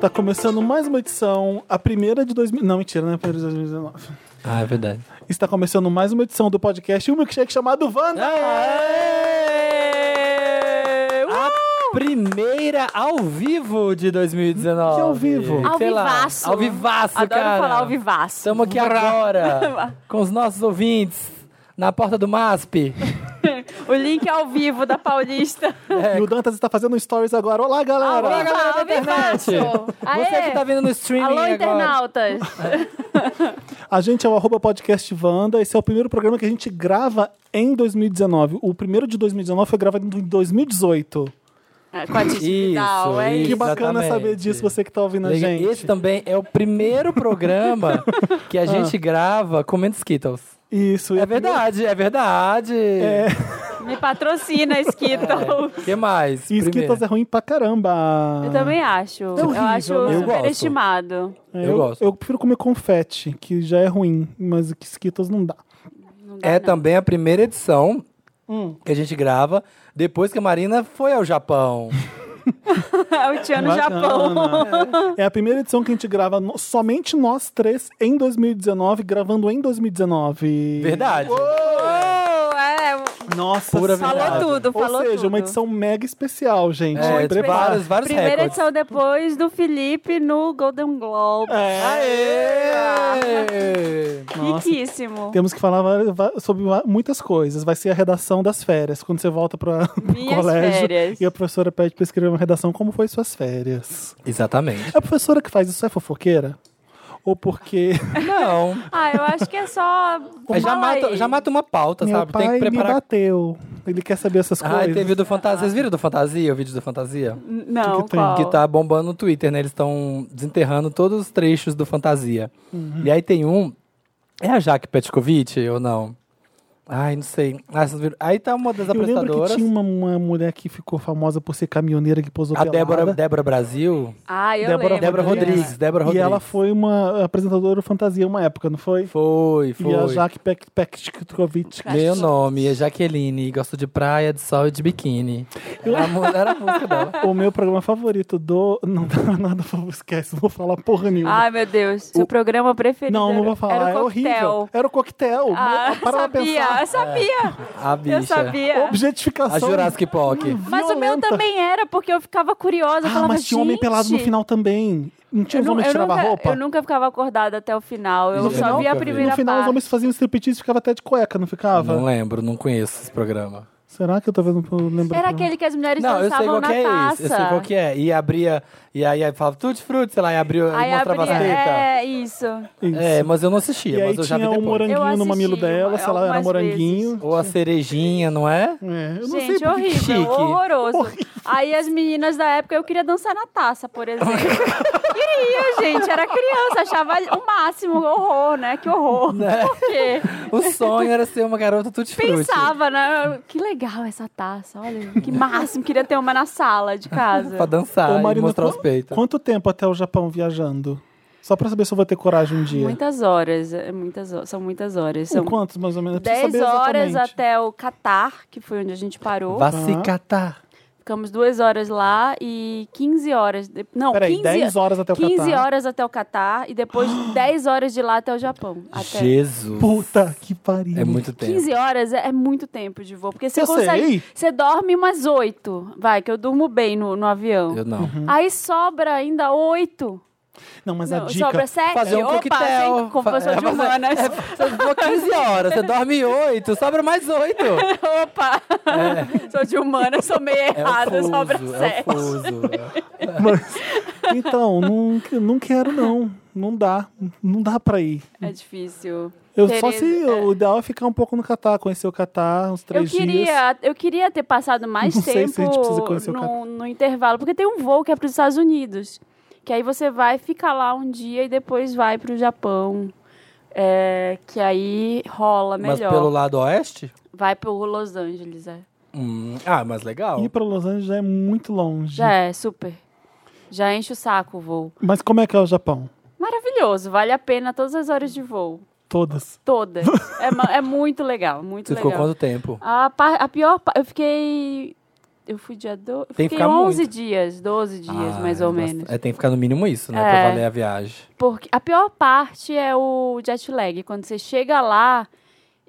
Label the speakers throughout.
Speaker 1: Tá começando mais uma edição, a primeira de 2000. Não, mentira, não é a primeira de 2019.
Speaker 2: Ah, é verdade.
Speaker 1: Está começando mais uma edição do podcast Um Milkshake chamado Wanda!
Speaker 3: Uh!
Speaker 2: A primeira ao vivo de 2019.
Speaker 1: Que ao vivo?
Speaker 3: Ao
Speaker 2: Sei lá,
Speaker 3: vivaço.
Speaker 2: Ao vivaço,
Speaker 3: Adoro
Speaker 2: cara.
Speaker 3: falar ao vivaço.
Speaker 2: Estamos aqui agora com os nossos ouvintes na porta do MASP.
Speaker 3: O link é ao vivo da Paulista.
Speaker 2: É.
Speaker 1: E o Dantas está fazendo stories agora. Olá, galera!
Speaker 2: Olá, galera da
Speaker 3: ao
Speaker 2: internet.
Speaker 3: vivaço.
Speaker 2: Você
Speaker 3: Aê.
Speaker 2: que tá vendo no streaming
Speaker 3: Ah, é? Alô,
Speaker 2: agora.
Speaker 3: internautas.
Speaker 1: A gente é o arroba podcast Wanda. Esse é o primeiro programa que a gente grava em 2019. O primeiro de 2019 foi gravado em 2018.
Speaker 3: É, Com a Titi
Speaker 2: Isso,
Speaker 3: Vidal, é
Speaker 1: Que
Speaker 2: isso.
Speaker 3: isso.
Speaker 1: bacana
Speaker 2: Exatamente.
Speaker 1: saber disso, você que tá ouvindo a
Speaker 2: Legal.
Speaker 1: gente.
Speaker 2: Esse também é o primeiro programa que
Speaker 3: Ah.
Speaker 2: a gente grava comendo Skittles.
Speaker 1: Isso. e
Speaker 2: É
Speaker 1: a primeira-
Speaker 2: verdade, é verdade. É.
Speaker 3: Me patrocina, Esquito.
Speaker 2: que mais?
Speaker 1: E Esquitas
Speaker 2: Primeiro.
Speaker 1: é ruim pra caramba.
Speaker 3: Eu também acho.
Speaker 1: horrível,
Speaker 3: eu acho
Speaker 1: né?
Speaker 2: Eu gosto.
Speaker 3: superestimado.
Speaker 1: É,
Speaker 2: Eu gosto.
Speaker 1: Eu prefiro comer confete, que já é ruim, mas que Skittles não dá.
Speaker 2: É também a primeira edição
Speaker 3: Hum.
Speaker 2: que a gente grava depois que a Marina foi ao Japão.
Speaker 3: É o Tiano Japão.
Speaker 1: Bacana. É a primeira edição que a gente grava no- somente nós três em 2019, gravando em 2019.
Speaker 2: Verdade.
Speaker 3: Oh, é.
Speaker 1: Nossa,
Speaker 2: Pura
Speaker 1: senhora.
Speaker 2: verdade.
Speaker 3: Falou tudo,
Speaker 1: Ou
Speaker 3: falou
Speaker 1: seja, uma
Speaker 3: tudo.
Speaker 1: edição mega especial, gente.
Speaker 2: É,
Speaker 1: Prepara.
Speaker 2: vários, vários
Speaker 3: Primeira
Speaker 2: recordes.
Speaker 3: edição depois do Felipe no Golden Globe.
Speaker 1: É.
Speaker 2: Aê!
Speaker 1: Nossa.
Speaker 3: é Riquíssimo.
Speaker 1: Temos que falar va- va- sobre va- muitas coisas. Vai ser a redação das férias, quando você volta para o
Speaker 3: Minhas
Speaker 1: colégio
Speaker 3: férias.
Speaker 1: e a professora pede para escrever uma redação. Como foi suas férias?
Speaker 2: Exatamente.
Speaker 1: A professora que faz isso é fofoqueira? Ou porque
Speaker 2: Não,
Speaker 3: Ah, eu acho que é só.
Speaker 2: mas já
Speaker 3: Fala
Speaker 2: mata,
Speaker 3: aí.
Speaker 2: já mata uma pauta,
Speaker 1: meu
Speaker 2: sabe?
Speaker 1: pai
Speaker 2: Tem que
Speaker 1: me
Speaker 2: preparar.
Speaker 1: bateu? Ele quer saber essas
Speaker 2: Ah,
Speaker 1: coisas?
Speaker 2: teve o do Fantasia. Vocês viram do Fantasia, o vídeo do Fantasia?
Speaker 3: Não,
Speaker 1: que tem?
Speaker 3: qual?
Speaker 2: Que tá bombando no Twitter, né? Eles estão desenterrando todos os trechos do Fantasia.
Speaker 1: Uhum.
Speaker 2: E aí tem um. É a Jaque Petkovic ou não? Ai, não sei. Ah, vocês viram? Aí tá uma das
Speaker 1: Eu lembro
Speaker 2: apresentadoras.
Speaker 1: que tinha uma, uma mulher que ficou famosa por ser caminhoneira que posou
Speaker 2: A
Speaker 1: pelada.
Speaker 2: Débora, Débora Brasil.
Speaker 3: Ah, eu
Speaker 1: Débora-
Speaker 3: lembro.
Speaker 1: Débora
Speaker 2: Débora Rodrigues. Débora
Speaker 1: E
Speaker 2: Rodrigues.
Speaker 1: ela foi uma apresentadora do fantasia uma época, não foi?
Speaker 2: Foi, foi.
Speaker 1: E a Jaque Pek- Pektikovic.
Speaker 2: Meu nome é Jaqueline, gosto de praia, de sol e de biquíni. Era a mu- era a música dela.
Speaker 1: O meu programa favorito do. Não dá nada, vou- esquece, não vou falar porra nenhuma.
Speaker 3: Ai, meu Deus. Seu programa preferido.
Speaker 1: não, não
Speaker 3: era-
Speaker 1: vou falar,
Speaker 3: Ah, Era
Speaker 1: é
Speaker 3: o coquetel.
Speaker 1: horrível. Era o coquetel.
Speaker 3: Ah,
Speaker 1: Para pra
Speaker 3: sabia,
Speaker 1: pensar. É,
Speaker 3: eu sabia,
Speaker 2: A bicha.
Speaker 3: eu sabia.
Speaker 2: A
Speaker 1: Objetificação.
Speaker 2: Jurassic Park.
Speaker 3: Mas o meu
Speaker 1: violenta.
Speaker 3: também era, porque eu ficava curiosa. eu
Speaker 1: Ah,
Speaker 3: falava,
Speaker 1: mas tinha homem
Speaker 3: "Gente,
Speaker 1: pelado no final também. Não tinha
Speaker 3: Eu,
Speaker 1: os
Speaker 3: nu-
Speaker 1: homens que
Speaker 3: eu,
Speaker 1: tiravam a
Speaker 3: nunca,
Speaker 1: roupa?
Speaker 3: eu nunca ficava acordada até o final. Eu
Speaker 2: No
Speaker 3: só
Speaker 2: final,
Speaker 3: via a
Speaker 2: nunca vi.
Speaker 3: primeira
Speaker 1: No final, os
Speaker 3: parte.
Speaker 1: homens faziam striptease e ficava até de cueca, não ficava?
Speaker 2: Não lembro, não conheço esse programa.
Speaker 1: Será que eu tô vendo pro lembrar?
Speaker 3: Era aquele que as mulheres
Speaker 2: não, eu sei
Speaker 3: dançavam
Speaker 2: qual
Speaker 3: na
Speaker 2: que é
Speaker 3: taça.
Speaker 2: esse. Eu sei qual que é. E abria, e aí, aí falava tutti frutti, sei lá, e abriu, e
Speaker 3: Aí
Speaker 2: mostrava
Speaker 3: abria,
Speaker 2: as tetas.
Speaker 3: é, isso.
Speaker 1: Isso.
Speaker 2: É, mas eu não assistia,
Speaker 1: e aí
Speaker 2: mas eu já vi
Speaker 1: tinha um
Speaker 2: depois.
Speaker 1: moranguinho
Speaker 3: Eu
Speaker 1: no
Speaker 3: assisti
Speaker 1: mamilo
Speaker 3: uma-
Speaker 1: dela, sei lá, era
Speaker 3: algumas
Speaker 1: moranguinho.
Speaker 2: Ou a cerejinha, não é?
Speaker 1: É, eu não sei por que
Speaker 3: Gente,
Speaker 1: que-
Speaker 3: horrível,
Speaker 2: chique.
Speaker 3: horroroso. Aí as meninas da época, eu queria dançar na taça, por exemplo. queria, gente, era criança, achava o máximo, horror, né? Que horror. Por quê?
Speaker 2: O sonho era ser uma garota tutti frutti.
Speaker 3: Pensava, né? Que legal essa taça, olha, que máximo. Queria ter uma na sala de
Speaker 2: Pra
Speaker 3: casa.
Speaker 2: dançar
Speaker 1: Ô, Marina,
Speaker 2: Ah, e mostrar
Speaker 1: qu-
Speaker 2: os peitos.
Speaker 1: Quanto tempo até o Japão viajando? Só pra saber se eu vou ter coragem um dia.
Speaker 3: Muitas horas, é, muitas, ho- são muitas horas.
Speaker 1: São
Speaker 3: São
Speaker 1: quantos, mais ou menos? Eu preciso
Speaker 3: 10
Speaker 1: saber
Speaker 3: horas
Speaker 1: exatamente.
Speaker 3: até o Catar, que foi onde a gente parou.
Speaker 2: Vá se catar.
Speaker 3: Ficamos duas horas lá e 15 horas. de- Não,
Speaker 1: Peraí,
Speaker 3: 15
Speaker 1: 10 horas até o
Speaker 3: 15
Speaker 1: Catar.
Speaker 3: horas até o Catar e depois 10 horas de lá até o Japão. Até.
Speaker 2: Jesus.
Speaker 1: Puta que pariu.
Speaker 2: É muito tempo.
Speaker 3: 15 horas é, é muito tempo de voo, porque você
Speaker 1: Eu sei.
Speaker 3: consegue. Você dorme umas 8. Vai, que eu durmo bem no, no avião.
Speaker 2: Eu Uhum. não.
Speaker 1: Uhum.
Speaker 3: Aí sobra ainda 8.
Speaker 1: Não, mas a
Speaker 3: Não,
Speaker 1: dica...
Speaker 3: sobra 7.
Speaker 2: Fazer um
Speaker 3: É, Opa,
Speaker 2: coquetel.
Speaker 3: gente, como
Speaker 2: Fa-
Speaker 3: professor de
Speaker 2: é, fazer-
Speaker 3: humanas.
Speaker 2: Você ficou 15 horas, você dorme 8, sobra mais 8.
Speaker 3: Opa! Sou de humana, sou meio
Speaker 2: É
Speaker 3: errada,
Speaker 2: o fuso,
Speaker 3: Ah, sobra
Speaker 2: é
Speaker 3: 7.
Speaker 2: o fuso.
Speaker 1: Então, não, não quero não. Não dá. Não dá pra ir.
Speaker 3: É difícil.
Speaker 1: Eu só
Speaker 3: Tereza,
Speaker 1: se... O ideal é ficar um pouco no Catar, conhecer o Catar uns
Speaker 3: Eu
Speaker 1: três dias.
Speaker 3: queria, eu queria ter passado mais
Speaker 1: Não sei
Speaker 3: tempo
Speaker 1: se a gente precisa conhecer o cara.
Speaker 3: no, no intervalo, porque tem um voo que é para os Estados Unidos. Que aí você vai, fica lá um dia e depois vai para o Japão. É, que aí rola
Speaker 2: Mas
Speaker 3: melhor.
Speaker 2: pelo lado oeste?
Speaker 3: Vai para Los Angeles, é.
Speaker 2: Hum, ah, mas legal.
Speaker 1: Ir pra Los Angeles já é muito longe.
Speaker 3: Já é, super. Já enche o saco o voo.
Speaker 1: Mas como é que é o Japão?
Speaker 3: Maravilhoso, vale a pena todas as horas de voo.
Speaker 1: Todas.
Speaker 3: Todas. é, ma- é muito legal, muito
Speaker 2: Você
Speaker 3: legal.
Speaker 2: ficou quanto tempo?
Speaker 3: A, pa- a pior pa- eu fiquei eu fui dia do... eu
Speaker 2: Tem que
Speaker 3: fiquei
Speaker 2: ficar
Speaker 3: 11
Speaker 2: muito.
Speaker 3: dias, 12 dias,
Speaker 2: Ah,
Speaker 3: mais
Speaker 2: é
Speaker 3: ou
Speaker 2: bast-
Speaker 3: menos.
Speaker 2: É, tem que ficar no mínimo isso, né? Pra
Speaker 3: É.
Speaker 2: valer a viagem.
Speaker 3: Porque a pior parte é o jet lag. Quando você chega lá.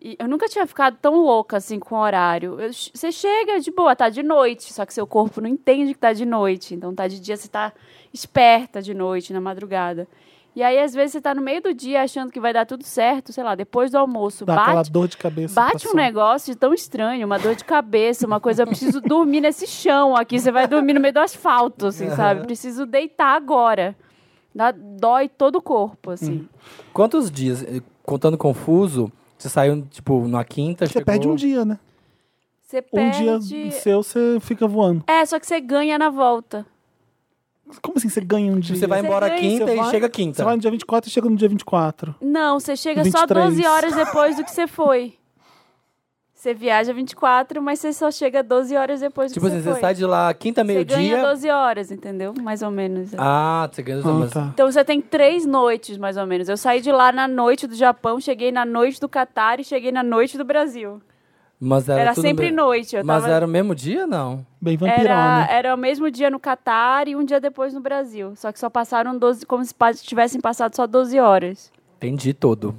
Speaker 3: e eu nunca tinha ficado tão louca assim com o horário. Eu ch- você chega de boa, tá de noite, só que seu corpo não entende que tá de noite. Então tá de dia, você tá esperta de noite, na madrugada. E aí, às vezes, você tá no meio do dia achando que vai dar tudo certo, sei lá, depois do almoço.
Speaker 1: Dá aquela
Speaker 3: bate
Speaker 1: dor de cabeça.
Speaker 3: Bate um
Speaker 1: passando.
Speaker 3: negócio de tão estranho, uma dor de cabeça, uma coisa, eu preciso dormir nesse chão aqui, você vai dormir no meio do asfalto, assim, sabe? Preciso deitar agora. Dá- dói todo o corpo, assim.
Speaker 2: Hum. Quantos dias? eh, Contando confuso, você saiu, tipo, na quinta,
Speaker 1: Você
Speaker 2: chegou...
Speaker 1: perde um dia, né?
Speaker 3: Você
Speaker 1: Um
Speaker 3: perde...
Speaker 1: dia seu, você fica voando.
Speaker 3: É, só que você ganha na volta.
Speaker 1: Como assim você ganha um dia?
Speaker 2: Tipo, Você vai
Speaker 3: Você
Speaker 2: embora
Speaker 3: ganha,
Speaker 2: quinta
Speaker 1: você
Speaker 2: e
Speaker 1: vai-
Speaker 2: chega quinta.
Speaker 1: Você vai no dia 24 e chega no dia 24.
Speaker 3: Não, você chega só
Speaker 1: 23.
Speaker 3: 12 horas depois do que você foi. Você viaja 24, mas você só chega 12 horas depois do
Speaker 2: Tipo
Speaker 3: que
Speaker 2: assim,
Speaker 3: você foi.
Speaker 2: você sai de lá quinta,
Speaker 3: Você ganha
Speaker 2: meio-dia...
Speaker 3: 12 horas, entendeu? Mais ou menos. é.
Speaker 2: Ah, você ganha...
Speaker 1: Ah,
Speaker 2: mas-
Speaker 1: tá.
Speaker 3: Então você tem três noites, mais ou menos. Eu saí de lá na noite do Japão, cheguei na noite do Catar e cheguei na noite do Brasil.
Speaker 2: Mas era,
Speaker 3: Era,
Speaker 2: tudo
Speaker 3: sempre
Speaker 2: bem-
Speaker 3: noite. Eu
Speaker 2: Mas
Speaker 3: tava-
Speaker 2: era o mesmo dia, não?
Speaker 1: Bem vampirão,
Speaker 3: era,
Speaker 1: né?
Speaker 3: era o mesmo dia no Catar e um dia depois no Brasil. Só que só passaram 12, como se pa- tivessem passado só 12 horas.
Speaker 2: Entendi todo.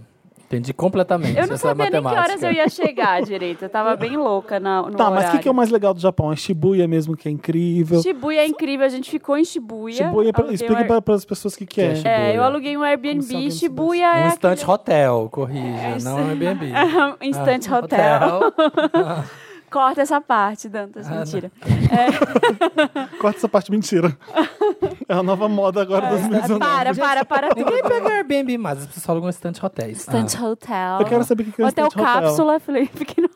Speaker 2: Entendi completamente
Speaker 1: é
Speaker 3: Eu não
Speaker 2: essa
Speaker 3: sabia nem que
Speaker 2: matemática.
Speaker 3: horas eu ia chegar direito. Eu tava bem louca na, no
Speaker 1: Tá, mas o que,
Speaker 3: um horário.
Speaker 1: que é o mais legal do Japão? É Shibuya mesmo, que é incrível.
Speaker 3: Shibuya é incrível, a gente ficou em Shibuya.
Speaker 1: Shibuya, é pra-
Speaker 3: Aluguei um
Speaker 1: explica
Speaker 3: Air-
Speaker 1: para as pessoas o que, que é.
Speaker 2: Que é
Speaker 3: É, eu
Speaker 2: Shibuya.
Speaker 3: aluguei um Airbnb.
Speaker 1: Como se alguém soubesse.
Speaker 3: Shibuya é
Speaker 2: Um
Speaker 3: aquele-
Speaker 2: instante hotel, corrija,
Speaker 3: isso.
Speaker 2: não é Airbnb.
Speaker 1: Um
Speaker 3: Instante
Speaker 2: Ah,
Speaker 3: hotel. Corta essa parte, Dantas.
Speaker 2: Ah,
Speaker 3: mentira.
Speaker 1: Corta essa parte, mentira. é a nova moda agora dos
Speaker 3: Ah, Para, para, para tudo.
Speaker 2: Ninguém pega Airbnb mais, as pessoas alugam instante hotéis. Ah.
Speaker 3: Instant Hotel.
Speaker 1: Ah. Eu quero saber o que que é
Speaker 3: Hotel
Speaker 1: Instant Hotel.
Speaker 3: Cápsula. Falei, fiquei no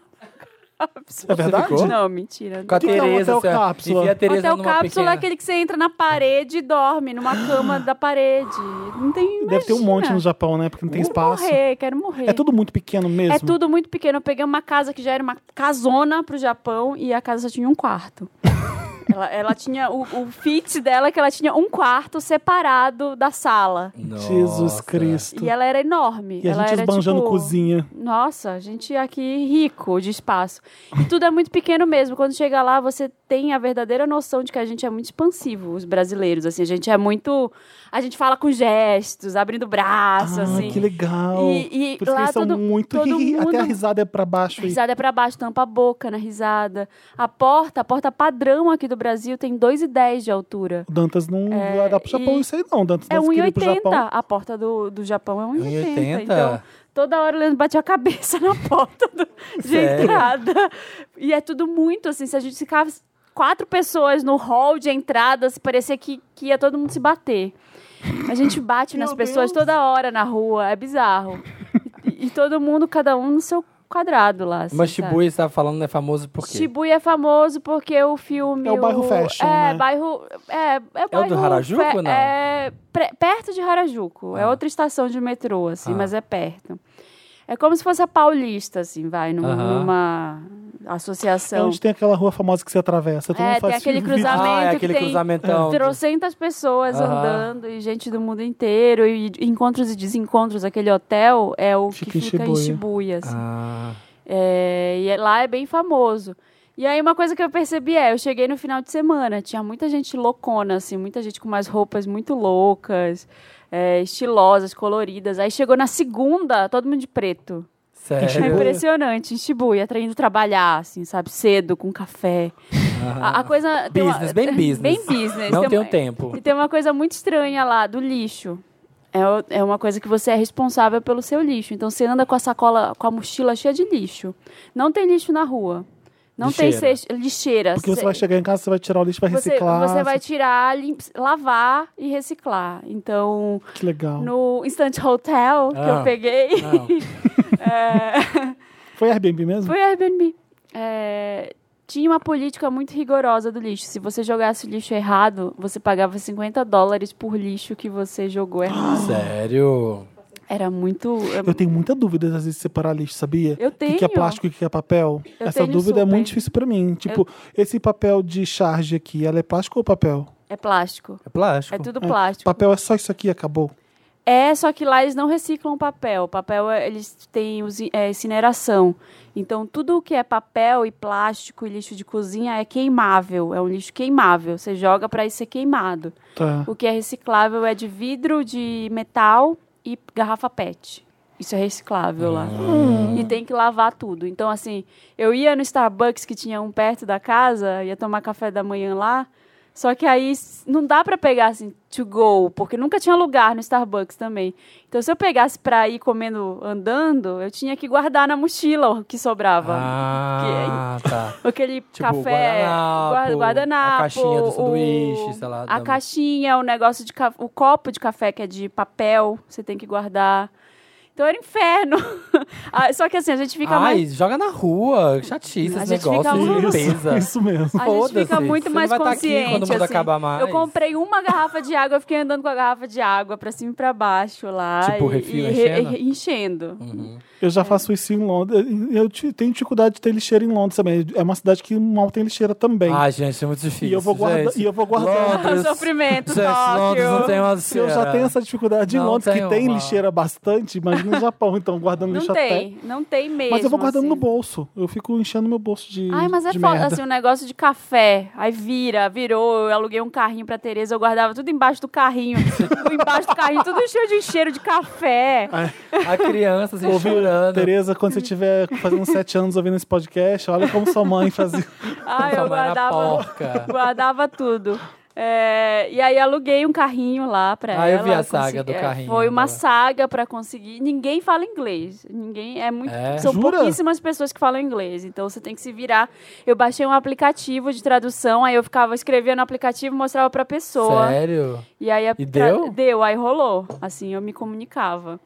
Speaker 1: É verdade?
Speaker 2: Você ficou?
Speaker 3: Não, mentira.
Speaker 2: Com a
Speaker 1: que que é um
Speaker 2: Tereza,
Speaker 1: hotel
Speaker 2: você
Speaker 1: cápsula?
Speaker 2: enfia a Tereza
Speaker 3: Hotel
Speaker 2: numa
Speaker 3: Cápsula
Speaker 2: pequena...
Speaker 3: é aquele que você entra na parede e dorme, numa cama da parede. Não tem.
Speaker 1: Deve ter um
Speaker 3: imagina.
Speaker 1: monte no Japão, né? Porque não tem
Speaker 3: Quero
Speaker 1: espaço.
Speaker 3: morrer, quero morrer.
Speaker 1: É tudo muito pequeno mesmo.
Speaker 3: É tudo muito pequeno. Eu peguei uma casa que já era uma casona pro Japão e a casa só tinha um quarto. ela, ela tinha o, o fit dela é que ela tinha um quarto separado da sala.
Speaker 2: Nossa.
Speaker 1: Jesus Cristo.
Speaker 3: E ela era enorme.
Speaker 1: E a
Speaker 3: ela
Speaker 1: gente
Speaker 3: era,
Speaker 1: esbanjando
Speaker 3: tipo,
Speaker 1: cozinha.
Speaker 3: Nossa, a gente é aqui rico de espaço. E tudo é muito pequeno mesmo. Quando chega lá, você tem a verdadeira noção de que a gente é muito expansivo, os brasileiros. Assim, a gente é muito. A gente fala com gestos, abrindo braço,
Speaker 1: ah,
Speaker 3: assim.
Speaker 1: que legal.
Speaker 3: E, e
Speaker 1: Por isso que
Speaker 3: lá
Speaker 1: eles são
Speaker 3: todo,
Speaker 1: muito...
Speaker 3: todo
Speaker 1: Até a
Speaker 3: mundo
Speaker 1: risada é pra baixo.
Speaker 3: a
Speaker 1: aí.
Speaker 3: risada é pra baixo, tampa a boca na risada. A porta, a porta padrão aqui do Brasil tem 2,10 de altura.
Speaker 1: O Dantas não vai dar pro Japão
Speaker 3: É, e-
Speaker 1: isso aí, não. O Dantas
Speaker 3: É
Speaker 1: não queria ir pro
Speaker 3: 1,80.
Speaker 1: Japão.
Speaker 3: A porta do, do Japão é 1,80.
Speaker 2: 1,80.
Speaker 3: Então, toda hora o Leandro batia a cabeça na porta do- de
Speaker 2: Sério?
Speaker 3: entrada. E é tudo muito assim. Se a gente ficava quatro pessoas no hall de entradas, parecia que, que ia todo mundo se bater. A gente bate nas
Speaker 1: Meu
Speaker 3: pessoas
Speaker 1: Deus.
Speaker 3: toda hora na rua, é bizarro. E, e todo mundo, cada um no seu quadrado lá. assim,
Speaker 2: Mas
Speaker 3: sabe?
Speaker 2: Shibuya, você tava falando, é famoso por quê?
Speaker 3: Shibuya é famoso porque o filme.
Speaker 1: É o bairro fashion,
Speaker 3: É,
Speaker 1: né?
Speaker 3: bairro. É, é,
Speaker 2: É o
Speaker 3: bairro
Speaker 2: do Harajuku
Speaker 3: fe-
Speaker 2: ou não?
Speaker 3: É pre- perto de Harajuku. É
Speaker 2: Ah.
Speaker 3: outra estação de metrô, assim,
Speaker 2: Ah.
Speaker 3: mas é perto. É como se fosse a Paulista, assim, vai, num-
Speaker 2: Aham.
Speaker 3: numa
Speaker 1: É
Speaker 3: associação.
Speaker 1: onde tem aquela rua famosa que você atravessa. Todo
Speaker 3: então. É,
Speaker 1: mundo faz
Speaker 3: tem aquele
Speaker 1: vídeo.
Speaker 3: cruzamento
Speaker 2: ah, é
Speaker 3: que
Speaker 2: aquele
Speaker 3: tem-
Speaker 2: cruzamentão.
Speaker 3: Trocentas pessoas
Speaker 2: Aham.
Speaker 3: andando e gente do mundo inteiro, e encontros e desencontros. Aquele hotel é o
Speaker 1: Fica
Speaker 3: que
Speaker 1: em
Speaker 3: fica em
Speaker 1: Shibuya.
Speaker 3: Shibuya, assim.
Speaker 2: Ah,
Speaker 3: É, e é- lá é bem famoso. E aí uma coisa que eu percebi é, eu cheguei no final de semana, tinha muita gente loucona, assim, muita gente com umas roupas muito loucas, é, estilosas, coloridas. Aí chegou na segunda, todo mundo de preto.
Speaker 1: Shibuya?
Speaker 3: É
Speaker 2: sério.
Speaker 3: impressionante, em Shibuya, tá indo trabalhar, assim, sabe, cedo, com café. A, a coisa... tem
Speaker 2: Business, bem business.
Speaker 3: Bem business.
Speaker 2: Não tenho
Speaker 3: uma-
Speaker 2: tempo.
Speaker 3: E tem uma coisa muito estranha lá, do lixo. É, o- é uma coisa que você é responsável pelo seu lixo. Então você anda com a sacola, com a mochila cheia de lixo. Não tem lixo na rua. Não tem
Speaker 2: Lixeira.
Speaker 3: cesto- lixeira.
Speaker 1: Porque você
Speaker 3: Cê-
Speaker 1: vai chegar em casa, você vai tirar o lixo, vai
Speaker 3: você-
Speaker 1: reciclar.
Speaker 3: você vai tirar, lim- lavar e reciclar. Então,
Speaker 1: Que legal.
Speaker 3: no Instant Hotel que
Speaker 2: Ah.
Speaker 3: eu peguei, é,
Speaker 2: Não.
Speaker 1: Ah. Foi Airbnb mesmo?
Speaker 3: Foi Airbnb. É, tinha uma política muito rigorosa do lixo. Se você jogasse o lixo errado, você pagava 50 dólares por lixo que você jogou errado.
Speaker 2: Sério?
Speaker 3: Era muito. é,
Speaker 1: Eu tenho muita dúvida, às vezes, de separar lixo, sabia?
Speaker 3: Eu
Speaker 1: O que que é
Speaker 3: tenho.
Speaker 1: plástico e o que que é papel?
Speaker 3: Eu
Speaker 1: Essa
Speaker 3: tenho
Speaker 1: dúvida é
Speaker 3: super.
Speaker 1: muito difícil pra mim. Tipo, esse papel de charge aqui, ela é plástico ou papel?
Speaker 3: É plástico.
Speaker 2: É plástico.
Speaker 3: É tudo
Speaker 1: É,
Speaker 3: plástico.
Speaker 1: Papel é só isso aqui e acabou.
Speaker 3: É, só que lá eles não reciclam papel. Papel, é- eles têm usi- é, incineração. Então, tudo o que é papel e plástico e lixo de cozinha é queimável. É um lixo queimável. Você joga para isso ser queimado.
Speaker 1: Tá.
Speaker 3: O que é reciclável é de vidro, de metal e garrafa PET. Isso é reciclável lá. E tem que lavar tudo. Então, assim, eu ia no Starbucks que tinha um perto da casa, ia tomar café da manhã lá. Só que aí s- não dá pra pegar assim, to go, porque nunca tinha lugar no Starbucks também. Então, se eu pegasse pra ir comendo andando, eu tinha que guardar na mochila o que sobrava.
Speaker 2: Ah, tá.
Speaker 3: Aquele
Speaker 2: Tipo,
Speaker 3: café,
Speaker 2: guardanapo,
Speaker 3: guar- guardanapo,
Speaker 2: a caixinha do
Speaker 3: o-
Speaker 2: sanduíche, sei lá,
Speaker 3: A
Speaker 2: da-
Speaker 3: caixinha, o negócio de ca- o copo de café que é de papel, você tem que guardar. Então era inferno. Ah, Só que assim, a gente fica
Speaker 2: Ai,
Speaker 3: mais
Speaker 2: joga na rua, que chatice
Speaker 3: A
Speaker 2: esse
Speaker 3: gente fica
Speaker 2: negócio de
Speaker 3: uma-
Speaker 2: limpeza.
Speaker 1: Isso mesmo.
Speaker 3: a gente fica
Speaker 2: Foda-se,
Speaker 3: muito
Speaker 2: você não
Speaker 3: mais
Speaker 2: vai tá aqui
Speaker 3: consciente.
Speaker 2: quando o mundo
Speaker 3: assim.
Speaker 2: acabar mais.
Speaker 3: Eu comprei uma garrafa de água, eu fiquei andando com a garrafa de água pra cima e pra baixo lá.
Speaker 2: Tipo,
Speaker 3: e,
Speaker 2: refil
Speaker 3: e
Speaker 2: enchendo? Hum.
Speaker 3: re- enchendo.
Speaker 1: Eu já faço isso em Londres. Eu te- tenho dificuldade de ter lixeira em Londres também. É uma cidade que mal tem lixeira também.
Speaker 2: Ah, gente, é muito difícil.
Speaker 1: E eu vou guarda-
Speaker 2: gente.
Speaker 1: e eu vou guardando.
Speaker 2: Londres,
Speaker 3: Sofrimento,
Speaker 2: gente, Londres não
Speaker 3: Tóquio.
Speaker 2: tem uma
Speaker 1: eu já tenho essa dificuldade em
Speaker 2: Não
Speaker 1: Londres, que
Speaker 2: tem
Speaker 1: tem
Speaker 2: uma.
Speaker 1: lixeira bastante, mas no Japão, então, guardando
Speaker 3: Não
Speaker 1: lixo até.
Speaker 3: tem, não tem mesmo.
Speaker 1: Mas eu vou guardando
Speaker 3: assim.
Speaker 1: no bolso. Eu fico enchendo meu bolso de.
Speaker 3: Ai, mas é
Speaker 1: de
Speaker 3: foda,
Speaker 1: merda.
Speaker 3: assim, um negócio de café. Aí vira, virou, eu aluguei um carrinho pra Tereza, eu guardava tudo embaixo do carrinho. Tudo embaixo do carrinho, tudo cheio de cheiro de café.
Speaker 2: A criança assim,
Speaker 1: Ouviu,
Speaker 2: chorando.
Speaker 1: Tereza, quando você estiver fazendo sete anos ouvindo esse podcast, olha como sua mãe fazia.
Speaker 3: Ai, eu
Speaker 2: Tomar na
Speaker 3: guardava,
Speaker 2: porca.
Speaker 3: guardava tudo. É, e aí aluguei um carrinho lá pra
Speaker 2: Ah, eu
Speaker 3: ela.
Speaker 2: vi a saga
Speaker 3: consegui-
Speaker 2: do
Speaker 3: é,
Speaker 2: carrinho
Speaker 3: Foi uma
Speaker 2: dela.
Speaker 3: saga pra conseguir. Ninguém fala inglês. Ninguém é muito.
Speaker 2: É?
Speaker 3: São
Speaker 1: Jura?
Speaker 3: pouquíssimas pessoas que falam inglês. Então você tem que se virar. Eu baixei um aplicativo de tradução. Aí eu ficava escrevendo no aplicativo, mostrava pra pessoa.
Speaker 2: Sério?
Speaker 3: E aí a
Speaker 2: E deu?
Speaker 3: deu, aí rolou. Assim, eu me comunicava.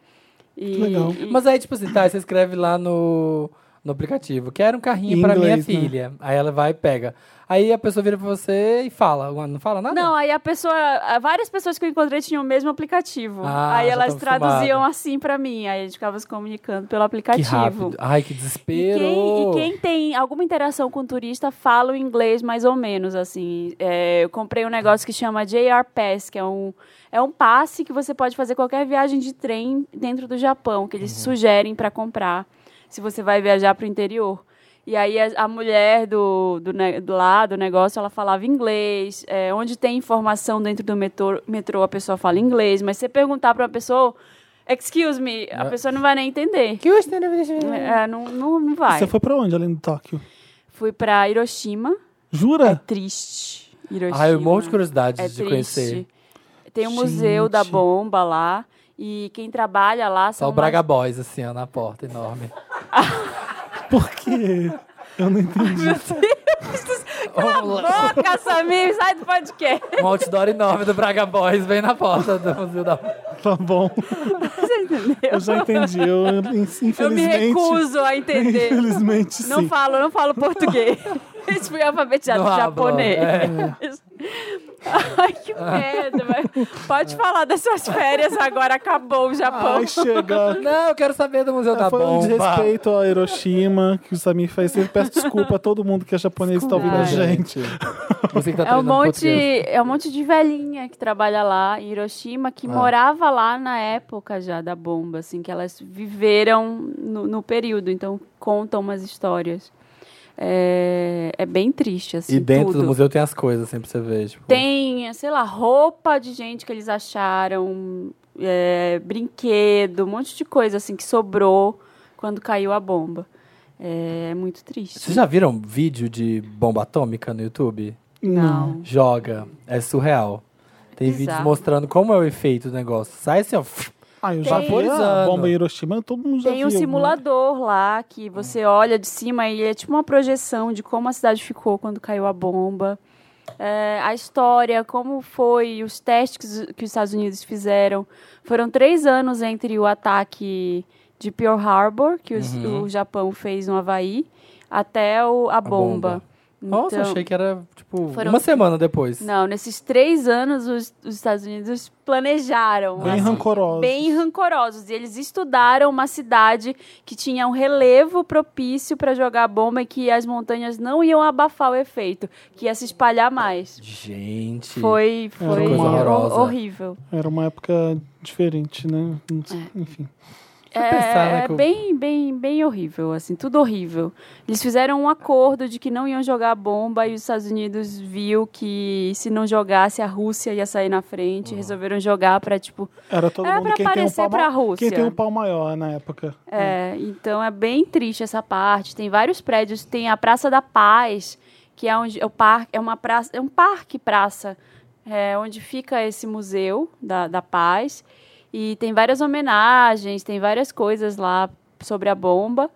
Speaker 3: E,
Speaker 1: Que legal.
Speaker 3: e-
Speaker 2: Mas aí, tipo assim, tá, você escreve lá no, no aplicativo. Quero um carrinho
Speaker 1: Em
Speaker 2: pra minha
Speaker 1: inglês, né?
Speaker 2: filha. Aí ela vai e pega. Aí a pessoa vira pra você e fala. Ué, Não fala nada?
Speaker 3: Não, aí a pessoa. a- Várias pessoas que eu encontrei tinham o mesmo aplicativo.
Speaker 2: Ah,
Speaker 3: aí
Speaker 2: já
Speaker 3: elas
Speaker 2: tava
Speaker 3: traduziam
Speaker 2: acostumada.
Speaker 3: assim pra mim. Aí a gente ficava se comunicando pelo
Speaker 2: Que
Speaker 3: é aplicativo.
Speaker 2: rápido. Ai, que
Speaker 3: E
Speaker 2: desespero.
Speaker 3: quem, e quem tem alguma interação com turista fala o inglês mais ou menos, assim. É, eu comprei um negócio que chama JR Pass, que é um, é um passe que você pode fazer qualquer viagem de trem dentro do Japão, que eles
Speaker 2: Uhum.
Speaker 3: sugerem para comprar, se você vai viajar para o interior. E aí a, a mulher do, do, ne- do lá do negócio, ela falava inglês. É, onde tem informação dentro do metrô, metrô, a pessoa fala inglês. Mas se você perguntar para uma pessoa, excuse me, a
Speaker 2: Ah.
Speaker 3: pessoa não vai nem entender.
Speaker 2: Que você não-
Speaker 3: É, não, não, não vai.
Speaker 1: Você foi pra onde além do Tóquio?
Speaker 3: Fui pra Hiroshima. É
Speaker 1: Jura?
Speaker 3: Triste. Hiroshima.
Speaker 2: Ai, Ah. eu morro de curiosidade
Speaker 3: É
Speaker 2: de
Speaker 3: triste.
Speaker 2: conhecer.
Speaker 3: Tem o Museu
Speaker 1: Gente.
Speaker 3: da Bomba lá. E quem trabalha lá
Speaker 2: Só
Speaker 3: são
Speaker 2: o Braga Boys, assim, ó, na porta, enorme.
Speaker 1: Por quê? Eu não entendi.
Speaker 2: Um,
Speaker 3: mais... Boca, Samir, sai do podcast.
Speaker 2: um outdoor enorme do Braga Boys bem na porta do Museu da
Speaker 1: Tá bom. Eu já entendi. Eu, in- infelizmente.
Speaker 3: Eu me recuso a entender.
Speaker 1: Infelizmente,
Speaker 3: Não
Speaker 1: sim.
Speaker 3: falo, não falo português. Fui alfabetizado
Speaker 2: Não é. hablo,
Speaker 3: japonês. Ai, que
Speaker 2: Ah.
Speaker 3: merda. mas Pode falar das suas férias agora, acabou o Japão.
Speaker 1: Ai, chega.
Speaker 2: Não, eu quero saber do Museu da
Speaker 1: Foi um
Speaker 2: Bomba.
Speaker 1: desrespeito a Hiroshima que o Samir fez. Eu peço desculpa a todo mundo que é japonês e está ouvindo a
Speaker 3: Desculpa.
Speaker 1: gente.
Speaker 2: Você que tá
Speaker 3: É um
Speaker 2: treinando
Speaker 3: monte,
Speaker 2: português.
Speaker 3: é um monte de velhinha que trabalha lá em Hiroshima,
Speaker 2: Ah.
Speaker 3: que morava lá na época já da bomba, assim, que elas viveram no, no período, então contam umas histórias. É, é bem triste, assim,
Speaker 2: E dentro
Speaker 3: tudo.
Speaker 2: do museu tem as coisas, assim, pra você ver. Tipo,
Speaker 3: Tem, sei lá, roupa de gente que eles acharam, é, brinquedo, um monte de coisa, assim, que sobrou quando caiu a bomba. É, muito triste.
Speaker 2: Vocês já viram vídeo de bomba atômica no YouTube?
Speaker 3: Não.
Speaker 2: Joga. É surreal. Tem
Speaker 3: Bizarro.
Speaker 2: vídeos mostrando como é o efeito do negócio. Sai assim, ó.
Speaker 1: Ah, eu já vi a
Speaker 2: Vaporizando.
Speaker 1: bomba em Hiroshima, todo mundo já
Speaker 3: Tem um
Speaker 1: viu, né?
Speaker 3: simulador lá que você olha de cima e é tipo uma projeção de como a cidade ficou quando caiu a bomba. É, a história, como foi, os testes que os, que os Estados Unidos fizeram. Foram três anos entre o ataque de Pearl Harbor, que os- o Japão fez no Havaí, até o- a, bomba.
Speaker 2: bomba. Nossa,
Speaker 3: Então-
Speaker 2: achei que era, tipo,
Speaker 3: Foram-
Speaker 2: uma semana depois.
Speaker 3: Não, nesses três anos, os, os Estados Unidos planejaram.
Speaker 1: Bem
Speaker 3: assim,
Speaker 1: rancoroso.
Speaker 3: bem rancorosos. E eles estudaram uma cidade que tinha um relevo propício para jogar bomba e que as montanhas não iam abafar o efeito, que ia se espalhar mais.
Speaker 2: Gente.
Speaker 3: Foi,
Speaker 1: uma
Speaker 3: foi
Speaker 1: coisa
Speaker 2: horrorosa.
Speaker 3: hor- horrível.
Speaker 1: Era uma época diferente, né? Não sei, Enfim.
Speaker 2: Fui pensar, né,
Speaker 3: É,
Speaker 2: que eu-
Speaker 3: bem, bem, bem horrível, assim, tudo horrível. Eles fizeram um acordo de que não iam jogar bomba e os Estados Unidos viu que se não jogasse a Rússia ia sair na frente, resolveram jogar para tipo,
Speaker 1: Era Uhum. todo
Speaker 3: Era
Speaker 1: mundo
Speaker 3: pra
Speaker 1: quem tem um
Speaker 3: aparecer
Speaker 1: pau
Speaker 3: pra
Speaker 1: ma- Quem
Speaker 3: Rússia.
Speaker 1: tem um pau maior na época.
Speaker 3: é, então é bem triste essa parte. Tem vários prédios, tem a Praça da Paz, que é onde é o parque, é uma praça, é um parque praça, é, onde fica esse museu da, da paz e tem várias homenagens, tem várias coisas lá sobre a bomba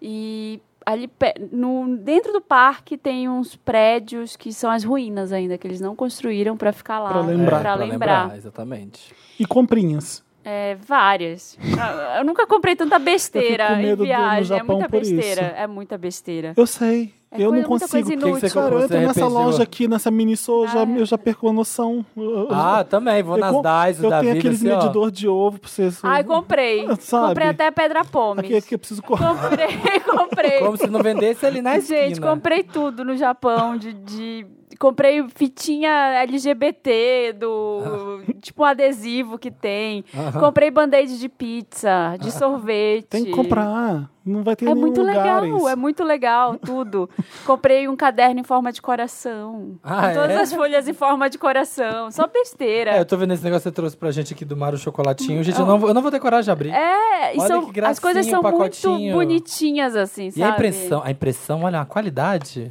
Speaker 3: e ali pe- no dentro do parque tem uns prédios que são as ruínas ainda que eles não construíram para ficar lá,
Speaker 1: Pra
Speaker 2: É,
Speaker 1: lembrar.
Speaker 3: pra lembrar.
Speaker 2: Exatamente.
Speaker 1: E comprinhas.
Speaker 3: É, várias. Ah, Eu nunca comprei tanta
Speaker 1: Eu fico
Speaker 3: besteira
Speaker 1: com
Speaker 3: em
Speaker 1: medo do- no
Speaker 3: viagem. é
Speaker 1: Japão
Speaker 3: muita
Speaker 1: por
Speaker 3: besteira.
Speaker 1: isso.
Speaker 3: É muita besteira.
Speaker 1: Eu sei.
Speaker 3: É
Speaker 1: eu
Speaker 3: coisa-
Speaker 1: não
Speaker 3: muita coisa
Speaker 1: consigo.
Speaker 3: inútil.
Speaker 2: Que que você
Speaker 1: Cara, eu
Speaker 2: comprou?
Speaker 1: entro
Speaker 2: Você
Speaker 1: nessa
Speaker 2: arrependeu?
Speaker 1: loja aqui, nessa Miniso, eu já,
Speaker 3: Ah, é.
Speaker 1: eu já perco a noção. Eu- eu-
Speaker 2: Ah, também. Vou
Speaker 1: eu
Speaker 2: nas
Speaker 1: com-
Speaker 2: DAIs
Speaker 1: Eu
Speaker 2: da
Speaker 1: tenho
Speaker 2: vida.
Speaker 1: aqueles
Speaker 2: assim, ó.
Speaker 1: medidor de ovo pra vocês.
Speaker 3: Ai, comprei.
Speaker 1: Sabe?
Speaker 3: Comprei até pedra pome.
Speaker 1: Aqui, aqui eu preciso cortar.
Speaker 3: Comprei, comprei.
Speaker 2: Como se não vendesse ali na esquina.
Speaker 3: Gente, comprei tudo no Japão. De, de- comprei fitinha LGBT, do tipo um adesivo que tem.
Speaker 2: Ah. Aham. Ah.
Speaker 3: Comprei band-aid de pizza, de sorvete.
Speaker 1: Tem que comprar. Não vai ter
Speaker 3: É
Speaker 2: um
Speaker 1: nenhum
Speaker 3: muito
Speaker 1: lugar
Speaker 3: legal,
Speaker 1: isso.
Speaker 3: é muito legal tudo. Comprei um caderno em forma de coração.
Speaker 2: Ah,
Speaker 3: com todas
Speaker 2: é?
Speaker 3: as folhas em forma de coração. Só besteira.
Speaker 2: É, eu tô vendo esse negócio que você trouxe pra gente aqui do Mario Chocolatinho. Gente, eu não, vou- eu não vou ter coragem de abrir.
Speaker 3: É, e
Speaker 2: Olha
Speaker 3: são,
Speaker 2: que gracinha
Speaker 3: as coisas são
Speaker 2: o pacotinho.
Speaker 3: muito bonitinhas, assim,
Speaker 2: e
Speaker 3: sabe?
Speaker 2: a impressão, a impressão, olha, a qualidade.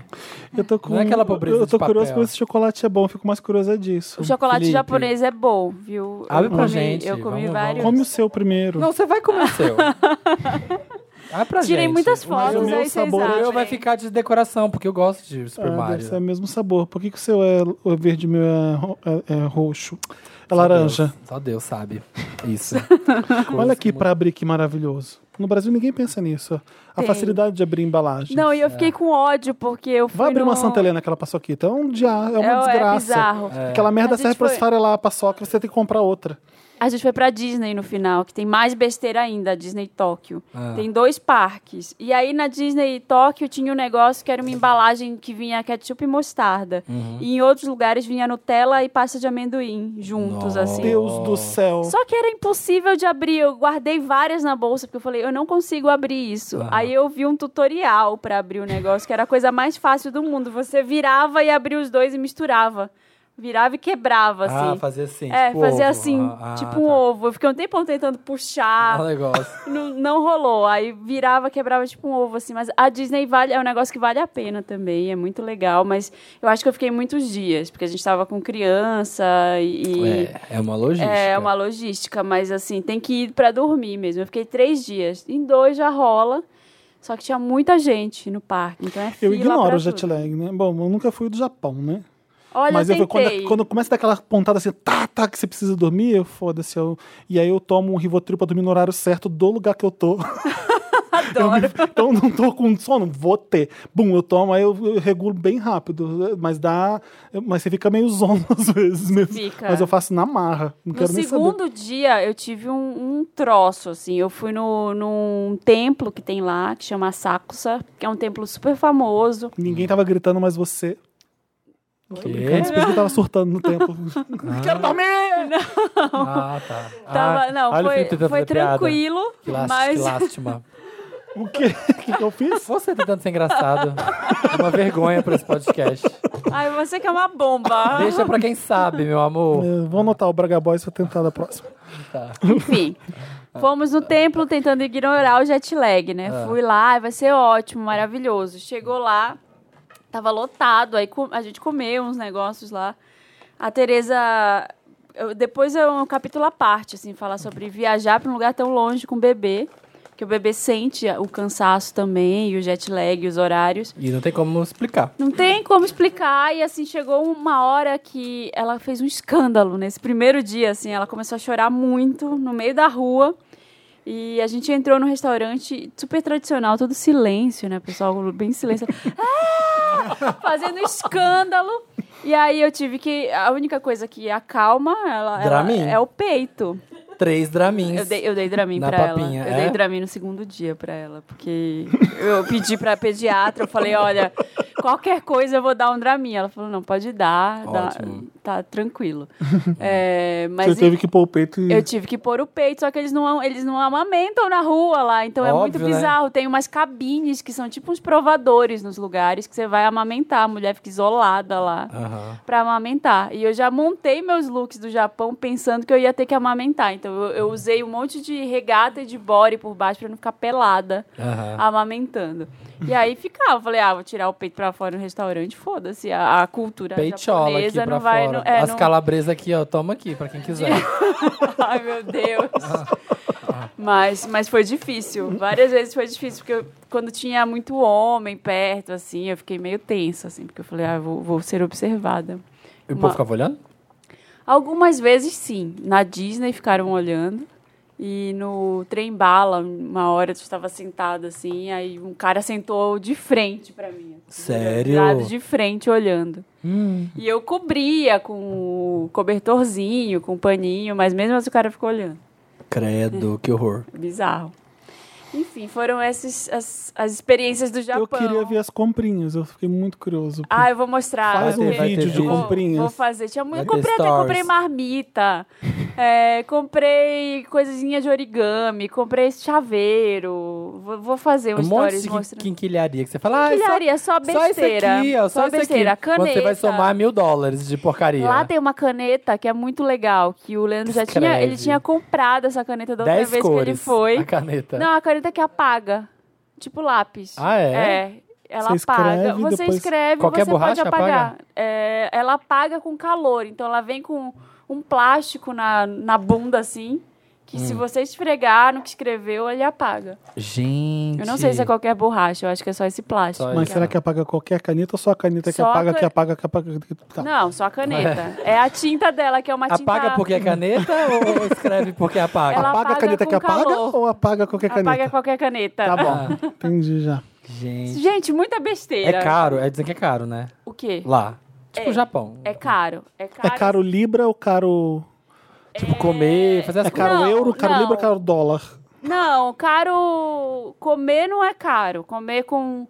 Speaker 1: Eu tô com,
Speaker 2: Não é aquela pobreza
Speaker 1: Eu tô
Speaker 2: de
Speaker 1: curioso
Speaker 2: papel.
Speaker 1: pra ver se chocolate é bom. Eu fico mais curiosa disso.
Speaker 3: O chocolate
Speaker 2: Felipe.
Speaker 3: japonês é bom, viu?
Speaker 2: Abre
Speaker 3: eu
Speaker 2: pra
Speaker 3: comi,
Speaker 2: gente,
Speaker 3: Eu comi
Speaker 2: vamos,
Speaker 3: vários.
Speaker 1: Come o seu primeiro.
Speaker 2: Não, você vai comer o seu. Vai Ah, pra
Speaker 3: Tirei
Speaker 2: gente.
Speaker 1: mas
Speaker 3: muitas
Speaker 1: o
Speaker 3: fotos, tá,
Speaker 1: meu
Speaker 3: aí vocês
Speaker 1: sabor-
Speaker 2: O meu
Speaker 3: acham.
Speaker 2: vai ficar de decoração, porque eu gosto de Super
Speaker 1: Ah, deve
Speaker 2: Mario.
Speaker 1: ser o mesmo sabor. Por que, que o seu é o verde e o meu é, ro- é- é roxo? É laranja.
Speaker 2: Deus, só Deus sabe. Isso.
Speaker 3: Tipo
Speaker 1: Olha aqui pra abrir que maravilhoso. No Brasil ninguém pensa nisso. ó. A
Speaker 3: Tem.
Speaker 1: facilidade de abrir embalagem.
Speaker 3: Não,
Speaker 2: É.
Speaker 3: e eu fiquei com ódio, porque eu fui
Speaker 1: Vai abrir
Speaker 3: num-
Speaker 1: uma Santa Helena aquela paçoquita. É um dia, é uma
Speaker 3: é, é
Speaker 1: desgraça.
Speaker 3: bizarro.
Speaker 1: Aquela merda
Speaker 3: A gente
Speaker 1: serve pra
Speaker 3: foi-
Speaker 1: esfarelar a paçoca, você tem que comprar outra.
Speaker 3: A gente foi pra Disney no final, que tem mais besteira ainda, a Disney Tóquio.
Speaker 2: Ah.
Speaker 3: Tem dois parques. E aí na Disney Tóquio tinha um negócio que era uma embalagem que vinha ketchup e mostarda.
Speaker 2: Uhum.
Speaker 3: E em outros lugares vinha Nutella e pasta de amendoim juntos,
Speaker 2: Nossa.
Speaker 3: assim.
Speaker 1: Deus do céu.
Speaker 3: Só que era impossível de abrir. Eu guardei várias na bolsa, porque eu falei, eu não consigo abrir isso.
Speaker 2: Aham.
Speaker 3: Aí eu vi um tutorial pra abrir o negócio, que era a coisa mais fácil do mundo. Você virava e abria os dois e misturava. Virava e quebrava, assim.
Speaker 2: Ah, fazer assim.
Speaker 3: É,
Speaker 2: tipo
Speaker 3: fazer
Speaker 2: ovo.
Speaker 3: assim,
Speaker 2: Ah,
Speaker 3: tipo
Speaker 2: tá.
Speaker 3: um ovo. Eu fiquei um tempão tentando
Speaker 2: Um
Speaker 3: puxar,
Speaker 2: negócio.
Speaker 3: não, não rolou. Aí virava, quebrava tipo um ovo, assim. Mas a Disney vale, é um negócio que vale a pena também, é muito legal. Mas eu acho que eu fiquei muitos dias, porque a gente tava com criança e...
Speaker 2: É, é uma logística.
Speaker 3: É uma logística, mas assim, tem que ir pra dormir mesmo. Eu fiquei três dias. Em dois já rola, só que tinha muita gente no parque, então é
Speaker 1: Eu
Speaker 3: fila
Speaker 1: ignoro
Speaker 3: pra
Speaker 1: o jet
Speaker 3: tudo.
Speaker 1: lag, né? Bom, eu nunca fui do Japão, né?
Speaker 3: Olha,
Speaker 1: Mas
Speaker 3: eu
Speaker 1: eu,
Speaker 3: tentei.
Speaker 1: quando, quando começa a dar aquela pontada assim, tá, tá, que você precisa dormir, eu foda-se. Eu, e aí eu tomo um Rivotril pra dormir no horário certo do lugar que eu tô.
Speaker 3: Adoro.
Speaker 1: então não tô com sono, vou ter. Bum, eu tomo, aí eu, eu regulo bem rápido. Mas dá. Mas você fica meio zono às vezes mesmo.
Speaker 3: Fica.
Speaker 1: Mas eu faço na marra. Não
Speaker 3: No
Speaker 1: quero nem saber.
Speaker 3: segundo dia, eu tive um, um troço, assim. Eu fui no, num templo que tem lá, que chama Sakusa, que é um templo super famoso.
Speaker 1: Ninguém tava gritando, mas você.
Speaker 2: Quê?
Speaker 1: Antes eu tava surtando no tempo. quero dormir!
Speaker 2: Ah, tá.
Speaker 3: Tava,
Speaker 2: ah,
Speaker 3: não,
Speaker 2: olha o
Speaker 3: foi,
Speaker 2: Felipe tentando
Speaker 3: foi
Speaker 2: fazer piada.
Speaker 3: tranquilo,
Speaker 2: Que lás-
Speaker 3: mas...
Speaker 2: que lástima.
Speaker 1: O quê? O que, que eu fiz?
Speaker 2: Você tentando ser engraçado. É Uma vergonha pra esse podcast.
Speaker 3: Ai, você que é uma bomba.
Speaker 2: Deixa pra quem sabe, meu amor.
Speaker 1: É, vou anotar o Braga Boys pra tentar da próxima.
Speaker 3: Enfim. Fomos no templo tentando ignorar o jet lag, né? Fui lá, "Ai, vai ser ótimo, maravilhoso. Chegou lá, tava lotado, aí co- a gente comeu uns negócios lá. A Tereza. eu- depois é um capítulo à parte, assim, falar sobre viajar para um lugar tão longe com o bebê. Que o bebê sente o cansaço também, e o jet lag, e os horários.
Speaker 2: E não tem como explicar.
Speaker 3: Não tem como explicar. E assim, chegou uma hora que ela fez um escândalo nesse primeiro dia, assim. Ela começou a chorar muito no meio da rua. E a gente entrou num restaurante super tradicional, todo silêncio, né? Pessoal bem silêncio. fazendo escândalo. E aí eu tive que. A única coisa que acalma ela, ela
Speaker 2: Dramin?
Speaker 3: é o peito.
Speaker 2: Três dramins.
Speaker 3: Eu dei, eu dei Dramin
Speaker 2: Na
Speaker 3: pra
Speaker 2: papinha,
Speaker 3: ela. Eu
Speaker 2: é?
Speaker 3: dei Dramin no segundo dia pra ela, porque eu pedi pra pediatra, eu falei, olha, qualquer coisa eu vou dar um Dramin. Ela falou, não, pode dar, dá-
Speaker 2: Ótimo. Uhum.
Speaker 3: tá tranquilo. É, mas
Speaker 1: Você teve que pôr o peito e.
Speaker 3: eu tive que pôr o peito, só que eles não, eles não amamentam na rua lá, então é muito
Speaker 2: Óbvio, né?
Speaker 3: bizarro. Tem umas cabines que são tipo uns provadores nos lugares que você vai amamentar, a mulher fica isolada lá
Speaker 2: Aham.
Speaker 3: pra amamentar. E eu já montei meus looks do Japão pensando que eu ia ter que amamentar. Então eu, eu usei um monte de regata e de body por baixo pra não ficar pelada
Speaker 2: Aham.
Speaker 3: amamentando. E aí ficava, eu falei, ah, vou tirar o peito pra fora no restaurante, foda-se, a, a cultura
Speaker 2: Peitiola aqui
Speaker 3: japonesa
Speaker 2: pra
Speaker 3: não
Speaker 2: fora.
Speaker 3: vai... não- é,
Speaker 2: As
Speaker 3: não-
Speaker 2: calabresas aqui, ó. Toma aqui, pra quem quiser.
Speaker 3: Ai, meu Deus. Mas, mas foi difícil. Várias vezes foi difícil, porque eu- quando tinha muito homem perto, assim, eu fiquei meio tensa, assim, porque eu falei, ah, eu vou, vou ser observada.
Speaker 2: E o
Speaker 3: Uma-
Speaker 2: povo ficava olhando?
Speaker 3: Algumas vezes, sim. Na Disney ficaram olhando. E no trem bala, uma hora eu estava sentada assim, aí um cara sentou de frente pra mim. assim,
Speaker 2: Sério?
Speaker 3: virado De frente olhando.
Speaker 2: Hum.
Speaker 3: E eu cobria com o cobertorzinho, com o paninho, mas mesmo assim o cara ficou olhando.
Speaker 2: Credo, que horror.
Speaker 3: Bizarro. Enfim, foram essas as, as experiências do Japão.
Speaker 1: Eu queria ver as comprinhas, eu fiquei muito curioso.
Speaker 3: Ah, eu vou mostrar.
Speaker 1: Faz
Speaker 2: um
Speaker 3: porque-
Speaker 2: vídeo de
Speaker 3: Vou-
Speaker 1: comprinhas.
Speaker 3: Vou fazer. Tinha, mu-
Speaker 2: Vai
Speaker 3: eu
Speaker 2: ter
Speaker 3: comprei até
Speaker 2: stories.
Speaker 3: comprei marmita. é, comprei coisinha de origami. Comprei chaveiro. Vou, vou fazer um
Speaker 2: Um monte
Speaker 3: stories
Speaker 2: de quin-
Speaker 3: mostrando.
Speaker 2: quinquilharia que você fala, ah, é só
Speaker 3: Quinquilharia, só besteira.
Speaker 2: Só isso aqui, ó. Só, isso
Speaker 3: besteira.
Speaker 2: aqui.
Speaker 3: Caneta.
Speaker 2: Quando você vai somar mil dólares de porcaria.
Speaker 3: Lá tem uma caneta que é muito legal, que o Leandro já tinha,
Speaker 2: Escreve.
Speaker 3: ele tinha comprado essa caneta da outra
Speaker 2: Dez
Speaker 3: vez
Speaker 2: cores
Speaker 3: que ele foi.
Speaker 2: a caneta.
Speaker 3: Não, a caneta que apaga. Tipo lápis.
Speaker 2: Ah, é?
Speaker 3: É. Ela
Speaker 1: Você
Speaker 3: apaga.
Speaker 1: escreve,
Speaker 3: você
Speaker 1: depois-
Speaker 3: escreve,
Speaker 2: Qualquer
Speaker 3: você
Speaker 2: borracha
Speaker 3: pode apagar.
Speaker 2: apaga?
Speaker 3: É, ela apaga com calor. Então ela vem com um plástico na, na bunda, assim. Que se
Speaker 2: Hum.
Speaker 3: você esfregar no que escreveu, ele apaga.
Speaker 2: Gente.
Speaker 3: Eu não sei se é qualquer borracha, eu acho que é só esse plástico.
Speaker 2: Só
Speaker 1: Mas será que apaga qualquer caneta ou só a caneta que
Speaker 3: Só a
Speaker 1: apaga,
Speaker 3: can-
Speaker 1: que apaga, que apaga? que- Tá.
Speaker 3: Não, só a caneta. É a tinta dela, que é uma tinta.
Speaker 2: Apaga porque é caneta ou escreve porque apaga?
Speaker 3: Ela-
Speaker 1: Apaga, a
Speaker 3: apaga
Speaker 1: caneta
Speaker 3: com
Speaker 1: que apaga
Speaker 3: calor.
Speaker 1: ou apaga
Speaker 2: é
Speaker 1: qualquer
Speaker 3: Apaga
Speaker 1: caneta?
Speaker 3: qualquer caneta.
Speaker 1: Tá bom,
Speaker 2: Ah.
Speaker 1: entendi já.
Speaker 2: Gente.
Speaker 3: Gente, muita besteira.
Speaker 2: É caro, é dizer que é caro, né?
Speaker 3: O quê?
Speaker 2: Lá. Tipo
Speaker 3: É.
Speaker 2: o Japão.
Speaker 3: É caro. É caro.
Speaker 1: É caro libra ou caro...
Speaker 2: Tipo comer, fazer as
Speaker 1: É caro
Speaker 3: Não,
Speaker 1: euro, caro
Speaker 3: não. Um
Speaker 1: libra ou caro dólar?
Speaker 3: Não, caro. Comer não é caro. Comer com.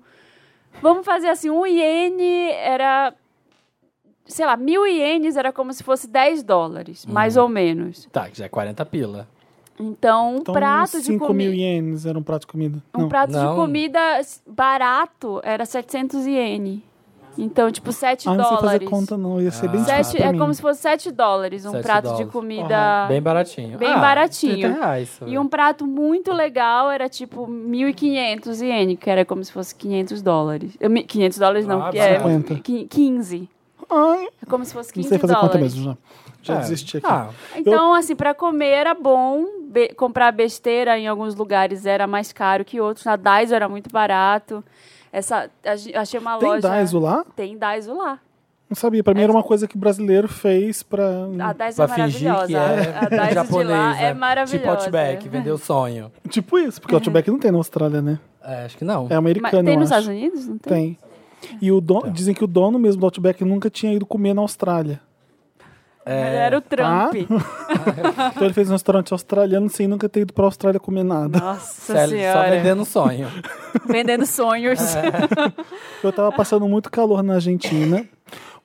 Speaker 3: Vamos fazer assim: um iene era. Sei lá, mil ienes era como se fosse 10 dólares,
Speaker 1: Uhum.
Speaker 3: mais ou menos.
Speaker 2: Tá, que já é 40 pila.
Speaker 3: Então, um
Speaker 1: Então,
Speaker 3: prato de
Speaker 1: 5 mil
Speaker 3: comida.
Speaker 1: ienes era um prato de comida.
Speaker 3: Um
Speaker 1: não.
Speaker 3: prato
Speaker 2: Não.
Speaker 3: de comida s- barato era 700 iene. Então, tipo, 7
Speaker 1: Ah, não sei
Speaker 3: dólares.
Speaker 1: fazer conta não, ia ser bem
Speaker 2: Ah.
Speaker 1: difícil
Speaker 3: Sete-
Speaker 1: pra
Speaker 3: é
Speaker 1: mim.
Speaker 3: como se fosse 7 dólares um
Speaker 2: Sete
Speaker 3: prato
Speaker 2: dólares.
Speaker 3: de comida.
Speaker 2: Bem baratinho.
Speaker 3: Bem
Speaker 2: Ah,
Speaker 3: baratinho.
Speaker 2: 30 reais.
Speaker 1: Tá.
Speaker 2: sabe?
Speaker 3: E um prato muito legal era tipo 1.500 iene, que era como se fosse 500 dólares. Eu, mi- 500 dólares não,
Speaker 2: Ah,
Speaker 3: que é
Speaker 1: 50.
Speaker 3: qui- 15.
Speaker 1: Ai,
Speaker 3: É como se fosse
Speaker 1: não
Speaker 3: 15
Speaker 1: sei fazer
Speaker 3: dólares.
Speaker 1: conta mesmo, já. Já
Speaker 2: Ah,
Speaker 1: desisti aqui.
Speaker 2: Ah,
Speaker 3: Então, assim, pra comer era bom, be- comprar besteira em alguns lugares era mais caro que outros. Na Daiso era muito barato. Essa, a gen- achei uma
Speaker 1: Tem
Speaker 3: loja... É
Speaker 1: Daiso lá?
Speaker 3: Tem Daiso lá.
Speaker 1: Não sabia, pra mim era uma coisa que brasileiro fez pra...
Speaker 3: A Daiso
Speaker 2: pra
Speaker 3: é
Speaker 2: fingir
Speaker 3: maravilhosa.
Speaker 2: que
Speaker 3: a
Speaker 2: é
Speaker 3: Daiso de lá
Speaker 2: japonesa.
Speaker 3: é maravilhosa.
Speaker 2: Tipo Outback, vendeu sonho.
Speaker 1: Tipo isso, porque o Outback não tem na Austrália, né?
Speaker 2: É, acho que não.
Speaker 1: É
Speaker 3: É. Mas
Speaker 1: americano,
Speaker 3: tem
Speaker 1: eu
Speaker 3: nos Estados
Speaker 1: acho.
Speaker 3: Unidos? Não tem?
Speaker 1: Tem. E o dono, dizem que o dono mesmo do Outback nunca tinha ido comer na Austrália.
Speaker 2: É.
Speaker 3: Era o Trump.
Speaker 1: Então ele fez um restaurante australiano sem nunca ter ido pra Austrália comer nada.
Speaker 3: Nossa
Speaker 2: Sério, só
Speaker 3: senhora.
Speaker 2: vendendo sonho.
Speaker 3: Vendendo sonhos.
Speaker 1: É. Eu tava passando muito calor na Argentina.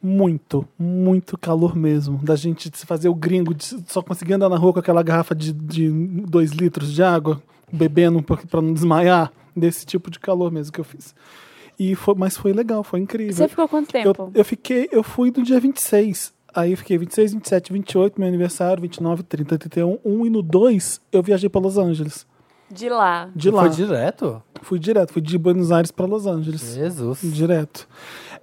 Speaker 1: Muito, muito calor mesmo. Da gente se fazer o gringo de só conseguir andar na rua com aquela garrafa de, de dois litros de água, bebendo um pouco pra não desmaiar. Desse tipo de calor mesmo que eu fiz. E foi, mas foi legal, foi incrível.
Speaker 3: Você ficou quanto
Speaker 1: Eu,
Speaker 3: tempo?
Speaker 1: eu fiquei, eu fui do dia 26. Aí eu fiquei 26, 27, 28, meu aniversário, 29, 30, 31, 1 e no 2 eu viajei pra Los Angeles.
Speaker 3: De lá.
Speaker 1: De lá.
Speaker 2: Foi direto?
Speaker 1: Fui direto, fui de Buenos Aires pra Los Angeles.
Speaker 2: Jesus.
Speaker 1: Direto.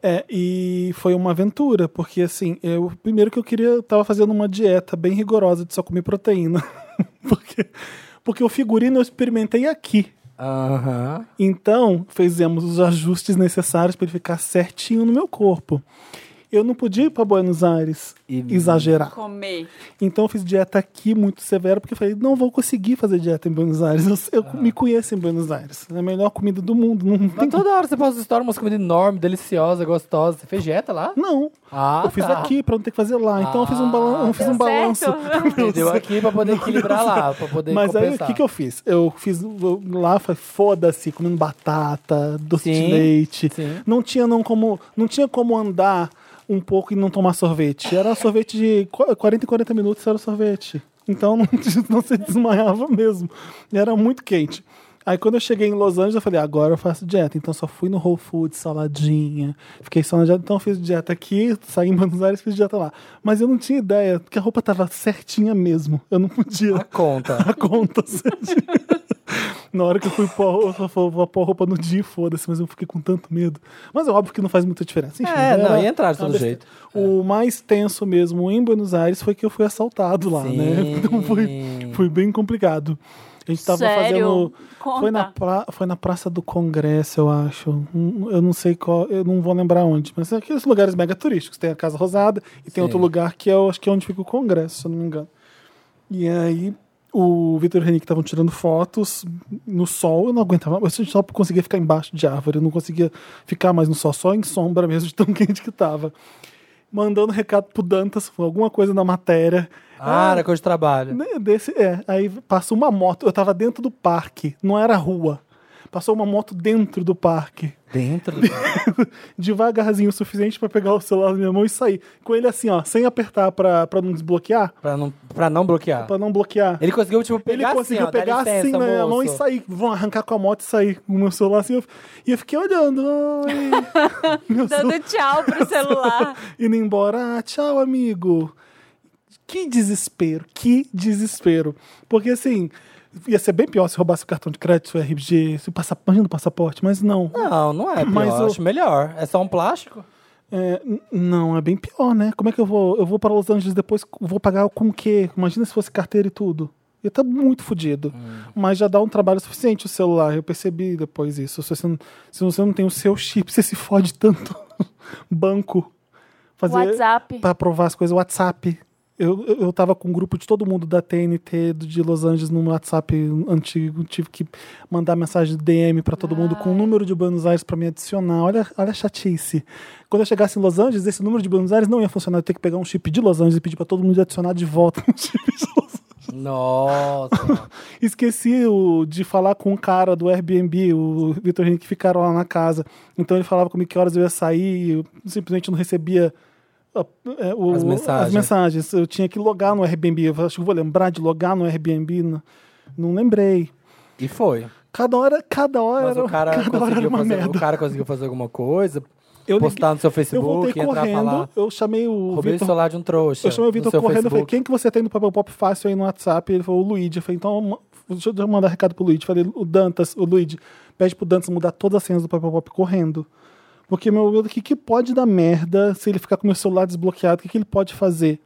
Speaker 1: É, e foi uma aventura, porque assim, eu primeiro que eu queria, eu tava fazendo uma dieta bem rigorosa de só comer proteína. porque, porque o figurino eu experimentei aqui.
Speaker 2: Aham.
Speaker 1: Então, fizemos os ajustes necessários para ele ficar certinho no meu corpo. Eu não podia ir pra Buenos Aires
Speaker 2: E-
Speaker 1: exagerar.
Speaker 3: Comer.
Speaker 1: Então eu fiz dieta aqui muito severa, porque eu falei, não vou conseguir fazer dieta em Buenos Aires. Eu, eu me conheço em Buenos Aires. É a melhor comida do mundo. Não tem
Speaker 2: Ah. Mas toda hora você posta história, uma comida enorme, deliciosa, gostosa. Você fez dieta lá?
Speaker 1: Não.
Speaker 2: Ah,
Speaker 1: eu fiz
Speaker 2: tá.
Speaker 1: aqui pra não ter que fazer lá. Então eu fiz um, balan eu fiz
Speaker 3: deu
Speaker 1: um balanço.
Speaker 3: certo?
Speaker 2: Entendeu? Aqui pra poder equilibrar lá, pra poder
Speaker 1: Mas aí, o
Speaker 2: compensar.
Speaker 1: que, que eu fiz? Eu fiz eu- lá, foi foda-se, comendo batata, doce
Speaker 2: Sim,
Speaker 1: de leite.
Speaker 2: sim.
Speaker 1: Não, tinha, não, como, não tinha como andar um pouco e não tomar sorvete. Era sorvete de qu- 40 e 40 minutos, era sorvete. Então não, não se desmaiava mesmo. E Era muito quente. Aí quando eu cheguei em Los Angeles, eu falei, agora eu faço dieta. Então só fui no Whole Foods, saladinha. Fiquei só na dieta. Então eu fiz dieta aqui, saí em Buenos Aires, fiz dieta lá. Mas eu não tinha ideia, porque a roupa tava certinha mesmo. Eu não podia
Speaker 2: A conta.
Speaker 1: a conta. certinho. Na hora que eu fui pôr, eu falei, vou pôr a roupa no dia, foda-se, mas eu fiquei com tanto medo. Mas é óbvio que não faz muita diferença. Enfim,
Speaker 2: É, não,
Speaker 1: era
Speaker 2: ia entrar de
Speaker 1: uma
Speaker 2: todo
Speaker 1: besteira.
Speaker 2: jeito.
Speaker 1: O mais tenso mesmo em Buenos Aires foi que eu fui assaltado lá,
Speaker 2: Sim.
Speaker 1: né? Então foi, foi bem complicado. A gente tava
Speaker 3: Sério?
Speaker 1: fazendo.
Speaker 3: Conta.
Speaker 1: Foi na, pra- foi na Praça do Congresso, eu acho. Hum, Eu não sei qual, eu não vou lembrar onde, mas é aqueles lugares mega turísticos. Tem a Casa Rosada e tem
Speaker 2: Sim.
Speaker 1: outro lugar que é, o- acho que é onde fica o Congresso, se eu não me engano. E aí, o Vitor e o Henrique estavam tirando fotos no sol, eu não aguentava, eu só conseguia ficar embaixo de árvore, eu não conseguia ficar mais no sol, só em sombra mesmo, de tão quente que tava. Mandando recado pro Dantas, falou alguma coisa na matéria.
Speaker 2: Ah, era coisa de trabalho.
Speaker 1: Né, Desse, é, aí passou uma moto, eu tava dentro do parque, não era rua. Passou uma moto dentro do parque,
Speaker 2: Dentro do...
Speaker 1: devagarzinho o suficiente pra pegar o celular na minha mão e sair. Com ele assim, ó, sem apertar pra, pra não desbloquear,
Speaker 2: pra, não, pra não bloquear.
Speaker 1: pra não bloquear.
Speaker 2: Ele conseguiu, tipo,
Speaker 1: Ele
Speaker 2: pegar assim,
Speaker 1: conseguiu
Speaker 2: ó, dá
Speaker 1: pegar
Speaker 2: licença,
Speaker 1: assim na minha mão e
Speaker 2: moço.
Speaker 1: sair. Vão arrancar com a moto e sair com o meu celular assim. eu- E eu fiquei olhando. ai. meu celular
Speaker 3: Dando tchau pro celular.
Speaker 1: indo embora. Ah, tchau, amigo. Que desespero, que desespero. Porque assim, ia ser bem pior se roubasse o cartão de crédito, o RG, se o passaporte, do passaporte, mas não.
Speaker 2: Não, não é pior,
Speaker 1: Mas
Speaker 2: eu
Speaker 1: o-
Speaker 2: acho melhor. É só um plástico?
Speaker 1: É, n- não, é bem pior, né? Como é que eu vou? Eu vou para Los Angeles depois, vou pagar com o quê? Imagina se fosse carteira e tudo. Ia estar muito fodido. Mas já dá um trabalho suficiente o celular. Eu percebi depois isso. Se você não, se você não tem o seu chip, você se fode tanto. Banco. Fazer
Speaker 3: WhatsApp.
Speaker 1: Pra provar as coisas. WhatsApp. Eu, eu, eu tava com um grupo de todo mundo da TNT do- de Los Angeles no WhatsApp antigo. Tive que mandar mensagem DM pra todo mundo com o número de Buenos Aires pra me adicionar. Olha, olha a chatice. Quando eu chegasse em Los Angeles, esse número de Buenos Aires não ia funcionar. Eu ia ter que pegar um chip de Los Angeles e pedir pra todo mundo adicionar de volta um chip de Los Angeles.
Speaker 2: Nossa.
Speaker 1: Esqueci o- de falar com um cara do Airbnb, o Vitor Henrique, que ficaram lá na casa. Então ele falava comigo que horas eu ia sair, eu simplesmente não recebia ah, é, o-
Speaker 2: As mensagens.
Speaker 1: as mensagens. Eu tinha que logar no Airbnb. Eu acho que eu vou lembrar de logar no Airbnb. Não, não lembrei.
Speaker 2: e foi.
Speaker 1: Cada hora, cada hora,
Speaker 2: Mas
Speaker 1: era,
Speaker 2: o cara,
Speaker 1: cada hora era
Speaker 2: conseguiu
Speaker 1: uma
Speaker 2: fazer, o
Speaker 1: merda.
Speaker 2: cara conseguiu fazer alguma coisa,
Speaker 1: Eu
Speaker 2: postar
Speaker 1: liguei-
Speaker 2: no seu
Speaker 1: eu voltei
Speaker 2: Facebook, entrar e falar.
Speaker 1: correndo, eu chamei o
Speaker 2: Roubei
Speaker 1: Vitor
Speaker 2: o celular de um trouxa.
Speaker 1: Eu chamei o
Speaker 2: no
Speaker 1: Vitor
Speaker 2: seu
Speaker 1: correndo e falei,
Speaker 2: Facebook.
Speaker 1: quem que você tem no Papel Pop fácil aí no WhatsApp? Ele falou, o Luigi. Eu falei, então, ma- deixa eu mandar recado pro Luigi. Falei, o Dantas, o Luigi, pede pro Dantas mudar todas as senhas do Papel Pop correndo. Porque, meu, o que, que pode dar merda se ele ficar com o meu celular desbloqueado? O que, que ele pode fazer?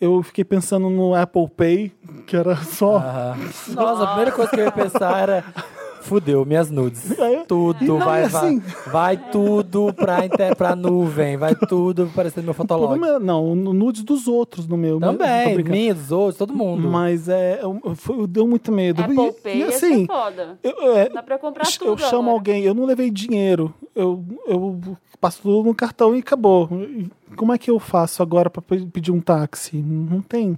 Speaker 1: Eu fiquei pensando no Apple Pay, que é era só...
Speaker 2: Aham. Nossa, a primeira coisa que eu ia pensar era. Fudeu, minhas nudes.
Speaker 1: Aí-
Speaker 2: Tudo,
Speaker 1: Não,
Speaker 2: vai,
Speaker 1: e assim-
Speaker 2: vai, vai tudo pra, inter, pra nuvem, vai tudo parecendo meu
Speaker 1: O
Speaker 2: fotolog.
Speaker 1: problema era, não, no nudes dos outros no meu. Tô
Speaker 2: Também,
Speaker 1: brincando.
Speaker 2: minha, dos outros, todo mundo.
Speaker 1: Mas é, eu, eu- deu muito medo.
Speaker 3: Apple
Speaker 1: e,
Speaker 3: Pay
Speaker 1: e
Speaker 3: ia ser
Speaker 1: assim,
Speaker 3: foda.
Speaker 1: eu, é,
Speaker 3: Dá pra comprar
Speaker 1: Ch-
Speaker 3: tudo
Speaker 1: Eu chamo
Speaker 3: agora.
Speaker 1: alguém, eu não levei dinheiro, eu, eu passo tudo no cartão e acabou. E Como é que eu faço agora para pedir um táxi? Não tem.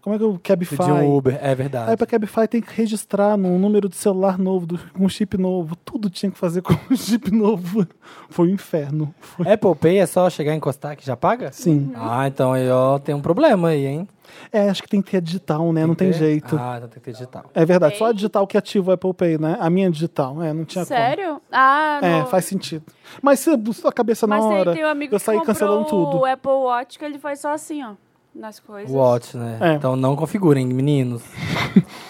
Speaker 1: Como é que eu Cabify?
Speaker 2: Pedi um Uber, é
Speaker 1: Aí
Speaker 2: verdade.
Speaker 1: pra Cabify tem que registrar num número de celular novo, do- com um chip novo. Tudo tinha que fazer com um chip novo. Foi um inferno. Foi-
Speaker 2: Apple Pay é só chegar e encostar que já paga?
Speaker 1: Sim.
Speaker 2: Ah, então aí ó, tem um problema aí, hein?
Speaker 1: É, acho que tem que ter a digital, né? não tem
Speaker 2: Ter?
Speaker 1: jeito.
Speaker 2: Ah, então tem que ter digital.
Speaker 1: É verdade, só a digital que ativa o Apple Pay, né? A minha digital, é, não tinha como.
Speaker 3: Sério? Ah,
Speaker 1: É,
Speaker 3: no-
Speaker 1: faz sentido. Mas se a cabeça
Speaker 3: Mas
Speaker 1: na
Speaker 3: tem,
Speaker 1: hora,
Speaker 3: tem um amigo
Speaker 1: eu
Speaker 3: que
Speaker 1: saí
Speaker 3: comprou
Speaker 1: cancelando tudo.
Speaker 3: o Apple Watch que ele faz só assim, ó. Nas coisas.
Speaker 2: Watch, né?
Speaker 1: É.
Speaker 2: Então não configurem, meninos.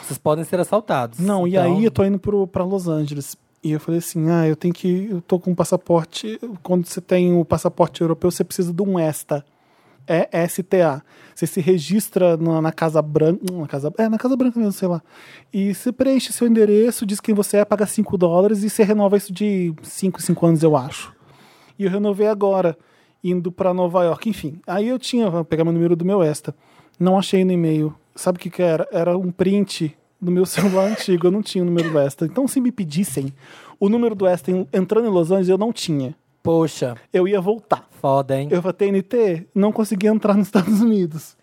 Speaker 2: Vocês podem ser assaltados.
Speaker 1: Não, e
Speaker 2: Então,
Speaker 1: aí eu tô indo pro, pra Los Angeles. E eu falei assim: ah, eu tenho que. Eu tô com um passaporte. Quando você tem o passaporte europeu, você precisa de um ESTA. É STA. Você se registra na, na Casa Branca. não, Na Casa, é, na Casa Branca mesmo, sei lá. E você preenche seu endereço, diz quem você é, paga 5 dólares e você renova isso de 5, 5 anos, eu acho. E eu renovei agora. indo para Nova York. Enfim, aí eu tinha, vou pegar meu número do meu Esta. Não achei no e-mail. Sabe o que, que era? Era um print do meu celular antigo. Eu não tinha o número do Esta. Então, se me pedissem o número do Esta em- entrando em Los Angeles, eu não tinha.
Speaker 2: Poxa,
Speaker 1: Eu ia voltar.
Speaker 2: foda, hein?
Speaker 1: Eu pra TNT, não conseguia entrar nos Estados Unidos.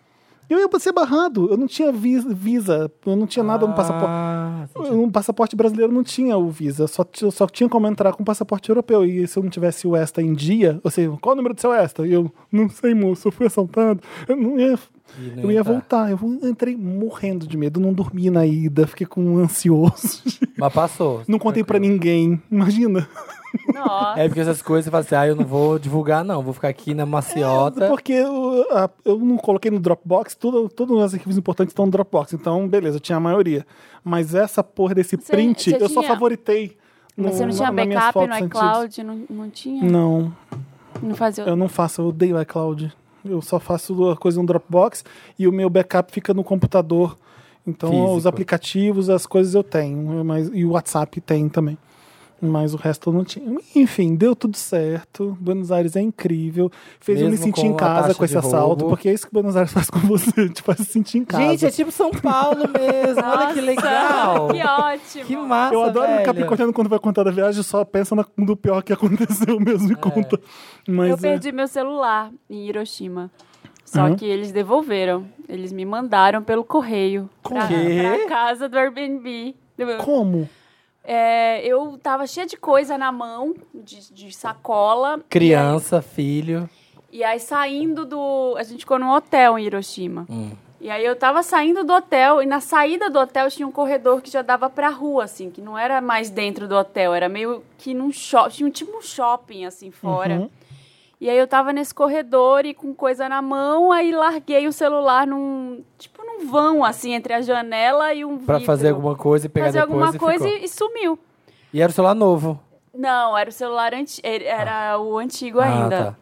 Speaker 1: Eu ia ser barrado. Eu não tinha vis- visa, eu não tinha nada no passaporte.
Speaker 2: Ah,
Speaker 1: Eu- Um passaporte brasileiro não tinha o Visa, só, ti- só tinha como entrar com passaporte europeu. E se eu não tivesse o ESTA em dia, ou seja, qual o número do seu ESTA? E eu, não sei, moço, eu fui assaltado. Eu não ia,
Speaker 2: E não
Speaker 1: eu
Speaker 2: ia
Speaker 1: ia
Speaker 2: entrar.
Speaker 1: voltar. Eu entrei morrendo de medo, não dormi na ida, fiquei com um ansioso.
Speaker 2: Mas passou.
Speaker 1: Não contei pra ninguém, imagina.
Speaker 3: Nossa.
Speaker 2: É porque essas coisas você fala assim, ah, eu não vou divulgar, não. Vou ficar aqui na maciota.
Speaker 1: É, Porque eu, a- eu não coloquei no Dropbox, tudo, todos os arquivos importantes estão no Dropbox. Então, beleza, eu tinha a maioria. Mas essa porra desse
Speaker 3: Você-
Speaker 1: print,
Speaker 3: você
Speaker 1: eu só
Speaker 3: tinha-
Speaker 1: favoritei. no-
Speaker 3: Mas você não tinha
Speaker 1: na- nas minhas
Speaker 3: backup no
Speaker 1: fotos antigas.
Speaker 3: iCloud? Não, não tinha?
Speaker 1: Não,
Speaker 3: Não fazia.
Speaker 1: Eu não faço, eu odeio iCloud. Eu só faço a coisa no Dropbox e o meu backup fica no computador. Então,
Speaker 2: Físico.
Speaker 1: os aplicativos, as coisas eu tenho. Mas, e o WhatsApp tem também. Mas o resto eu não tinha. Enfim, deu tudo certo. Buenos Aires é incrível. Fez eu me
Speaker 2: Mesmo
Speaker 1: sentir
Speaker 2: com
Speaker 1: em
Speaker 2: a
Speaker 1: casa
Speaker 2: taxa
Speaker 1: com
Speaker 2: de
Speaker 1: esse assalto,
Speaker 2: roubo.
Speaker 1: porque é isso que Buenos Aires faz com você. Te faz se sentir em casa.
Speaker 2: Gente, é tipo São Paulo mesmo. Olha que
Speaker 3: Nossa,
Speaker 2: legal.
Speaker 3: Que ótimo.
Speaker 2: Que massa,
Speaker 1: eu adoro
Speaker 2: velho.
Speaker 1: ficar picoteando quando vai contar da viagem, só pensa na- no pior que aconteceu mesmo e conta. Mas
Speaker 3: eu
Speaker 1: é-
Speaker 3: perdi meu celular em Hiroshima. Só
Speaker 1: Aham.
Speaker 3: que eles devolveram. Eles me mandaram pelo correio. Pra,
Speaker 2: Quê?
Speaker 3: pra casa do Airbnb.
Speaker 1: como?
Speaker 3: É, eu tava cheia de coisa na mão, de, de sacola.
Speaker 2: Criança, filho.
Speaker 3: E aí, saindo do. A gente ficou num hotel em Hiroshima.
Speaker 2: Hum.
Speaker 3: E aí eu tava saindo do hotel e na saída do hotel tinha um corredor que já dava pra rua, assim, que não era mais dentro do hotel, era meio que num shopping, tinha um tipo um shopping, assim, fora.
Speaker 1: Uhum.
Speaker 3: E aí eu tava nesse corredor e com coisa na mão, aí larguei o celular num, tipo num vão, assim, entre a janela e um
Speaker 2: Pra
Speaker 3: vidro.
Speaker 2: fazer alguma coisa e pegar
Speaker 3: Fazer
Speaker 2: depois
Speaker 3: alguma
Speaker 2: e
Speaker 3: coisa
Speaker 2: ficou.
Speaker 3: e, e sumiu.
Speaker 2: E era o celular novo.
Speaker 3: Não, era o celular anti ele- era o antigo ainda.
Speaker 2: Ah, tá.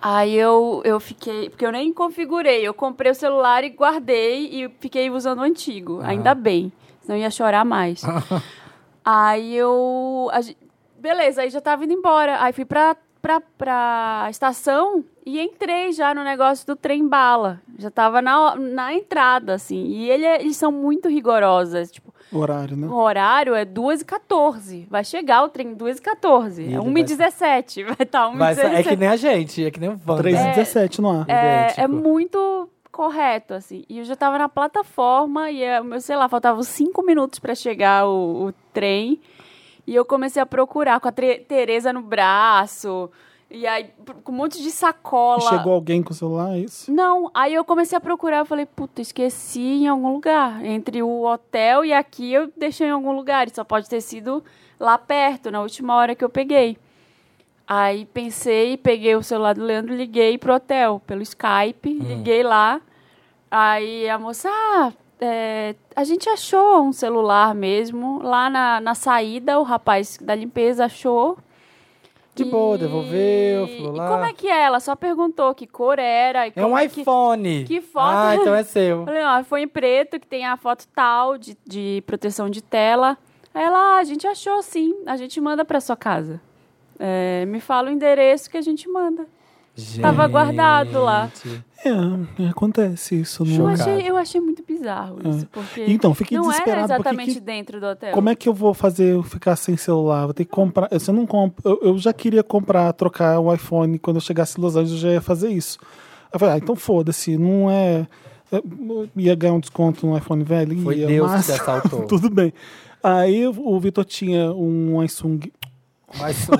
Speaker 3: Aí eu, eu fiquei. Porque eu nem configurei. Eu comprei o celular e guardei e fiquei usando o antigo. Ainda bem. Senão eu ia chorar mais. aí eu. a gen- beleza, aí já tava indo embora. Aí fui pra, pra, pra estação e entrei já no negócio do trem bala. Já tava na, na entrada, assim. E ele, é- eles são muito rigorosas. Tipo,
Speaker 1: Horário, né?
Speaker 3: o horário é 2h14. Vai chegar o trem 2h14.
Speaker 2: Ele
Speaker 3: É
Speaker 2: vai-
Speaker 3: 1h17. Vai estar
Speaker 2: Vai sa-
Speaker 3: 1h17.
Speaker 2: é que nem a gente, é que nem o Wanda.
Speaker 1: 3 e
Speaker 3: É,
Speaker 1: 17 no ar.
Speaker 3: É,
Speaker 2: idêntico.
Speaker 3: é muito correto, assim. E eu já tava na plataforma e, é, o meu, sei lá, faltavam cinco minutos pra chegar o, o trem. E eu comecei a procurar com a Tre- Tereza no braço. E aí, pr- com um monte de sacola.
Speaker 1: E chegou alguém com o celular, é isso?
Speaker 3: Não, aí eu comecei a procurar, eu falei, puta, esqueci em algum lugar. Entre o hotel e aqui eu deixei em algum lugar. E só pode ter sido lá perto, na última hora que eu peguei. Aí pensei, peguei o celular do Leandro, liguei pro hotel, pelo Skype,
Speaker 2: Hum.
Speaker 3: liguei lá. Aí a moça, ah, é, a gente achou um celular mesmo. Lá na, na saída, o rapaz da limpeza achou.
Speaker 2: De
Speaker 3: E-
Speaker 2: boa, devolveu, falou
Speaker 3: E
Speaker 2: lá.
Speaker 3: como é que é? Ela só perguntou que cor era. E
Speaker 2: É um
Speaker 3: como que-
Speaker 2: iPhone.
Speaker 3: que foto.
Speaker 2: Ah, então é seu.
Speaker 3: Falei, ó, foi em preto, que tem a foto tal de, de proteção de tela. Aí ela, ah, a gente achou sim, a gente manda pra sua casa. É, me fala o endereço que a gente manda. Tava guardado lá.
Speaker 2: Gente.
Speaker 1: É, acontece isso.
Speaker 3: Eu
Speaker 1: Não...
Speaker 2: Chocado.
Speaker 3: achei, eu achei muito bizarro isso, porque
Speaker 1: Então, fiquei
Speaker 3: não era
Speaker 1: desesperado. Porque
Speaker 3: exatamente
Speaker 1: que-
Speaker 3: dentro do hotel.
Speaker 1: como é que eu vou fazer eu ficar sem celular? Vou ter que comprar. Eu, se eu não compro, eu, eu já queria comprar, trocar o iPhone. Quando eu chegasse em Los Angeles, eu já ia fazer isso. Eu falei, ah, então foda-se, não é. eu ia ganhar um desconto no iPhone velho.
Speaker 2: Foi
Speaker 1: ia,
Speaker 2: Deus
Speaker 1: mas-
Speaker 2: que te assaltou.
Speaker 1: Tudo bem. Aí o Vitor tinha um Samsung,
Speaker 2: Um iSung.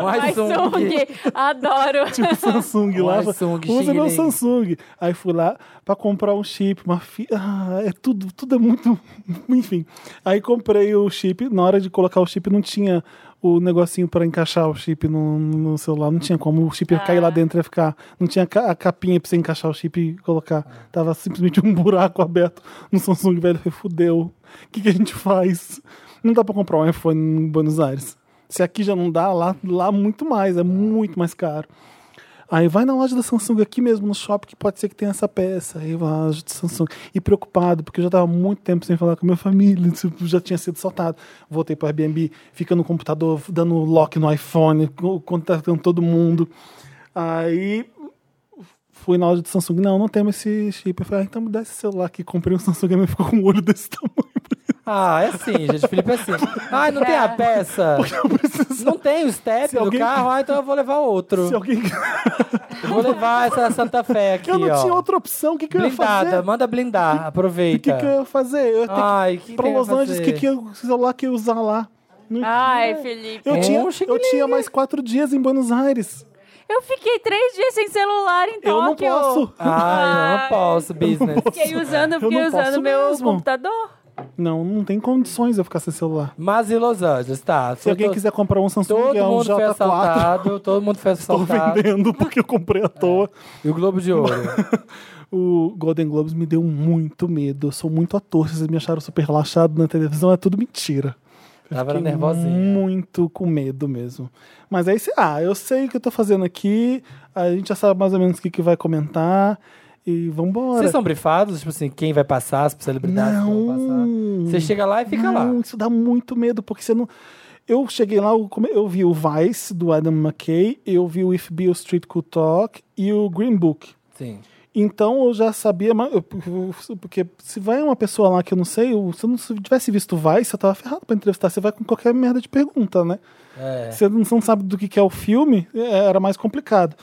Speaker 2: Um
Speaker 3: Ai,
Speaker 2: iSung.
Speaker 3: Sung, adoro.
Speaker 1: tipo Samsung
Speaker 2: Um
Speaker 1: lá.
Speaker 2: iSung,
Speaker 1: usa meu
Speaker 2: xing-ling."
Speaker 1: Samsung. Aí fui lá pra comprar um chip, uma fi... ah, é tudo, tudo é muito, enfim. Aí comprei o chip, na hora de colocar o chip não tinha o negocinho pra encaixar o chip no, no celular, não tinha como o chip ia cair lá dentro ia ficar, não tinha ca- a capinha pra você encaixar o chip e colocar. Tava simplesmente um buraco aberto no Samsung velho, Eu falei, fudeu. O que, que a gente faz? Não dá pra comprar um iPhone em Buenos Aires. Se aqui já não dá, lá, lá muito mais, é muito mais caro. Aí vai na loja da Samsung aqui mesmo, no shopping, que pode ser que tenha essa peça. Aí vai na loja de Samsung. E preocupado, porque eu já tava muito tempo sem falar com a minha família, tipo, já tinha sido soltado. Voltei pro Airbnb, fica no computador, dando lock no iPhone, co- contactando todo mundo. Aí fui na loja de Samsung, não, não temos esse chip. Eu falei, ah, então me dá esse celular aqui. Comprei um Samsung e ficou com um olho desse tamanho.
Speaker 2: Ah, é assim, gente. O Felipe é assim. Ai, não tem
Speaker 3: É.
Speaker 2: a peça.
Speaker 1: Eu preciso-
Speaker 2: Não tem o step
Speaker 1: Se
Speaker 2: do
Speaker 1: alguém-
Speaker 2: carro. Ah, então eu vou levar outro.
Speaker 1: Se alguém...
Speaker 2: Vou levar essa Santa Fé aqui,
Speaker 1: Eu não
Speaker 2: ó.
Speaker 1: tinha outra opção, o que, que eu ia
Speaker 2: Blindada,
Speaker 1: fazer?
Speaker 2: manda blindar.
Speaker 1: O que,
Speaker 2: Aproveita.
Speaker 1: que eu ia fazer? Eu ia ter
Speaker 2: Ai,
Speaker 1: que
Speaker 2: que
Speaker 1: ir pra
Speaker 2: que eu ia
Speaker 1: Los Angeles, o que,
Speaker 2: fazer? Ah,
Speaker 1: que eu, celular que eu ia usar lá? Não-
Speaker 3: Ai, Felipe.
Speaker 1: Eu,
Speaker 2: É,
Speaker 1: tinha,
Speaker 2: um
Speaker 1: eu
Speaker 2: chiquilingue.
Speaker 1: tinha mais quatro dias em Buenos Aires.
Speaker 3: Eu fiquei três dias sem celular em
Speaker 1: Eu não
Speaker 3: Tóquio.
Speaker 1: posso.
Speaker 2: Ai, eu não
Speaker 3: Ai.
Speaker 2: posso, business.
Speaker 3: Fiquei usando, fiquei
Speaker 1: não posso
Speaker 3: usando meu
Speaker 1: mesmo.
Speaker 3: computador.
Speaker 1: Não, não tem condições eu ficar sem celular.
Speaker 2: Mas em Los Angeles, tá.
Speaker 1: Se alguém quiser comprar um Samsung,
Speaker 2: Todo
Speaker 1: é um
Speaker 2: mundo foi
Speaker 1: J4.
Speaker 2: assaltado, todo mundo foi
Speaker 1: Estou
Speaker 2: assaltado. É.
Speaker 1: vendendo porque eu comprei à toa.
Speaker 2: E o Globo de Ouro.
Speaker 1: O Golden Globes me deu muito medo. Eu sou muito ator. Vocês me acharam super relaxado na televisão, é tudo mentira. Eu
Speaker 2: Tava
Speaker 1: fiquei
Speaker 2: nervosinha.
Speaker 1: Muito com medo mesmo. Mas aí, você- ah, eu sei o que eu tô fazendo aqui, a gente já sabe mais ou menos o que, que vai comentar e vambora.
Speaker 2: Vocês são brifados? Tipo assim, quem vai passar, as celebridades que vão passar.
Speaker 1: Não.
Speaker 2: Você chega lá e fica lá.
Speaker 1: não, isso dá muito medo, porque você não. Eu cheguei lá, eu, come- eu vi o Vice do Adam McKay, eu vi o If Bill Street Could Talk e o Green Book.
Speaker 2: Sim.
Speaker 1: Então eu já sabia, mas eu- eu- porque se vai uma pessoa lá que eu não sei, eu- se eu não se eu tivesse visto o Vice, eu tava ferrado pra entrevistar. Você vai com qualquer merda de pergunta, né?
Speaker 2: É.
Speaker 1: Você não você não sabe do que que é o filme, é, era mais complicado.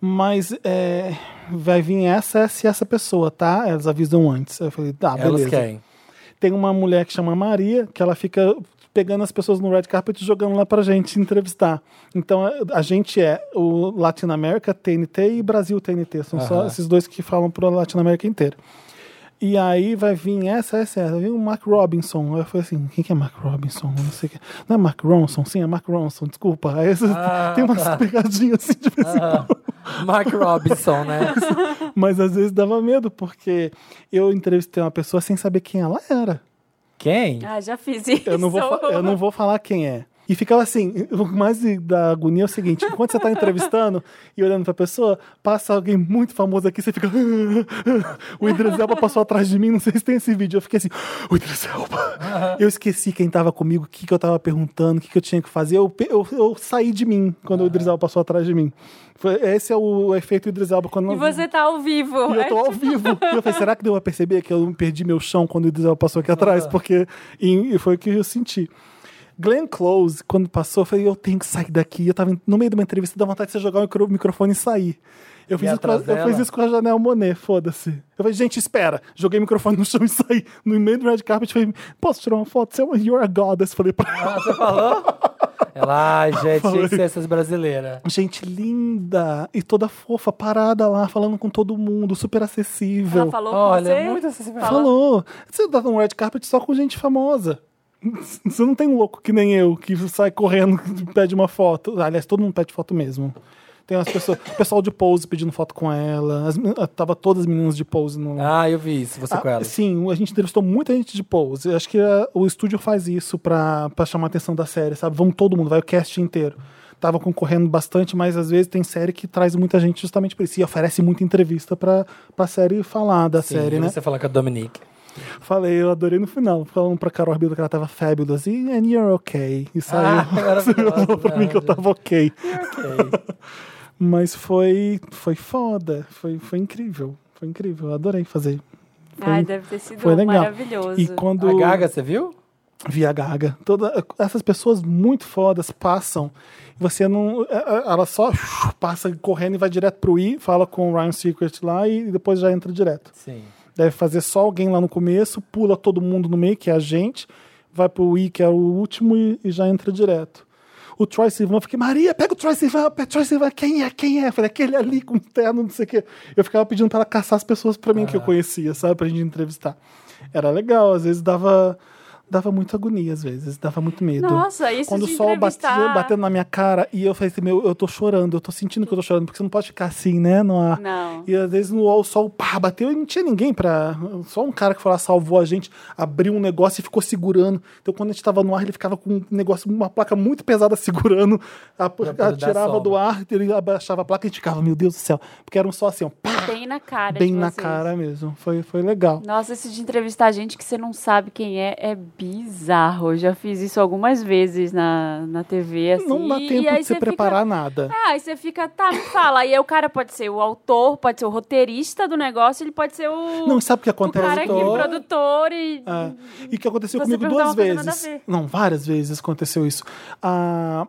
Speaker 1: Mas é, vai vir essa, essa e essa pessoa, tá? Elas avisam antes. Eu falei, tá,
Speaker 2: Elas
Speaker 1: beleza.
Speaker 2: querem.
Speaker 1: Tem uma mulher que chama Maria, que ela fica pegando as pessoas no red carpet e jogando lá pra gente entrevistar. Então a- a gente é o Latin America TNT e Brasil TNT. São só
Speaker 2: Aham.
Speaker 1: esses dois que falam pro Latin America inteiro. E aí vai vir essa, essa, essa. Vem o Mark Robinson. Aí Eu falei assim, quem que é Mark Robinson? Eu Não sei o que. Não é Mark Ronson? Sim, é Mark Ronson, desculpa. Aí você-
Speaker 2: Ah,
Speaker 1: tem umas pegadinhas assim de vez em
Speaker 2: Ah, Mark Robinson, né?
Speaker 1: Mas às vezes dava medo, porque eu entrevistei uma pessoa sem saber quem ela era.
Speaker 2: Quem?
Speaker 3: Ah, já fiz isso.
Speaker 1: Eu não vou, fa- eu não vou falar quem é. E ficava assim, o mais da agonia é o seguinte, enquanto você tá entrevistando e olhando pra pessoa, passa alguém muito famoso aqui, você fica... O Idris Elba passou atrás de mim, não sei se tem esse vídeo. Eu fiquei assim, o Idris Elba. Eu esqueci quem tava comigo, o que, que eu tava perguntando, o que, que eu tinha que fazer. Eu, pe- eu, eu saí de mim quando o Idris Elba passou atrás de mim. Foi- Esse é o efeito Idris Elba quando...
Speaker 3: E você tá ao vivo.
Speaker 1: E eu tô ao vivo. E eu falei, será que deu pra perceber que eu perdi meu chão quando o Idrisel passou aqui atrás? Porque e, e foi o que eu senti. Glenn Close, quando passou, eu falei, eu tenho que sair daqui. Eu tava no meio de uma entrevista, dá vontade de você jogar o micro- microfone e sair. Eu fiz, isso com a,
Speaker 2: atrás
Speaker 1: eu fiz
Speaker 2: dela?
Speaker 1: isso com a Janel Monet, foda-se. Eu falei, gente, espera. Joguei o microfone no chão e saí. No meio do red carpet, falei, posso tirar uma foto? Você é uma you're a goddess. Falei pra ela.
Speaker 2: Ah, você falou? Ela, ai, gente, tinha
Speaker 1: Falei.
Speaker 2: que ser essas brasileiras.
Speaker 1: Gente linda e toda fofa, parada lá, falando com todo mundo, super acessível.
Speaker 3: Ela falou
Speaker 2: Olha,
Speaker 3: com você?
Speaker 2: muito acessível.
Speaker 1: Falou. Você tá no red carpet só com gente famosa. Você não tem um louco que nem eu, que sai correndo e pede uma foto. Aliás, todo mundo pede foto mesmo. Tem as pessoas, o pessoal de pose pedindo foto com ela. As, men- ah, tava todas as meninas de pose no.
Speaker 2: Ah, eu vi isso, você
Speaker 1: Ah,
Speaker 2: com ela.
Speaker 1: Sim, a gente entrevistou muita gente de pose. Eu Acho que ah, o estúdio faz isso pra, pra chamar a atenção da série, sabe? Vamos todo mundo, vai o cast inteiro. Tava concorrendo bastante, mas às vezes tem série que traz muita gente justamente por isso. E oferece muita entrevista pra, pra série falar da
Speaker 2: Sim,
Speaker 1: série,
Speaker 2: e
Speaker 1: né?
Speaker 2: Você falando com a Dominique.
Speaker 1: Falei, eu adorei no final, falando pra Carol Rebelo que ela tava fabulous e and you're okay. E saiu.
Speaker 2: Ah,
Speaker 1: Você
Speaker 2: maravilhoso,
Speaker 1: falou pra mim que eu tava ok.
Speaker 2: Ok.
Speaker 1: Mas foi, foi foda, foi, foi incrível. Foi incrível, eu adorei fazer.
Speaker 3: Ai, deve ter sido
Speaker 1: Foi legal.
Speaker 3: maravilhoso.
Speaker 1: E quando
Speaker 2: A Gaga, você viu?
Speaker 1: vi a Gaga, toda, essas pessoas muito fodas passam. Você não. é- é- Ela só passa correndo e vai direto pro I, fala com o Ryan Secret lá e depois já entra direto.
Speaker 2: Sim.
Speaker 1: Deve fazer só alguém lá no começo, pula todo mundo no meio, que é a gente, vai pro Wii, que é o último, e, e já entra direto. O Troy Sivan, eu fiquei, Maria, pega o Troy Sivan, pega o Troy Sivan, quem é, quem é? Eu falei, aquele ali com o terno, não sei o quê. Eu ficava pedindo pra ela caçar as pessoas pra mim que eu conhecia, sabe, pra gente entrevistar. Era legal, às vezes dava, dava muita agonia, às vezes, dava muito medo
Speaker 3: Nossa, isso
Speaker 1: quando o
Speaker 3: de
Speaker 1: sol
Speaker 3: entrevistar...
Speaker 1: batia, batendo na minha cara e eu falei assim, meu, eu tô chorando, eu tô sentindo que eu tô chorando, porque você não pode ficar assim, né, no ar.
Speaker 3: Não.
Speaker 1: E às vezes no o sol pá, bateu e não tinha ninguém pra... Só um cara que foi lá, salvou a gente, abriu um negócio e ficou segurando. Então quando a gente tava no ar, ele ficava com um negócio, uma placa muito pesada segurando, a-
Speaker 2: poder dar
Speaker 1: atirava
Speaker 2: sobra.
Speaker 1: do ar, ele abaixava a placa e a gente ficava, meu Deus do céu. Porque era um só assim, ó, pá,
Speaker 3: tá Bem na cara de
Speaker 1: bem na
Speaker 3: vocês.
Speaker 1: cara mesmo. Foi, foi legal.
Speaker 3: Nossa, esse de entrevistar gente que você não sabe quem é, é bizarro. Eu já fiz isso algumas vezes na, na TV, assim.
Speaker 1: Não dá
Speaker 3: e- e
Speaker 1: tempo
Speaker 3: aí
Speaker 1: de
Speaker 3: você
Speaker 1: se
Speaker 3: fica-
Speaker 1: preparar nada.
Speaker 3: Ah, aí você fica, tá, me fala. Aí o cara pode ser o autor, pode ser o roteirista do negócio, ele pode ser o,
Speaker 1: Não, sabe o que
Speaker 3: o
Speaker 1: acontece?
Speaker 3: cara aqui, o produtor e...
Speaker 1: É. E que aconteceu
Speaker 3: Você
Speaker 1: comigo
Speaker 3: perguntar
Speaker 1: duas
Speaker 3: uma coisa nada
Speaker 1: vezes.
Speaker 3: a ver.
Speaker 1: Não, várias vezes aconteceu isso. A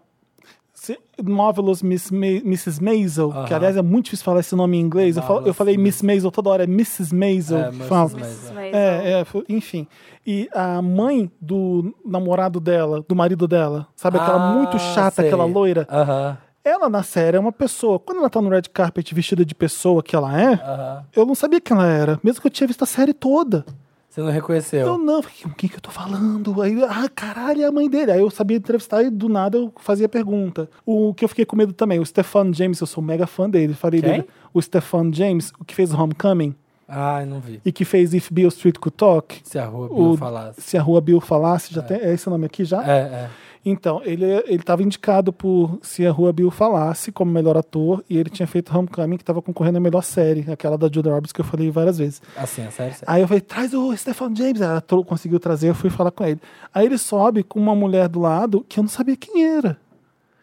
Speaker 1: se- Marvelous Miss Ma Mrs. Maisel, que
Speaker 2: Aham.
Speaker 1: aliás é muito difícil falar esse nome em inglês. Eu, falo- eu
Speaker 2: Marvelous
Speaker 1: falei
Speaker 2: Miss-
Speaker 1: Miss Maisel toda hora, é Mrs. Maisel.
Speaker 2: É,
Speaker 1: que
Speaker 2: Mrs.
Speaker 1: fala.
Speaker 2: Maisel.
Speaker 3: Isso mesmo.
Speaker 1: É, é, foi- enfim. E a mãe do namorado dela, do marido dela, sabe aquela
Speaker 2: Ah,
Speaker 1: muito chata,
Speaker 2: sei.
Speaker 1: aquela loira?
Speaker 2: Aham,
Speaker 1: Ela na série é uma pessoa. Quando ela tá no red carpet vestida de pessoa que ela é,
Speaker 2: aham.
Speaker 1: eu não sabia quem ela era, mesmo que eu tinha visto a série toda.
Speaker 2: Você não reconheceu.
Speaker 1: Eu Então, não, fiquei, com quem que eu tô falando? Aí, ah, caralho, é a mãe dele. Aí eu sabia entrevistar e do nada eu fazia pergunta. O que eu fiquei com medo também, o Stefan James, eu sou mega fã dele. Falei
Speaker 2: Quem?
Speaker 1: dele. O Stefan James, o que fez Homecoming
Speaker 2: Ai, não vi.
Speaker 1: e que fez If Bill Street Could Talk.
Speaker 2: Se a rua
Speaker 1: O-
Speaker 2: Bill falasse.
Speaker 1: Se a rua Bill falasse, já tem, é esse o nome aqui já?
Speaker 2: assim. É, é.
Speaker 1: Então, ele, ele tava indicado por Se a Rua Bill Falasse como melhor ator, e ele tinha feito Homecoming, que tava concorrendo à melhor série, aquela da Julia Roberts que eu falei várias vezes.
Speaker 2: Assim, é sério, sério.
Speaker 1: Aí eu falei, traz o Stefan James. Ela tro- conseguiu trazer, eu fui falar com ele. Aí ele sobe com uma mulher do lado que eu não sabia quem era.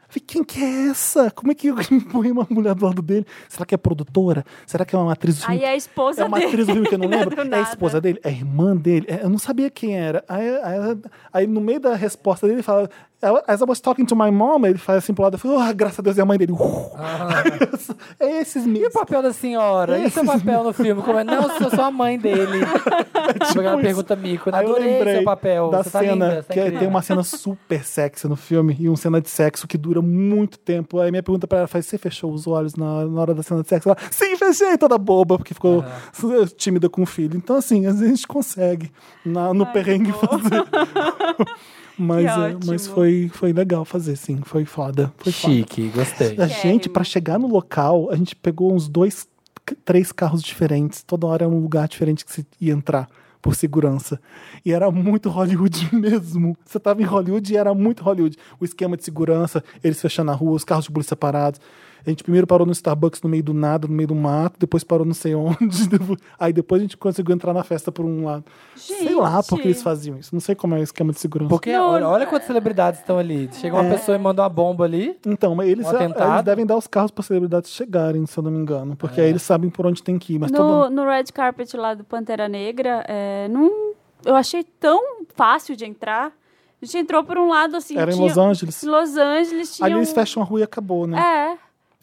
Speaker 1: Eu Falei, quem que é essa? Como é que eu põe uma mulher do lado dele? Será que é produtora? Será que é uma atriz do filme?
Speaker 3: Aí a esposa
Speaker 1: É uma
Speaker 3: dele.
Speaker 1: atriz do filme que eu não
Speaker 3: Do
Speaker 1: lembro. É a
Speaker 3: nada.
Speaker 1: esposa dele? É a irmã dele? É, eu não sabia quem era. Aí, aí- aí no meio da resposta dele, ele fala... As I was talking to my mom, ele faz assim pro lado. Eu falei, oh, graças a Deus, é a mãe dele. Uh. é esses
Speaker 2: E o
Speaker 1: mesmos.
Speaker 2: papel da senhora? E o seu papel no filme? Como é? Não, eu sou só a mãe dele. Tipo
Speaker 1: isso.
Speaker 2: Aquela pergunta mico. né?
Speaker 1: Aí eu
Speaker 2: Adorei
Speaker 1: lembrei
Speaker 2: seu papel.
Speaker 1: da
Speaker 2: você tá
Speaker 1: cena,
Speaker 2: linda, você tá
Speaker 1: que
Speaker 2: incrível.
Speaker 1: tem uma cena super sexy no filme e uma cena de sexo que dura muito tempo. Aí minha pergunta pra ela faz, você fechou os olhos na, na hora da cena de sexo? Ela, sim, fechei, toda boba, porque ficou tímida com o filho. Então, assim, às vezes a gente consegue na- no perrengue fazer. mas,
Speaker 3: Que
Speaker 1: é, mas
Speaker 3: ótimo.
Speaker 1: foi, foi legal fazer, sim. Foi foda. Foi foda.
Speaker 2: Chique, gostei.
Speaker 1: A gente, pra chegar no local, a gente pegou uns dois, c- três carros diferentes. Toda hora era um lugar diferente que você ia entrar por segurança. E era muito Hollywood mesmo. Você tava em Hollywood e era muito Hollywood. O esquema de segurança, eles fechando a rua, os carros de polícia parados. A gente primeiro parou no Starbucks no meio do nada, no meio do mato, depois parou não sei onde. depois- Aí depois a gente conseguiu entrar na festa por um lado. Sei lá por que eles
Speaker 3: Gente.
Speaker 1: faziam isso. Não sei como é o esquema de segurança.
Speaker 2: Porque
Speaker 3: Não,
Speaker 2: olha, olha quantas celebridades estão ali. Chega uma pessoa e manda uma bomba ali.
Speaker 1: Então, mas eles,
Speaker 2: Um
Speaker 1: eles
Speaker 2: atentado?
Speaker 1: devem dar os carros para celebridades chegarem, se eu não me engano.
Speaker 3: É.
Speaker 1: Porque aí eles sabem por onde tem que ir. Mas tá todo
Speaker 3: No, no red carpet lá do Pantera Negra, é, não, eu achei tão fácil de entrar. A gente entrou por um lado assim.
Speaker 1: Era em
Speaker 3: tinha-
Speaker 1: Los Angeles.
Speaker 3: Em Los Angeles tinha.
Speaker 1: Ali eles
Speaker 3: um-
Speaker 1: fecham a rua e acabou, né?
Speaker 3: É.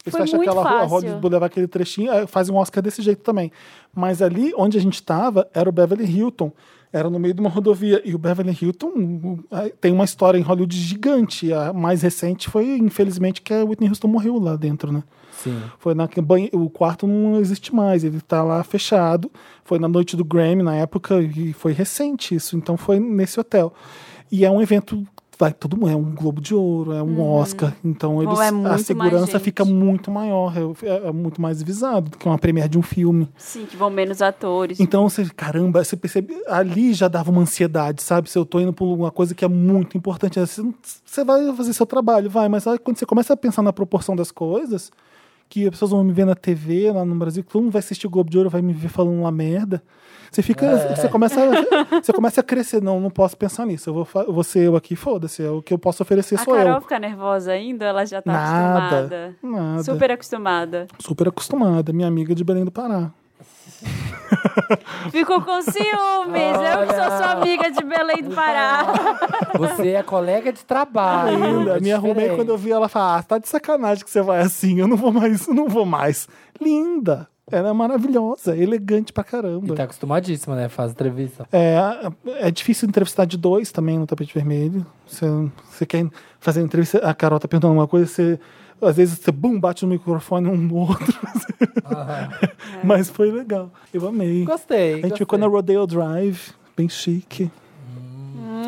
Speaker 1: eles
Speaker 3: foi
Speaker 1: fecham
Speaker 3: muito
Speaker 1: aquela rua, a
Speaker 3: fácil.
Speaker 1: Hollywood Boulevard, aquele trechinho, aí fazem um Oscar desse jeito também. Mas ali onde a gente tava era o Beverly Hilton. Era no meio de uma rodovia. E o Beverly Hilton um, aí tem uma história em Hollywood gigante. A mais recente foi, infelizmente, que a Whitney Houston morreu lá dentro, né?
Speaker 2: Sim.
Speaker 1: Foi na banhe- o quarto não existe mais, ele tá lá fechado. Foi na noite do Grammy na época e foi recente isso, então foi nesse hotel. E é um evento vai todo mundo, é um Globo de Ouro, é um Oscar, então eles,
Speaker 3: Uhum. é
Speaker 1: a
Speaker 3: muito mais
Speaker 1: segurança
Speaker 3: gente.
Speaker 1: fica muito maior, é, é muito mais visado do que uma premiere de um filme.
Speaker 3: Sim, que vão menos atores.
Speaker 1: Então você, caramba, você percebe, ali já dava uma ansiedade, sabe? Se eu tô indo por uma coisa que é muito importante, você, não- você vai fazer seu trabalho, vai, mas aí quando você começa a pensar na proporção das coisas, que as pessoas vão me ver na TV lá no Brasil, que todo mundo vai assistir o Globo de Ouro, vai me ver falando uma merda. Você fica,
Speaker 3: É.
Speaker 1: você começa, a- você começa a crescer, não, não posso pensar nisso. Eu vou, fa- eu vou ser eu aqui, foda-se, é o que eu posso oferecer
Speaker 3: a
Speaker 1: sou
Speaker 3: Carol
Speaker 1: eu.
Speaker 3: fica nervosa ainda, ela já tá
Speaker 1: Nada.
Speaker 3: acostumada.
Speaker 1: Nada. Super...
Speaker 3: Super acostumada.
Speaker 1: acostumada, minha amiga de Belém do Pará.
Speaker 3: Ficou com ciúmes. Eu que sou
Speaker 2: Olha.
Speaker 3: sua amiga de Belém do Pará.
Speaker 2: Você é colega de trabalho.
Speaker 1: Ainda,
Speaker 2: é
Speaker 1: me arrumei
Speaker 2: diferente.
Speaker 1: quando eu vi ela falar: Ah, tá de sacanagem que você vai assim, eu não vou mais, eu não vou mais. Linda! Ela é maravilhosa, elegante pra
Speaker 2: E
Speaker 1: caramba.
Speaker 2: tá acostumadíssima, né? Faz entrevista.
Speaker 1: É, é difícil entrevistar de dois também no tapete vermelho. Você, você quer fazer entrevista, a Carol tá perguntando uma coisa, você. Às vezes você bum, bate no microfone um no outro. Mas foi legal. Eu amei.
Speaker 2: Gostei.
Speaker 1: a gente ficou na Rodeo Drive, bem chique.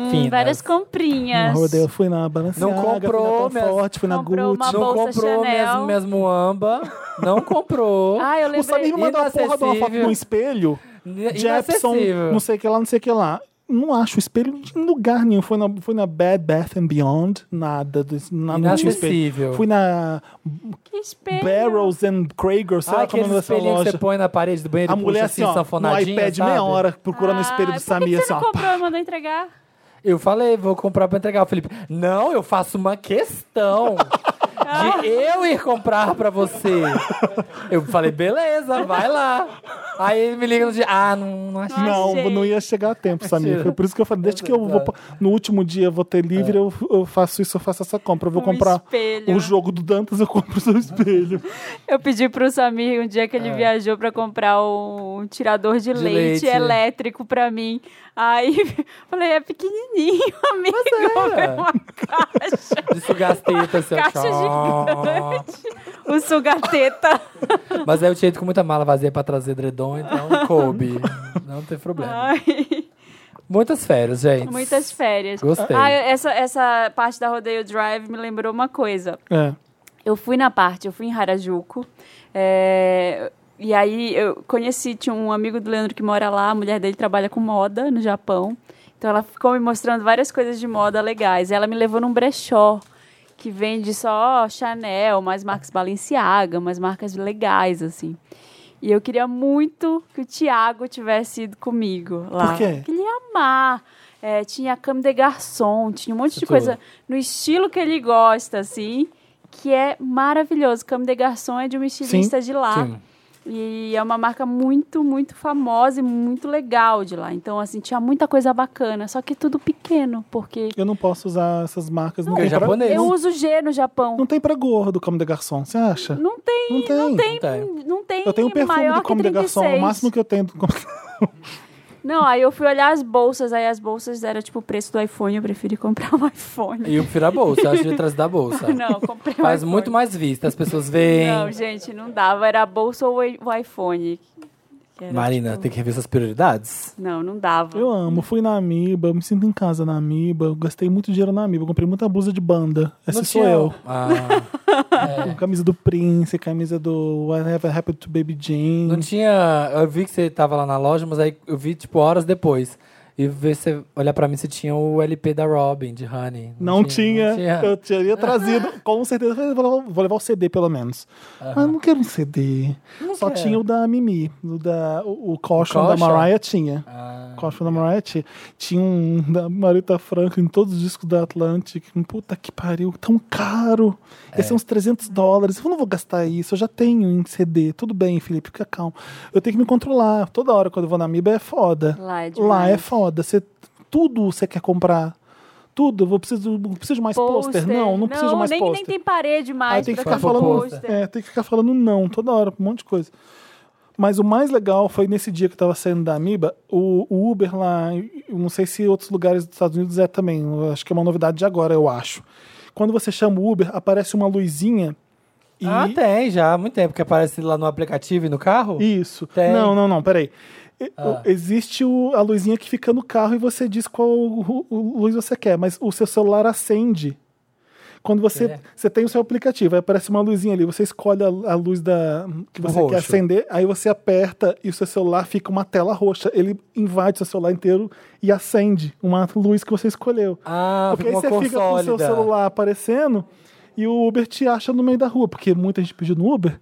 Speaker 2: Finas.
Speaker 3: Várias comprinhas.
Speaker 1: Na Rodeo fui na Balenciaga,
Speaker 2: comprou,
Speaker 1: fui na
Speaker 2: mas-
Speaker 1: Tom Ford, fui na
Speaker 3: comprou
Speaker 1: Gucci.
Speaker 3: uma
Speaker 2: Não
Speaker 3: bolsa
Speaker 2: comprou
Speaker 3: Chanel.
Speaker 2: mesmo, mesmo amba. Não comprou.
Speaker 3: Ah, eu
Speaker 1: O Samir me
Speaker 3: lembrei.
Speaker 1: mandou uma porra de uma foto
Speaker 2: Inacessível.
Speaker 1: num espelho.
Speaker 2: Ina-
Speaker 1: Jepson,
Speaker 2: inacessível.
Speaker 1: não sei o que lá, não sei o que lá. Não acho o espelho em lugar nenhum. Foi na, foi na Bad Bath and Beyond, nada. desse- nada não tinha espelho.
Speaker 2: Inacessível.
Speaker 1: Fui na
Speaker 3: Que espelho.
Speaker 1: Barrels and Krager, sei
Speaker 2: Ah,
Speaker 1: lá como é o nome
Speaker 2: aqueles
Speaker 1: dessa
Speaker 2: espelhinhos que
Speaker 1: loja.
Speaker 2: você põe na parede do banheiro
Speaker 1: A
Speaker 2: e puxa
Speaker 1: mulher
Speaker 2: assim,
Speaker 1: assim, ó, no
Speaker 2: sanfonadinha,
Speaker 1: iPad
Speaker 2: sabe?
Speaker 1: meia hora procurando o
Speaker 3: Ah,
Speaker 1: espelho
Speaker 3: por
Speaker 1: do
Speaker 3: que
Speaker 1: Samir,
Speaker 3: que
Speaker 1: assim,
Speaker 3: você
Speaker 1: ó.
Speaker 3: não comprou e mandou entregar?
Speaker 2: Eu falei, vou comprar pra entregar. O Felipe, não, eu faço uma questão de eu ir comprar pra você. Eu falei, beleza, vai lá. Aí ele me liga no dia, ah, não, não achei.
Speaker 1: Não,
Speaker 3: gente.
Speaker 1: não ia chegar a tempo, Samir.
Speaker 2: Mentira. É.
Speaker 1: Foi por isso que eu falei, desde que eu vou pa- no último dia eu vou ter livre, eu, eu faço isso, eu faço essa compra. Eu vou
Speaker 3: Um
Speaker 1: comprar
Speaker 3: espelho.
Speaker 1: o jogo do Dantas, eu compro o seu espelho.
Speaker 3: Eu pedi pro Samir um dia que ele viajou pra comprar um, um tirador
Speaker 2: De
Speaker 3: de, leite,
Speaker 2: leite.
Speaker 3: elétrico pra mim. Aí falei, é pequenininho, amigo.
Speaker 2: é.
Speaker 3: É uma caixa.
Speaker 2: De sugar as tetas, seu
Speaker 3: Caixa gigante. O sugateta.
Speaker 2: Mas aí eu tinha ido com muita mala vazia pra trazer edredom, então coube. Não tem problema.
Speaker 3: Ai,
Speaker 2: Muitas férias, gente.
Speaker 3: muitas férias.
Speaker 2: Gostei.
Speaker 3: Ah, essa, essa parte da Rodeio Drive me lembrou uma coisa.
Speaker 1: É.
Speaker 3: Eu fui na parte, eu fui em Harajuku. é, e aí eu conheci, tinha um amigo do Leandro que mora lá, a mulher dele trabalha com moda no Japão. Então ela ficou me mostrando várias coisas de moda legais. Ela me levou num brechó que vende só Chanel, mais marcas Balenciaga, mais marcas legais, assim. E eu queria muito que o Thiago tivesse ido comigo lá.
Speaker 1: Por quê?
Speaker 3: Que ele ia amar. É, tinha a Cam de Garçom, tinha um monte de
Speaker 2: Tudo.
Speaker 3: coisa no estilo que ele gosta, assim, que é maravilhoso. Cam de Garçom é de um estilista de lá.
Speaker 2: Sim.
Speaker 3: E é uma marca muito, muito famosa e muito legal de lá. Então, assim, tinha muita coisa bacana, só que tudo pequeno, porque
Speaker 1: Eu não posso usar essas marcas. Não,
Speaker 2: Porque
Speaker 1: tem,
Speaker 2: é
Speaker 1: pra,
Speaker 2: japonês.
Speaker 3: Ah, eu uso G no Japão.
Speaker 1: não tem pra gordo como de garçom, você acha?
Speaker 3: Não tem,
Speaker 1: Não tem. Não
Speaker 3: tem,
Speaker 2: Não
Speaker 3: não tem
Speaker 1: é. Eu tenho um perfume
Speaker 3: maior
Speaker 1: do
Speaker 3: que
Speaker 1: Como de Garçom, é o
Speaker 3: 36.
Speaker 1: máximo que eu tenho do Comme des Garçons.
Speaker 3: Não, aí eu fui olhar as bolsas, aí as bolsas eram tipo o preço do iPhone, eu preferi comprar um iPhone.
Speaker 2: E eu prefiro a bolsa, eu acho de trazer da bolsa.
Speaker 3: Não, comprei um
Speaker 2: Faz
Speaker 3: iPhone.
Speaker 2: muito mais vista, as pessoas veem.
Speaker 3: Não, gente, não dava. Era a bolsa ou o i- o iPhone. Que era,
Speaker 2: Marina,
Speaker 3: tipo,
Speaker 2: tem que rever suas prioridades.
Speaker 3: Não, não dava.
Speaker 1: Eu amo, fui na Amiba, eu me sinto em casa na Amiba, eu gastei muito dinheiro na Amiba, eu comprei muita blusa de banda. Essa
Speaker 2: Não
Speaker 1: sou
Speaker 2: tinha-
Speaker 1: eu.
Speaker 2: Ah,
Speaker 1: Camisa do Prince, camisa do What Ever Happened to Baby Jane.
Speaker 2: não tinha. Eu vi que você tava lá na loja, mas aí eu vi, tipo, horas depois. E ver se olhar pra mim se tinha o LP da Robin, de Honey.
Speaker 1: Não tinha.
Speaker 2: Não tinha.
Speaker 1: Eu teria trazido, com certeza. Eu Vou levar, vou levar o CD, pelo menos. Mas eu não quero um CD. Só
Speaker 2: quero.
Speaker 1: tinha o da Mimi. O, da, o, o Caution da
Speaker 2: Caution?
Speaker 1: Mariah tinha.
Speaker 2: Ah,
Speaker 1: O Caution da Mariah tinha. Tinha um da Marita Franklin, todos os discos da Atlantic. Puta que pariu, tão caro.
Speaker 2: É.
Speaker 1: Ia ser uns 300 dólares. Eu não vou gastar isso, eu já tenho em CD. Tudo bem, Felipe, fica calmo. Eu tenho que me controlar. Toda hora quando eu vou na Miba é foda.
Speaker 3: Lá é demais.
Speaker 1: Lá é foda. Você, tudo você quer comprar. Tudo. Eu vou preciso, eu preciso de mais pôster. Não, não preciso de mais
Speaker 3: nem, nem
Speaker 1: pôster.
Speaker 3: tem parede
Speaker 1: Aí
Speaker 3: mais
Speaker 1: tem que
Speaker 3: pra
Speaker 1: ficar
Speaker 3: ter
Speaker 1: falando.
Speaker 3: pôster.
Speaker 1: É, tem que ficar falando não toda hora, um monte de coisa. Mas o mais legal foi nesse dia que eu tava saindo da Amiba, o, o Uber lá, eu não sei se outros lugares dos Estados Unidos é também, eu acho que é uma novidade de agora, eu acho. Quando você chama o Uber, aparece uma luzinha e
Speaker 2: Ah, tem, já há muito tempo que aparece lá no aplicativo e no carro.
Speaker 1: isso.
Speaker 2: Tem.
Speaker 1: Não, não, não, peraí. E-
Speaker 2: Ah.
Speaker 1: o- Existe o- a luzinha que fica no carro e você diz qual ru- o luz você quer, mas o seu celular acende. Quando você,
Speaker 2: É.
Speaker 1: você tem o seu aplicativo, aí aparece uma luzinha ali, você escolhe a, a luz da, que
Speaker 2: O
Speaker 1: você quer
Speaker 2: roxo.
Speaker 1: acender, aí você aperta e o seu celular fica uma tela roxa. Ele invade o seu celular inteiro e acende uma luz que você escolheu.
Speaker 2: Ah,
Speaker 1: Porque
Speaker 2: porque
Speaker 1: aí
Speaker 2: uma
Speaker 1: você
Speaker 2: cor
Speaker 1: fica com o seu
Speaker 2: sólida.
Speaker 1: celular aparecendo e o Uber te acha no meio da rua, porque muita gente pediu no Uber.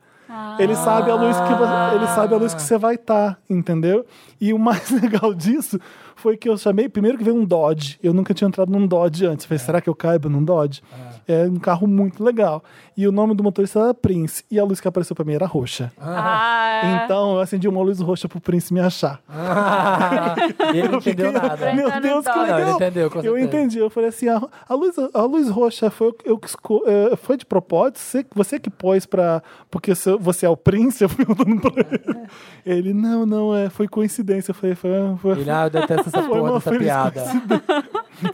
Speaker 1: Ele sabe a luz que você, ele sabe a luz que você vai estar, entendeu? E o mais legal disso foi que eu chamei, primeiro que veio um Dodge. Eu nunca tinha entrado num Dodge antes. Eu Falei, será que eu caibo num Dodge? É um carro muito legal. E o nome do motorista era Prince e a luz que apareceu pra mim era roxa.
Speaker 3: Ah,
Speaker 1: Então eu acendi uma luz roxa pro Prince me achar.
Speaker 2: Ah, ele não
Speaker 1: Eu fiquei,
Speaker 2: entendeu nada.
Speaker 3: Meu
Speaker 1: Meu Deus, que
Speaker 3: Não, ele
Speaker 1: legal.
Speaker 2: entendeu, com
Speaker 1: eu
Speaker 2: certeza.
Speaker 1: entendi. Eu falei assim, a, a luz, a luz roxa foi, eu- eu, que esco- eh, foi de propósito? Você, você que pôs pra... Porque se- você é o príncipe? Eu fui perguntando pra ele. Ele, não, não, é, foi coincidência. Eu falei, foi, foi,
Speaker 2: Ele, ah, eu detesto essa
Speaker 1: Foi
Speaker 2: porra
Speaker 1: uma
Speaker 2: dessa
Speaker 1: feliz
Speaker 2: piada.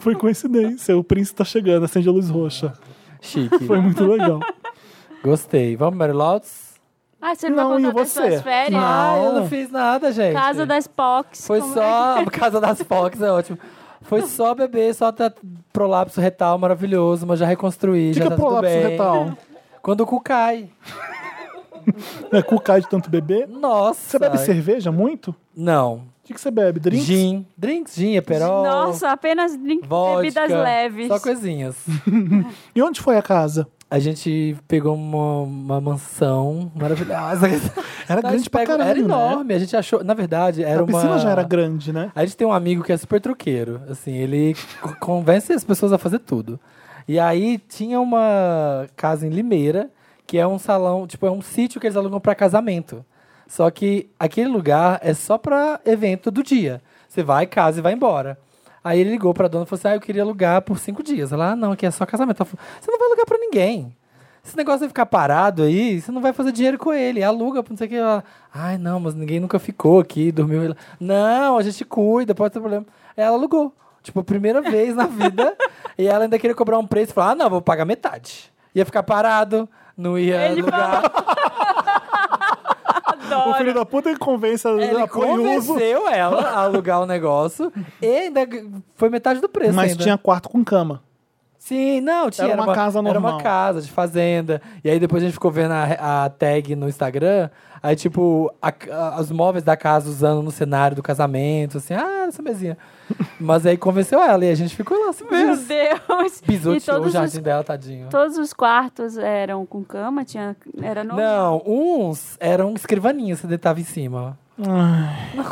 Speaker 1: foi coincidência. O príncipe tá chegando, acende a luz roxa.
Speaker 2: Chique.
Speaker 1: Foi muito legal.
Speaker 2: Gostei. Vamos, Mary Lotus?
Speaker 3: ah, você não,
Speaker 1: Não,
Speaker 3: vai
Speaker 1: e
Speaker 3: contar das
Speaker 1: você?
Speaker 3: suas férias?
Speaker 2: Ah, eu não fiz nada, gente.
Speaker 3: Casa das Pox.
Speaker 2: Foi
Speaker 3: como é
Speaker 2: só... Casa das Fox é ótimo. Foi só beber, só tá prolapso retal maravilhoso, mas já reconstruí,
Speaker 1: Fica
Speaker 2: já tá tudo
Speaker 1: prolapso
Speaker 2: bem.
Speaker 1: retal.
Speaker 2: Quando o cu cai.
Speaker 1: É, cu cai de tanto beber.
Speaker 2: Nossa.
Speaker 1: Você bebe cerveja muito? O
Speaker 2: Não.
Speaker 1: que, que você bebe? Drinks?
Speaker 2: Gin. Drinks, gin,
Speaker 3: É?
Speaker 2: perol.
Speaker 3: Nossa, apenas drink,
Speaker 2: Vodka,
Speaker 3: bebidas leves.
Speaker 2: Só coisinhas.
Speaker 1: E onde foi a casa?
Speaker 2: A gente pegou uma, uma mansão maravilhosa.
Speaker 1: Era
Speaker 2: Nós
Speaker 1: grande pra
Speaker 2: pegamos-
Speaker 1: caralho,
Speaker 2: Era
Speaker 1: né?
Speaker 2: enorme. A gente achou. Na verdade, era
Speaker 1: a piscina
Speaker 2: uma.
Speaker 1: já era grande, né?
Speaker 2: A gente tem um amigo que é super truqueiro. Assim, ele co- convence as pessoas a fazer tudo. E aí tinha uma casa em Limeira, que é um salão, tipo, é um sítio que eles alugam para casamento. Só que aquele lugar é só para evento do dia. Você vai, casa e vai embora. Aí ele ligou pra dona e falou assim: Ah, eu queria alugar por cinco dias. Ela, ah, não, aqui é só casamento. Ela falou, você não vai alugar pra ninguém. Esse negócio vai ficar parado aí, você não vai fazer dinheiro com ele. Aluga, pra não sei o que. Ela, Ai, não, mas ninguém nunca ficou aqui, dormiu. Ela, não, a gente cuida, pode ter problema. Aí Ela alugou. Tipo, a primeira vez na vida. e ela ainda queria cobrar um preço. Falou, ah, não, vou pagar metade. Ia ficar parado, não ia
Speaker 3: Ele
Speaker 2: alugar.
Speaker 1: O
Speaker 3: Adoro.
Speaker 1: filho da puta que convence a
Speaker 2: Ele
Speaker 1: a pôr em uso.
Speaker 2: convenceu ela a alugar o negócio. E ainda foi metade do preço
Speaker 1: Mas
Speaker 2: ainda.
Speaker 1: tinha quarto com cama.
Speaker 2: Sim, não, tinha.
Speaker 1: Era uma casa
Speaker 2: Era
Speaker 1: normal.
Speaker 2: uma casa de fazenda. E aí depois a gente ficou vendo a, a tag no Instagram. Aí, tipo, a- a- os móveis da casa usando no cenário do casamento, assim, ah, essa mesinha. Mas aí convenceu ela e a gente ficou lá, assim, um
Speaker 3: Meu
Speaker 2: mesmo.
Speaker 3: Deus. e
Speaker 2: Pisoteou o
Speaker 3: todos
Speaker 2: jardim
Speaker 3: os,
Speaker 2: dela, tadinho.
Speaker 3: todos os quartos eram com cama? Tinha, era no...
Speaker 2: Não, uns eram escrivaninhas, você deitava em cima.
Speaker 1: Ai.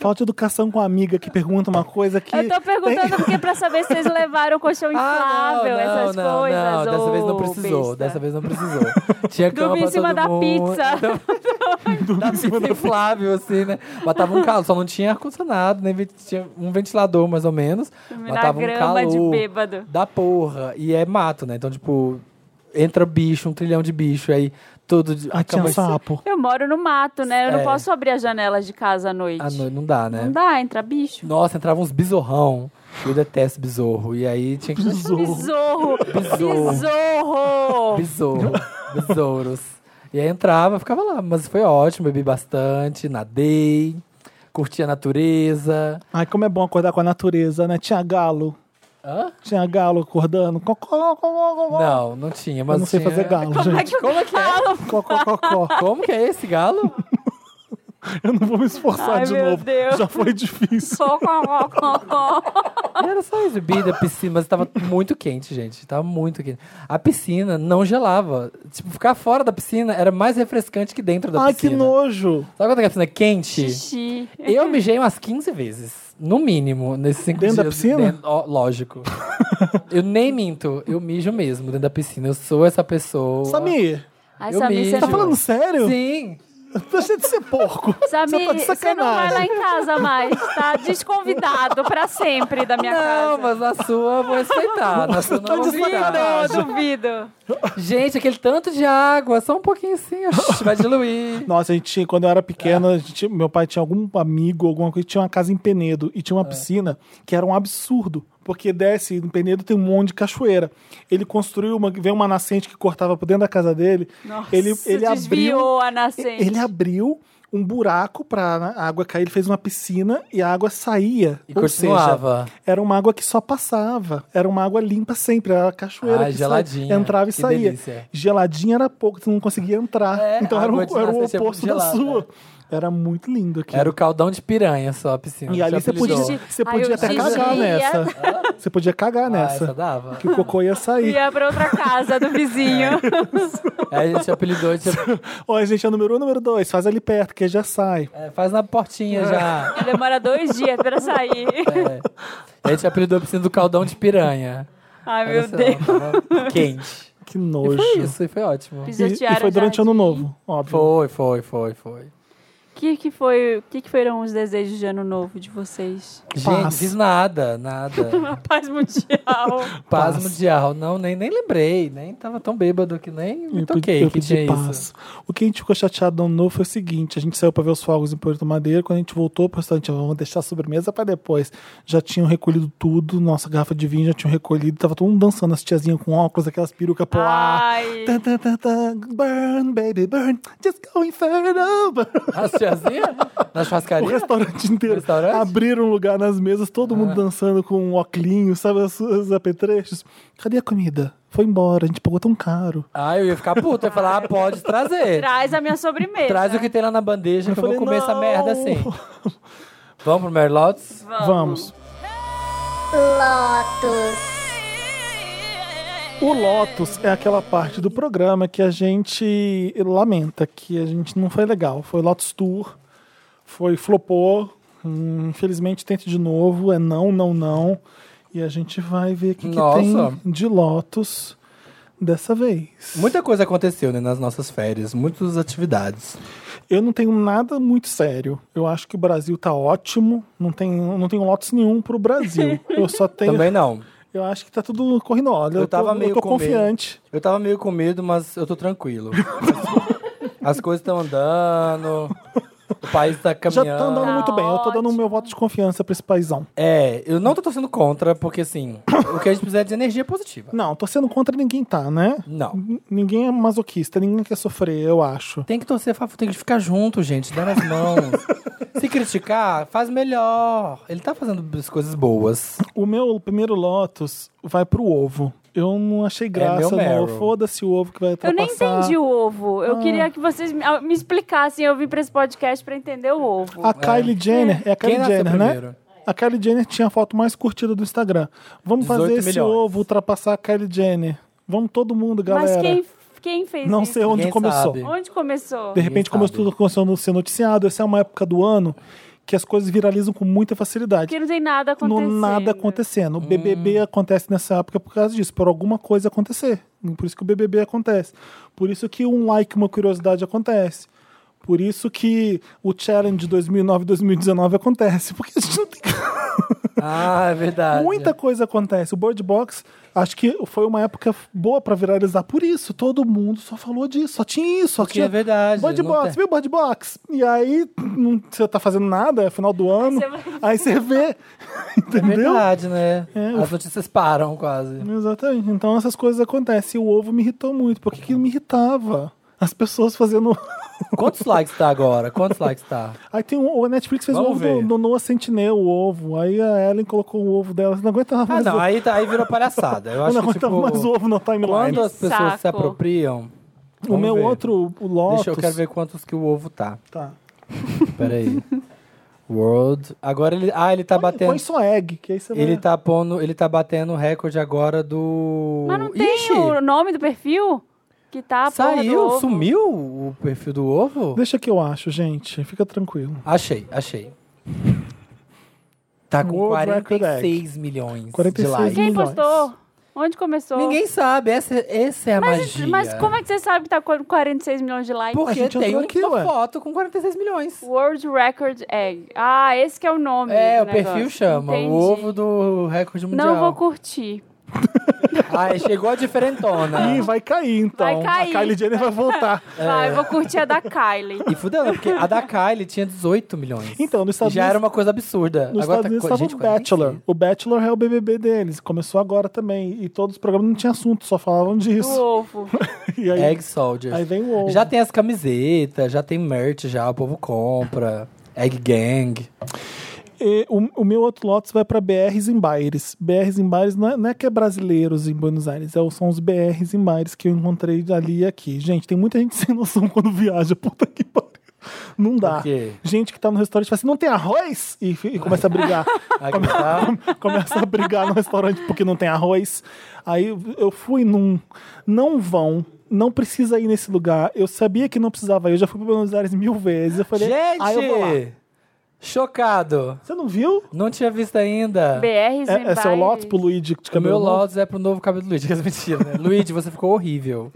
Speaker 1: Falta de educação com a amiga que pergunta uma coisa que.
Speaker 3: Eu tô perguntando porque pra saber se vocês levaram o colchão
Speaker 2: Ah, não,
Speaker 3: inflável, essas
Speaker 2: não,
Speaker 3: coisas.
Speaker 2: Não, dessa
Speaker 3: ô,
Speaker 2: vez não precisou.
Speaker 3: besta.
Speaker 2: Dessa vez não precisou. Tinha cama
Speaker 3: Dormi em
Speaker 2: pra
Speaker 3: cima
Speaker 2: todo
Speaker 3: da
Speaker 2: mundo.
Speaker 3: pizza.
Speaker 2: da pizza inflável, assim, né? Mas tava um calor, só não tinha ar-condicionado, nem ven- tinha um ventilador, mais ou menos.
Speaker 3: Dormi
Speaker 2: Mas
Speaker 3: na
Speaker 2: tava um
Speaker 3: grama
Speaker 2: calor
Speaker 3: de bêbado.
Speaker 2: da porra. E é mato, né? Então, tipo, entra bicho, um trilhão de bicho, aí tudo... de-
Speaker 1: Ah, tinha
Speaker 2: acaba-
Speaker 1: sapo.
Speaker 3: Eu moro no mato, né? Eu não
Speaker 2: É.
Speaker 3: posso abrir as janelas de casa à noite.
Speaker 2: Ah, não, não dá, né?
Speaker 3: Não dá, entra bicho.
Speaker 2: Nossa, entrava uns besorrão. Eu detesto besorro. E aí tinha que...
Speaker 3: Besouro!
Speaker 2: Besouro.
Speaker 3: Besouro!
Speaker 2: Besouro. Besouros. E aí entrava, ficava lá. Mas foi ótimo, bebi bastante, nadei, curti a natureza.
Speaker 1: Ai, como é bom acordar com a natureza, né? Tinha galo.
Speaker 2: Hã?
Speaker 1: Tinha galo acordando. Cocó, cocó, cocó.
Speaker 2: Não, não tinha, mas
Speaker 1: Eu não sei
Speaker 2: tinha-
Speaker 1: fazer galo,
Speaker 3: Como é
Speaker 1: gente.
Speaker 3: que eu
Speaker 2: Como é que é?
Speaker 3: falo?
Speaker 1: Cocó, cocó.
Speaker 2: Como que é esse galo?
Speaker 1: Eu não vou me esforçar
Speaker 3: Ai,
Speaker 1: de
Speaker 3: meu
Speaker 1: novo.
Speaker 3: Deus.
Speaker 1: Já foi difícil.
Speaker 3: Só co- co- co- co.
Speaker 2: E Era só isso, bebida, piscina, mas tava muito quente, gente. Tava muito quente. A piscina não gelava. Tipo, ficar fora da piscina era mais refrescante que dentro da
Speaker 1: Ai, que
Speaker 2: piscina.
Speaker 1: nojo.
Speaker 2: Sabe quando é que a piscina é quente?
Speaker 3: Xixi.
Speaker 2: Eu mijei umas 15 vezes, no mínimo, nesses cinco
Speaker 1: Dentro da
Speaker 2: dias.
Speaker 1: piscina?
Speaker 2: ó, lógico. eu nem minto, eu mijo mesmo dentro da piscina. Eu sou essa pessoa.
Speaker 1: Samir,
Speaker 3: Ai,
Speaker 2: Eu
Speaker 3: Samir,
Speaker 2: mijo.
Speaker 3: você
Speaker 1: tá
Speaker 2: Ju.
Speaker 1: falando sério?
Speaker 2: Sim.
Speaker 1: Deixa de ser porco. você tá
Speaker 3: Samir,
Speaker 1: de
Speaker 3: você não vai lá
Speaker 1: sacanagem.
Speaker 3: em casa mais, tá desconvidado pra sempre da minha
Speaker 2: Não,
Speaker 3: casa.
Speaker 2: mas na sua eu vou respeitar. Na sua eu
Speaker 1: tá
Speaker 2: não vou respeitar.
Speaker 3: Duvido, duvido.
Speaker 2: Gente, aquele tanto de água, só um pouquinho assim, oxi, vai diluir.
Speaker 1: Nossa, a gente tinha, quando eu era pequena, a gente- meu pai tinha algum amigo, alguma coisa, tinha uma casa em Penedo e
Speaker 3: É.
Speaker 1: tinha uma piscina que era um absurdo. Porque desce em Penedo tem um monte de cachoeira. Ele construiu uma, veio uma nascente que cortava por dentro da casa dele.
Speaker 3: Nossa,
Speaker 1: ele ele abriu,
Speaker 3: desviou a nascente.
Speaker 1: ele abriu um buraco para a água cair, ele fez uma piscina e a água saía.
Speaker 2: E
Speaker 1: Ou
Speaker 2: continuava.
Speaker 1: seja, era uma água que só passava. Era uma água limpa sempre, era a cachoeira
Speaker 2: Ai,
Speaker 1: que
Speaker 2: Ah, geladinha.
Speaker 1: saía, entrava e
Speaker 2: Que
Speaker 1: saía.
Speaker 2: delícia.
Speaker 1: Geladinha era pouco, você não conseguia entrar.
Speaker 2: É,
Speaker 1: então
Speaker 2: a
Speaker 1: era o,
Speaker 2: água de
Speaker 1: era o
Speaker 2: nascente é muito
Speaker 1: oposto da
Speaker 2: gelada. é.
Speaker 1: sua. Era muito lindo aqui.
Speaker 2: Era o caldão de piranha só a piscina.
Speaker 1: E ali
Speaker 2: já
Speaker 1: você podia,
Speaker 2: apelidou.
Speaker 3: Gigi-
Speaker 1: você
Speaker 3: Ai,
Speaker 1: podia
Speaker 3: Ah, eu
Speaker 1: até
Speaker 3: Gigi
Speaker 1: cagar
Speaker 3: ia-
Speaker 1: nessa. Você podia cagar
Speaker 2: Ah,
Speaker 1: nessa.
Speaker 2: essa dava.
Speaker 1: Que o cocô ia sair.
Speaker 3: Ia pra outra casa do vizinho.
Speaker 2: Aí a gente apelidou, a gente...
Speaker 1: Olha, gente, é o número um, número dois. Faz ali perto, que já sai.
Speaker 2: é, faz na portinha já.
Speaker 1: É.
Speaker 3: Demora dois dias pra sair.
Speaker 2: É. A gente apelidou a piscina do caldão de piranha.
Speaker 3: Ai, meu
Speaker 2: Essa
Speaker 3: Deus.
Speaker 2: ela tava Quente.
Speaker 1: Que
Speaker 2: E
Speaker 1: nojo.
Speaker 2: foi isso, e foi ótimo.
Speaker 1: E, e foi durante o ano novo, óbvio.
Speaker 2: Foi, foi, foi, foi.
Speaker 3: O que, que, foi, que, que foram os desejos de ano novo de vocês?
Speaker 2: Gente,
Speaker 1: Paz.
Speaker 2: fiz nada, nada.
Speaker 3: A paz mundial.
Speaker 2: Paz
Speaker 1: Paz.
Speaker 2: mundial. Não, nem, nem lembrei. Nem tava tão bêbado que nem me
Speaker 1: Eu
Speaker 2: toquei
Speaker 1: pedi- eu
Speaker 2: Então, que
Speaker 1: pedi
Speaker 2: tinha
Speaker 1: paz.
Speaker 2: isso.
Speaker 1: O que a gente ficou chateado no ano novo foi o seguinte: a gente saiu pra ver os fogos em Porto Madeira. Quando a gente voltou pro restaurante, vamos deixar a sobremesa pra depois. Já tinham recolhido tudo, nossa garrafa de vinho já tinham recolhido. Tava todo mundo dançando, as tiazinhas com óculos, aquelas perucas pro ar.
Speaker 3: Ai.
Speaker 1: Tan, tan, tan, tan. Burn, baby, burn, just go inferno.
Speaker 2: As tiazinhas? Na
Speaker 1: O
Speaker 2: churrascaria?
Speaker 1: restaurante inteiro.
Speaker 2: Restaurante? Ah.
Speaker 1: Abriram um lugar nas mesas, todo mundo dançando com um óculinho, sabe, as suas apetrechos. Cadê a comida? Foi embora, a gente pagou tão caro.
Speaker 2: Ah, eu ia ficar puto. Eu ia falar, ah, pode trazer.
Speaker 3: Traz a minha sobremesa.
Speaker 2: Traz o que tem lá na bandeja que eu vou
Speaker 1: falei,
Speaker 2: comer essa
Speaker 1: "Não."
Speaker 2: merda assim. Vamos pro Mary Lotus?
Speaker 1: Vamos.
Speaker 4: Lotus.
Speaker 1: O Lotus é aquela parte do programa que a gente lamenta, que a gente não foi legal. Foi Lotus Tour, foi flopou. hum, Infelizmente, tente de novo. É não, não, não. E a gente vai ver o que, que
Speaker 2: Nossa.
Speaker 1: tem de Lotus dessa vez.
Speaker 2: Muita coisa aconteceu, né, nas nossas férias, muitas atividades.
Speaker 1: Eu não tenho nada muito sério. Eu acho que o Brasil tá ótimo. Não tenho, não tenho Lotus nenhum pro Brasil. Eu só tenho.
Speaker 2: Também não.
Speaker 1: Eu acho que tá tudo correndo. Olha, eu,
Speaker 2: Eu tava
Speaker 1: tô,
Speaker 2: meio
Speaker 1: eu tô
Speaker 2: com
Speaker 1: confiante.
Speaker 2: Eu tava meio com medo, mas eu tô tranquilo. As coisas estão andando, o país tá
Speaker 1: Já
Speaker 2: caminhando.
Speaker 1: tá andando muito bem. Eu tô dando o meu voto de confiança pra esse paizão.
Speaker 2: É, eu não tô torcendo contra, porque assim, o que a gente precisa é de energia positiva.
Speaker 1: Não, torcendo contra ninguém tá, né?
Speaker 2: Não.
Speaker 1: N- Ninguém é masoquista, ninguém quer sofrer, eu acho.
Speaker 2: Tem que torcer a favor, tem que ficar junto, gente, dar as mãos. Se criticar, faz melhor. Ele tá fazendo as coisas boas.
Speaker 1: O meu primeiro Lotus vai pro ovo. Eu não achei
Speaker 2: É meu
Speaker 1: graça, não.
Speaker 2: Meryl.
Speaker 1: Foda-se o ovo que vai
Speaker 3: Eu nem
Speaker 1: ultrapassar.
Speaker 3: entendi o ovo. Eu queria que vocês me ah, me explicassem. Eu vim pra esse podcast pra entender o ovo.
Speaker 1: A Kylie Jenner, é a Kylie
Speaker 2: Quem nasceu
Speaker 1: Jenner, né?
Speaker 2: primeiro?
Speaker 1: A Kylie Jenner tinha a foto mais curtida do Instagram. Vamos fazer
Speaker 2: 18
Speaker 1: esse
Speaker 2: milhões.
Speaker 1: ovo ultrapassar a Kylie Jenner. Vamos todo mundo, galera.
Speaker 3: Mas quem, quem fez
Speaker 1: Não
Speaker 3: isso?
Speaker 1: sei onde
Speaker 2: Ninguém
Speaker 1: começou.
Speaker 2: sabe.
Speaker 3: Onde começou?
Speaker 1: De repente, como
Speaker 2: sabe.
Speaker 1: tudo começou a ser noticiado, essa é uma época do ano que as coisas viralizam com muita facilidade.
Speaker 3: Porque não tem nada
Speaker 1: No
Speaker 3: tá acontecendo.
Speaker 1: nada acontecendo. O BBB
Speaker 2: Hum.
Speaker 1: acontece nessa época por causa disso, por alguma coisa acontecer. Por isso que o BBB acontece. Por isso que um like, uma curiosidade acontece. Por isso que o challenge 2009-2019 acontece. Porque a gente não tem
Speaker 2: Ah, é verdade.
Speaker 1: Muita coisa acontece. O Bird Box, acho que foi uma época boa pra viralizar por isso. Todo mundo só falou disso, só tinha isso. Só
Speaker 2: Porque
Speaker 1: tinha...
Speaker 2: é verdade,
Speaker 1: Bird
Speaker 2: não
Speaker 1: Box,
Speaker 2: tem-
Speaker 1: viu Bird Box? E aí, não- você tá fazendo nada, é final do ano.
Speaker 3: você vai-
Speaker 1: Aí você vê.
Speaker 2: É
Speaker 1: Entendeu?
Speaker 2: verdade, né?
Speaker 1: É,
Speaker 2: As notícias param quase.
Speaker 1: Exatamente. Então essas coisas acontecem. E o ovo me irritou muito. Porque que me irritava? As pessoas fazendo.
Speaker 2: Quantos likes tá agora? Quantos likes tá?
Speaker 1: Aí tem um, o Netflix fez o
Speaker 2: Vamos
Speaker 1: ovo do,
Speaker 2: ver.
Speaker 1: do Noah Sentinel, o ovo. Aí a Ellen colocou o ovo dela. Você não aguentava
Speaker 2: Ah,
Speaker 1: mais
Speaker 2: não,
Speaker 1: ovo.
Speaker 2: aí, tá- aí virou palhaçada. Eu
Speaker 1: Eu
Speaker 2: acho
Speaker 1: não
Speaker 2: que,
Speaker 1: aguentava
Speaker 2: tipo,
Speaker 1: mais ovo na timeline.
Speaker 2: quando as pessoas
Speaker 3: Saco.
Speaker 2: se apropriam...
Speaker 1: O
Speaker 2: vamos
Speaker 1: meu
Speaker 2: ver.
Speaker 1: outro, o Lotus.
Speaker 2: Deixa eu quero ver quantos que o ovo tá.
Speaker 1: Tá.
Speaker 2: Peraí. World. Agora ele... Ah, ele tá batendo...
Speaker 1: Põe só egg, que aí né? você
Speaker 2: Ele
Speaker 1: vai...
Speaker 2: tá pondo... Ele tá batendo o recorde agora do...
Speaker 3: Mas não tem
Speaker 2: Ixi,
Speaker 3: o nome do perfil? Que tá a porra do
Speaker 2: Saiu,
Speaker 3: ovo.
Speaker 2: sumiu o perfil do ovo?
Speaker 1: Deixa que eu acho, gente. Fica tranquilo.
Speaker 2: Achei, achei. Tá com
Speaker 1: World Record
Speaker 2: 46 milhões
Speaker 1: 46
Speaker 2: de likes.
Speaker 3: Quem
Speaker 1: milhões.
Speaker 3: postou? Onde começou?
Speaker 2: Ninguém sabe, essa, essa é a magia.
Speaker 3: Mas como é que você sabe que tá com 46 milhões de likes?
Speaker 1: A
Speaker 2: Porque
Speaker 1: gente
Speaker 2: tem
Speaker 1: entrou
Speaker 2: uma
Speaker 1: aqui, ué.
Speaker 2: foto com 46 milhões.
Speaker 3: World Record Egg. Ah, esse que é o nome.
Speaker 2: É,
Speaker 3: do
Speaker 2: o perfil
Speaker 3: negócio.
Speaker 2: chama.
Speaker 3: Entendi.
Speaker 2: O ovo do recorde mundial.
Speaker 3: Não vou curtir.
Speaker 2: Ai, chegou a diferentona.
Speaker 1: Ih, vai cair, então.
Speaker 3: Vai cair.
Speaker 1: A Kylie Jenner vai voltar.
Speaker 2: É.
Speaker 3: Vai, eu vou curtir a da Kylie.
Speaker 2: E fudeu, porque a da Kylie tinha 18 milhões.
Speaker 1: Então, nos
Speaker 2: E
Speaker 1: Estados
Speaker 2: já era
Speaker 1: Unidos...
Speaker 2: uma coisa absurda.
Speaker 1: Nos
Speaker 2: Agora
Speaker 1: Estados Unidos
Speaker 2: tá,
Speaker 1: estava
Speaker 2: gente,
Speaker 1: o
Speaker 2: 46.
Speaker 1: Bachelor. O Bachelor é o BBB deles. Começou agora também. E todos os programas não tinham assunto, só falavam
Speaker 3: O
Speaker 1: disso.
Speaker 3: ovo.
Speaker 1: E aí,
Speaker 2: Egg Soldiers.
Speaker 1: aí vem o ovo.
Speaker 2: É, Já tem as camisetas, já tem merch já, o povo compra. Egg Gang.
Speaker 1: E o, o meu outro lotus vai para BRs em bares. BRs em bares não é, não é que é brasileiros em Buenos Aires, é, o- são os BRs em bares que eu encontrei ali e aqui. Gente, tem muita gente sem noção quando viaja, puta que pariu. Não dá.
Speaker 2: Por quê?
Speaker 1: Gente que tá no restaurante fala assim, não tem arroz? E, fi- e começa a brigar.
Speaker 2: Aqui tá.
Speaker 1: começa a brigar no restaurante porque não tem arroz. Aí eu- eu fui num. Não vão. Não precisa ir nesse lugar. Eu sabia que não precisava ir. Eu já fui para Buenos Aires mil vezes. Eu falei, ah, eu vou lá.
Speaker 2: Gente! Chocado!
Speaker 1: Você não viu?
Speaker 2: Não tinha visto ainda.
Speaker 3: BRs
Speaker 1: É, é seu
Speaker 3: bares.
Speaker 1: Lotus pro Luigi de
Speaker 2: O meu
Speaker 1: cabelo novo?
Speaker 2: Lotus é pro novo cabelo do Luigi. que é Mentira, né? Luigi, você ficou horrível.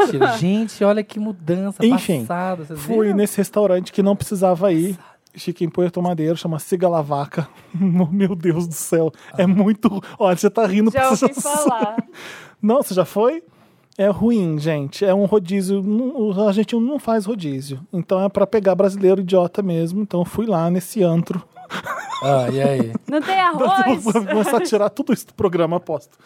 Speaker 2: Mentira. Gente, olha que mudança
Speaker 1: Enfim, né?
Speaker 2: passada. Vocês
Speaker 1: Fui
Speaker 2: viram?
Speaker 1: nesse restaurante que não precisava ir. Fica em Puerto Madeiro, chama Siga La Vaca. Meu Deus do céu. É muito. Olha, você tá rindo
Speaker 3: Já
Speaker 1: porque
Speaker 3: ouvi
Speaker 1: você
Speaker 3: falar.
Speaker 1: assim. Não, você já foi? É ruim, gente. É um rodízio. não- O argentino não faz rodízio. Então é pra pegar brasileiro idiota mesmo. Então eu fui lá nesse antro.
Speaker 2: Ah, e aí?
Speaker 3: Não tem
Speaker 1: Eu
Speaker 3: arroz?
Speaker 1: vou começar a tirar tudo isso do programa, aposto.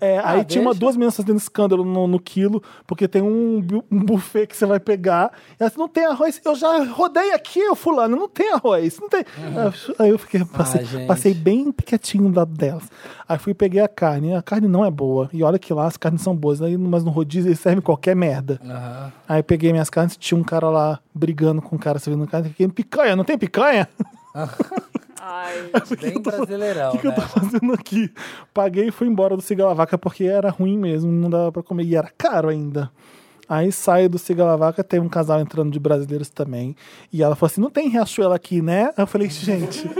Speaker 1: É, aí tinha uma,
Speaker 2: Ah, deixa.
Speaker 1: duas meninas fazendo escândalo no, no quilo, porque tem um, bu- um buffet que você vai pegar. E elas, não tem arroz. Eu já rodei aqui, eu fulano, não tem arroz. Não tem. Aí eu fiquei, passei,
Speaker 2: Uhum. gente.
Speaker 1: passei bem quietinho do lado delas. Aí fui e peguei a carne. A carne não é boa. E olha que lá as carnes são boas, né? mas no rodízio eles servem qualquer merda.
Speaker 2: Aham.
Speaker 1: Aí eu peguei minhas carnes, um tinha um cara lá brigando com o cara servindo carne. Fiquei, picanha, não tem picanha?
Speaker 3: Ai.
Speaker 2: Bem brasileirão,
Speaker 1: O que, que eu
Speaker 2: né?
Speaker 1: tô fazendo aqui? Paguei e fui embora do Cigalavaca porque era ruim mesmo, não dava pra comer e era caro ainda. Aí saio do Cigalavaca, tem um casal entrando de brasileiros também. E ela falou assim: não tem Riachuelo aqui, né? Aí eu falei: gente,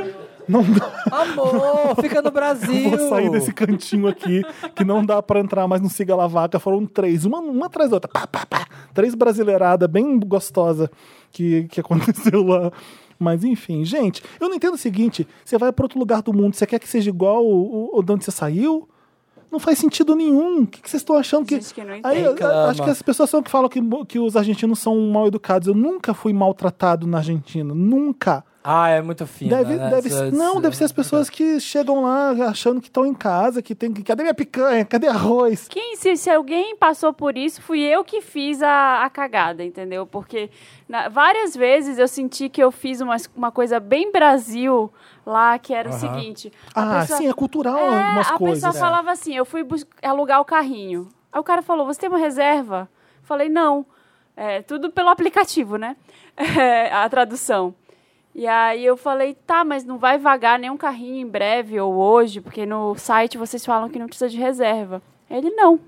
Speaker 1: não dá.
Speaker 2: Amor, fica no Brasil.
Speaker 1: Vou sair desse cantinho aqui, que não dá pra entrar mais no Cigalavaca. Foram três, uma, uma atrás da outra. Pá, pá, pá. Três brasileirada bem gostosa que, que aconteceu lá. Mas enfim, gente, eu não entendo o seguinte: você vai pra outro lugar do mundo, você quer que seja igual o, o, de onde você saiu? Não faz sentido nenhum. O que, que vocês estão achando que.
Speaker 3: Gente que não
Speaker 1: Aí, eu- eu
Speaker 2: Reclama.
Speaker 1: acho que as pessoas são que falam que, que os argentinos são mal educados. Eu nunca fui maltratado na Argentina. Nunca.
Speaker 2: Ah, é muito fino.
Speaker 1: Deve,
Speaker 2: né?
Speaker 1: deve,
Speaker 2: Isso-
Speaker 1: não,
Speaker 2: isso-
Speaker 1: deve ser as pessoas que chegam lá achando que estão em casa, que tem que. Cadê minha picanha? Cadê arroz?
Speaker 3: Quem, se, se alguém passou por isso, fui eu que fiz a, a cagada, entendeu? Porque na- várias vezes eu senti que eu fiz uma, uma coisa bem Brasil lá, que era o
Speaker 2: Aham.
Speaker 3: seguinte. a
Speaker 1: Ah,
Speaker 3: pessoa-
Speaker 1: sim, é cultural
Speaker 3: É,
Speaker 1: algumas
Speaker 3: a
Speaker 1: coisas.
Speaker 3: pessoa falava assim, eu fui bus- alugar o carrinho. Aí o cara falou, você tem uma reserva? Falei, não. É, tudo pelo aplicativo, né? É, a tradução. E aí eu falei, tá, mas não vai vagar nenhum carrinho em breve ou hoje, porque no site vocês falam que não precisa de reserva. Ele, não.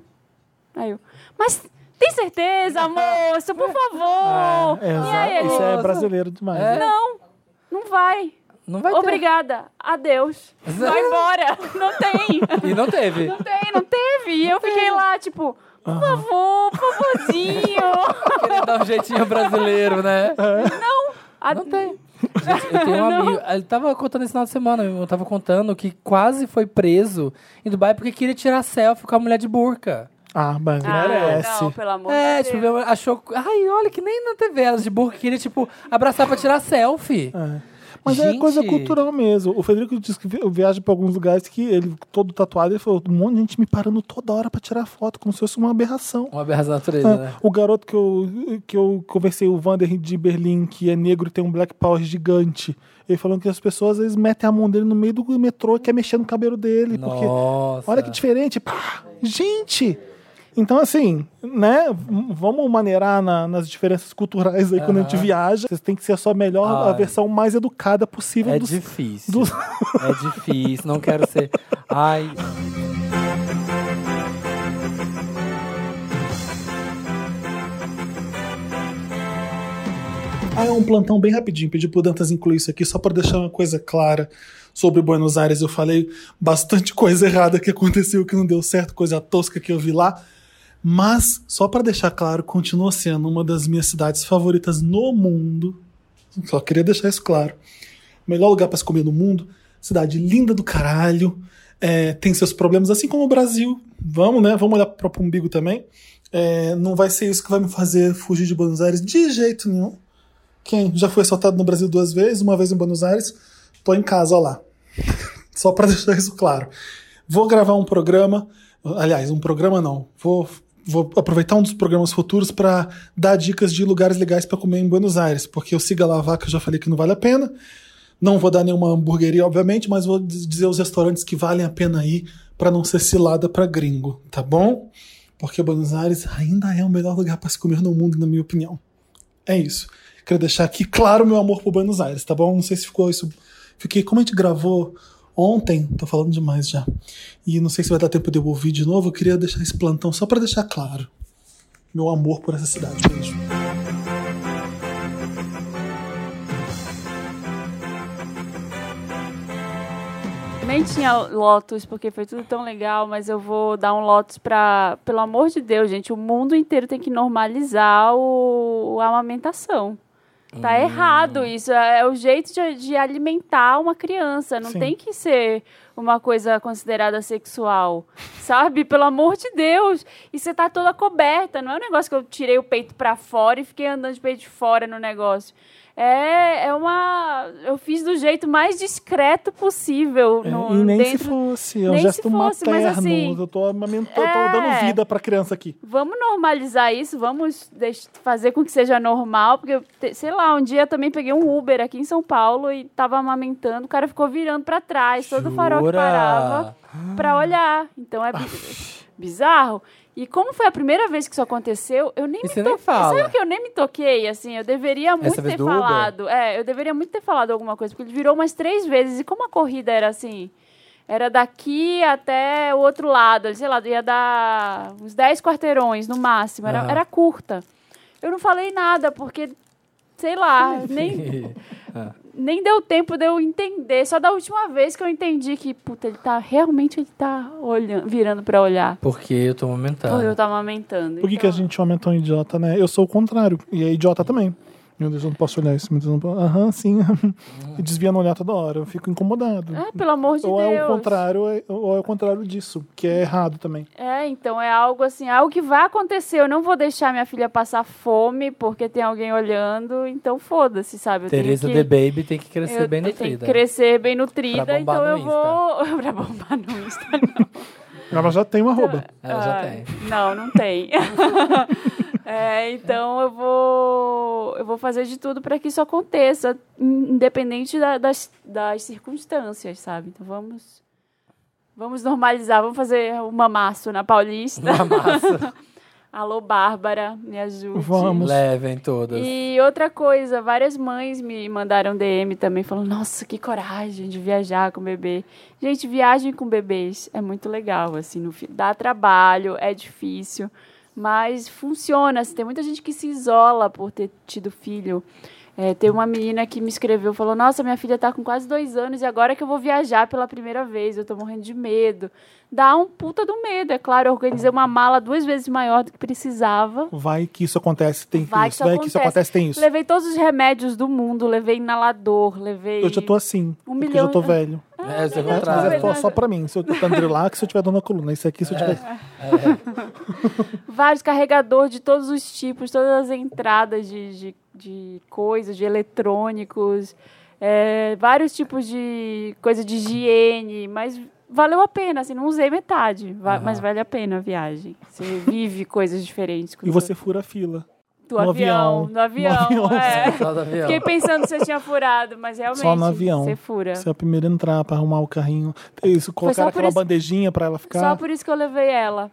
Speaker 3: Aí eu, mas tem certeza, moço? Por favor.
Speaker 1: É,
Speaker 3: e aí
Speaker 1: exa-
Speaker 3: ele,
Speaker 1: isso é brasileiro demais. né?
Speaker 3: não, não vai.
Speaker 2: Não vai ter.
Speaker 3: Obrigada, adeus. Vai embora, não tem.
Speaker 2: E não teve.
Speaker 3: Não tem, não teve. E eu fiquei lá, tipo, por favor, por favorzinho.
Speaker 2: Queria dar um jeitinho brasileiro, né?
Speaker 3: A-
Speaker 2: Não tem. Gente, eu tenho um
Speaker 3: Não.
Speaker 2: amigo. Ele tava contando esse final de semana, eu tava contando que quase foi preso em Dubai porque queria tirar selfie com a mulher de burca.
Speaker 1: Ah, mas
Speaker 3: Ah,
Speaker 1: merece.
Speaker 3: não, pelo amor
Speaker 2: É,
Speaker 3: de
Speaker 2: tipo,
Speaker 3: Deus.
Speaker 2: achou. Ai, olha que nem na TV elas de burca queria, tipo, abraçar pra tirar selfie.
Speaker 1: É. Mas é
Speaker 2: Gente.
Speaker 1: coisa cultural mesmo. O Federico disse que vi- viaja pra alguns lugares que ele, todo tatuado, ele falou: um monte de gente me parando toda hora pra tirar foto, como se fosse uma aberração.
Speaker 2: Uma aberração da natureza,
Speaker 1: É,
Speaker 2: né?
Speaker 1: o garoto que eu, que eu conversei, o Vander de Berlim, que é negro e tem um black power gigante. Ele falando que as pessoas às vezes metem a mão dele no meio do metrô e quer mexer no cabelo dele. Porque
Speaker 2: Nossa.
Speaker 1: olha que diferente. Pá, gente! Então, assim, né? v- Vamos maneirar na- nas diferenças culturais aí quando a gente viaja. Vocês têm que ser a sua melhor, a
Speaker 2: Ai.
Speaker 1: versão mais educada possível
Speaker 2: É
Speaker 1: dos-
Speaker 2: difícil.
Speaker 1: dos-
Speaker 2: É difícil, não quero ser. Ai.
Speaker 1: Ah, é um plantão bem rapidinho. Pedi pro Dantas incluir isso aqui só para deixar uma coisa clara sobre Buenos Aires. Eu falei bastante coisa errada que aconteceu, que não deu certo, coisa tosca que eu vi lá. Mas, só para deixar claro, continua sendo uma das minhas cidades favoritas no mundo. Só queria deixar isso claro. Melhor lugar para se comer no mundo. Cidade linda do caralho. É, tem seus problemas, assim como o Brasil. Vamos, né? Vamos olhar pro próprio umbigo também. É, não vai ser isso que vai me fazer fugir de Buenos Aires de jeito nenhum. Quem já foi assaltado no Brasil duas vezes, uma vez em Buenos Aires, tô em casa, ó lá. Só para deixar isso claro. Vou gravar um programa, aliás, um programa não. Vou, vou aproveitar um dos programas futuros para dar dicas de lugares legais para comer em Buenos Aires, porque o Siga Lá Vaca eu já falei que não vale a pena. Não vou dar nenhuma hamburgueria, obviamente, mas vou diz- dizer os restaurantes que valem a pena ir para não ser cilada para gringo, tá bom? Porque Buenos Aires ainda é o melhor lugar para se comer no mundo, na minha opinião. É isso. Quero deixar aqui claro meu amor por Buenos Aires, tá bom? Não sei se ficou isso. Fiquei, como a gente gravou ontem, tô falando demais já. E não sei se vai dar tempo de eu ouvir de novo. Eu queria deixar esse plantão só pra deixar claro meu amor por essa cidade. Beijo.
Speaker 3: Nem tinha Lotus, porque foi tudo tão legal, mas eu vou dar um Lotus pra. Pelo amor de Deus, gente, o mundo inteiro tem que normalizar o, a amamentação. Tá errado isso. É o jeito de, de alimentar uma criança. Não
Speaker 1: Sim.
Speaker 3: tem que ser uma coisa considerada sexual. Sabe? Pelo amor de Deus. E você tá toda coberta. Não é um negócio que eu tirei o peito pra fora e fiquei andando de peito fora no negócio. É, é uma. Eu fiz do jeito mais discreto possível. no,
Speaker 1: É, e nem se
Speaker 3: dentro
Speaker 1: fosse, é um
Speaker 3: nem se
Speaker 1: gesto
Speaker 3: fosse, mas
Speaker 1: materno.
Speaker 3: assim-
Speaker 1: eu tô amamentando, eu
Speaker 3: É.
Speaker 1: tô dando vida pra criança aqui.
Speaker 3: Vamos normalizar isso, vamos deix- fazer com que seja normal, porque, eu te- sei lá, um dia eu também peguei um Uber aqui em São Paulo e tava amamentando, o cara ficou virando pra trás, todo farol que
Speaker 2: Jura?
Speaker 3: parava pra olhar. Então é bi- bizarro. E como foi a primeira vez que isso aconteceu, eu nem
Speaker 2: E
Speaker 3: me
Speaker 2: você nem
Speaker 3: toquei.
Speaker 2: fala.
Speaker 3: Sabe o que eu nem me toquei, assim? Eu deveria muito
Speaker 2: vez
Speaker 3: ter
Speaker 2: do Uber?
Speaker 3: falado. É, eu deveria muito ter falado alguma coisa, porque ele virou umas três vezes. E como a corrida era assim? Era daqui até o outro lado, sei lá, ia dar uns 10 quarteirões no máximo. Era,
Speaker 2: Aham.
Speaker 3: era curta. Eu não falei nada, porque, sei lá, nem, nem deu tempo de eu entender. Só da última vez que eu entendi que, puta, ele tá realmente ele tá olhando, virando pra olhar.
Speaker 2: Porque eu tô
Speaker 3: Ou eu
Speaker 2: aumentando.
Speaker 3: tava amamentando.
Speaker 1: Tá. Por que, que a
Speaker 3: Então,
Speaker 1: gente homem é tão idiota, né? Eu sou o contrário. E é idiota também. Meu Deus, eu não posso olhar isso. Meu Deus, eu não posso- Aham, sim. e desviando o olhar toda hora. Eu fico incomodado.
Speaker 3: É, pelo amor de
Speaker 1: ou
Speaker 3: Deus.
Speaker 1: é o contrário, ou é- ou é o contrário disso, que é errado também.
Speaker 3: É, então é algo assim, algo que vai acontecer. Eu não vou deixar minha filha passar fome porque tem alguém olhando. Então foda-se, sabe? Eu tenho
Speaker 2: Teresa
Speaker 3: que-
Speaker 2: The Baby tem que crescer
Speaker 3: eu
Speaker 2: bem
Speaker 3: tenho que
Speaker 2: nutrida.
Speaker 3: crescer bem nutrida,
Speaker 2: Pra bombar
Speaker 3: então
Speaker 2: no
Speaker 3: eu
Speaker 2: Insta.
Speaker 3: vou. pra bombar no Insta, não.
Speaker 1: Ela já tem uma arroba.
Speaker 2: Ela já
Speaker 3: Ah,
Speaker 2: tem.
Speaker 3: Não, não tem. É, então eu vou, eu vou fazer de tudo para que isso aconteça, in- independente da- das, das circunstâncias, sabe? Então vamos, vamos normalizar, vamos fazer um mamaço na Paulista.
Speaker 2: Uma massa.
Speaker 3: Alô, Bárbara, me ajude.
Speaker 1: Vamos.
Speaker 2: Levem todas.
Speaker 3: E outra coisa, várias mães me mandaram DM também, falando: Nossa, que coragem de viajar com bebê. Gente, viagem com bebês é muito legal, assim, no fi- dá trabalho, é difícil, mas funciona. assim, tem muita gente que se isola por ter tido filho. É, tem uma menina que me escreveu, falou: Nossa, minha filha tá com quase dois anos e agora que eu vou viajar pela primeira vez, eu tô morrendo de medo. Dá um puta do medo, é claro. Eu organizei uma mala duas vezes maior do que precisava.
Speaker 1: Vai que isso acontece, tem
Speaker 3: Vai que
Speaker 1: isso.
Speaker 3: isso
Speaker 1: Vai que isso acontece, tem isso.
Speaker 3: Levei todos os remédios do mundo, levei inalador, levei.
Speaker 1: Eu já tô assim,
Speaker 3: Um
Speaker 1: porque eu
Speaker 3: milhão- Tá
Speaker 1: já tô velho.
Speaker 2: É,
Speaker 3: Ah,
Speaker 1: Antes, mas
Speaker 2: você
Speaker 1: é
Speaker 2: contrário.
Speaker 1: só- só pra mim. Se eu tô Tandrilax, se eu tiver dor na coluna. Isso aqui, se eu
Speaker 3: É.
Speaker 1: tiver...
Speaker 3: vários carregadores de todos os tipos, todas as entradas de, de, de coisas, de eletrônicos, é, vários tipos de coisa de higiene, mas valeu a pena, assim, não usei metade, va-
Speaker 2: Aham.
Speaker 3: mas vale a pena a viagem. Você vive coisas diferentes com
Speaker 1: E
Speaker 3: o seu-
Speaker 1: você fura a fila.
Speaker 3: do
Speaker 1: no avião.
Speaker 3: avião,
Speaker 1: No
Speaker 3: no avião,
Speaker 1: avião,
Speaker 3: é.
Speaker 2: Só do avião.
Speaker 3: Fiquei pensando se eu tinha furado, mas realmente
Speaker 1: Só no avião.
Speaker 3: você fura.
Speaker 1: Você é a primeira a entrar pra arrumar o carrinho. Isso, colocar
Speaker 3: por
Speaker 1: aquela
Speaker 3: isso-
Speaker 1: bandejinha pra ela
Speaker 3: Só
Speaker 1: ficar.
Speaker 3: por isso que eu levei ela.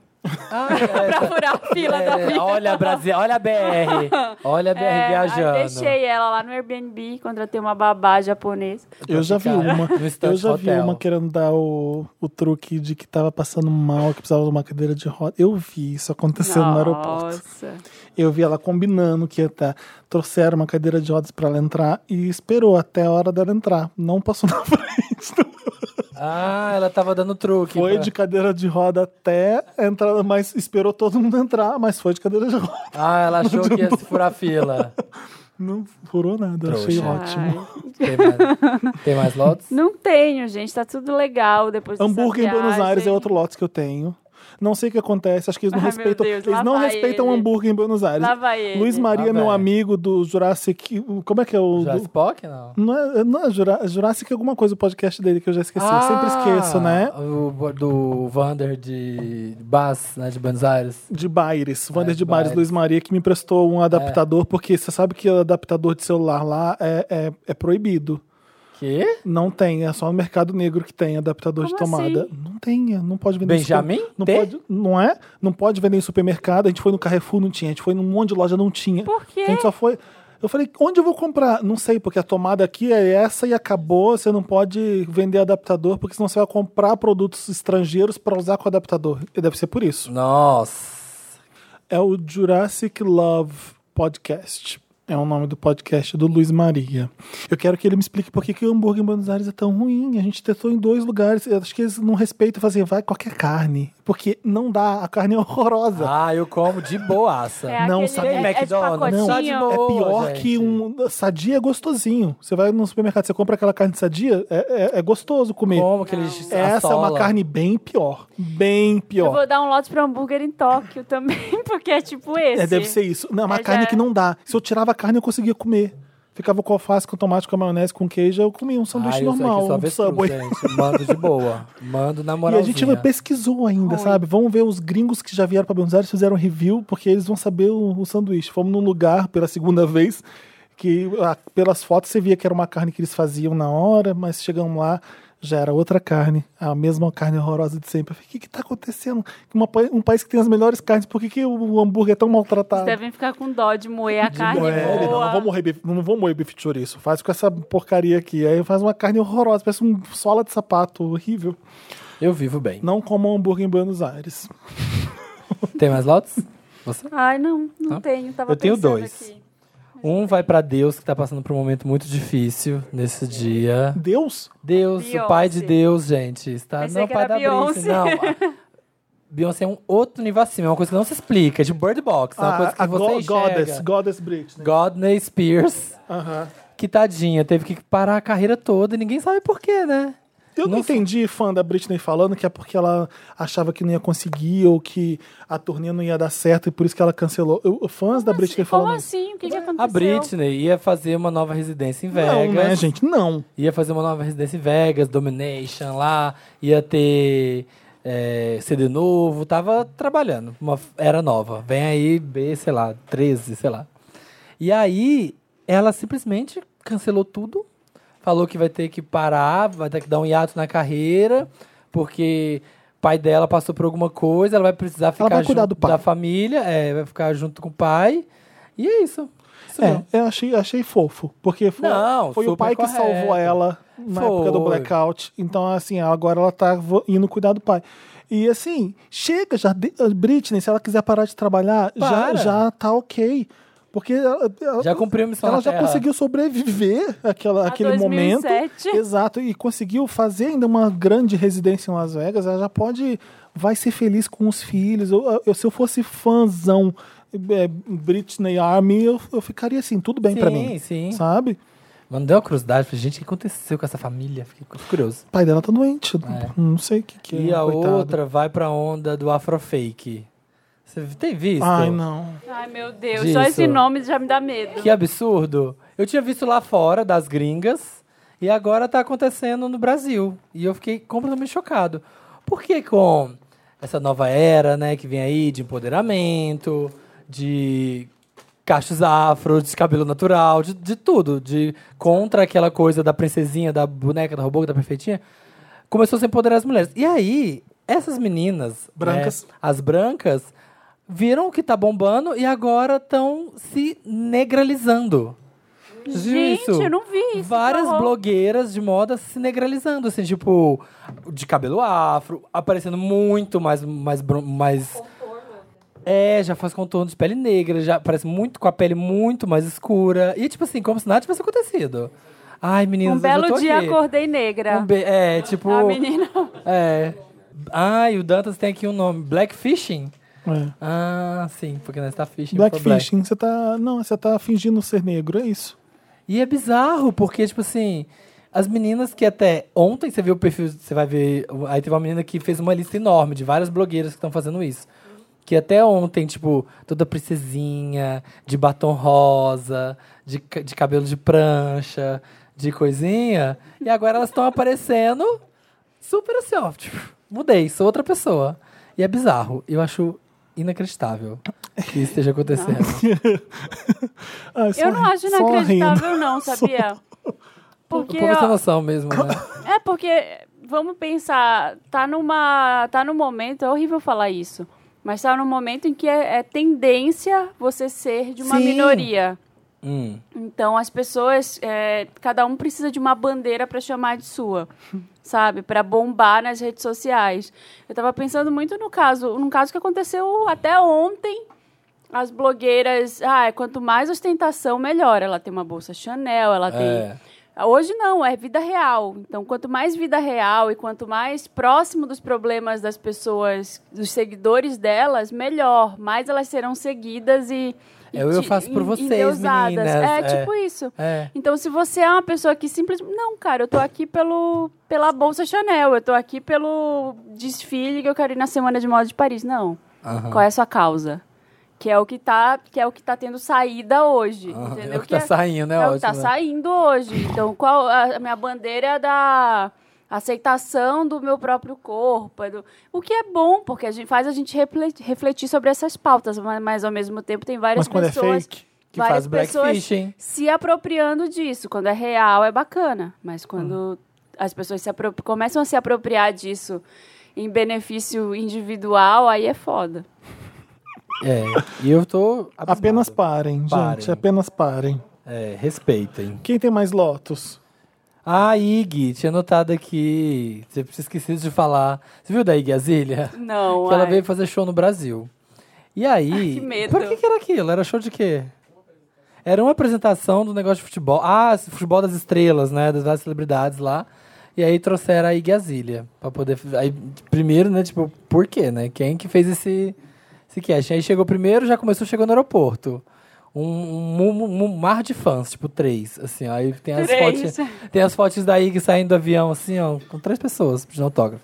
Speaker 2: Ah, é,
Speaker 3: Pra furar a fila da
Speaker 2: É,
Speaker 3: vida.
Speaker 2: olha a Brasil, olha a BR. Olha a BR
Speaker 3: É,
Speaker 2: viajando.
Speaker 3: aí Deixei ela lá no Airbnb, contratei uma babá japonesa.
Speaker 1: Eu já vi
Speaker 2: Ficar
Speaker 1: uma.
Speaker 2: no estante
Speaker 1: Eu já vi
Speaker 2: hotel.
Speaker 1: uma querendo dar o, o truque de que tava passando mal, que precisava de uma cadeira de roda. Eu vi isso acontecendo é no aeroporto.
Speaker 3: Nossa.
Speaker 1: Eu vi ela combinando que ia estar. Trouxeram uma cadeira de rodas pra ela entrar e esperou até a hora dela entrar. Não passou na frente.
Speaker 2: Ah, ela tava dando truque.
Speaker 1: Foi
Speaker 2: pra-
Speaker 1: de cadeira de roda até a entrada, mas esperou todo mundo entrar, mas foi de cadeira de roda.
Speaker 2: Ah, ela achou que ia se furar a fila.
Speaker 1: Não furou nada,
Speaker 2: Trouxa.
Speaker 1: achei ótimo.
Speaker 3: Ai.
Speaker 2: Tem mais, tem mais lotes?
Speaker 3: Não tenho, gente. Tá tudo legal depois dessa
Speaker 1: Hambúrguer em Buenos
Speaker 3: viagem.
Speaker 1: Aires é outro lote que eu tenho. Não sei o que acontece, acho que eles não
Speaker 3: Ai, meu
Speaker 1: respeitam.
Speaker 3: Deus,
Speaker 1: eles
Speaker 3: lá
Speaker 1: não
Speaker 3: vai
Speaker 1: respeitam
Speaker 3: ele.
Speaker 1: hambúrguer em Buenos Aires.
Speaker 3: Lá vai ele.
Speaker 1: Luiz Maria,
Speaker 2: Lá
Speaker 1: meu
Speaker 2: vai.
Speaker 1: amigo do Jurassic. Como é que é o.
Speaker 2: Já
Speaker 1: do-
Speaker 2: Spock, não?
Speaker 1: Não é, não é Jura- Jurassic alguma coisa, o podcast dele que eu já esqueci. Eu sempre esqueço, né?
Speaker 2: Ah, O, bo- do Vander de Bass, né, de Buenos Aires.
Speaker 1: De Baires, Wander de
Speaker 2: É, de
Speaker 1: Baires,
Speaker 2: Baires. É.
Speaker 1: Luiz Maria, que me emprestou um adaptador, porque você sabe que o adaptador de celular lá é, é, é proibido.
Speaker 2: Que?
Speaker 1: Não tem, é só no mercado negro que tem adaptador de
Speaker 3: Como
Speaker 1: tomada.
Speaker 3: assim?
Speaker 1: Não tem, é, não pode vender em
Speaker 2: Benjamin?
Speaker 1: super- Não
Speaker 2: Tem?
Speaker 1: pode, não é? Não pode vender em supermercado. A gente foi no Carrefour, não tinha. A gente foi num monte de loja, não tinha.
Speaker 3: Por quê? É
Speaker 1: A gente só foi. Eu falei, onde eu vou comprar? Não sei, porque a tomada aqui é essa e acabou. Você não pode vender adaptador, porque senão você vai comprar produtos estrangeiros pra usar com adaptador. E deve ser por isso.
Speaker 2: Nossa.
Speaker 1: É o Jurassic Love Podcast. É o nome do podcast do Luiz Maria. Eu quero que ele me explique por que, que o hambúrguer em Buenos Aires é tão ruim. A gente testou em dois lugares. Eu acho que eles não respeitam fazer, vai qualquer carne. Porque não dá, a carne é horrorosa.
Speaker 2: Ah, eu como de boaça.
Speaker 3: É
Speaker 1: Não,
Speaker 3: aquele,
Speaker 1: sabe-
Speaker 3: é, é de
Speaker 2: McDonald's,
Speaker 3: pacotinho.
Speaker 2: só de boa.
Speaker 1: é pior
Speaker 2: Ah, gente.
Speaker 1: que um. Sadia é gostosinho. Você vai no supermercado, você compra aquela carne de sadia, é, é- é gostoso comer.
Speaker 2: Como que eles
Speaker 1: Essa é uma
Speaker 2: assola.
Speaker 1: carne bem pior. Bem
Speaker 3: Eu
Speaker 1: pior.
Speaker 3: vou dar um lote pra hambúrguer em Tóquio também, porque é tipo esse.
Speaker 1: É, deve ser isso. Não, é uma
Speaker 3: Mas
Speaker 1: carne
Speaker 3: é-
Speaker 1: que não dá. Se eu tirava a carne, eu conseguia comer. Ficava com alface, com tomate, com maionese, com queijo, eu comia um sanduíche
Speaker 2: Ah, eu sou-
Speaker 1: normal,
Speaker 2: aqui só
Speaker 1: um
Speaker 2: avestruz,
Speaker 1: subway.
Speaker 2: gente. Mando de boa. Mando
Speaker 1: E
Speaker 2: na
Speaker 1: a
Speaker 2: moralzinha.
Speaker 1: gente pesquisou ainda,
Speaker 3: Ruim.
Speaker 1: sabe? Vamos ver os gringos que já vieram para Buenos Aires, fizeram review, porque eles vão saber o, o sanduíche. Fomos num lugar pela segunda vez que ah, pelas fotos você via que era uma carne que eles faziam na hora, mas chegamos lá, já era outra carne, a mesma carne horrorosa de sempre. Eu falei, o que que tá acontecendo? Uma pa- um país que tem as melhores carnes, por que, que o hambúrguer é tão maltratado?
Speaker 3: Vocês devem ficar com dó de moer a carne
Speaker 1: Não, é, não,
Speaker 3: boa.
Speaker 1: não vou morrer bife, não vou moer bife de chouriço. Faz com essa porcaria aqui. Aí faz uma carne horrorosa, parece um sola de sapato horrível.
Speaker 2: Eu vivo bem.
Speaker 1: Não comam hambúrguer em Buenos Aires.
Speaker 2: Tem mais lotes? Você?
Speaker 3: Ai, não, não
Speaker 2: Hã?
Speaker 3: tenho. Tava
Speaker 2: Ah. Eu tenho
Speaker 3: pensando
Speaker 2: dois.
Speaker 3: aqui.
Speaker 2: Um vai pra Deus, que tá passando por um momento muito difícil nesse dia.
Speaker 1: Deus,
Speaker 2: Deus, o pai de
Speaker 3: Beyoncé.
Speaker 2: Deus, gente. Está
Speaker 3: Pensei
Speaker 2: não
Speaker 3: que
Speaker 2: pai
Speaker 3: era
Speaker 2: da Beyoncé.
Speaker 3: Beyoncé.
Speaker 2: Não. a- Beyoncé é um outro nível acima, é uma coisa que não se explica, é de Bird Box, é uma
Speaker 1: a-
Speaker 2: coisa que
Speaker 1: Ah, a
Speaker 2: você
Speaker 1: go- Goddess,
Speaker 2: enxerga.
Speaker 1: Goddess Britney.
Speaker 2: Godney Spears,
Speaker 1: Aham.
Speaker 2: que tadinha, teve que parar a carreira toda e ninguém sabe por quê, né?
Speaker 1: Eu não,
Speaker 2: Não sei.
Speaker 1: entendi fã da Britney falando que é porque ela achava que não ia conseguir ou que a turnê não ia dar certo e por isso que ela cancelou. Eu, fãs da Britney né?
Speaker 3: Como
Speaker 1: falando. isso.
Speaker 3: assim? O que, que aconteceu?
Speaker 2: A Britney ia fazer uma nova residência em Vegas.
Speaker 1: Não, né, gente? Não.
Speaker 2: Ia fazer uma nova residência em Vegas, Domination lá, ia ter é, CD novo, tava trabalhando, uma era nova. Vem aí, B, sei lá, 13, sei lá. E aí, ela simplesmente cancelou tudo, falou que vai ter que parar, vai ter que dar um hiato na carreira, porque o pai dela passou por alguma coisa, ela vai precisar ficar
Speaker 1: vai cuidar
Speaker 2: junto
Speaker 1: do pai.
Speaker 2: da família, é, vai ficar junto com o pai, e é isso. Isso mesmo.
Speaker 1: É, eu achei, achei fofo. Porque foi,
Speaker 2: Não,
Speaker 1: foi o
Speaker 2: super
Speaker 1: pai que
Speaker 2: correto.
Speaker 1: salvou ela na
Speaker 2: Foi.
Speaker 1: época do blackout. Então, assim, agora ela tá vo- indo cuidar do pai. E assim, chega já. de- a Britney, se ela quiser parar de trabalhar, já,
Speaker 2: Para.
Speaker 1: já tá ok. Porque ela, ela-
Speaker 2: Já cumpriu a missão
Speaker 1: ela
Speaker 2: na
Speaker 1: já
Speaker 2: Terra.
Speaker 1: conseguiu sobreviver àquela, àquele momento.
Speaker 3: 2007.
Speaker 1: Exato, e conseguiu fazer ainda uma grande residência em Las Vegas. Ela já pode, vai ser feliz com os filhos. Eu, eu- se eu fosse fãzão é, Britney Army, eu, eu ficaria assim, tudo bem pra mim.
Speaker 2: Sim, sim.
Speaker 1: Sabe?
Speaker 2: Mano, deu uma curiosidade. Falei, gente, o que aconteceu com essa família? Fiquei curioso.
Speaker 1: O pai dela tá doente. Não sei o que, que
Speaker 2: e
Speaker 1: é.
Speaker 2: a
Speaker 1: coitado.
Speaker 2: outra vai pra onda do Afrofake. Você tem visto?
Speaker 1: Ai, não.
Speaker 3: Ai, meu Deus,
Speaker 2: Disso.
Speaker 3: só esse nome já me dá medo.
Speaker 2: Que absurdo. Eu tinha visto lá fora, das gringas, e agora tá acontecendo no Brasil. E eu fiquei completamente chocado. Por que com essa nova era, né, que vem aí de empoderamento, de cachos afro, de cabelo natural, de, de tudo, de contra aquela coisa da princesinha, da boneca, da robô, da perfeitinha, começou a se empoderar as mulheres. E aí, essas meninas,
Speaker 1: Brancas.
Speaker 2: né, as brancas, viram o que tá bombando e agora estão se negralizando.
Speaker 3: Gente,
Speaker 2: Isso.
Speaker 3: eu não vi isso.
Speaker 2: Várias
Speaker 3: que horror.
Speaker 2: blogueiras de moda se negralizando, assim, tipo, de cabelo afro, aparecendo muito mais. mais, bron- mais é, já faz contorno de pele negra, já parece muito com a pele muito mais escura. E, tipo assim, como se nada tivesse acontecido. Ai, meninas,
Speaker 3: Um
Speaker 2: eu
Speaker 3: belo
Speaker 2: tô
Speaker 3: dia
Speaker 2: aqui.
Speaker 3: acordei negra.
Speaker 2: Um be- É, tipo.
Speaker 3: A menina.
Speaker 2: É. Ai, o Dantas tem aqui um nome: Blackfishing?
Speaker 1: É.
Speaker 2: Ah, sim, porque nós tá fishing. for black.
Speaker 1: Blackfishing, você tá. Não, você tá fingindo ser negro, é isso.
Speaker 2: E é bizarro, porque, tipo assim, as meninas que até ontem você viu o perfil, você vai ver. Aí teve uma menina que fez uma lista enorme de várias blogueiras que estão fazendo isso. Que até ontem, tipo, toda princesinha, de batom rosa, de, ca- de cabelo de prancha, de coisinha. E agora elas estão aparecendo super assim, ó. Tipo, mudei, sou outra pessoa. E é bizarro. Eu acho inacreditável que isso esteja acontecendo.
Speaker 1: Ah, só
Speaker 3: Eu não
Speaker 1: ri-
Speaker 3: acho
Speaker 1: só rindo.
Speaker 3: inacreditável, não, sabia? Porque.
Speaker 2: Pouca
Speaker 3: ó,
Speaker 2: essa noção mesmo, né?
Speaker 3: É, porque, vamos pensar, tá numa. tá num momento, é horrível falar isso. Mas tá num momento em que é, é tendência você ser de uma
Speaker 2: Sim.
Speaker 3: minoria.
Speaker 2: Hum.
Speaker 3: Então as pessoas, é, cada um precisa de uma bandeira para chamar de sua, sabe? Para bombar nas redes sociais. Eu tava pensando muito no caso, num caso que aconteceu até ontem. As blogueiras, ah, quanto mais ostentação, melhor. Ela tem uma bolsa Chanel, ela tem
Speaker 2: É.
Speaker 3: Hoje não, é vida real. Então, quanto mais vida real e quanto mais próximo dos problemas das pessoas, dos seguidores delas, melhor. Mais elas serão seguidas e. e
Speaker 2: É o eu
Speaker 3: te-
Speaker 2: faço por
Speaker 3: en-
Speaker 2: vocês,
Speaker 3: endeusadas.
Speaker 2: meninas.
Speaker 3: É,
Speaker 2: É.
Speaker 3: tipo isso.
Speaker 2: É.
Speaker 3: Então, se você é uma pessoa que simplesmente. Não, cara, eu tô aqui pelo, pela Bolsa Chanel, eu tô aqui pelo desfile que eu quero ir na Semana de Moda de Paris. Não.
Speaker 2: Aham.
Speaker 3: Qual é a sua causa? Que é o que tá, que é o que tá tendo saída hoje.
Speaker 2: Aham.
Speaker 3: Entendeu?
Speaker 2: É o que tá saindo, é,
Speaker 3: é o
Speaker 2: ótimo.
Speaker 3: que tá
Speaker 2: né?
Speaker 3: saindo hoje. Então, qual a, a minha bandeira é da aceitação do meu próprio corpo, é do- o que é bom, porque a gente faz a gente refle- refletir sobre essas pautas, ma- mas, ao mesmo tempo tem
Speaker 1: Mas
Speaker 3: várias
Speaker 1: quando é
Speaker 3: pessoas
Speaker 1: fake.
Speaker 2: Que faz
Speaker 3: várias pessoas
Speaker 2: blackfish, hein?
Speaker 3: se apropriando disso. Quando é real, é bacana. Mas
Speaker 2: Hum.
Speaker 3: quando as pessoas se apro- começam a se apropriar disso em benefício individual, aí é foda.
Speaker 2: É. E eu tô. abismado.
Speaker 1: Apenas parem,
Speaker 2: Parem.
Speaker 1: gente. Apenas parem.
Speaker 2: É, respeitem.
Speaker 1: Quem tem mais Lotus?
Speaker 2: Ah, Ig, tinha notado aqui. Você esquecido de falar. Você viu da Ig Azalea?
Speaker 3: Não,
Speaker 2: Que ela
Speaker 3: ai.
Speaker 2: veio fazer show no Brasil. E aí.
Speaker 3: que medo.
Speaker 2: Por que, que era aquilo? Era show de quê? Era uma apresentação do negócio de futebol. Ah, esse futebol das estrelas, né? Das várias celebridades lá. E aí trouxeram a Iggy Azalea pra poder. Aí, primeiro, né? Tipo, por quê, né? Quem que fez esse, esse cast? Aí chegou primeiro, já começou, chegou no aeroporto. Um, um- um- um mar de fãs, tipo, três, assim, ó. Aí tem as
Speaker 3: Três.
Speaker 2: fotos. Tem as fotos da Iggy saindo do avião, assim, ó, com três pessoas pedindo autógrafo.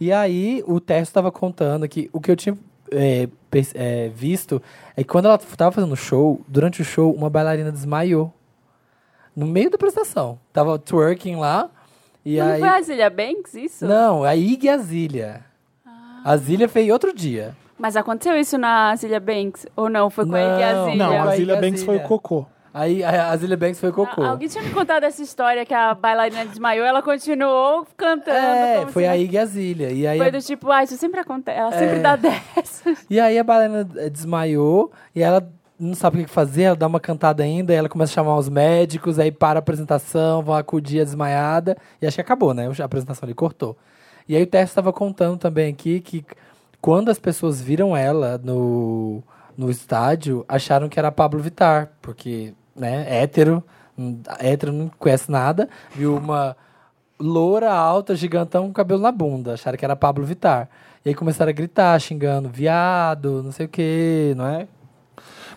Speaker 2: E aí, o Tércio estava contando que o que eu tinha é, perce- é, visto é que quando ela estava fazendo show, durante o show, uma bailarina desmaiou. No meio da apresentação. Tava twerking lá. E
Speaker 3: Não
Speaker 2: aí.
Speaker 3: foi a Zilia Banks isso?
Speaker 2: Não, a Iggy Azalea.
Speaker 3: Ah.
Speaker 2: A Zília fez outro dia.
Speaker 3: Mas aconteceu isso na Zilia Banks? Ou não? Foi com a Iggy
Speaker 2: Não.
Speaker 3: Azalea?
Speaker 1: Não,
Speaker 2: Não,
Speaker 1: a
Speaker 2: aí,
Speaker 1: Zilia Banks
Speaker 2: Zília.
Speaker 1: foi o cocô.
Speaker 2: Aí a a Zília Banks foi cocô.
Speaker 3: Ah, Alguém tinha me contado essa história que a bailarina desmaiou, ela continuou cantando.
Speaker 2: é,
Speaker 3: tá como
Speaker 2: foi
Speaker 3: se
Speaker 2: a
Speaker 3: não-
Speaker 2: Iggy Azalea. E aí
Speaker 3: Foi
Speaker 2: a
Speaker 3: do tipo, ah, isso sempre acontece.
Speaker 1: É.
Speaker 3: Ela sempre dá dessa.
Speaker 2: E aí a bailarina eh, desmaiou e ela não sabe o que fazer, ela dá uma cantada ainda, aí ela começa a chamar os médicos, aí para a apresentação, vão acudir a desmaiada. E acho que acabou, né? A apresentação ali cortou. E aí o Tércio estava contando também aqui que quando as pessoas viram ela no, no estádio, acharam que era a Pablo Vittar, porque, né, hétero, hum, hétero não conhece nada, viu uma loura, alta, gigantão com cabelo na bunda. Acharam que era Pablo Vittar. E aí começaram a gritar, xingando, viado, não sei o quê, não é?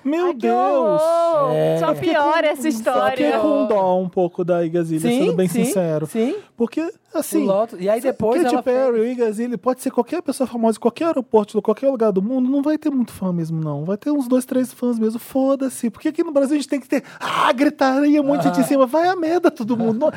Speaker 1: Meu
Speaker 3: Ai, que
Speaker 1: Deus!
Speaker 3: horror! Só
Speaker 1: Eu fiquei
Speaker 3: piora
Speaker 1: com-
Speaker 3: essa
Speaker 1: Eu fiquei
Speaker 3: história.
Speaker 1: com dó um pouco da Igazilha, sendo bem
Speaker 2: sim,
Speaker 1: sincero.
Speaker 2: Sim.
Speaker 1: Porque, assim.
Speaker 2: O Lotus- e aí depois
Speaker 1: Katy
Speaker 2: ela
Speaker 1: Perry, o Igazilha, pode ser qualquer pessoa famosa, em qualquer aeroporto, de qualquer lugar do mundo, não vai ter muito fã mesmo, não. Vai ter uns dois, três fãs mesmo. Foda-se. Porque aqui no Brasil a gente tem que ter. Ah, gritaria, um monte de gente em cima. Vai a merda, todo mundo. Não-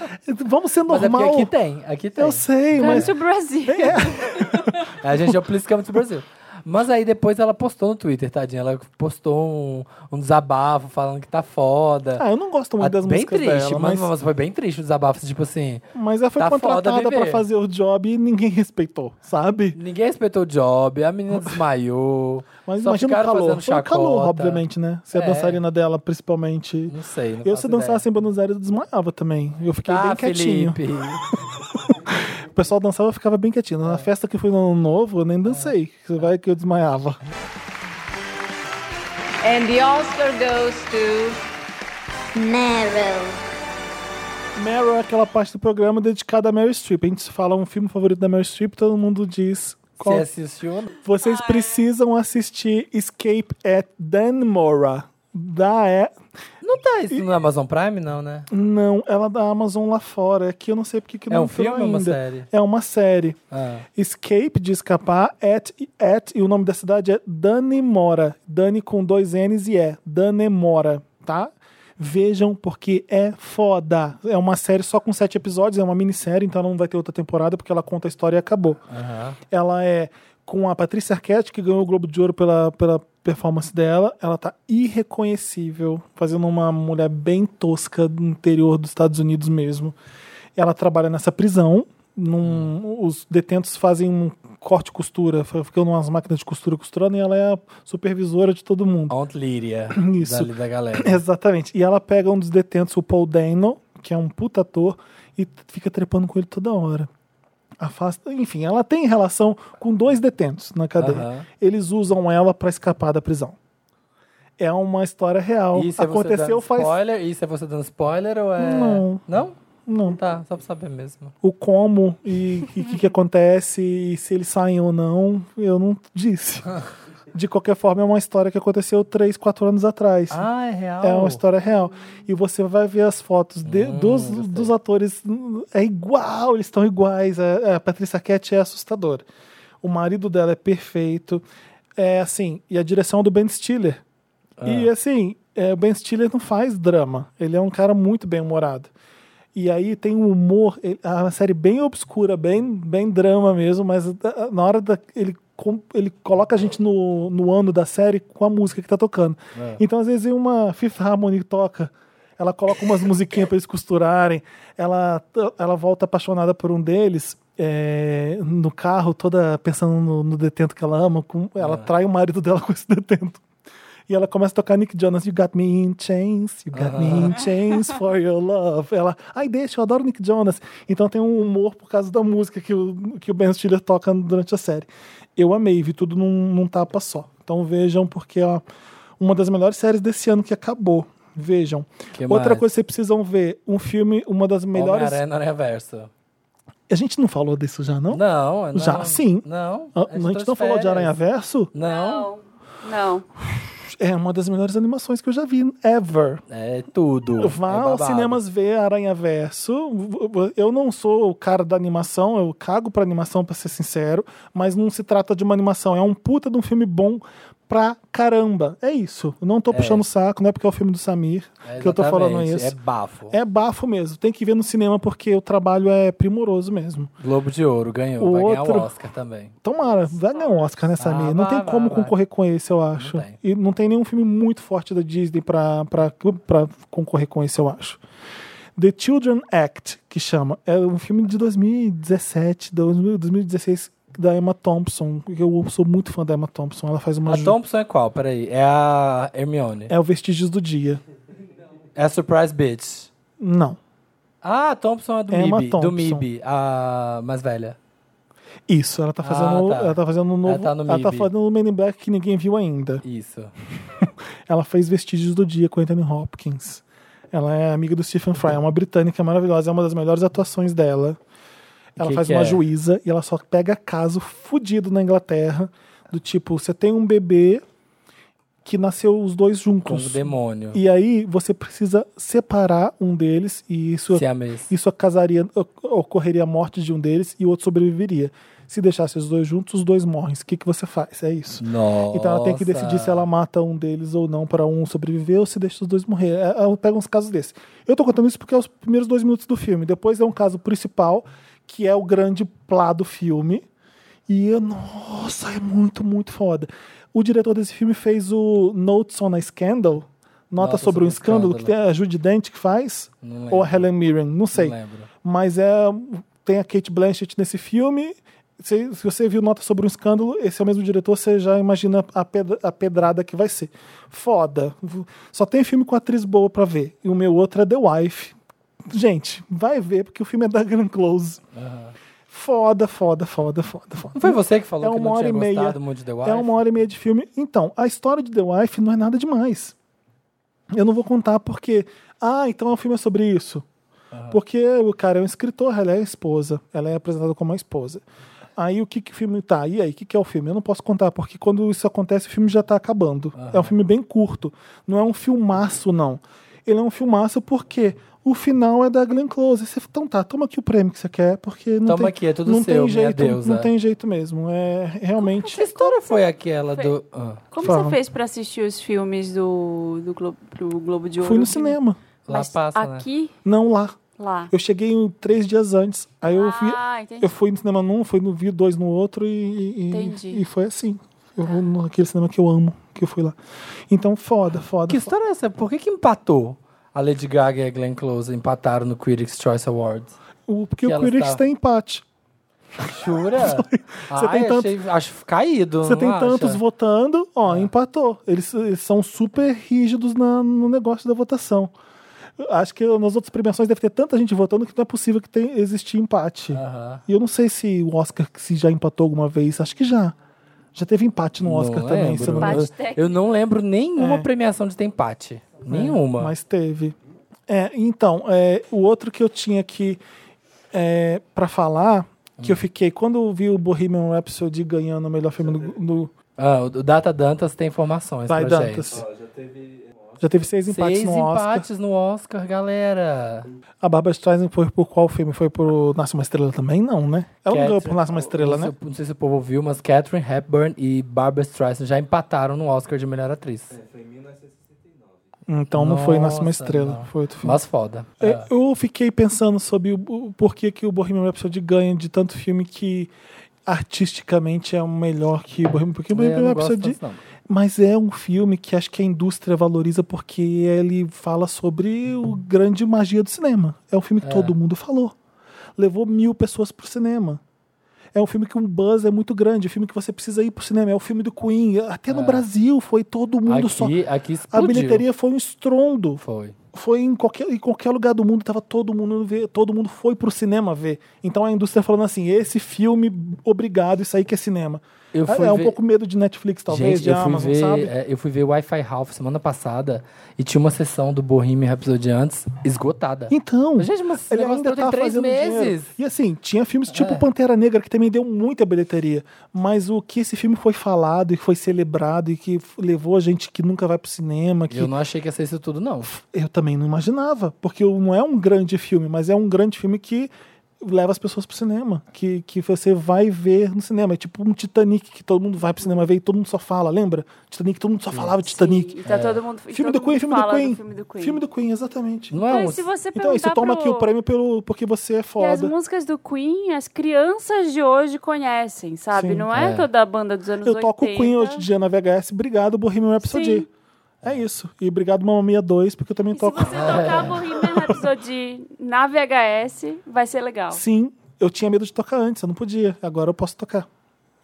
Speaker 1: Vamos ser
Speaker 2: Mas é
Speaker 1: normal.
Speaker 2: porque aqui tem, aqui tem.
Speaker 1: Eu sei, mas. É.
Speaker 3: Mas... o Brasil.
Speaker 2: A gente já aplica muito o Brasil. Mas aí depois ela postou no Twitter, tadinha. Ela postou um, um desabafo falando que tá foda.
Speaker 1: Ah, eu não gosto muito
Speaker 2: Ah,
Speaker 1: das
Speaker 2: bem
Speaker 1: músicas
Speaker 2: triste,
Speaker 1: dela,
Speaker 2: mas,
Speaker 1: mas,
Speaker 2: mas foi bem triste o desabafo. Tipo assim,
Speaker 1: mas ela foi
Speaker 2: tá foda
Speaker 1: contratada pra
Speaker 2: viver.
Speaker 1: fazer o job e ninguém respeitou, sabe?
Speaker 2: ninguém respeitou o job, a menina desmaiou.
Speaker 1: Mas
Speaker 2: só
Speaker 1: imagina o
Speaker 2: ficaram
Speaker 1: calor.
Speaker 2: fazendo
Speaker 1: Foi o calor,
Speaker 2: chacota.
Speaker 1: obviamente, né? Se a
Speaker 2: É. Hum,
Speaker 1: dançarina dela, principalmente.
Speaker 2: Não sei, não
Speaker 1: Eu,
Speaker 2: faço
Speaker 1: se dançasse
Speaker 2: ideia.
Speaker 1: em Buenos Aires, eu desmaiava também. Eu fiquei
Speaker 2: Tá,
Speaker 1: bem quietinho.
Speaker 2: Felipe.
Speaker 1: O pessoal dançava, eu ficava bem quietinho.
Speaker 2: É.
Speaker 1: Na festa que foi no Ano Novo, eu nem dancei. Você vai que eu desmaiava.
Speaker 4: And the Oscar goes to.
Speaker 5: Meryl.
Speaker 1: Meryl é aquela parte do programa dedicada a Meryl Streep. A gente fala um filme favorito da Meryl Streep, todo mundo diz... Qual...
Speaker 2: Você assistiu?
Speaker 1: Vocês precisam assistir Escape at Danmora. Da é...
Speaker 2: Não tá isso no Amazon Prime, não, né?
Speaker 1: Não, ela é da Amazon lá fora. É que eu não sei porque que
Speaker 2: É
Speaker 1: não
Speaker 2: um
Speaker 1: entrou
Speaker 2: filme ou uma
Speaker 1: ainda.
Speaker 2: série?
Speaker 1: É uma série.
Speaker 2: Ah.
Speaker 1: Escape de escapar, at, at, e o nome da cidade é Danemora. Dani com dois N's e E. Danemora, tá? Vejam, porque é foda. É uma série só com sete episódios, é uma minissérie, então ela não vai ter outra temporada, porque ela conta a história e acabou. Ela é com a Patrícia Arquette, que ganhou o Globo de Ouro pela, pela performance dela. Ela tá irreconhecível, fazendo uma mulher bem tosca do interior dos Estados Unidos mesmo. Ela trabalha nessa prisão. num- os detentos fazem um corte e costura, fa- ficam umas máquinas de costura costurando, e ela é a supervisora de todo mundo.
Speaker 2: Aunt Líria.
Speaker 1: Isso.
Speaker 2: Dali da galera.
Speaker 1: Exatamente. E ela pega um dos detentos, o Paul Dano, que é um puta ator, e t- fica trepando com ele toda hora. Afasta, enfim, ela tem relação com dois detentos na cadeia.
Speaker 2: Aham.
Speaker 1: Eles usam ela pra escapar da prisão. É uma história real.
Speaker 2: Isso é você
Speaker 1: Aconteceu
Speaker 2: dando
Speaker 1: faz
Speaker 2: spoiler? Isso é você dando spoiler ou é.
Speaker 1: Não.
Speaker 2: Não?
Speaker 1: não,
Speaker 2: Tá, só pra saber mesmo.
Speaker 1: o como e o que, que acontece e se eles saem ou não, eu não disse. De qualquer forma, é uma história que aconteceu três, quatro anos atrás.
Speaker 2: Ah, é real.
Speaker 1: É uma história real. E você vai ver as fotos de- dos, dos atores. É igual, eles estão iguais. A, a Patrícia Arquette é assustadora. O marido dela é perfeito. É assim, e a direção é do Ben Stiller. E assim, é, o Ben Stiller não faz drama. Ele é um cara muito bem-humorado. E aí tem um humor, ele- é uma série bem obscura, bem, bem drama mesmo, mas da- ah, na hora da, ele com- ele coloca a gente no, no ano da série com a música que tá tocando. Então, às vezes, uma Fifth Harmony toca, ela coloca umas musiquinhas pra eles costurarem, ela, ela volta apaixonada por um deles. é, no carro, toda pensando no, no detento que ela ama, com- ela trai o marido dela com esse detento. E ela começa a tocar Nick Jonas, You Got Me in Chains, You Got Me
Speaker 2: Ah.
Speaker 1: in Chains for Your Love. Ela, ai, deixa, eu adoro Nick Jonas. Então tem um humor por causa da música que o, que o Ben Stiller toca durante a série. Eu amei, vi tudo num, num tapa só. Então vejam, porque é uma das melhores séries desse ano que acabou. Vejam.
Speaker 2: Que
Speaker 1: Outra coisa
Speaker 2: mais?
Speaker 1: que vocês precisam ver: um filme, uma das melhores.
Speaker 2: Homem-Aranha no Reverso.
Speaker 1: A gente não falou disso já, não?
Speaker 2: Não, é não.
Speaker 1: Já, sim.
Speaker 2: Não.
Speaker 1: Ah, A gente,
Speaker 2: tá
Speaker 1: não
Speaker 2: de
Speaker 1: falou de
Speaker 2: férias.
Speaker 1: Aranha Verso?
Speaker 2: Não.
Speaker 3: Não.
Speaker 1: É uma das melhores animações que eu já vi ever.
Speaker 2: É tudo.
Speaker 1: Vá
Speaker 2: é
Speaker 1: aos
Speaker 2: babado.
Speaker 1: cinemas ver Aranha Verso. Eu não sou o cara da animação, eu cago pra animação, pra ser sincero, mas não se trata de uma animação. É um puta de um filme bom pra caramba. É isso. Eu não tô puxando o saco, não é porque é o filme do Samir
Speaker 2: É,
Speaker 1: que eu tô falando
Speaker 2: exatamente,
Speaker 1: isso.
Speaker 2: É bafo.
Speaker 1: É bafo mesmo. Tem que ver no cinema porque o trabalho é primoroso mesmo.
Speaker 2: Globo de Ouro ganhou.
Speaker 1: O
Speaker 2: vai ganhar
Speaker 1: outro-
Speaker 2: o Oscar também.
Speaker 1: Tomara, vai ganhar um Oscar, né, Samir?
Speaker 2: Ah,
Speaker 1: não tem
Speaker 2: vai,
Speaker 1: como
Speaker 2: vai, vai.
Speaker 1: concorrer com esse, eu acho.
Speaker 2: tem.
Speaker 1: E não tem nenhum filme muito forte da Disney pra, pra, pra concorrer com esse, eu acho. The Children Act, que chama. É um filme de 2017, 2000, 2016, da Emma Thompson. que Eu sou muito fã da Emma Thompson. Ela faz uma.
Speaker 2: A
Speaker 1: ju-
Speaker 2: Thompson é qual? Peraí. É a Hermione.
Speaker 1: É o Vestígios do Dia.
Speaker 2: É a Surprise Bitch.
Speaker 1: Não.
Speaker 2: Ah, a Thompson é do
Speaker 1: Emma
Speaker 2: MIB.
Speaker 1: Thompson.
Speaker 2: Do MIB, a mais velha.
Speaker 1: Isso, ela tá fazendo.
Speaker 2: tá.
Speaker 1: Ela tá fazendo um novo.
Speaker 2: Ela tá no
Speaker 1: ela tá
Speaker 2: MIB.
Speaker 1: fazendo o Men in Black que ninguém viu ainda.
Speaker 2: Isso.
Speaker 1: Ela fez Vestígios do Dia com Anthony Hopkins. Ela é amiga do Stephen Fry, é uma britânica maravilhosa, é uma das melhores atuações dela. Ela
Speaker 2: Que
Speaker 1: faz
Speaker 2: que
Speaker 1: uma
Speaker 2: é?
Speaker 1: juíza e ela só pega caso fudido na Inglaterra, do tipo, você tem um bebê que nasceu os dois
Speaker 2: Com o
Speaker 1: juntos.
Speaker 2: demônio.
Speaker 1: E aí você precisa separar um deles e isso
Speaker 2: Se a mês.
Speaker 1: isso acasaria, ocorreria a morte de um deles e o outro sobreviveria. Se deixasse os dois juntos, os dois morrem. O que, que você faz? É isso.
Speaker 2: Nossa.
Speaker 1: Então ela tem que decidir se ela mata um deles ou não para um sobreviver ou se deixa os dois morrer. É, Ela pega uns casos desses. Eu tô contando isso porque é os primeiros dois minutos do filme. Depois é um caso principal, que é o grande plá do filme. E eu, nossa, é muito, muito foda. O diretor desse filme fez o Notes on a Scandal. Nota, sobre, um escândalo, que tem a Judy Dent que faz.
Speaker 2: Não lembro.
Speaker 1: Ou a Helen Mirren, não sei.
Speaker 2: lembro.
Speaker 1: Mas é tem a Kate Blanchett nesse filme. Se, se você viu Nota sobre um Escândalo, esse é o mesmo diretor, você já imagina a, pedra- a pedrada que vai ser. Foda. Só tem filme com atriz boa pra ver. E o meu outro é The Wife. Gente, vai ver, porque o filme é da Grand Close. Foda, foda, foda, foda, foda.
Speaker 2: Não foi você que falou
Speaker 1: É
Speaker 2: que
Speaker 1: uma
Speaker 2: não
Speaker 1: hora
Speaker 2: tinha
Speaker 1: e meia.
Speaker 2: gostado muito de The Wife?
Speaker 1: É uma hora e meia de filme. Então, a história de The Wife não é nada demais. Eu não vou contar porque. Ah, então o filme é sobre isso. Porque o cara é um escritor, ela é a esposa. Ela é apresentada como a esposa. Aí o que, que o filme tá? E aí, o que, que é o filme? Eu não posso contar, porque quando isso acontece, o filme já tá acabando. É um filme bem curto. Não é um filmaço, não. Ele é um filmaço porque o final é da Glenn Close. Você, então tá, toma aqui o prêmio que você quer, porque não
Speaker 2: Toma
Speaker 1: tem,
Speaker 2: aqui, é tudo
Speaker 1: não
Speaker 2: seu, minha
Speaker 1: tem jeito,
Speaker 2: deusa.
Speaker 1: Não tem jeito mesmo. É realmente.
Speaker 2: Que história foi aquela do... Ah,
Speaker 3: Como
Speaker 1: Fala.
Speaker 3: você fez pra assistir os filmes do, do Globo, pro Globo de Ouro?
Speaker 1: Fui no
Speaker 3: Que-
Speaker 1: cinema.
Speaker 2: lá
Speaker 3: Mas
Speaker 2: passa, né?
Speaker 3: aqui,
Speaker 1: Não lá.
Speaker 3: lá.
Speaker 1: Eu cheguei um- três dias antes. Aí eu vi.
Speaker 3: Ah, entendi.
Speaker 1: Eu fui no cinema num, fui no, vi dois no outro e- e,
Speaker 3: Entendi.
Speaker 1: e, e foi assim. Eu vou naquele cinema que eu amo, que eu fui lá. Então, foda, foda.
Speaker 2: Que
Speaker 1: foda.
Speaker 2: história é essa? Por que que empatou? A Lady Gaga e a Glenn Close empataram no Critics' Choice Awards.
Speaker 1: O- porque
Speaker 2: que
Speaker 1: o
Speaker 2: ela
Speaker 1: Critics
Speaker 2: está-
Speaker 1: tem empate.
Speaker 2: Jura?
Speaker 1: Você
Speaker 2: Ai,
Speaker 1: tem tanto-
Speaker 2: achei- acho caído,
Speaker 1: Você tem
Speaker 2: não acha? É.
Speaker 1: tantos votando, ó, empatou. Eles, eles são super rígidos na- no negócio da votação. Eu Acho que nas outras premiações deve ter tanta gente votando que não é possível que tenha, existir empate.
Speaker 2: Aham.
Speaker 1: E eu não sei se o Oscar se já empatou alguma vez. Acho que já. Já teve empate no
Speaker 2: Não
Speaker 1: Oscar também,
Speaker 2: lembro.
Speaker 1: se eu não me
Speaker 3: Empate
Speaker 1: engano.
Speaker 2: Eu-
Speaker 3: técnico.
Speaker 2: Eu não lembro nenhuma
Speaker 1: É.
Speaker 2: premiação de ter empate. Nenhuma.
Speaker 1: Mas teve. É, então, é, o outro que eu tinha aqui é, para falar, que
Speaker 2: Hum.
Speaker 1: eu fiquei, quando eu vi o Bohemian Rhapsody ganhando o melhor filme do. do
Speaker 2: Ah, o Data Dantas tem informações
Speaker 1: vai,
Speaker 2: pra
Speaker 1: Dantas.
Speaker 2: gente.
Speaker 1: Já teve seis empates
Speaker 2: Seis
Speaker 1: no Oscar.
Speaker 2: empates no Oscar, galera.
Speaker 1: A Barbara Streisand foi por qual filme? Foi por Nasce uma Estrela também? Não, né? Ela não ganhou
Speaker 2: Catherine-
Speaker 1: por Nasce uma Estrela,
Speaker 2: não
Speaker 1: né?
Speaker 2: sei- Não sei se o povo viu, mas Catherine Hepburn e Barbara Streisand já empataram no Oscar de melhor atriz.
Speaker 1: É. Então não foi Nasce uma
Speaker 2: Nossa,
Speaker 1: Estrela.
Speaker 2: não.
Speaker 1: Foi outro filme.
Speaker 2: Mas foda. Ah,
Speaker 1: É, Eu fiquei pensando sobre o, o porquê que o Bohemian Rhapsody ganha de tanto filme que artisticamente é o melhor que Bohemian porque
Speaker 2: É, né, Eu
Speaker 1: Bohemian
Speaker 2: não gosto
Speaker 1: Rhapsody
Speaker 2: tanto, não.
Speaker 1: mas é um filme que acho que a indústria valoriza porque ele fala sobre o grande magia do cinema. É um filme que todo mundo falou. Levou mil pessoas pro cinema. É um filme que um buzz é muito grande, é um filme que você precisa ir pro cinema. É o filme do Queen. Até no Brasil foi todo mundo só.
Speaker 2: É. Aqui, aqui
Speaker 1: A
Speaker 2: explodiu.
Speaker 1: bilheteria foi um estrondo.
Speaker 2: Foi.
Speaker 1: Foi em qualquer, em qualquer lugar do mundo, tava todo mundo ver, todo mundo foi pro cinema ver. Então a indústria falando assim: esse filme, obrigado, isso aí que é cinema.
Speaker 2: Eu fui
Speaker 1: é um
Speaker 2: ver-
Speaker 1: pouco medo de Netflix, talvez,
Speaker 2: Gente,
Speaker 1: de
Speaker 2: eu fui,
Speaker 1: Amazon,
Speaker 2: ver,
Speaker 1: sabe?
Speaker 2: é, eu fui ver Wi-Fi Ralph semana passada e tinha uma sessão do Bohemian Rhapsody antes esgotada.
Speaker 1: Então,
Speaker 2: Gente, mas esse
Speaker 1: ele
Speaker 2: negócio
Speaker 1: ainda
Speaker 2: deu tem
Speaker 1: tá
Speaker 2: três
Speaker 1: fazendo
Speaker 2: meses. É.
Speaker 1: dinheiro. E assim, tinha filmes tipo Pantera Negra, que também deu muita bilheteria. Mas o que esse filme foi falado e foi celebrado e que f- levou a gente que nunca vai pro cinema, que
Speaker 2: Eu não achei que ia ser isso tudo, não.
Speaker 1: eu também não imaginava. Porque não é um grande filme, mas é um grande filme que leva as pessoas pro cinema. Que, que você vai ver no cinema. É tipo um Titanic que todo mundo vai pro cinema ver e todo mundo só fala, lembra? Titanic, todo mundo só falava de Titanic. É.
Speaker 3: Sim, e tá todo mundo, e
Speaker 1: Filme
Speaker 3: todo
Speaker 1: do Queen,
Speaker 3: mundo
Speaker 1: filme do
Speaker 3: fala
Speaker 1: Queen.
Speaker 3: filme do Queen.
Speaker 1: Filme do Queen, exatamente.
Speaker 2: Não é
Speaker 3: Então,
Speaker 2: um...
Speaker 3: e se você
Speaker 1: Então é isso,
Speaker 3: perguntar
Speaker 1: toma
Speaker 3: pro-
Speaker 1: aqui o prêmio pelo, porque você é
Speaker 3: E as
Speaker 1: foda.
Speaker 3: músicas do Queen, as crianças de hoje conhecem, sabe?
Speaker 1: Sim.
Speaker 3: não é,
Speaker 2: É.
Speaker 3: toda a banda dos anos
Speaker 1: Eu
Speaker 3: 80.
Speaker 1: toco o Queen hoje em dia na VHS. Obrigado, Bohemian Rhapsody.
Speaker 3: Sim.
Speaker 1: É isso. E obrigado, Mamma Mia 2, porque eu também
Speaker 3: E se
Speaker 1: toco.
Speaker 3: você tocar Bohemian Rhapsody na VHS, vai ser legal.
Speaker 1: Sim, eu tinha medo de tocar antes, eu não podia. Agora eu posso tocar.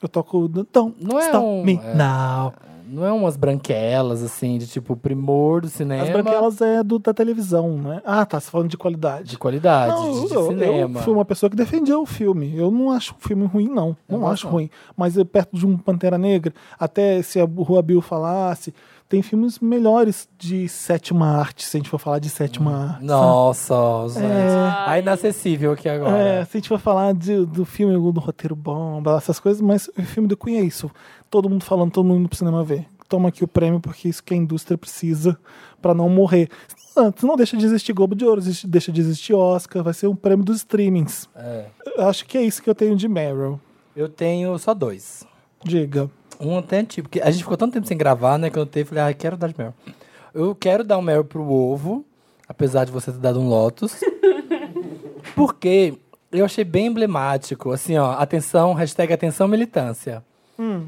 Speaker 1: Eu toco. Então,
Speaker 2: Não é
Speaker 1: stop
Speaker 2: um-
Speaker 1: me
Speaker 2: é.
Speaker 1: now.
Speaker 2: Não é umas branquelas, assim, de tipo primor do cinema.
Speaker 1: As branquelas é do, da televisão, né? Ah, tá. Você falando de qualidade.
Speaker 2: De qualidade,
Speaker 1: Não,
Speaker 2: de, de
Speaker 1: eu-
Speaker 2: cinema.
Speaker 1: Eu fui uma pessoa que defendia o filme. Eu não acho o filme ruim, não. Não
Speaker 2: gosto,
Speaker 1: acho
Speaker 2: não.
Speaker 1: ruim. Mas é perto de um Pantera Negra, até se a Rua Bill falasse, tem filmes melhores de sétima arte, se a gente for falar de sétima
Speaker 2: Hum,
Speaker 1: arte.
Speaker 2: Nossa, gente. A inacessível aqui
Speaker 1: É,
Speaker 2: agora.
Speaker 1: se a gente for falar de- do filme, do roteiro bomba, essas coisas, mas o filme do Queen é isso. Todo mundo falando, todo mundo indo pro cinema ver. Toma aqui o prêmio, porque é isso que a indústria precisa pra não morrer. Ah, Não deixa de existir Globo de Ouro, existe- deixa de existir Oscar, vai ser um prêmio dos streamings.
Speaker 2: É.
Speaker 1: Eu Acho que é isso que eu tenho de Meryl.
Speaker 2: Eu tenho só dois.
Speaker 1: Diga.
Speaker 2: Um até tipo, porque a gente ficou tanto tempo sem gravar, né? Que eu notei e falei, ah, quero dar de Meryl. Eu quero dar um Meryl pro ovo, apesar de você ter dado um Lotus. porque eu achei bem emblemático, assim, ó, atenção, hashtag atenção militância.
Speaker 1: Hum.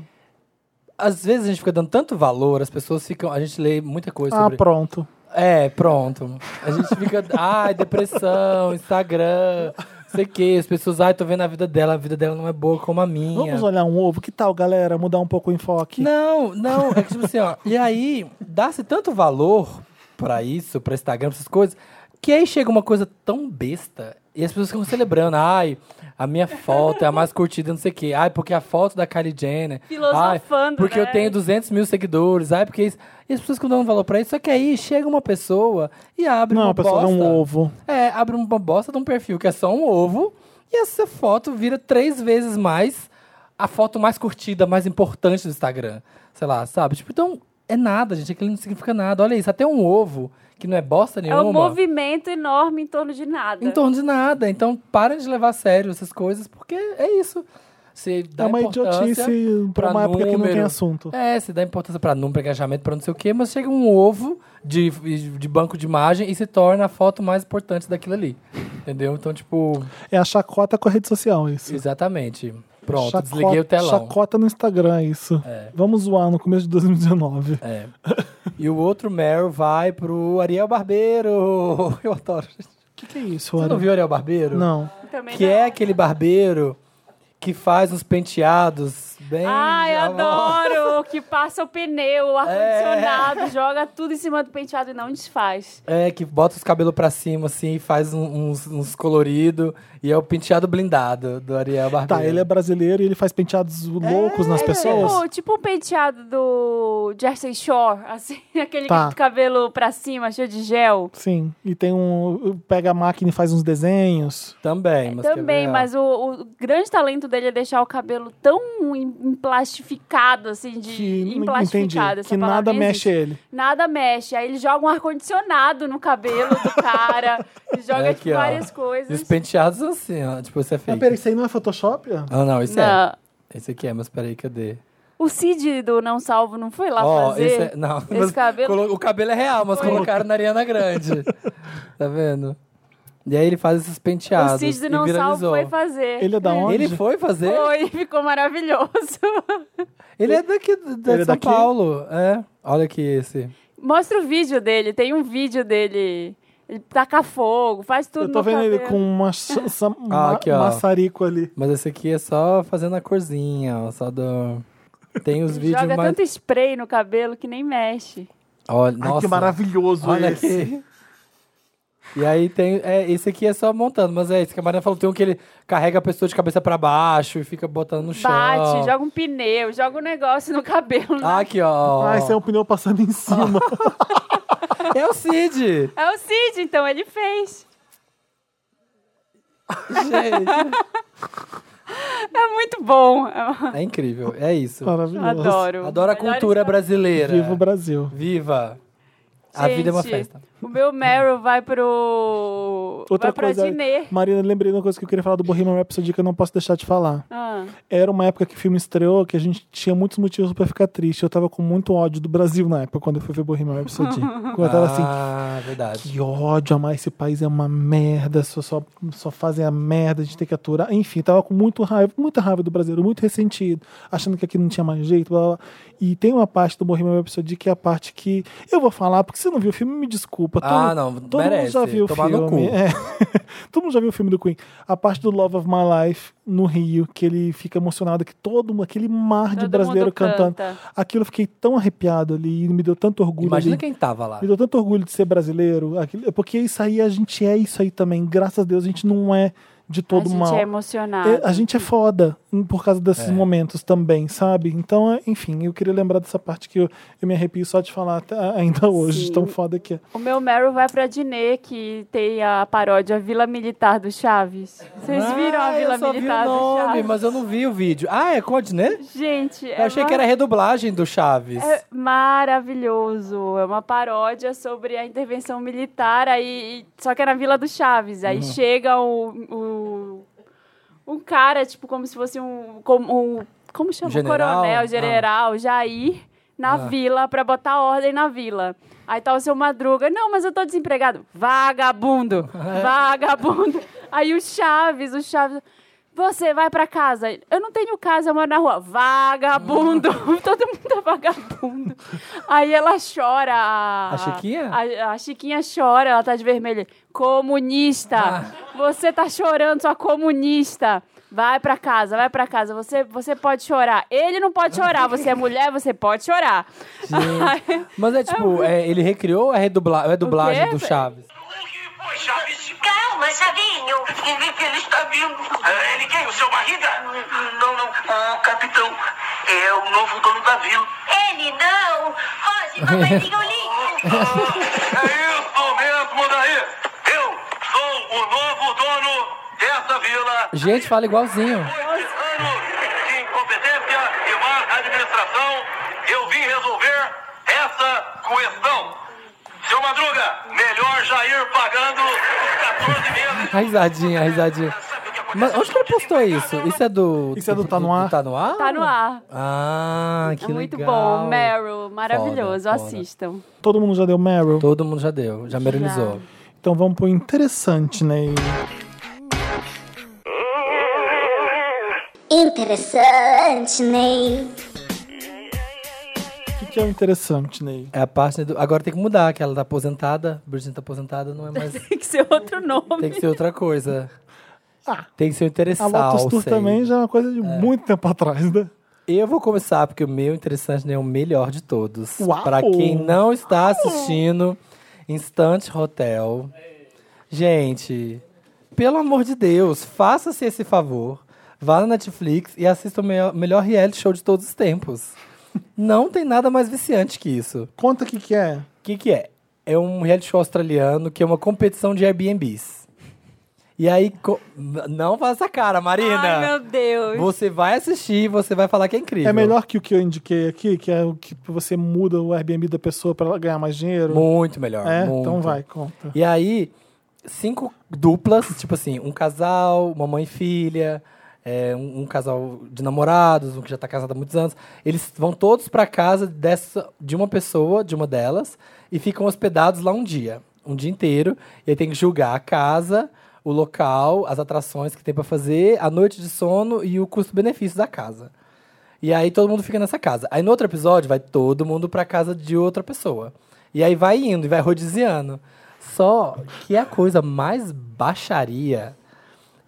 Speaker 2: Às vezes a gente fica dando tanto valor, as pessoas ficam. A gente lê muita coisa
Speaker 1: Ah,
Speaker 2: sobre.
Speaker 1: pronto.
Speaker 2: É, pronto. A gente fica. Ai, depressão, Instagram, não sei o quê. As pessoas, ai, tô vendo a vida dela, a vida dela não é boa como a minha.
Speaker 1: Vamos olhar um ovo. Que tal, galera? Mudar um pouco o enfoque.
Speaker 2: é. Não, não, é que tipo assim, ó. E aí, dá-se tanto valor pra isso, pra Instagram, pra essas coisas, que aí chega uma coisa tão besta e as pessoas ficam celebrando. Ai, a minha foto é a mais curtida, não sei o quê. Ai, porque a foto da Kylie Jenner. Ai,
Speaker 3: Filosofando,
Speaker 2: porque
Speaker 3: né?
Speaker 2: eu tenho 200 mil seguidores. Ai, porque isso. E as pessoas ficam dando valor pra isso. Só que aí chega uma pessoa e abre
Speaker 1: Não,
Speaker 2: uma
Speaker 1: a pessoa
Speaker 2: bosta.
Speaker 1: é um ovo.
Speaker 2: É, abre uma bosta de um perfil que é só um ovo e essa foto vira três vezes mais a foto mais curtida, mais importante do Instagram. Sei lá, sabe? Tipo, então é nada, gente. Aquilo não significa nada. Olha isso, até um ovo que não é bosta
Speaker 3: É
Speaker 2: nenhuma.
Speaker 3: um movimento enorme em torno de nada.
Speaker 2: Em torno de nada. Então, parem de levar a sério essas coisas, porque é isso. Você dá
Speaker 1: é uma
Speaker 2: importância
Speaker 1: idiotice pra
Speaker 2: pra
Speaker 1: uma época que não tem
Speaker 2: número.
Speaker 1: assunto.
Speaker 2: É, você dá importância pra número, pra engajamento, pra não sei o quê, mas chega um ovo de, de banco de imagem e se torna a foto mais importante daquilo ali. Entendeu? Então, tipo,
Speaker 1: É a chacota com a rede social, isso.
Speaker 2: exatamente. Pronto,
Speaker 1: Chacota-
Speaker 2: desliguei o telão.
Speaker 1: Chacota no Instagram, é isso. Vamos zoar no começo de 2019.
Speaker 2: É. E o outro Meryl vai pro Ariel Barbeiro. Eu adoro.
Speaker 1: O que, que é isso,
Speaker 2: Você não
Speaker 1: Ari?
Speaker 2: viu o Ariel Barbeiro?
Speaker 1: Não. Tá,
Speaker 3: Também
Speaker 2: Que
Speaker 3: não.
Speaker 2: é aquele barbeiro que faz uns penteados bem.
Speaker 3: Ai,
Speaker 2: já
Speaker 3: Ah, adoro! Que passa o pneu,
Speaker 1: É.
Speaker 3: o ar-condicionado, joga tudo em cima do penteado e não desfaz.
Speaker 2: É, que bota os cabelos pra cima, assim, e faz um- uns, uns coloridos. E é o penteado blindado do Ariel Barbeiro.
Speaker 1: Tá, ele é brasileiro e ele faz penteados loucos nas pessoas.
Speaker 3: Tipo, tipo o penteado do Jersey Shore, assim, aquele
Speaker 1: Tá.
Speaker 3: cabelo pra cima, cheio de gel.
Speaker 1: Sim. E tem um. Pega a máquina e faz uns desenhos.
Speaker 2: Também, mas. quer
Speaker 3: É, Também,
Speaker 2: ver, ó.
Speaker 3: mas o, o grande talento dele é deixar o cabelo tão em- emplastificado, assim, de
Speaker 1: Que não entendi.
Speaker 3: emplastificado. essa
Speaker 1: Que
Speaker 3: palavra
Speaker 1: nada
Speaker 3: nem
Speaker 1: mexe
Speaker 3: existe.
Speaker 1: ele.
Speaker 3: Nada mexe. Aí ele joga um ar-condicionado no cabelo do cara. e joga,
Speaker 2: É
Speaker 3: tipo,
Speaker 2: aqui, ó.
Speaker 3: várias
Speaker 2: E os
Speaker 3: coisas.
Speaker 2: penteados assim, ó. Tipo, isso é
Speaker 1: Mas
Speaker 2: fake.
Speaker 1: peraí, isso aí não é Photoshop? ó?
Speaker 2: Ah, não, isso
Speaker 3: Não.
Speaker 2: é. Esse aqui é, mas peraí, cadê?
Speaker 3: O Cid do Não Salvo não foi lá
Speaker 2: Ó,
Speaker 3: fazer?
Speaker 2: esse é. Não, mas
Speaker 3: cabelo-
Speaker 2: colo- o cabelo é real, mas
Speaker 3: Foi.
Speaker 2: colocaram na Ariana Grande. tá vendo? E aí ele faz esses
Speaker 3: O
Speaker 2: penteados.
Speaker 3: Cid
Speaker 2: e
Speaker 3: não salvo
Speaker 2: viralizou.
Speaker 3: foi fazer.
Speaker 1: Ele é da onde?
Speaker 2: Ele foi fazer?
Speaker 3: Foi, ficou maravilhoso.
Speaker 2: Ele é daqui da de
Speaker 1: Ele é
Speaker 2: São
Speaker 1: daqui?
Speaker 2: Paulo. É. Olha aqui esse.
Speaker 3: Mostra o vídeo dele, tem um vídeo dele. Ele taca fogo, faz tudo
Speaker 1: Eu tô
Speaker 3: no
Speaker 1: vendo ele
Speaker 3: cabelo.
Speaker 1: com uma, sa- sa- ma-
Speaker 2: Ah, aqui, ó.
Speaker 1: maçarico ali.
Speaker 2: Mas esse aqui é só fazendo a corzinha, ó, só do. Tem os vídeos
Speaker 3: Joga
Speaker 2: mais.
Speaker 3: tanto spray no cabelo que nem mexe.
Speaker 2: Olha,
Speaker 1: Ai,
Speaker 2: nossa.
Speaker 1: que maravilhoso
Speaker 2: Olha
Speaker 1: esse.
Speaker 2: aqui. E aí tem. É, esse aqui é só montando, mas é isso que a Marina falou. Tem um que ele carrega a pessoa de cabeça pra baixo e fica botando no chão.
Speaker 3: Bate, joga um pneu, joga um negócio no cabelo.
Speaker 2: Ah, aqui, ó.
Speaker 1: Ah, esse é um pneu passando em cima.
Speaker 2: É o Cid!
Speaker 3: É o Cid, então ele fez.
Speaker 2: Gente,
Speaker 3: É muito bom.
Speaker 2: é incrível. É isso.
Speaker 1: Maravilhoso.
Speaker 3: Adoro.
Speaker 2: Adoro a
Speaker 3: Melhor
Speaker 2: cultura brasileira.
Speaker 1: Viva o Brasil.
Speaker 2: Viva! A vida é uma
Speaker 3: Gente,
Speaker 2: festa.
Speaker 3: O meu Meryl vai pro.
Speaker 1: Outra
Speaker 3: vai pra
Speaker 2: é
Speaker 1: coisa, é-
Speaker 3: Dinê.
Speaker 1: Marina, lembrei de uma coisa que eu queria falar do Bohemian Rhapsody que eu não posso deixar de falar.
Speaker 3: Ah,
Speaker 1: Era uma época que o filme estreou que a gente tinha muitos motivos pra ficar triste. Eu tava com muito ódio do Brasil na época quando eu fui ver Bohemian Rhapsody. quando eu tava assim,
Speaker 2: Ah, verdade.
Speaker 1: que ódio, amar esse país é uma merda, só, só, só fazem a merda, a gente tem que aturar. Enfim, tava com muito raiva, muita raiva do brasileiro, muito ressentido, achando que aqui não tinha mais jeito, blá, blá, blá. E tem uma parte do Bohemian Rhapsody que é a parte que eu vou falar, porque você não viu o filme, me desculpa.
Speaker 2: Ah,
Speaker 1: Todo-
Speaker 2: não,
Speaker 1: Todo
Speaker 2: merece,
Speaker 1: mundo já viu o
Speaker 2: tomar no
Speaker 1: filme.
Speaker 2: cu.
Speaker 1: É. todo mundo já viu o filme do Queen. A parte do Love of My Life, no Rio, que ele fica emocionado, que todo mundo- aquele mar de
Speaker 3: Todo
Speaker 1: brasileiro
Speaker 3: mundo canta.
Speaker 1: cantando. Aquilo eu fiquei tão arrepiado ali, e me deu tanto orgulho
Speaker 2: Imagina
Speaker 1: ali.
Speaker 2: quem tava lá.
Speaker 1: Me deu tanto orgulho de ser brasileiro, aquilo- é porque isso aí a gente é isso aí também. Graças a Deus a gente não é de
Speaker 3: a
Speaker 1: todo
Speaker 3: gente
Speaker 1: mal.
Speaker 3: é emocionado.
Speaker 1: É, a gente é foda hum, por causa desses momentos também, sabe? Então, é, enfim, eu queria lembrar dessa parte que eu, eu me arrepio só de falar até- ainda hoje,
Speaker 3: Sim.
Speaker 1: tão foda que é.
Speaker 3: O meu Meryl vai pra Dinê, que tem a paródia Vila Militar do Chaves. Vocês viram a
Speaker 2: Ah,
Speaker 3: Vila
Speaker 2: eu só vi
Speaker 3: Militar
Speaker 2: o
Speaker 3: do
Speaker 2: nome,
Speaker 3: Chaves?
Speaker 2: mas eu não vi o vídeo. Ah, é Codney?
Speaker 3: Gente,
Speaker 2: Eu achei que era a redublagem do Chaves.
Speaker 3: É maravilhoso. É uma paródia sobre a intervenção militar, aí, e- só que é na Vila do Chaves.
Speaker 2: Uhum.
Speaker 3: Aí chega o, o, um cara, tipo, como se fosse um. Como, um- como chama?
Speaker 2: General? Ah.
Speaker 3: O coronel, general, Jair, na vila, pra botar ordem na vila. Aí tá o seu Madruga. Não, mas eu tô desempregado. Vagabundo! Vagabundo! Aí o Chaves, o Chaves. Você vai pra casa. Eu não tenho casa, eu moro na rua. Vagabundo! Todo mundo é vagabundo. Aí ela chora. A,
Speaker 2: A Chiquinha?
Speaker 3: A, a Chiquinha chora, ela tá de vermelho. Comunista!
Speaker 2: Ah.
Speaker 3: Você tá chorando, sua comunista! Vai pra casa, vai pra casa. Você, você pode chorar. Ele não pode chorar. Você é mulher, você pode chorar. Aí-
Speaker 2: Mas é tipo, é, ele recriou ou é, redubla... é dublagem
Speaker 3: quê?
Speaker 2: do Chaves?
Speaker 6: Calma, Chavinho. Ele, ele está vindo. É, Ele quem? O seu barriga? Não, não. O capitão é o novo dono da vila.
Speaker 5: Ele não! Hoje,
Speaker 3: Ah,
Speaker 5: mamãe Violin!
Speaker 6: é isso mesmo daí. Eu sou o novo dono dessa vila.
Speaker 2: Gente, fala igualzinho.
Speaker 6: Depois de anos de incompetência e má administração, eu vim resolver essa questão. Seu Madruga, melhor Jair pagando os 14 meses. é
Speaker 2: A risadinha, a risadinha. Mas onde tá que ele postou isso? Isso é do.
Speaker 1: Isso é do Tá No Ar?
Speaker 2: Tá no ar?
Speaker 3: Tá no ar.
Speaker 2: Ah, que
Speaker 3: é muito
Speaker 2: legal.
Speaker 3: bom. Meryl, maravilhoso.
Speaker 2: Foda, foda.
Speaker 3: Assistam.
Speaker 1: Todo mundo já deu Meryl?
Speaker 2: Todo mundo já deu, já meronizou.
Speaker 1: Então vamos pro interessante, né?
Speaker 5: Interessante, Ney!
Speaker 1: O que, que é o interessante, Ney?
Speaker 2: É a parte do. Agora tem que mudar, que ela tá aposentada. Virginia tá aposentada, não é mais.
Speaker 3: Tem que ser outro nome.
Speaker 2: tem que ser outra coisa.
Speaker 1: Ah,
Speaker 2: Tem que ser
Speaker 1: a Lotus Tour
Speaker 2: interessante.
Speaker 1: também já é uma coisa de muito tempo atrás, né?
Speaker 2: Eu vou começar, porque o meu interessante né, é o melhor de todos.
Speaker 1: Uau!
Speaker 2: Pra quem não está assistindo, Instant Hotel. Gente, pelo amor de Deus, faça-se esse favor. Vá na Netflix e assista o melhor, melhor reality show de todos os tempos. Não tem nada mais viciante que isso.
Speaker 1: Conta o que, que é.
Speaker 2: O que, que é? É um reality show australiano que é uma competição de Airbnbs. E aí. co- N- Não faça cara, Marina!
Speaker 3: Ai, meu Deus.
Speaker 2: Você vai assistir e você vai falar que é incrível.
Speaker 1: É melhor que o que eu indiquei aqui, que é o que você muda o Airbnb da pessoa pra ela ganhar mais dinheiro.
Speaker 2: Muito melhor.
Speaker 1: é,
Speaker 2: muito.
Speaker 1: então vai, conta.
Speaker 2: E aí, cinco duplas, tipo assim, um casal, uma mãe e filha, é, um, um casal de namorados, um que já tá casado há muitos anos. Eles vão todos pra casa dessa, de uma pessoa, de uma delas, e ficam hospedados lá um dia. um dia inteiro. E aí tem que julgar a casa, o local, as atrações que tem pra fazer, a noite de sono e o custo-benefício da casa. E aí todo mundo fica nessa casa. Aí no outro episódio vai todo mundo pra casa de outra pessoa. E aí vai indo e vai rodiziando. Só que é a coisa mais baixaria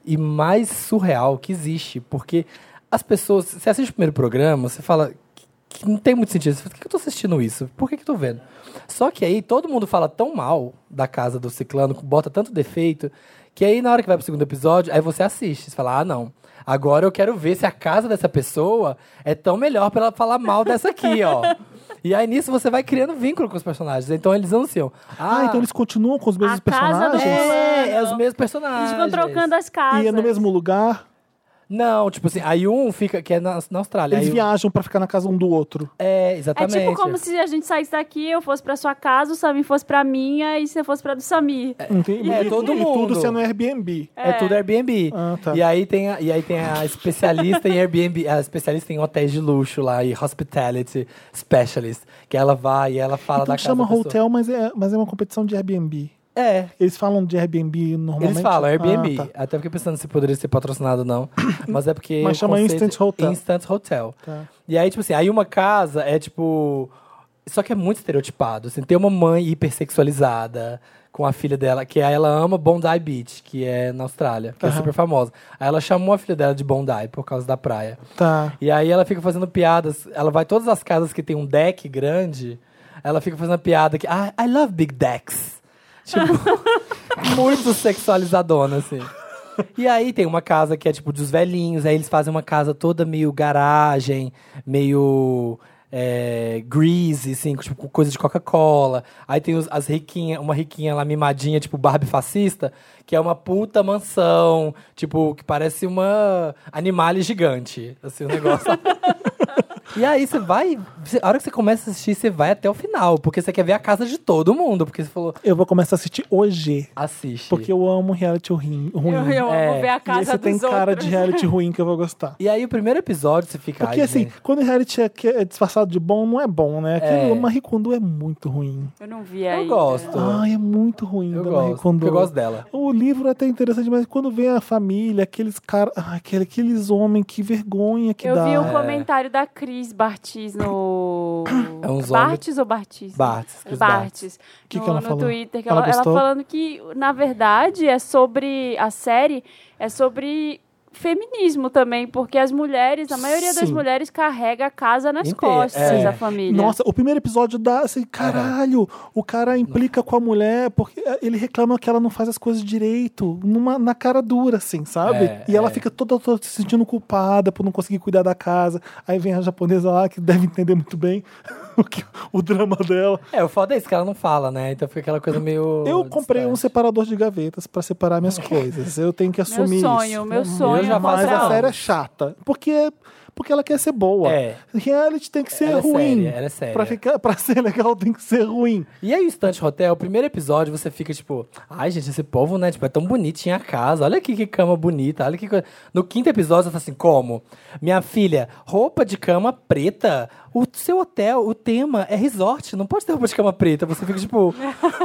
Speaker 2: e mais surreal que existe. Porque as pessoas. Você assiste o primeiro programa, você fala. "Que- Que não tem muito sentido. Você fala, Por que eu tô assistindo isso? Por que, que eu tô vendo? Só que aí todo mundo fala tão mal da casa do ciclano, bota tanto defeito, que aí na hora que vai pro segundo episódio, aí você assiste. Você fala, ah, não. Agora eu quero ver se a casa dessa pessoa é tão melhor pra ela falar mal dessa aqui, ó. E aí nisso você vai criando vínculo com os personagens. Então eles anunciam. Ah,
Speaker 1: Ah, então eles continuam com os mesmos
Speaker 3: A casa do-
Speaker 1: personagens?
Speaker 2: é, é os mesmos
Speaker 3: Eles
Speaker 2: personagens.
Speaker 3: ficam trocando as casas.
Speaker 1: E é no mesmo lugar?
Speaker 2: Não, tipo assim, aí um fica, que é na, na Austrália.
Speaker 1: Eles
Speaker 2: aí o-
Speaker 1: viajam pra ficar na casa um do outro.
Speaker 2: É,
Speaker 3: É
Speaker 2: exatamente.
Speaker 3: tipo como se a gente saísse daqui, eu fosse pra sua casa, o Samir fosse pra minha e você fosse pra do Samir.
Speaker 1: Não tem-
Speaker 2: É,
Speaker 1: e-
Speaker 2: todo
Speaker 1: e
Speaker 2: mundo.
Speaker 1: tudo sendo Airbnb.
Speaker 2: É tudo Airbnb.
Speaker 1: Ah, tá.
Speaker 2: E aí tem a, e aí tem a especialista em Airbnb, a especialista em hotéis de luxo lá, e hospitality specialist, que ela vai e ela fala da
Speaker 1: Então
Speaker 2: casa
Speaker 1: chama
Speaker 2: da pessoa.
Speaker 1: hotel, mas é, mas é uma competição de Airbnb.
Speaker 2: É.
Speaker 1: Eles falam de Airbnb normalmente?
Speaker 2: Eles falam Airbnb.
Speaker 1: Um Ah, tá.
Speaker 2: Até fiquei pensando se poderia ser patrocinado ou não. Mas é porque.
Speaker 1: Mas
Speaker 2: o
Speaker 1: chama
Speaker 2: conceito-
Speaker 1: Instant Hotel.
Speaker 2: Instant Hotel.
Speaker 1: Tá.
Speaker 2: E aí, tipo assim, aí uma casa é tipo. Só que é muito estereotipado. Assim, tem uma mãe hipersexualizada com a filha dela, que ela ama Bondi Beach, que é na Austrália, que é super famosa. Aí ela chamou a filha dela de Bondi por causa da praia.
Speaker 1: Tá.
Speaker 2: E aí ela fica fazendo piadas. Ela vai todas as casas que tem um deck grande, ela fica fazendo piada que. Ah, I love big decks. Tipo, muito sexualizadona, assim. E aí tem uma casa que é tipo dos velhinhos, aí eles fazem uma casa toda meio garagem, meio é, greasy, assim, tipo com coisa de Coca-Cola. Aí tem os- as riquinhas, uma riquinha lá mimadinha, tipo Barbie fascista, que é uma puta mansão, tipo, que parece uma animale gigante, assim, o negócio. E aí você vai, você- a hora que você começa a assistir, você vai até o final, porque você quer ver a casa de todo mundo, porque você falou,
Speaker 1: Eu vou começar a assistir hoje.
Speaker 2: assiste.
Speaker 1: Porque eu amo reality ruim. ruim.
Speaker 3: Eu, eu
Speaker 2: É.
Speaker 3: amo ver a
Speaker 1: e
Speaker 3: casa
Speaker 1: esse tem
Speaker 3: dos
Speaker 1: cara
Speaker 3: outros.
Speaker 1: de reality ruim que eu vou gostar.
Speaker 2: E aí o primeiro episódio você fica.
Speaker 1: Porque
Speaker 2: "Ai,
Speaker 1: assim,
Speaker 2: gente."
Speaker 1: quando o reality é, que é disfarçado de bom, não é bom, né?
Speaker 2: É.
Speaker 1: Aquilo, é. Marie Kondo é muito ruim.
Speaker 3: Eu não vi
Speaker 2: Eu
Speaker 3: ainda.
Speaker 2: gosto.
Speaker 1: Ai, é muito ruim
Speaker 2: Eu
Speaker 1: da Marie
Speaker 2: gosto,
Speaker 1: Kondo.
Speaker 2: porque eu gosto dela.
Speaker 1: O livro é até interessante, mas quando vem a família, aqueles caras, aqueles, aqueles homens, que vergonha que
Speaker 3: Eu
Speaker 1: dá.
Speaker 3: vi um comentário da Cris Bartiz no.
Speaker 2: É uns homens-
Speaker 3: Bartiz ou Bartiz?
Speaker 2: Bartes, Cris Bartes.
Speaker 3: Bartes.
Speaker 1: Que
Speaker 3: no,
Speaker 1: que ela
Speaker 3: no
Speaker 1: falou?
Speaker 3: Twitter, que
Speaker 1: Ela
Speaker 3: ela, ela
Speaker 1: gostou?
Speaker 3: falando que, na verdade, é sobre. A série é sobre feminismo também, porque as mulheres, a maioria das
Speaker 1: Sim.
Speaker 3: mulheres carrega a casa nas
Speaker 2: Inteira,
Speaker 3: costas
Speaker 2: é.
Speaker 3: da família.
Speaker 1: Nossa, o primeiro episódio dá
Speaker 3: É.
Speaker 1: assim, caralho, o cara implica com a mulher porque eh, ele reclama que ela não faz as coisas direito, numa, na cara dura, assim, sabe?
Speaker 2: É,
Speaker 1: e ela
Speaker 2: é.
Speaker 1: fica toda, toda se sentindo culpada por não conseguir cuidar da casa. Aí vem a japonesa lá, que deve entender muito bem o, que- o drama dela.
Speaker 2: É, o foda é isso que ela não fala, né? Então fica aquela coisa meio.
Speaker 1: Eu comprei um
Speaker 2: distante.
Speaker 1: separador de gavetas pra separar minhas coisas. Eu tenho que
Speaker 3: Meu
Speaker 1: assumir
Speaker 3: sonho,
Speaker 1: isso.
Speaker 3: meu sonho.
Speaker 2: Eu já
Speaker 3: é
Speaker 1: Mas
Speaker 2: faço
Speaker 3: comprar
Speaker 1: a
Speaker 2: Não.
Speaker 1: série é chata. Porque, porque ela quer ser boa.
Speaker 2: É.
Speaker 1: Reality tem que ser
Speaker 2: Ela é
Speaker 1: ruim.
Speaker 2: séria, ela é séria.
Speaker 1: Pra, ficar, pra ser legal tem que ser ruim.
Speaker 2: E aí, o Instante Hotel, o primeiro episódio, você fica tipo, ai, gente, esse povo, né? Tipo, é tão bonitinha a casa. Olha aqui que cama bonita, olha que coisa. No quinto episódio, você fala assim, como? Minha filha, roupa de cama preta. O seu hotel, o tema é resort, não pode ter roupa de cama preta. Você fica, tipo,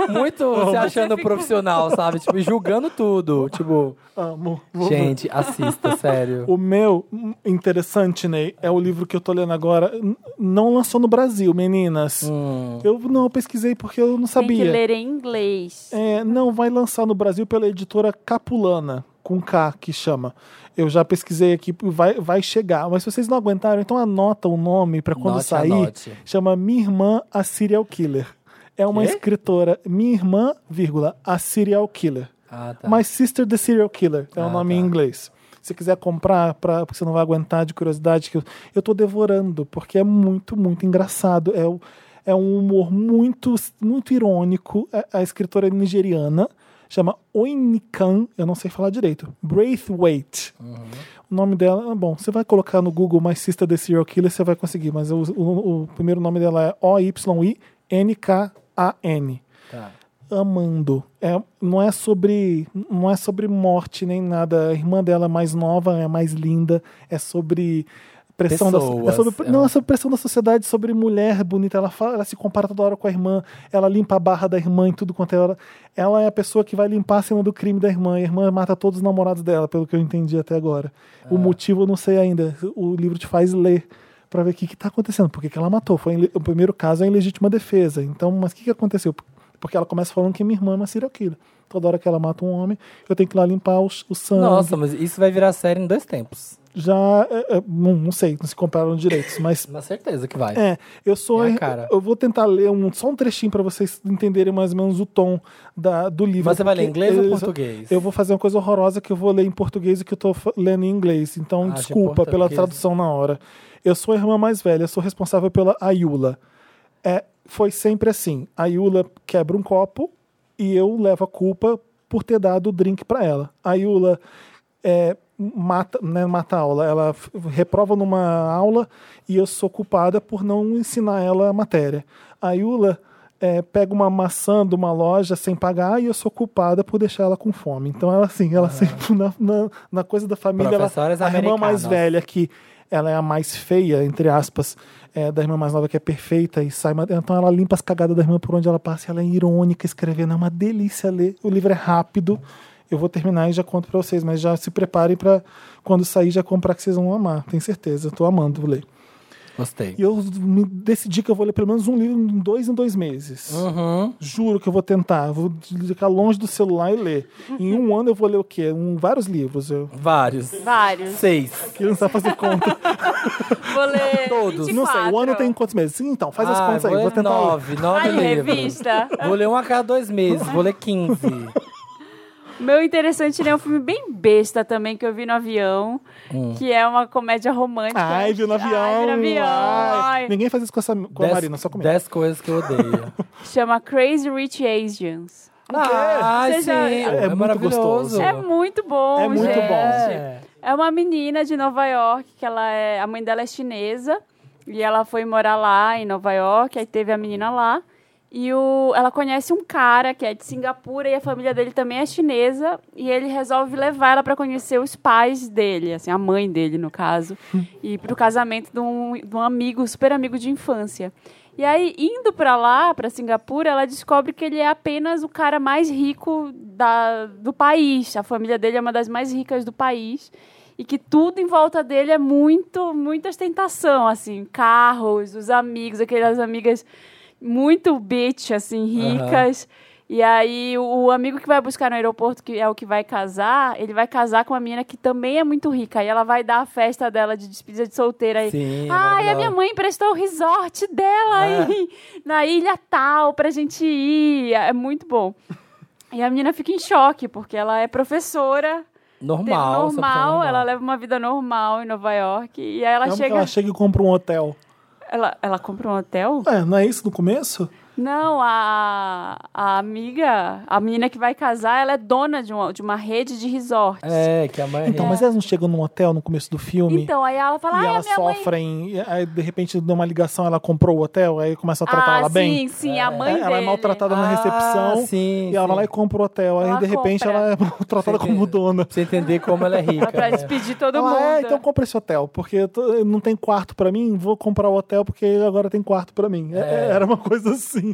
Speaker 2: muito se achando profissional, sabe? Tipo, julgando tudo. Tipo,
Speaker 1: Amo.
Speaker 2: gente, assista, sério.
Speaker 1: O meu, hum, interessante, Ney, é o livro que eu tô lendo agora. N- Não lançou no Brasil, meninas.
Speaker 2: Hum.
Speaker 1: Eu não eu pesquisei porque eu não
Speaker 3: Tem que
Speaker 1: sabia.
Speaker 3: ler em inglês.
Speaker 1: É, não, vai lançar no Brasil pela editora Capulana, com K que chama. Eu já pesquisei aqui, vai, vai chegar. Mas se vocês não aguentaram, então anota o nome pra quando
Speaker 2: Note,
Speaker 1: sair.
Speaker 2: anote.
Speaker 1: Chama Minha Irmã a Serial Killer. É uma
Speaker 2: Quê?
Speaker 1: escritora, minha irmã, vírgula, a Serial Killer.
Speaker 2: Ah, tá.
Speaker 1: My Sister the Serial Killer é o
Speaker 2: Ah,
Speaker 1: nome em
Speaker 2: tá.
Speaker 1: inglês. Se quiser comprar, pra, porque você não vai aguentar de curiosidade, que eu, eu tô devorando, porque é muito, muito engraçado. É, o- é um humor muito, muito irônico. É- A, escritora é nigeriana chama Oinikan, eu não sei falar direito, Braithwaite.
Speaker 2: Uhum.
Speaker 1: O nome dela, ah, bom, você vai colocar no Google My Sister the Serial Killer, você vai conseguir, mas o, o- o primeiro nome dela é O-Y-I-N-K-A-N
Speaker 2: Tá.
Speaker 1: amando. É, não é sobre não é sobre morte nem nada. A irmã dela é mais nova, é mais linda, é sobre pressão da, é
Speaker 2: Pessoas,
Speaker 1: sobre,
Speaker 2: é
Speaker 1: não,
Speaker 2: uma-
Speaker 1: é sobre pressão da sociedade, sobre mulher bonita. Ela, fala- ela se compara toda hora com a irmã, ela limpa a barra da irmã em tudo quanto é hora. Ela é a pessoa que vai limpar a cena do crime da irmã. E a irmã mata todos os namorados dela, pelo que eu entendi até agora. O motivo eu não sei ainda. O livro te faz ler pra ver o que, que tá acontecendo. Por que, que ela matou? Foi em- o primeiro caso é em legítima defesa. Então, mas o que, que aconteceu? Porque ela começa falando que minha irmã é uma serial killer. Toda hora que ela mata um homem, eu tenho que ir lá limpar os- o sangue
Speaker 2: Nossa, mas isso vai virar série em dois tempos.
Speaker 1: já. é, é, não, não sei, não se compraram direitos, mas.
Speaker 2: Na certeza que vai.
Speaker 1: É, eu sou.
Speaker 2: É a cara.
Speaker 1: Eu vou tentar ler um, só um trechinho pra vocês entenderem mais ou menos o tom da, do livro.
Speaker 2: Mas você vai ler em
Speaker 1: porque
Speaker 2: inglês ou
Speaker 1: eu-
Speaker 2: português?
Speaker 1: Eu vou fazer uma coisa horrorosa que eu vou ler em português e que eu tô fa- lendo em inglês. Então,
Speaker 2: Ah, de
Speaker 1: desculpa pela
Speaker 2: português.
Speaker 1: tradução na hora. Eu sou a irmã mais velha, sou responsável pela Ayula. É, foi sempre assim. A Ayula quebra um copo e eu levo a culpa por ter dado o drink pra ela. A Ayula é, mata, né, mata a aula, ela f- reprova numa aula e eu sou culpada por não ensinar ela a matéria. A Ayula é, pega uma maçã de uma loja sem pagar e eu sou culpada por deixar ela com fome. Então ela assim, ela sempre na, na, na coisa da família, ela,
Speaker 2: Professoras
Speaker 1: a irmã mais
Speaker 2: americanas.
Speaker 1: velha que ela é a mais feia, entre aspas, é, da irmã mais nova que é perfeita e sai. ma- Então ela limpa as cagadas da irmã por onde ela passa e ela é irônica escrevendo. É uma delícia ler. O livro é rápido. Eu vou terminar e já conto pra vocês, mas já se preparem pra quando sair já comprar que vocês vão amar. Tenho certeza. Eu tô amando ler.
Speaker 2: Gostei.
Speaker 1: E eu me decidi que eu vou ler pelo menos um livro em dois em dois meses. Juro que eu vou tentar. Vou ficar longe do celular e ler. Em um ano eu vou ler o quê? Um, vários livros. Eu
Speaker 2: Vários.
Speaker 3: Vários.
Speaker 2: Seis.
Speaker 1: queria lançar fazer conta.
Speaker 3: Vou ler
Speaker 2: Todos.
Speaker 3: 24.
Speaker 1: Não sei, o ano tem quantos meses? Sim, então, faz as
Speaker 2: Ah,
Speaker 1: contas aí,
Speaker 2: vou
Speaker 1: vou
Speaker 2: ler
Speaker 1: tentar.
Speaker 2: Nove, nove
Speaker 3: Ai,
Speaker 2: livros.
Speaker 3: revista.
Speaker 2: Vou ler um a cada dois meses, vou ler 15.
Speaker 3: Meu interessante né, é um filme bem besta também que eu vi no avião, que é uma comédia romântica.
Speaker 1: Hum. Ai, viu no avião.
Speaker 3: Ai, vi no avião.
Speaker 1: ai.
Speaker 3: ai.
Speaker 1: Ninguém faz isso com, essa, com a Marina, só comigo.
Speaker 2: dez coisas que eu odeio.
Speaker 3: Chama Crazy Rich Asians.
Speaker 2: Ah,
Speaker 3: Você
Speaker 2: sim,
Speaker 3: já-
Speaker 2: é,
Speaker 1: É muito
Speaker 2: maravilhoso.
Speaker 1: gostoso.
Speaker 3: É muito bom,
Speaker 1: É muito
Speaker 3: gente.
Speaker 1: bom.
Speaker 2: É.
Speaker 3: É uma menina de Nova York, que ela é. A mãe dela é chinesa. E ela foi morar lá em Nova York, aí teve a menina lá. E o, ela conhece um cara que é de Singapura e a família dele também é chinesa. E ele resolve levar ela para conhecer os pais dele, assim, a mãe dele, no caso. e pro casamento de um, de um amigo, super amigo de infância. E aí, indo para lá, para Singapura, ela descobre que ele é apenas o cara mais rico da, do país. A família dele é uma das mais ricas do país. E que tudo em volta dele é muito, muita ostentação, assim. Carros, os amigos, aquelas amigas muito bitch, assim, ricas. E aí, o- o amigo que vai buscar no aeroporto, que é o que vai casar, ele vai casar com uma menina que também é muito rica. E ela vai dar a festa dela de despedida de solteira. aí.
Speaker 2: Sim, é
Speaker 3: Ai, a minha
Speaker 2: maravilhosa.
Speaker 3: mãe emprestou o resort
Speaker 1: Ah,
Speaker 3: dela aí,
Speaker 1: é?
Speaker 3: na ilha tal pra gente ir. É muito bom. E a menina fica em choque, porque ela é professora
Speaker 2: Normal. essa pessoa
Speaker 3: normal,
Speaker 2: normal.
Speaker 3: ela leva uma vida normal em Nova York. E aí ela
Speaker 1: é Não,
Speaker 3: chega.
Speaker 1: ela chega e compra um hotel.
Speaker 3: Ela, ela compra um hotel?
Speaker 1: Ué, não é isso no começo?
Speaker 3: Não, a, a amiga, a menina que vai casar, ela é dona de uma, de uma rede de resorts.
Speaker 2: É, que a mãe
Speaker 1: Então, mas elas não chegam num hotel no começo do filme?
Speaker 3: Então, aí ela fala,
Speaker 1: e
Speaker 3: ai, a
Speaker 1: elas
Speaker 3: minha mãe.
Speaker 1: sofrem, e aí de repente dá uma ligação, ela comprou o hotel, aí começa a tratar
Speaker 3: ah,
Speaker 1: ela
Speaker 3: sim,
Speaker 1: bem.
Speaker 3: sim, a mãe
Speaker 1: É,
Speaker 3: dele.
Speaker 1: ela é maltratada na
Speaker 2: Ah,
Speaker 1: recepção
Speaker 2: sim,
Speaker 1: e ela
Speaker 2: sim.
Speaker 1: vai lá e compra o hotel. Aí
Speaker 3: Ela
Speaker 1: de repente
Speaker 3: compra.
Speaker 1: ela é maltratada
Speaker 2: Sim,
Speaker 1: como
Speaker 2: sim.
Speaker 1: dona.
Speaker 2: Pra você entender como ela é rica.
Speaker 3: Pra
Speaker 2: né?
Speaker 3: despedir todo
Speaker 1: Ela,
Speaker 3: mundo.
Speaker 1: é, então compra esse hotel, porque eu tô- eu não tem quarto pra mim, vou comprar o hotel porque agora tem quarto pra mim. É, Era uma coisa assim.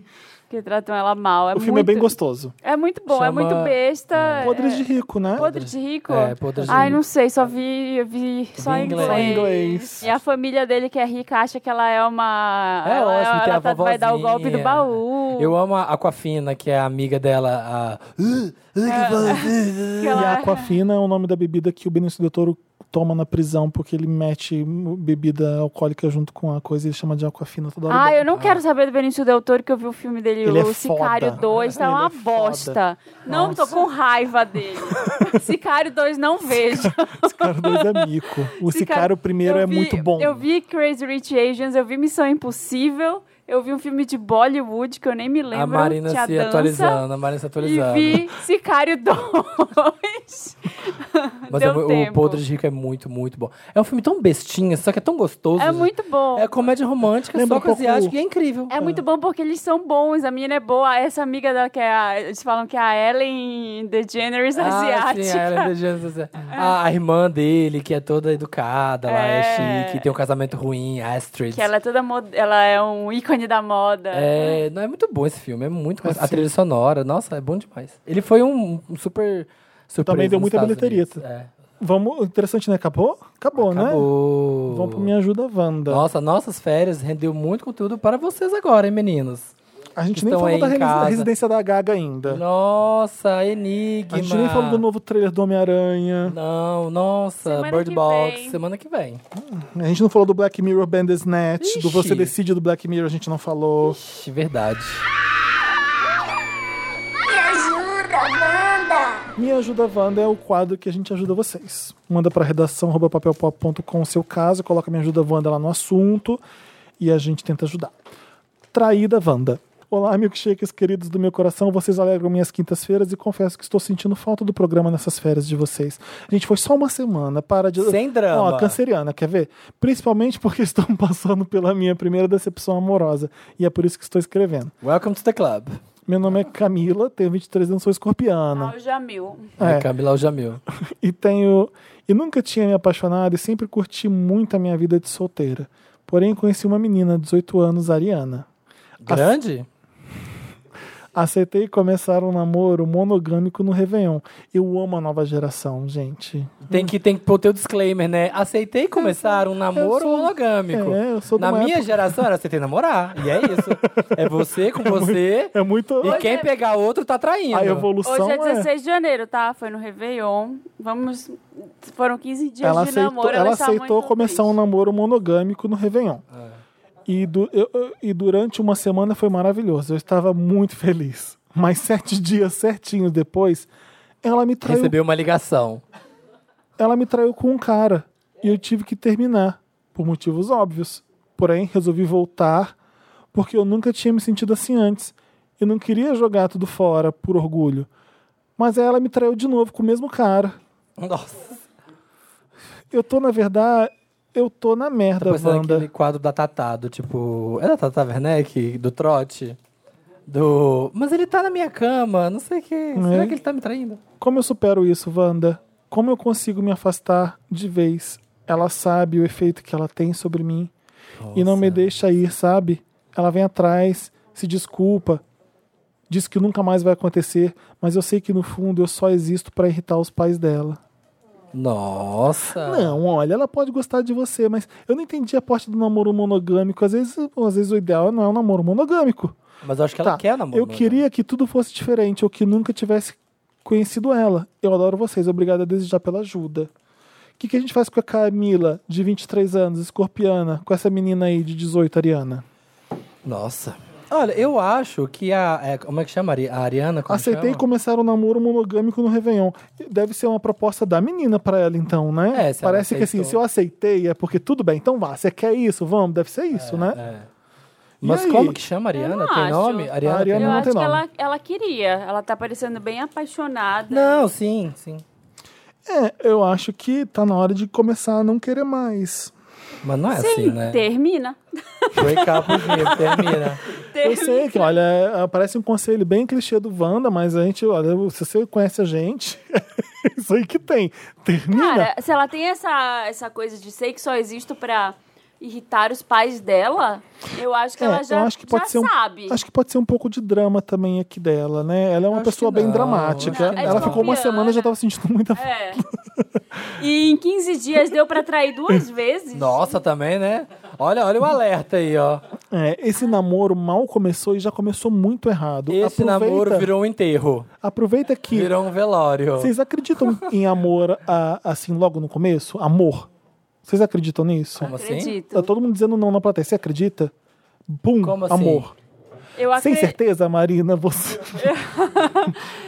Speaker 3: Que tratam ela mal. É
Speaker 1: o filme é
Speaker 3: muito-
Speaker 1: bem gostoso.
Speaker 3: É muito bom, é
Speaker 2: Chama-
Speaker 3: muito besta.
Speaker 1: Podres
Speaker 3: é-
Speaker 1: de rico, né?
Speaker 3: Podre de rico?
Speaker 2: É, podre de
Speaker 3: Ai,
Speaker 2: rico.
Speaker 3: não sei, só vi, eu vi só
Speaker 2: Vi
Speaker 3: em
Speaker 2: em
Speaker 3: inglês.
Speaker 2: inglês. Só em
Speaker 1: inglês.
Speaker 3: E a família dele que é rica acha que ela é uma...
Speaker 2: É
Speaker 3: ela,
Speaker 2: ótimo,
Speaker 3: ela
Speaker 2: tem a
Speaker 3: tá- vai dar o golpe do
Speaker 2: vovozinha.
Speaker 3: baú.
Speaker 2: Eu amo a Aquafina, que é a amiga dela. A...
Speaker 3: que
Speaker 1: E a
Speaker 3: ela... Ah,
Speaker 1: Aquafina é o nome da bebida que o Benício Del Toro toma na prisão, porque ele mete bebida alcoólica junto com a coisa e ele chama de Aquafina toda hora.
Speaker 3: Ah, eu não quero saber do Benício Del Toro, que eu vi o filme dele,
Speaker 1: Ele
Speaker 3: o
Speaker 1: é
Speaker 3: Sicário
Speaker 1: foda.
Speaker 3: 2, tá
Speaker 1: Ele
Speaker 3: uma
Speaker 1: é foda.
Speaker 3: bosta. Não tô com raiva dele. Sicário 2, não vejo.
Speaker 1: Sicário 2 é mico. O Sicário primeiro
Speaker 3: eu
Speaker 1: é
Speaker 3: vi-
Speaker 1: muito bom.
Speaker 3: Eu vi Crazy Rich Asians, eu vi Missão Impossível, Eu vi um filme de Bollywood que eu nem me lembro.
Speaker 2: a Marina
Speaker 3: tinha
Speaker 2: se
Speaker 3: dança,
Speaker 2: atualizando, a Marina se
Speaker 3: E
Speaker 2: atualizando.
Speaker 3: vi Sicário 2.
Speaker 2: Mas é
Speaker 3: Deu
Speaker 2: mu-
Speaker 3: tempo.
Speaker 2: o Podre de Rico é muito, muito bom. É um filme tão bestinha, só que é tão gostoso.
Speaker 3: É muito bom.
Speaker 2: É comédia romântica,
Speaker 1: Lembra
Speaker 2: só
Speaker 1: um
Speaker 2: com
Speaker 1: pouco-
Speaker 2: asiático e é incrível.
Speaker 3: É muito bom porque eles são bons, a menina é boa. Essa amiga da que é a, eles falam que é a Ellen DeGeneres
Speaker 2: Ah,
Speaker 3: asiática.
Speaker 2: sim, a Ellen DeGeneres asiática. Ah, a irmã dele, que é toda educada, lá é
Speaker 3: É.
Speaker 2: chique, tem um casamento ruim, Astrid.
Speaker 3: Que ela é toda mod... ela é um ícone da moda.
Speaker 2: É, não é muito bom esse filme, é muito gostoso.
Speaker 1: Assim.
Speaker 2: A trilha sonora, nossa, é bom demais. Ele foi um, um super surpresa
Speaker 1: Também deu
Speaker 2: nos
Speaker 1: muita
Speaker 2: Estados
Speaker 1: bilheteria.
Speaker 2: Unidos. É.
Speaker 1: Vamos, interessante, né? Acabou? Acabou, né?
Speaker 2: Acabou.
Speaker 1: Vamos pro Me Ajuda Wanda.
Speaker 2: Nossa, nossas férias rendeu muito conteúdo para vocês agora, hein, meninos?
Speaker 1: a gente
Speaker 2: que
Speaker 1: nem
Speaker 2: estão
Speaker 1: falou
Speaker 2: aí
Speaker 1: da
Speaker 2: em
Speaker 1: resi-
Speaker 2: casa.
Speaker 1: residência da Gaga ainda.
Speaker 2: Nossa, Enigma.
Speaker 1: a gente nem falou do novo trailer do Homem-Aranha.
Speaker 2: Não, nossa,
Speaker 3: Semana
Speaker 2: Bird
Speaker 3: que
Speaker 2: Box,
Speaker 3: vem.
Speaker 2: semana que vem.
Speaker 1: A gente não falou do Black Mirror Bandersnatch. Do
Speaker 2: Ixi.
Speaker 1: Você Decide do Black Mirror a gente não falou.
Speaker 2: Ixi, verdade.
Speaker 1: Me Ajuda Wanda é o quadro que a gente ajuda vocês. Manda pra redação arroba papelpop.com o seu caso, coloca Me Ajuda Wanda lá no assunto e a gente tenta ajudar. Traída Wanda. Olá, milkshakers queridos do meu coração, vocês alegram minhas quintas-feiras e confesso que estou sentindo falta do programa nessas férias de vocês. Gente, foi só uma semana, para de...
Speaker 2: Sem drama.
Speaker 1: Ó, canceriana, quer ver? Principalmente porque estou passando pela minha primeira decepção amorosa e é por isso que estou escrevendo.
Speaker 2: Welcome to the club.
Speaker 1: Meu nome é Camila, tenho 23 anos, sou escorpiana.
Speaker 3: Ah, o Jamil.
Speaker 1: É.
Speaker 2: É. Camila Aljamil.
Speaker 1: e tenho e nunca tinha me apaixonado e sempre curti muito a minha vida de solteira. Porém, conheci uma menina, 18 anos, Ariana.
Speaker 2: Grande?
Speaker 1: Aceitei começar um namoro monogâmico no Réveillon. Eu amo a nova geração, gente.
Speaker 2: Tem que, tem que pôr teu disclaimer, né? Aceitei começar um namoro
Speaker 1: sou-
Speaker 2: monogâmico.
Speaker 1: É, eu sou de
Speaker 2: Na
Speaker 1: uma
Speaker 2: minha
Speaker 1: época-
Speaker 2: geração era aceitei namorar. E é isso. É você com você.
Speaker 1: É muito
Speaker 2: E quem
Speaker 3: é-
Speaker 2: pegar outro tá traindo.
Speaker 1: a evolução.
Speaker 3: Hoje é
Speaker 1: é-
Speaker 3: 16 de janeiro, tá? Foi no Réveillon. Vamos. Foram 15 dias
Speaker 1: Ela
Speaker 3: de
Speaker 1: aceitou,
Speaker 3: namoro.
Speaker 1: ela
Speaker 3: está
Speaker 1: aceitou
Speaker 3: muito
Speaker 1: começar um
Speaker 3: triste.
Speaker 1: namoro monogâmico no Réveillon.
Speaker 2: É.
Speaker 1: E, du- eu- eu- e durante uma semana foi maravilhoso. Eu estava muito feliz. Mas sete dias certinhos depois, ela me traiu
Speaker 2: Recebeu uma ligação.
Speaker 1: ela me traiu com um cara e eu tive que terminar, por motivos óbvios. Porém, resolvi voltar porque eu nunca tinha me sentido assim antes. Eu não queria jogar tudo fora por orgulho. Mas aí ela me traiu de novo com o mesmo cara.
Speaker 2: Nossa.
Speaker 1: Eu tô, na verdade, eu tô na
Speaker 2: Tá
Speaker 1: merda,
Speaker 2: parecendo
Speaker 1: Wanda.
Speaker 2: aquele quadro da Tatá, do tipo. É da Tatá Werneck? Do trote? Do. Mas ele tá na minha cama, não sei o que.
Speaker 1: É.
Speaker 2: Será que ele tá me traindo?
Speaker 1: Como eu supero isso, Wanda? Como eu consigo me afastar de vez? Ela sabe o efeito que ela tem sobre mim e não me deixa ir, sabe? Ela vem atrás, se desculpa, diz que nunca mais vai acontecer, mas eu sei que no fundo eu só existo pra irritar os pais dela.
Speaker 2: Nossa.
Speaker 1: Não, olha, ela pode gostar de você, mas eu não entendi a parte do namoro monogâmico. Às vezes, às vezes o ideal não é um namoro monogâmico.
Speaker 2: Mas eu acho que ela
Speaker 1: Tá,
Speaker 2: quer namorar. né?
Speaker 1: Eu queria que tudo fosse diferente, ou que nunca tivesse conhecido ela. Eu adoro vocês, obrigado a desejar pela ajuda. O que, que a gente faz com a Camila, de 23 anos, escorpiana, com essa menina aí de 18, Ariana?
Speaker 2: Nossa. Olha, eu acho que a. é, como é que chama? Ari- A Ariana? Como
Speaker 1: Aceitei
Speaker 2: chama?
Speaker 1: começar um namoro monogâmico no Réveillon. Deve ser uma proposta da menina pra ela, então, né?
Speaker 2: É, se ela
Speaker 1: Parece que assim,
Speaker 2: aceitou.
Speaker 1: se eu aceitei, é porque tudo bem, então vá, você quer isso, vamos, deve ser isso, né?
Speaker 2: É.
Speaker 1: E
Speaker 2: Mas
Speaker 1: aí?
Speaker 2: como que chama a Ariana?
Speaker 3: Eu não
Speaker 2: Tem
Speaker 3: acho.
Speaker 2: nome? Ariana,
Speaker 1: A Ariana
Speaker 2: tem
Speaker 3: Eu
Speaker 1: não
Speaker 2: nome?
Speaker 1: tem
Speaker 3: acho que
Speaker 1: nome.
Speaker 3: ela, ela queria. Ela tá parecendo bem apaixonada.
Speaker 2: Não, sim, sim.
Speaker 1: É, eu acho que tá na hora de começar a não querer mais.
Speaker 2: Mas não é
Speaker 3: Sim,
Speaker 2: assim, né?
Speaker 3: termina.
Speaker 2: Wake up with me, termina.
Speaker 1: Eu sei que, olha, é, parece um conselho bem clichê do Wanda, mas a gente, olha, se você conhece a gente, isso aí que tem. Termina.
Speaker 3: Cara, se ela tem essa, essa coisa de sei que só existo pra irritar os pais dela, eu acho que
Speaker 1: É,
Speaker 3: ela já,
Speaker 1: eu acho que pode
Speaker 3: já
Speaker 1: ser um,
Speaker 3: sabe.
Speaker 1: acho que pode ser um pouco de drama também aqui dela, né? Ela é uma
Speaker 2: Acho
Speaker 1: pessoa
Speaker 2: que
Speaker 1: bem
Speaker 2: não,
Speaker 1: dramática.
Speaker 2: acho que
Speaker 1: Ela
Speaker 2: não.
Speaker 1: ficou uma semana e já tava sentindo muita falta.
Speaker 3: É. E em 15 dias deu pra trair duas vezes.
Speaker 2: Nossa, também, né? Olha, olha o alerta aí, ó.
Speaker 1: É, esse namoro mal começou e já começou muito errado.
Speaker 2: Esse
Speaker 1: aproveita,
Speaker 2: namoro virou um enterro.
Speaker 1: Aproveita que
Speaker 2: Virou um velório.
Speaker 1: vocês acreditam em amor a- assim logo no começo, amor. Vocês acreditam nisso?
Speaker 2: Como assim?
Speaker 3: Acredito.
Speaker 1: Tá todo mundo dizendo não na plateia. Você acredita? Bum,
Speaker 2: Como assim?
Speaker 1: amor.
Speaker 3: Eu
Speaker 1: Sem
Speaker 3: acre-
Speaker 1: certeza, Marina, você.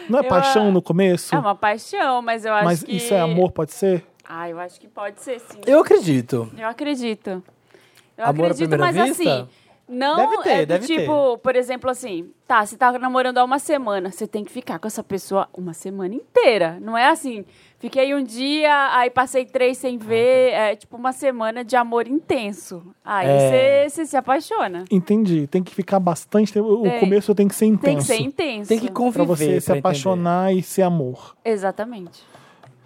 Speaker 1: Não é
Speaker 3: Eu,
Speaker 1: paixão
Speaker 3: ah,
Speaker 1: no começo?
Speaker 3: É uma paixão, mas eu acho
Speaker 1: mas
Speaker 3: que...
Speaker 1: isso é amor, pode ser?
Speaker 3: Ah, eu acho que pode ser, sim.
Speaker 2: Eu acredito.
Speaker 3: Eu acredito. Eu
Speaker 2: Amor à
Speaker 3: acredito,
Speaker 2: primeira
Speaker 3: mas
Speaker 2: vista?
Speaker 3: assim, Não
Speaker 2: Deve ter,
Speaker 3: é do
Speaker 2: deve ter.
Speaker 3: tipo, por exemplo, assim, tá, você tá namorando há uma semana, você tem que ficar com essa pessoa uma semana inteira. Não é assim, fiquei um dia, aí passei três
Speaker 2: Ah,
Speaker 3: sem ver, é tipo uma semana de amor intenso. Aí
Speaker 2: É.
Speaker 3: você você se apaixona.
Speaker 1: Entendi. Tem que ficar bastante tempo. O
Speaker 3: Tem.
Speaker 1: começo tem que ser intenso.
Speaker 3: Tem que ser intenso.
Speaker 2: Tem que
Speaker 1: Pra
Speaker 2: conviver.
Speaker 1: você se
Speaker 2: pra
Speaker 1: apaixonar e ser amor.
Speaker 3: Exatamente.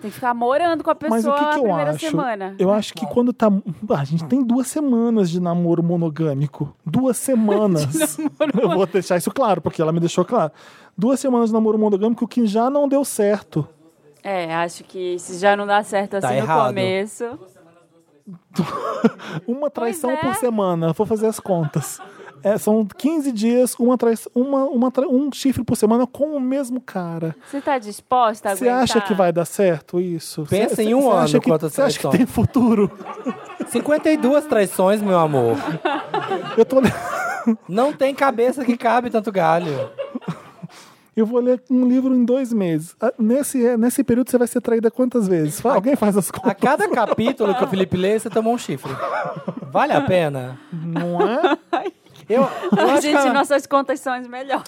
Speaker 3: Tem que ficar morando com a pessoa
Speaker 1: Mas o que,
Speaker 3: a
Speaker 1: que eu
Speaker 3: primeira
Speaker 1: acho?
Speaker 3: semana. É.
Speaker 1: Eu acho que quando tá. Ah, a gente tem duas semanas de namoro monogâmico. Duas semanas. eu vou deixar isso claro, porque ela me deixou claro. Duas semanas de namoro monogâmico que já não deu certo.
Speaker 3: É, acho que se já não dá certo assim
Speaker 2: Tá
Speaker 3: no
Speaker 2: errado.
Speaker 3: começo.
Speaker 1: Uma traição
Speaker 3: Pois é.
Speaker 1: por semana. Vou fazer as contas. É, são 15 dias, uma traição, uma, uma tra- um chifre por semana com o mesmo cara.
Speaker 3: Você tá disposta a
Speaker 1: Você acha
Speaker 3: aguentar?
Speaker 1: que vai dar certo isso?
Speaker 2: Pensa
Speaker 1: Cê-
Speaker 2: em um
Speaker 1: cê acha
Speaker 2: ano
Speaker 1: que-
Speaker 2: quantas
Speaker 1: Você acha que tem
Speaker 2: traições.
Speaker 1: futuro?
Speaker 2: entender. 52 traições, meu amor.
Speaker 1: Eu, tô, le-
Speaker 2: Não tem cabeça que cabe tanto galho.
Speaker 1: eu vou ler um livro em dois meses. Ah, Nesse, nesse período você vai ser traída quantas vezes? Fala, alguém faz as
Speaker 2: A
Speaker 1: contas.
Speaker 2: cada capítulo que o Felipe lê, você tomou um chifre. Vale a pena?
Speaker 1: Não é?
Speaker 2: Eu, eu, acho que
Speaker 3: Gente,
Speaker 2: a,
Speaker 3: nossas contas são as melhores.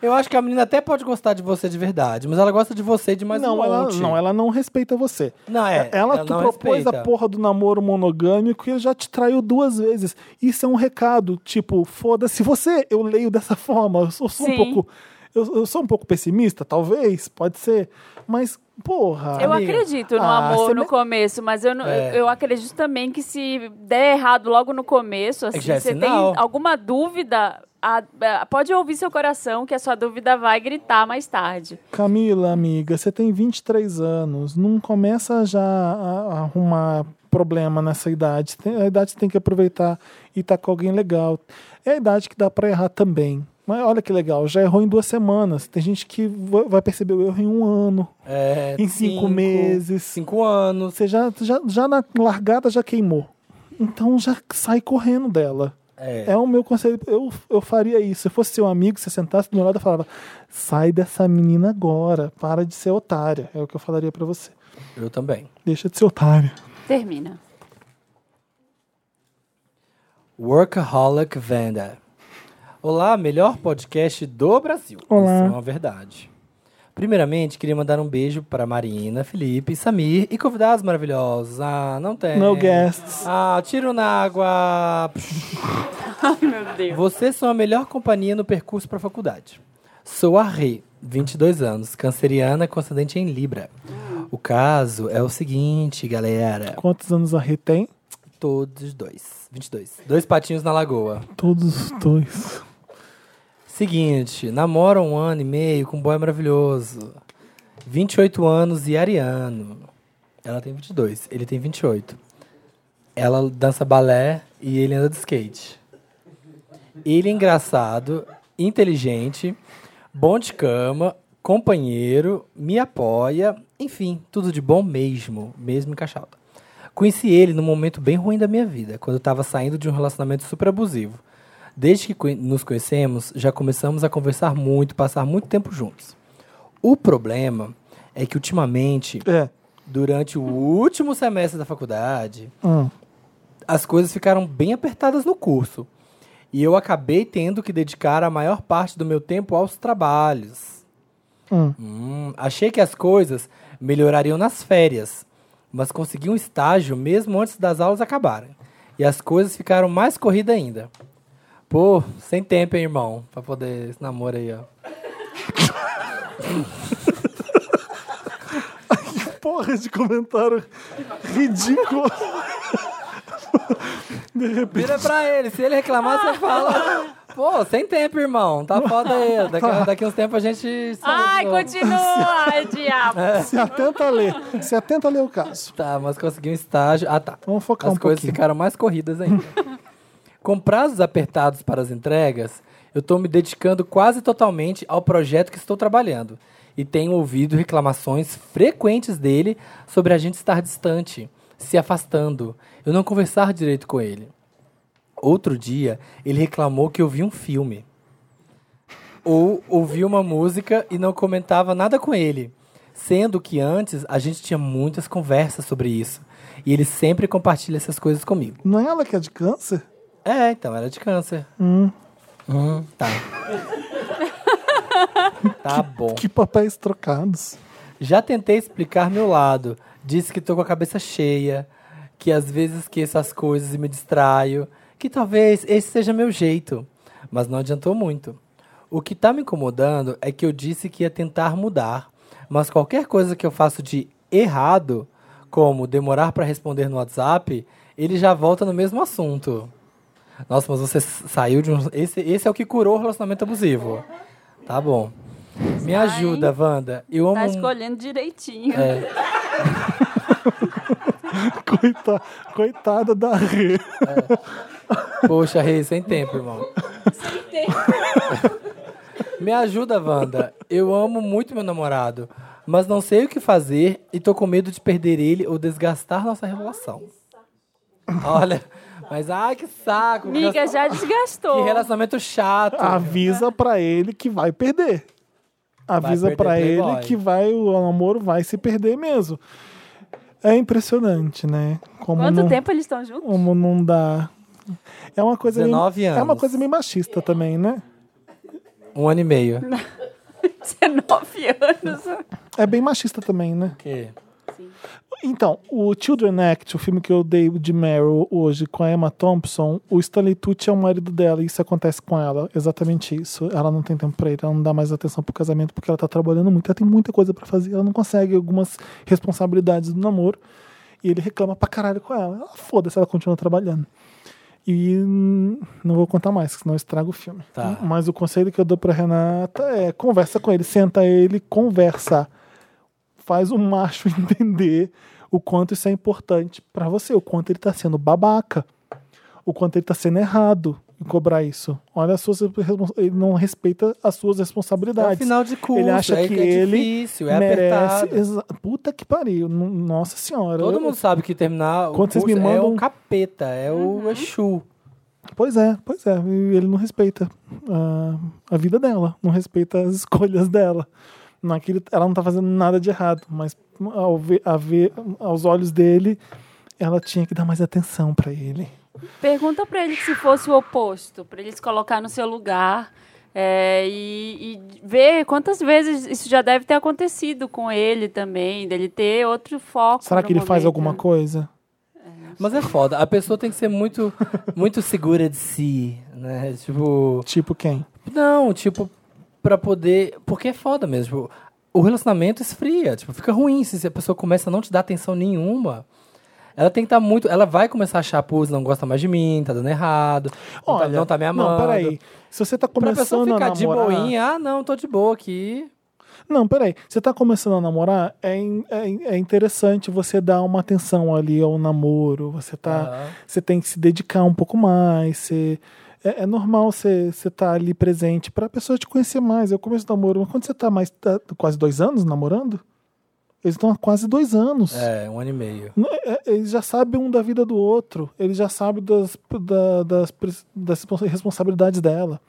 Speaker 2: eu acho que a menina até pode gostar de você de verdade, mas ela gosta de você de mais
Speaker 1: não,
Speaker 2: um monte.
Speaker 1: ela, não, é ela não respeita você.
Speaker 2: Não, é,
Speaker 1: Ela,
Speaker 2: ela
Speaker 1: tu
Speaker 2: não
Speaker 1: propôs
Speaker 2: respeita.
Speaker 1: a porra do namoro monogâmico e ele já te traiu duas vezes. Isso é um recado, tipo, foda-se você. Eu leio dessa forma. Eu sou, sou um
Speaker 3: Sim.
Speaker 1: pouco. Eu, eu sou um pouco pessimista, talvez, pode ser. Mas, porra.
Speaker 3: Eu
Speaker 2: Amiga.
Speaker 3: acredito no
Speaker 1: Ah,
Speaker 3: amor
Speaker 1: você
Speaker 3: no
Speaker 1: me-
Speaker 3: começo, mas eu, não-
Speaker 2: É.
Speaker 3: eu acredito também que se der errado logo no começo, assim,
Speaker 2: já é
Speaker 3: você tem
Speaker 2: sinal.
Speaker 3: alguma dúvida, a- a- pode ouvir seu coração, que a sua dúvida vai gritar mais tarde.
Speaker 1: Camila, amiga, você tem 23 anos, não começa já a a arrumar problema nessa idade. Tem- A idade tem que aproveitar e estar com alguém legal. É a idade que dá pra errar também. Mas olha que legal, já errou em duas semanas. Tem gente que va- vai perceber o erro em um ano.
Speaker 2: É,
Speaker 1: Em cinco meses.
Speaker 2: Cinco anos.
Speaker 1: Você já, já, já na largada já queimou. Então já sai correndo dela.
Speaker 2: É.
Speaker 1: É o meu conselho. Eu, eu faria isso. Se eu fosse seu amigo, se você sentasse do meu lado, eu falava: sai dessa menina agora. Para de ser otária. É o que eu falaria pra você.
Speaker 2: Eu também.
Speaker 1: Deixa de ser otária.
Speaker 3: Termina.
Speaker 2: Workaholic Vanda. Olá, melhor podcast do Brasil.
Speaker 1: Olá.
Speaker 2: Isso é uma verdade. Primeiramente, queria mandar um beijo para Marina, Felipe, Samir e convidados maravilhosos. Ah, não tem.
Speaker 1: No guests.
Speaker 2: Ah, tiro na água.
Speaker 3: Meu Deus.
Speaker 2: Vocês são a melhor companhia no percurso para a faculdade. Sou a Rê, 22 anos, canceriana com ascendente em Libra.
Speaker 3: Hum.
Speaker 2: O caso é o seguinte, galera.
Speaker 1: Quantos anos a Rê tem?
Speaker 2: Todos dois. 22. Dois patinhos na lagoa.
Speaker 1: Todos os dois.
Speaker 2: Seguinte, namora um ano e meio com um boy maravilhoso. 28 anos e ariano. Ela tem 22, ele tem 28. Ela dança balé e ele anda de skate. Ele é engraçado, inteligente, bom de cama, companheiro, me apoia, enfim, tudo de bom mesmo, mesmo encaixado. Conheci ele num momento bem ruim da minha vida, quando eu estava saindo de um relacionamento super abusivo. Desde que conhe- nos conhecemos, já começamos a conversar muito, passar muito tempo juntos. O problema é que ultimamente,
Speaker 1: É.
Speaker 2: durante o último semestre da faculdade,
Speaker 1: Hum.
Speaker 2: as coisas ficaram bem apertadas no curso. E eu acabei tendo que dedicar a maior parte do meu tempo aos trabalhos.
Speaker 1: Hum.
Speaker 2: Hum, achei que as coisas melhorariam nas férias, mas consegui um estágio mesmo antes das aulas acabarem. E as coisas ficaram mais corridas ainda. Pô, sem tempo, hein, irmão, pra poder esse namoro aí, ó.
Speaker 1: Porra de comentário ridículo. De repente.
Speaker 2: Vira pra ele, se ele reclamar, você fala. Pô, sem tempo, irmão. Tá foda aí. Daqui, daqui uns tempos a gente. se fala de
Speaker 3: Ai,
Speaker 2: novo.
Speaker 3: continua, ai, diabo.
Speaker 1: Se atenta a ler. Se atenta a ler o caso.
Speaker 2: Tá, mas consegui um estágio. Ah, tá.
Speaker 1: Vamos focar
Speaker 2: As
Speaker 1: um
Speaker 2: coisas
Speaker 1: pouquinho.
Speaker 2: ficaram mais corridas ainda. Com prazos apertados para as entregas, eu estou me dedicando quase totalmente ao projeto que estou trabalhando. E tenho ouvido reclamações frequentes dele sobre a gente estar distante, se afastando, eu não conversar direito com ele. Outro dia, ele reclamou que eu vi um filme. Ou ouvi uma música e não comentava nada com ele. Sendo que antes a gente tinha muitas conversas sobre isso. E ele sempre compartilha essas coisas comigo.
Speaker 1: Não é ela que é de câncer?
Speaker 2: É, então, era de câncer. Hum, tá. tá bom.
Speaker 1: Que papéis trocados.
Speaker 2: Já tentei explicar meu lado. Disse que tô com a cabeça cheia, que às vezes esqueço as coisas e me distraio, que talvez esse seja meu jeito. Mas não adiantou muito. O que tá me incomodando é que eu disse que ia tentar mudar, mas qualquer coisa que eu faço de errado, como demorar para responder no WhatsApp, ele já volta no mesmo assunto. Nossa, mas você s- saiu de um. Esse, esse é o que curou o relacionamento abusivo. Tá bom. Me ajuda, Wanda. Eu amo. um-
Speaker 3: Tá escolhendo direitinho.
Speaker 2: É.
Speaker 1: Coita, coitada da Rê.
Speaker 2: É. Poxa, Rei, sem tempo, irmão. Sem tempo. Me ajuda, Wanda. Eu amo muito meu namorado, mas não sei o que fazer e tô com medo de perder ele ou desgastar nossa relação. Olha, mas ai que saco. que
Speaker 3: Amiga,
Speaker 2: relacion-
Speaker 3: já desgastou.
Speaker 2: Que relacionamento chato.
Speaker 1: Ah. Avisa pra ele que vai perder. Avisa
Speaker 2: perder
Speaker 1: pra ele
Speaker 2: Playboy.
Speaker 1: que vai o namoro vai se perder mesmo. É impressionante, né? Como
Speaker 3: Quanto
Speaker 1: não,
Speaker 3: tempo eles estão juntos?
Speaker 1: Como não dá. É uma coisa
Speaker 2: 19
Speaker 1: meio, É uma
Speaker 2: anos.
Speaker 1: coisa meio machista também, né?
Speaker 2: Um ano e meio.
Speaker 3: 19 anos.
Speaker 1: É bem machista também, né?
Speaker 2: Que?
Speaker 1: Então, o Children Act, o filme que eu dei de Meryl hoje com a Emma Thompson, o Stanley Tucci é o marido dela e isso acontece com ela, exatamente isso. Ela não tem tempo pra ele, ela não dá mais atenção pro casamento porque ela tá trabalhando muito, ela tem muita coisa pra fazer, ela não consegue algumas responsabilidades do namoro e ele reclama pra caralho com ela. Ela foda-se, ela continua trabalhando. E hum, não vou contar mais, senão eu estrago o filme.
Speaker 2: Tá.
Speaker 1: Mas o conselho que eu dou pra Renata é conversa com ele, senta ele, conversa faz o macho entender o quanto isso é importante pra você, o quanto ele tá sendo babaca, o quanto ele tá sendo errado em cobrar isso. Olha as suas respons- ele não respeita as suas
Speaker 2: É
Speaker 1: responsabilidades.
Speaker 2: o final de curso.
Speaker 1: ele acha
Speaker 2: é,
Speaker 1: que
Speaker 2: é
Speaker 1: ele
Speaker 2: difícil, é
Speaker 1: merece.
Speaker 2: apertado.
Speaker 1: exa- Puta que pariu, n- nossa senhora.
Speaker 2: Todo
Speaker 1: Eu-
Speaker 2: mundo sabe que terminar o
Speaker 1: Quando vocês
Speaker 2: curso
Speaker 1: me
Speaker 2: é
Speaker 1: mandam-
Speaker 2: o capeta, é o Exu.
Speaker 1: Pois é, pois é. E ele não respeita ah, a vida dela, não respeita as escolhas dela. Naquele, ela não tá fazendo nada de errado, mas ao ver, a ver- aos olhos dele, ela tinha que dar mais atenção pra ele.
Speaker 3: Pergunta pra ele se fosse o oposto, pra ele se colocar no seu lugar é, e, e ver quantas vezes isso já deve ter acontecido com ele também, dele ter outro foco.
Speaker 1: Será
Speaker 3: no
Speaker 1: que ele faz
Speaker 3: momento. né?
Speaker 1: alguma coisa?
Speaker 2: Mas é foda. A pessoa tem que ser muito, muito segura de si, né? Tipo,
Speaker 1: Tipo quem?
Speaker 2: não, tipo, pra poder. Porque é foda mesmo. Tipo, o relacionamento esfria. Tipo, fica ruim se a pessoa começa a não te dar atenção nenhuma. Ela tem que estar muito. Ela vai começar a achar, pô, você não gosta mais de mim, tá dando errado. não tá-
Speaker 1: Olha,
Speaker 2: não tá me amando.
Speaker 1: Não, peraí. Se você tá
Speaker 2: Pra
Speaker 1: começando
Speaker 2: pessoa ficar
Speaker 1: a namorar.
Speaker 2: de boinha, ah, não, tô de boa aqui.
Speaker 1: Não, peraí. Você tá começando a namorar, é, in- é, in- é interessante você dar uma atenção ali ao namoro. Você tá.
Speaker 2: Aham.
Speaker 1: Você tem que se dedicar um pouco mais. Você. É, é normal você estar tá ali presente pra pessoa te conhecer mais. Eu começo o namoro, mas quando você tá mais. tá quase dois anos namorando? Eles estão há quase dois anos.
Speaker 2: É, um ano e meio.
Speaker 1: Não, é- é- Eles já sabem um da vida do outro. Eles já sabem das, da- das, pres- das respons- responsabilidades dela.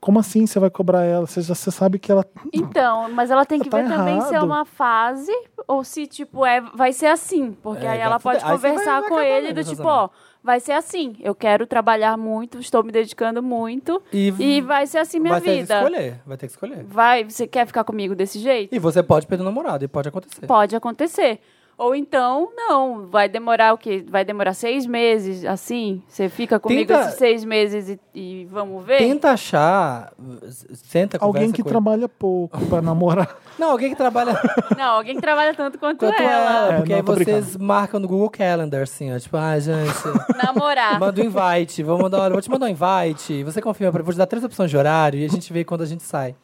Speaker 1: Como assim você vai cobrar ela? Você já você sabe que ela.
Speaker 3: Então, mas ela tem que
Speaker 1: Tá
Speaker 3: ver também se é
Speaker 1: errado.
Speaker 3: uma fase ou se, tipo, é, vai ser assim. Porque
Speaker 2: É,
Speaker 3: aí
Speaker 2: vai
Speaker 3: ela pode
Speaker 2: fuder. Aí você vai-
Speaker 3: conversar
Speaker 2: vai
Speaker 3: com
Speaker 2: acabar
Speaker 3: ele
Speaker 2: mesmo
Speaker 3: do
Speaker 2: o
Speaker 3: tipo, ó,
Speaker 2: relacionamento.
Speaker 3: vai ser assim. Eu quero trabalhar muito, estou me dedicando muito.
Speaker 2: E-
Speaker 3: E, vai ser assim minha
Speaker 2: vai ter que
Speaker 3: vida.
Speaker 2: escolher, vai ter que escolher.
Speaker 3: Vai, você quer ficar comigo desse jeito?
Speaker 2: E você pode perder o namorado, e pode acontecer.
Speaker 3: Pode acontecer. Ou então, não, vai demorar o quê? Vai demorar seis meses, assim? Você fica comigo
Speaker 2: Tenta-
Speaker 3: esses seis meses e, e vamos ver?
Speaker 2: Tenta achar. Senta,
Speaker 1: Alguém
Speaker 2: conversa
Speaker 1: que
Speaker 2: com
Speaker 1: trabalha pouco pra namorar.
Speaker 2: ele. Não, alguém que trabalha
Speaker 3: Não, alguém que trabalha tanto quanto,
Speaker 2: quanto ela.
Speaker 3: ela.
Speaker 1: É,
Speaker 2: porque
Speaker 1: não,
Speaker 2: aí
Speaker 1: tô
Speaker 2: vocês marcam no Google Calendar, assim, ó. Tipo, ah, gente.
Speaker 3: Namorar.
Speaker 2: Manda um invite, vou mandar, olha, vou te mandar um invite. Você confirma pra vou te dar três opções de horário e a gente vê quando a gente sai.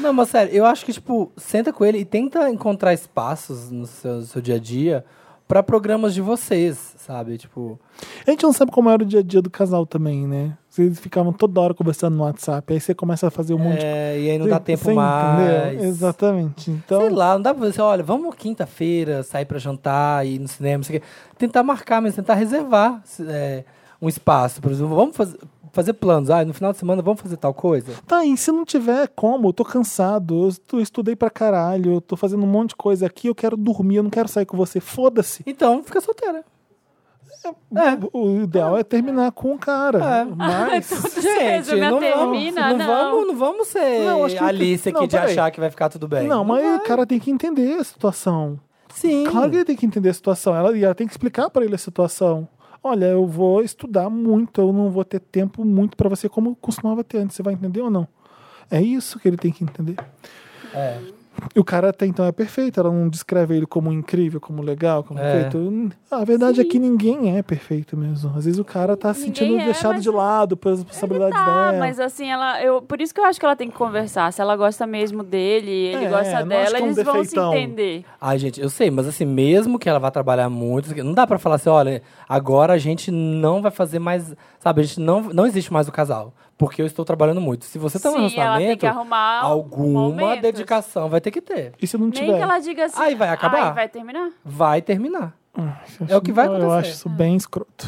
Speaker 2: Não, mas sério, eu acho que, tipo, senta com ele e tenta encontrar espaços no seu, no seu dia a dia pra programas de vocês, sabe? Tipo,
Speaker 1: A gente não sabe como era o dia a dia do casal também, né? Eles ficavam toda hora conversando no WhatsApp. Aí você começa a fazer um monte de
Speaker 2: é, e aí não dá tempo
Speaker 1: Você entendeu?
Speaker 2: mais.
Speaker 1: Exatamente. Então,
Speaker 2: Sei lá, não dá pra você, olha, vamos quinta-feira sair pra jantar, ir no cinema, não sei o quê. Tentar marcar, mas tentar reservar se- é, um espaço. Por exemplo, vamos faz- fazer planos. Ah, no final de semana vamos fazer tal coisa.
Speaker 1: tá aí. Se não tiver como, eu tô cansado. Eu estu- estudei pra caralho. Eu tô fazendo um monte de coisa aqui. Eu quero dormir. Eu não quero sair com você. Foda-se.
Speaker 2: Então, fica solteira.
Speaker 1: O ideal é terminar com o cara.
Speaker 2: É.
Speaker 1: Mas.
Speaker 3: certeza,
Speaker 2: Gente,
Speaker 3: né?
Speaker 2: não,
Speaker 3: Termina,
Speaker 2: vamos, não,
Speaker 3: não.
Speaker 2: Vamos, não vamos ser
Speaker 1: Não, acho que-
Speaker 2: Alice aqui
Speaker 1: não,
Speaker 2: de
Speaker 1: peraí.
Speaker 2: achar que vai ficar tudo É. bem.
Speaker 1: Não, mas o cara tem que entender a situação.
Speaker 2: Sim.
Speaker 1: Claro que ele tem que entender a situação. Ela, e ela tem que explicar pra ele a situação. Olha, eu vou estudar muito, eu não vou ter tempo muito pra você como costumava ter antes. Você vai entender ou não? É isso que ele tem que entender.
Speaker 2: É.
Speaker 1: E o cara até então é perfeito, ela não descreve ele como incrível, como legal, como
Speaker 2: É.
Speaker 1: perfeito. A verdade é que ninguém é perfeito mesmo. Às vezes o cara tá se sentindo
Speaker 3: é,
Speaker 1: deixado
Speaker 3: mas
Speaker 1: de lado pelas responsabilidades
Speaker 3: Tá,
Speaker 1: dela.
Speaker 3: mas assim, ela, eu, por isso que eu acho que ela tem que conversar. Se ela gosta mesmo dele,
Speaker 1: É,
Speaker 3: ele
Speaker 1: não
Speaker 3: gosta
Speaker 1: acho
Speaker 3: dela,
Speaker 1: que é um
Speaker 3: eles vão se
Speaker 1: defeitão.
Speaker 3: entender.
Speaker 2: Ai, gente, eu sei, mas assim, mesmo que ela vá trabalhar muito, não dá pra falar assim, olha, agora a gente não vai fazer mais, sabe, a gente não, não existe mais o casal, porque eu estou trabalhando muito. Se você tá num
Speaker 3: Sim, ela tem
Speaker 2: relacionamento,
Speaker 3: que arrumar um
Speaker 2: alguma
Speaker 3: momentos.
Speaker 2: dedicação vai ter que ter.
Speaker 1: E se não
Speaker 3: Nem
Speaker 1: tiver?
Speaker 3: que ela diga assim.
Speaker 2: Aí vai acabar?
Speaker 3: Ai, vai terminar?
Speaker 2: Vai terminar.
Speaker 1: Ah, eu
Speaker 2: É o
Speaker 1: acho-
Speaker 2: que vai
Speaker 1: Eu
Speaker 2: acontecer.
Speaker 1: acho isso bem escroto.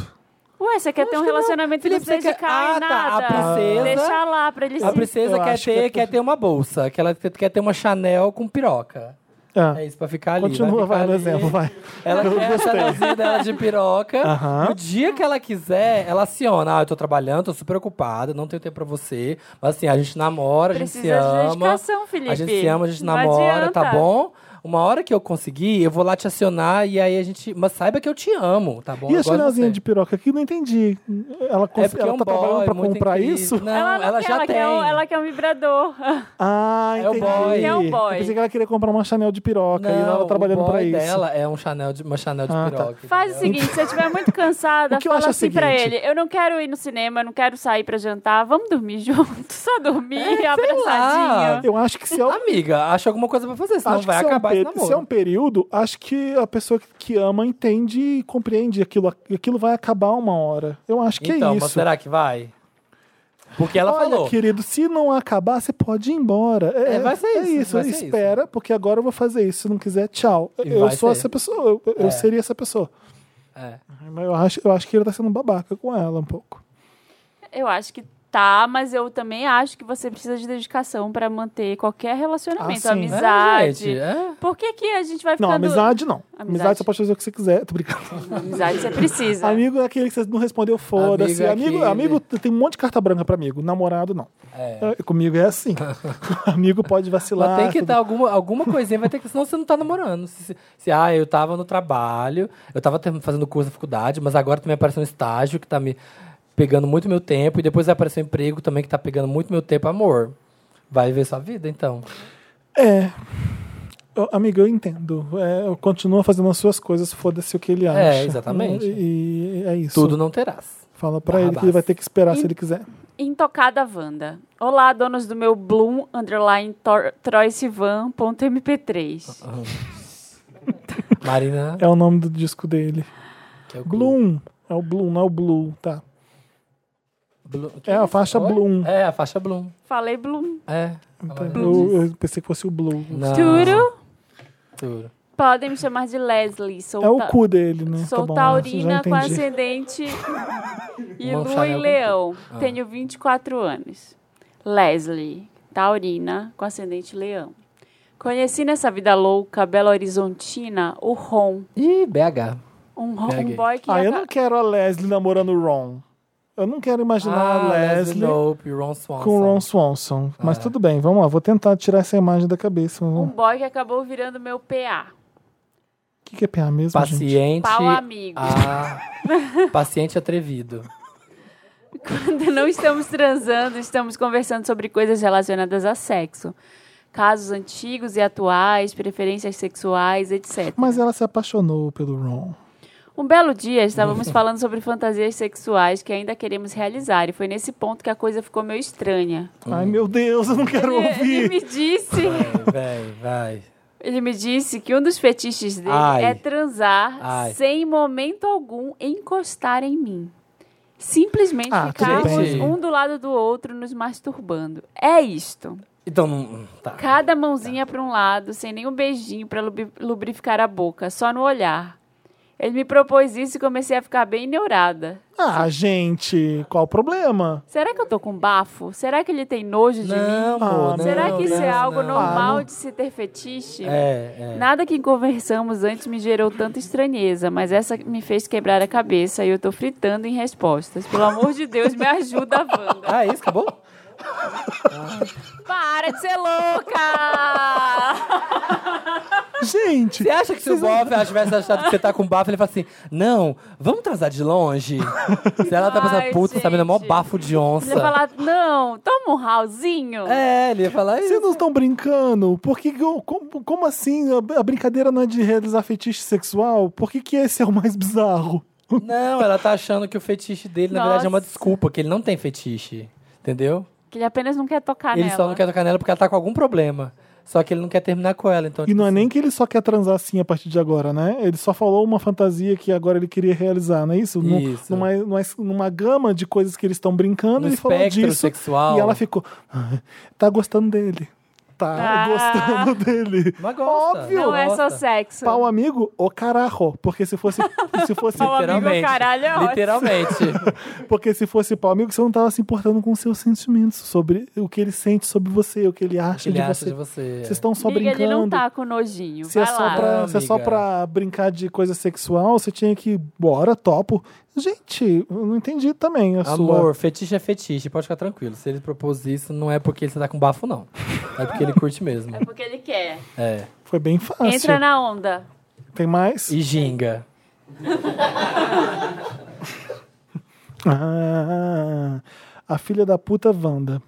Speaker 3: Ué, você quer ter um relacionamento
Speaker 2: Felipe,
Speaker 3: Felipe,
Speaker 2: você
Speaker 3: sem
Speaker 2: quer-
Speaker 3: dedicar
Speaker 2: Ah,
Speaker 3: em
Speaker 2: tá, a
Speaker 3: nada?
Speaker 2: princesa-
Speaker 3: Deixa lá pra ele
Speaker 2: A
Speaker 3: se...
Speaker 2: princesa
Speaker 1: eu
Speaker 2: quer
Speaker 1: acho que
Speaker 2: ter,
Speaker 1: é
Speaker 2: quer ter uma bolsa, que ela quer ter uma Chanel com piroca. É
Speaker 1: É.
Speaker 2: isso, pra ficar ali.
Speaker 1: Continua,
Speaker 2: vai,
Speaker 1: vai,
Speaker 2: ficar
Speaker 1: no
Speaker 2: ali.
Speaker 1: exemplo, vai.
Speaker 2: Ela é, quer a chanelzinha dela de piroca.
Speaker 1: Aham.
Speaker 2: No dia que ela quiser, ela aciona. Ah, eu tô trabalhando, tô super ocupada, não tenho tempo pra você. Mas assim, a gente namora, a
Speaker 3: Precisa
Speaker 2: gente se
Speaker 3: de
Speaker 2: ama.
Speaker 3: dedicação, Felipe.
Speaker 2: A gente se ama, a gente
Speaker 3: Não
Speaker 2: namora, tá
Speaker 3: adianta.
Speaker 2: bom? Uma hora que eu conseguir, eu vou lá te acionar e aí a gente. Mas saiba que eu te amo, tá bom?
Speaker 1: E
Speaker 2: Eu
Speaker 1: a
Speaker 2: gosto de
Speaker 1: chanelzinha
Speaker 2: você.
Speaker 1: de piroca aqui, eu não entendi. Ela, cons-
Speaker 2: É porque
Speaker 1: ela
Speaker 2: é um
Speaker 1: tá
Speaker 2: boy,
Speaker 1: trabalhando pra
Speaker 2: muito
Speaker 1: comprar
Speaker 2: incrível. né?
Speaker 1: isso?
Speaker 2: Não,
Speaker 3: Ela, não
Speaker 2: ela
Speaker 3: quer,
Speaker 2: já
Speaker 3: ela
Speaker 2: tem.
Speaker 3: Quer um, ela quer um vibrador.
Speaker 1: Ah,
Speaker 2: É o
Speaker 1: entendi.
Speaker 2: boy.
Speaker 3: É um boy.
Speaker 1: Eu pensei que ela queria comprar uma Chanel de piroca e ela
Speaker 2: Não,
Speaker 1: tava trabalhando
Speaker 2: o boy
Speaker 1: pra isso.
Speaker 2: dela é um Chanel de, uma Chanel de
Speaker 1: Ah, tá.
Speaker 2: piroca.
Speaker 3: Faz o
Speaker 2: entendeu?
Speaker 3: seguinte, se eu estiver muito cansada,
Speaker 1: O que eu
Speaker 3: fala
Speaker 1: acho é o
Speaker 3: assim pra
Speaker 1: seguinte.
Speaker 3: ele. Eu não quero ir no cinema, eu não quero sair pra jantar. Vamos dormir juntos, só dormir,
Speaker 1: É,
Speaker 3: abraçadinho.
Speaker 1: Eu acho que se é um,
Speaker 2: Amiga, acha alguma coisa pra fazer, senão
Speaker 1: acho que
Speaker 2: vai
Speaker 1: se é um
Speaker 2: acabar esse
Speaker 1: pe- se é um
Speaker 2: namoro.
Speaker 1: período, acho que a pessoa que- que ama entende e compreende aquilo. Aquilo vai acabar uma hora. Eu acho que
Speaker 2: Então,
Speaker 1: é
Speaker 2: mas
Speaker 1: isso.
Speaker 2: será que vai? Porque ela
Speaker 1: Olha,
Speaker 2: falou.
Speaker 1: querido, se não acabar, você pode ir embora. É,
Speaker 2: É, vai ser
Speaker 1: é
Speaker 2: isso, vai ser
Speaker 1: Espera, porque agora eu vou fazer isso. Se não quiser, tchau.
Speaker 2: E
Speaker 1: Eu
Speaker 2: vai
Speaker 1: sou
Speaker 2: ser.
Speaker 1: essa pessoa. Eu, eu
Speaker 2: É.
Speaker 1: seria essa pessoa.
Speaker 2: É.
Speaker 1: Mas eu acho, eu acho que ele tá sendo babaca com ela um pouco.
Speaker 3: Eu acho que tá, mas eu também acho que você precisa de dedicação pra manter qualquer
Speaker 1: Ah,
Speaker 3: relacionamento,
Speaker 1: sim.
Speaker 3: amizade.
Speaker 2: É, gente, é.
Speaker 3: Por que, que a gente vai
Speaker 1: Não,
Speaker 3: ficando...
Speaker 1: amizade não. Amizade.
Speaker 3: Amizade.
Speaker 1: você pode fazer o que você quiser. Tô brincando.
Speaker 3: Amizade você precisa.
Speaker 1: Amigo é aquele que você não respondeu, foda-se.
Speaker 2: Amigo é
Speaker 1: Amigo,
Speaker 2: aquele.
Speaker 1: amigo, tem um monte de carta branca pra amigo. Namorado, não.
Speaker 2: É.
Speaker 1: É, Comigo é assim. amigo pode vacilar.
Speaker 2: Mas tem que
Speaker 1: tudo.
Speaker 2: dar alguma, alguma coisinha, vai ter que, senão você não tá namorando. Se, se- se, ah, eu tava no trabalho, eu tava ter- fazendo curso na faculdade, mas agora também apareceu um estágio que tá me pegando muito meu tempo, e depois apareceu um emprego também que tá pegando muito meu tempo, amor. Vai viver sua vida, então.
Speaker 1: É. Eu- amigo, eu entendo. É, eu continuo fazendo as suas coisas, foda-se o que ele acha.
Speaker 2: É, exatamente.
Speaker 1: E, e é isso.
Speaker 2: Tudo não terás.
Speaker 1: Fala pra ele que ele vai ter que esperar se ele quiser.
Speaker 3: Intocada Wanda. Olá, donos do meu Bloom, underline tor- troysivan.mp3.
Speaker 1: Ah,
Speaker 2: Marina,
Speaker 1: É o nome do disco dele.
Speaker 2: que é o
Speaker 1: Bloom. É o Bloom, não é o Blue, tá?
Speaker 2: Bloom.
Speaker 1: É a faixa
Speaker 2: Oi?
Speaker 1: Bloom.
Speaker 2: É, a faixa Bloom.
Speaker 3: Falei Bloom.
Speaker 2: É.
Speaker 1: Eu, eu pensei que fosse o Blue.
Speaker 2: Não,
Speaker 3: Tudo.
Speaker 2: tudo.
Speaker 3: Podem me chamar de Leslie. Sou
Speaker 1: É o
Speaker 3: ta-
Speaker 1: cu dele, né?
Speaker 3: Sou
Speaker 1: tá bom,
Speaker 3: taurina
Speaker 1: já
Speaker 3: com
Speaker 1: entendi.
Speaker 3: ascendente e
Speaker 2: Uma
Speaker 3: lua
Speaker 2: Chanel Ah.
Speaker 3: em
Speaker 2: com
Speaker 3: leão. Tenho 24 anos. Leslie, taurina com ascendente leão. Conheci nessa vida louca, Belo Horizontina, o Ron.
Speaker 2: Ih, BH.
Speaker 3: Um, Ron,
Speaker 2: Peguei.
Speaker 3: um boy que...
Speaker 1: Ah,
Speaker 3: ia
Speaker 1: eu
Speaker 3: ca-
Speaker 1: não quero a Leslie namorando o Ron. Eu não quero imaginar a Leslie
Speaker 2: Ah, Nope, Ron Swanson.
Speaker 1: com o Ron Swanson. Mas tudo bem, vamos lá. Vou tentar tirar essa imagem da cabeça.
Speaker 3: Um
Speaker 1: O
Speaker 3: boy que acabou virando meu PA.
Speaker 1: que, que é PA mesmo, gente?
Speaker 2: Paciente.
Speaker 3: Pau amigo.
Speaker 2: Ah, paciente atrevido.
Speaker 3: Quando não estamos transando, estamos conversando sobre coisas relacionadas a sexo. Casos antigos e atuais, preferências sexuais, etc.
Speaker 1: Mas ela se apaixonou pelo Ron.
Speaker 3: Um belo dia estávamos falando sobre fantasias sexuais que ainda queremos realizar, e foi nesse ponto que a coisa ficou meio estranha.
Speaker 1: Ai, meu Deus, eu não quero
Speaker 3: Ele, ele
Speaker 1: ouvir.
Speaker 3: me disse,
Speaker 2: Vai, vai.
Speaker 3: ele me disse que um dos fetiches dele
Speaker 2: Ai.
Speaker 3: é transar
Speaker 2: Ai.
Speaker 3: sem momento algum encostar em mim. Simplesmente
Speaker 1: Ah, tudo
Speaker 3: ficarmos
Speaker 2: bem.
Speaker 3: um do lado do outro nos masturbando. É isto.
Speaker 2: Então, não- tá.
Speaker 3: Cada mãozinha para um lado, sem nenhum beijinho para lubrificar a boca, só no olhar. Ele me propôs isso e comecei a ficar bem neurada.
Speaker 1: Ah, gente, qual o problema?
Speaker 3: Será que eu tô com bafo? Será que ele tem nojo de
Speaker 2: Não,
Speaker 3: mim?
Speaker 2: amor,
Speaker 1: Ah,
Speaker 3: Será
Speaker 2: não,
Speaker 3: que isso é
Speaker 2: não,
Speaker 3: algo
Speaker 2: não.
Speaker 3: normal
Speaker 1: Ah, não.
Speaker 3: de se ter fetiche?
Speaker 2: É, é.
Speaker 3: Nada que conversamos antes me gerou tanta estranheza, mas essa me fez quebrar a cabeça e eu tô fritando em respostas. Pelo amor de Deus, me ajuda, Wanda.
Speaker 2: Ah, é isso? Acabou?
Speaker 3: Para de ser louca!
Speaker 1: Gente,
Speaker 2: Você acha que se o Bob tivesse achado que você tá com bafo, ele fala assim: Não, vamos transar de longe? Se ela tá pensando,
Speaker 3: Ai,
Speaker 2: puta, essa menina é mó
Speaker 3: gente.
Speaker 2: bafo de
Speaker 3: Ele
Speaker 2: onça.
Speaker 3: ia falar, não, toma um rauzinho.
Speaker 2: É, ele ia falar isso.
Speaker 1: vocês não estão brincando? Por que, que eu- como, como assim? A a brincadeira não é de realizar fetiche sexual? Por que, que esse é o mais bizarro?
Speaker 2: Não, ela tá achando que o fetiche dele, na verdade, é uma
Speaker 3: Nossa.
Speaker 2: desculpa, que ele não tem fetiche. Entendeu?
Speaker 3: Que ele apenas não quer tocar
Speaker 2: Ele
Speaker 3: nela.
Speaker 2: só não quer tocar nela porque ela tá com algum problema. Só que ele não quer terminar com ela. Então,
Speaker 1: E não é nem que ele só quer transar assim a partir de agora, né? Ele só falou uma fantasia que agora ele queria realizar, não é isso? Num-
Speaker 2: Isso.
Speaker 1: Numa, numa, numa gama de coisas que eles estão brincando,
Speaker 2: No
Speaker 1: ele falou
Speaker 2: espectro
Speaker 1: disso.
Speaker 2: sexual.
Speaker 1: E ela ficou. "Ah, Tá gostando dele. Tá
Speaker 3: Ah.
Speaker 1: gostando dele.
Speaker 2: Mas gosta.
Speaker 1: Óbvio.
Speaker 3: Não é só
Speaker 2: Gosta.
Speaker 3: sexo.
Speaker 1: Pau amigo, o carajo. Porque se fosse. se fosse
Speaker 3: Pau amigo, caralho, é ótimo.
Speaker 2: literalmente.
Speaker 1: porque se fosse pau amigo, você não tava se importando com os seus sentimentos sobre o que ele sente sobre você, o que ele acha,
Speaker 2: ele
Speaker 1: de,
Speaker 2: acha
Speaker 1: você.
Speaker 2: de você. é.
Speaker 1: Vocês estão só
Speaker 3: Amiga,
Speaker 1: brincando.
Speaker 3: ele não tá com nojinho.
Speaker 1: Se é,
Speaker 3: Vai
Speaker 1: só
Speaker 3: lá.
Speaker 1: pra, se é só
Speaker 2: amiga.
Speaker 1: pra brincar de coisa sexual, você tinha que. Bora, topo. Gente, eu não entendi também a
Speaker 2: Amor, fetiche é fetiche, pode ficar tranquilo. Se ele propôs isso, não é porque ele tá com bafo, não. É porque ele curte mesmo.
Speaker 3: É porque ele quer.
Speaker 2: É.
Speaker 1: sua. Foi bem fácil.
Speaker 3: Entra na onda.
Speaker 1: Tem mais?
Speaker 2: E ginga.
Speaker 1: Ah, a filha da puta Wanda.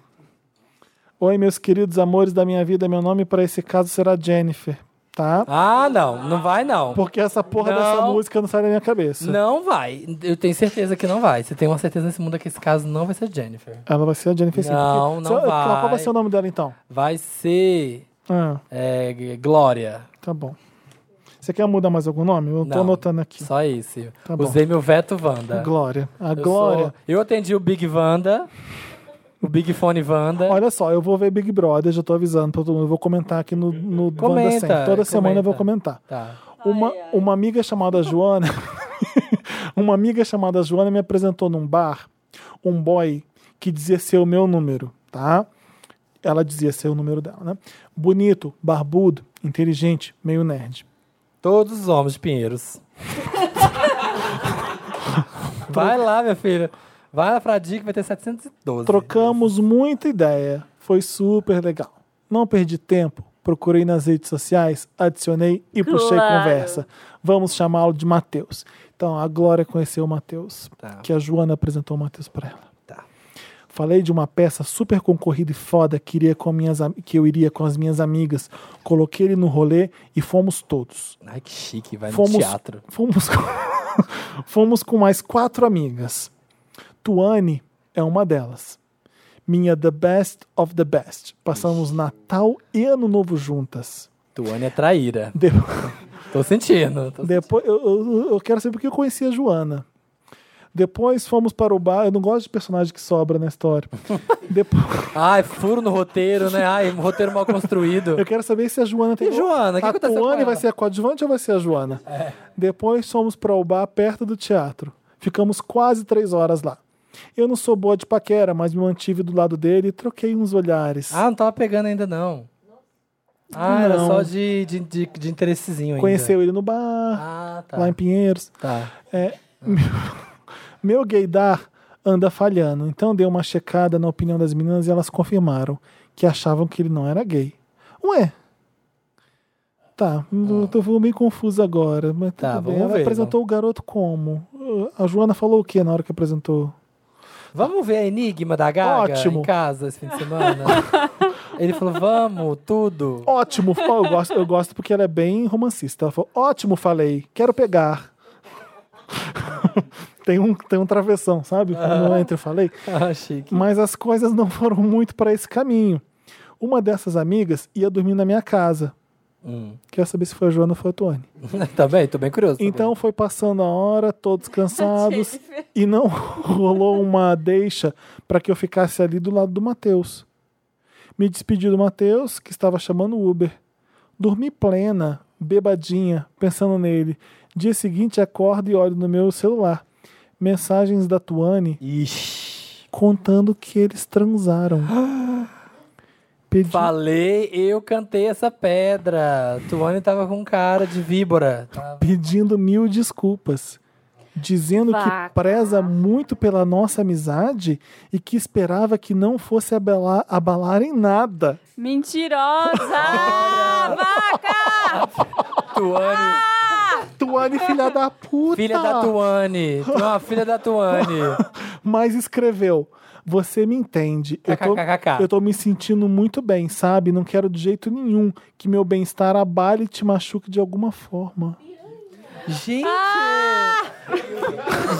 Speaker 1: Oi, meus queridos amores da minha vida. Meu nome para esse caso será Jennifer, tá?
Speaker 2: Ah, não, não vai não.
Speaker 1: Porque essa porra dessa
Speaker 2: Não.
Speaker 1: música não sai da minha cabeça.
Speaker 2: Não vai. Eu tenho certeza que não vai. Você tem uma certeza nesse mundo que esse caso não vai ser Jennifer.
Speaker 1: Ela vai ser a Jennifer sim,
Speaker 2: Não,
Speaker 1: porque- Só-
Speaker 2: não
Speaker 1: Qual qual vai
Speaker 2: vai.
Speaker 1: ser o nome dela então?
Speaker 2: Vai ser
Speaker 1: Ah,
Speaker 2: é, Glória.
Speaker 1: tá bom. Você quer mudar mais algum nome? Eu tô
Speaker 2: Não,
Speaker 1: anotando aqui.
Speaker 2: Só esse.
Speaker 1: Tá bom.
Speaker 2: Usei meu veto Wanda.
Speaker 1: Glória. A
Speaker 2: Eu
Speaker 1: Glória.
Speaker 2: sou- eu atendi o Big Wanda, o Big Fone Wanda.
Speaker 1: Olha só, eu vou ver Big Brother, já tô avisando pra todo mundo. Eu vou comentar aqui no, no Wanda
Speaker 2: Comenta,
Speaker 1: Sem. Toda semana eu vou comentar.
Speaker 2: Tá.
Speaker 1: Uma, uma amiga chamada Joana. uma amiga chamada Joana me apresentou num bar um boy que dizia ser o meu número, tá? Ela dizia ser o número dela, né? Bonito, barbudo, inteligente, meio nerd.
Speaker 2: Todos os homens de Pinheiros. vai lá, minha filha. Vai lá pra Dica, vai ter 712.
Speaker 1: Trocamos muita ideia. Foi super legal. Não perdi tempo. Procurei nas redes sociais, adicionei e puxei
Speaker 3: Claro.
Speaker 1: conversa. Vamos chamá-lo de Matheus. Então, a Glória conheceu o Matheus,
Speaker 2: Tá.
Speaker 1: que a Joana apresentou o Matheus para ela.
Speaker 2: Tá.
Speaker 1: Falei de uma peça super concorrida e foda que, iria com minhas, am- que eu iria com as minhas amigas. Coloquei ele no rolê e fomos todos.
Speaker 2: Ai, que chique, vai
Speaker 1: Fomos,
Speaker 2: É no teatro.
Speaker 1: Fomos com, fomos com mais quatro amigas. Tuane é uma delas. Minha The Best of the Best. Passamos Natal e Ano Novo juntas.
Speaker 2: Tuane é traíra.
Speaker 1: De-
Speaker 2: Tô sentindo. tô-
Speaker 1: depois, eu, eu- eu quero saber porque eu conheci a Joana. Depois fomos para o bar. Eu não gosto de personagem que sobra na história. Depois.
Speaker 2: Ai, furo no roteiro, né? Ai, um roteiro mal construído.
Speaker 1: Eu quero saber se a Joana tem.
Speaker 2: E Joana? O que
Speaker 1: a
Speaker 2: aconteceu com
Speaker 1: Tuane
Speaker 2: ela? É.
Speaker 1: vai ser a coadjuvante ou vai ser a Joana? Depois fomos para o bar perto do teatro. Ficamos quase três horas lá. Eu não sou boa de paquera, mas me mantive do lado dele e troquei uns olhares.
Speaker 2: Ah, não tava pegando ainda, não. Ah, era
Speaker 1: Não.
Speaker 2: só de, de, de, de interessezinho ainda.
Speaker 1: Conheceu ele no bar,
Speaker 2: Ah, tá.
Speaker 1: lá em Pinheiros.
Speaker 2: Tá.
Speaker 1: Meu gaydar anda falhando, então dei uma checada na opinião das meninas e elas confirmaram que achavam que ele não era gay. Ué? Tá, eu tô meio confuso agora, mas
Speaker 2: Ah. Tá,
Speaker 1: tudo bem.
Speaker 2: vamos
Speaker 1: Ela
Speaker 2: ver,
Speaker 1: apresentou o garoto como? Ah, A Joana falou o que na hora que apresentou?
Speaker 2: Vamos ver a Enigma da Gaga
Speaker 1: Ótimo.
Speaker 2: em casa esse fim de semana? Ele falou, vamos, tudo.
Speaker 1: Ótimo, ó, eu gosto, eu gosto porque ela é bem romancista. Ela falou, ótimo, falei, quero pegar. tem, um, tem um travessão, sabe? No entre eu falei.
Speaker 2: Ah, chique.
Speaker 1: Mas as coisas não foram muito para esse caminho. Uma dessas amigas ia dormir na minha casa.
Speaker 2: Hum.
Speaker 1: Quer saber se foi a Joana ou foi a Tuane.
Speaker 2: tá bem, tô bem curioso. também.
Speaker 1: Então foi passando a hora, todos cansados, e não rolou uma deixa para que eu ficasse ali do lado do Matheus. Me despedi do Matheus, que estava chamando o Uber. Dormi plena, bebadinha, pensando nele. Dia seguinte, acordo e olho no meu celular. Mensagens da Tuane
Speaker 2: Ixi.
Speaker 1: contando que eles transaram. Pedi,
Speaker 2: Falei, eu cantei essa pedra. Tuane tava com cara de víbora. Tá. Tava-
Speaker 1: pedindo mil desculpas. Dizendo
Speaker 3: Vaca.
Speaker 1: que preza muito pela nossa amizade e que esperava que não fosse abalar, abalar em nada.
Speaker 3: Mentirosa! vaca!
Speaker 2: Tuane.
Speaker 1: Tuane, filha da puta!
Speaker 2: Filha da Tuane. Não, filha da Tuane.
Speaker 1: Mas escreveu. Você me entende. Eu tô,
Speaker 2: KKKK.
Speaker 1: eu tô me sentindo muito bem, sabe? Não quero de jeito nenhum que meu bem-estar abale e te machuque de alguma forma.
Speaker 2: Gente!
Speaker 1: Ah!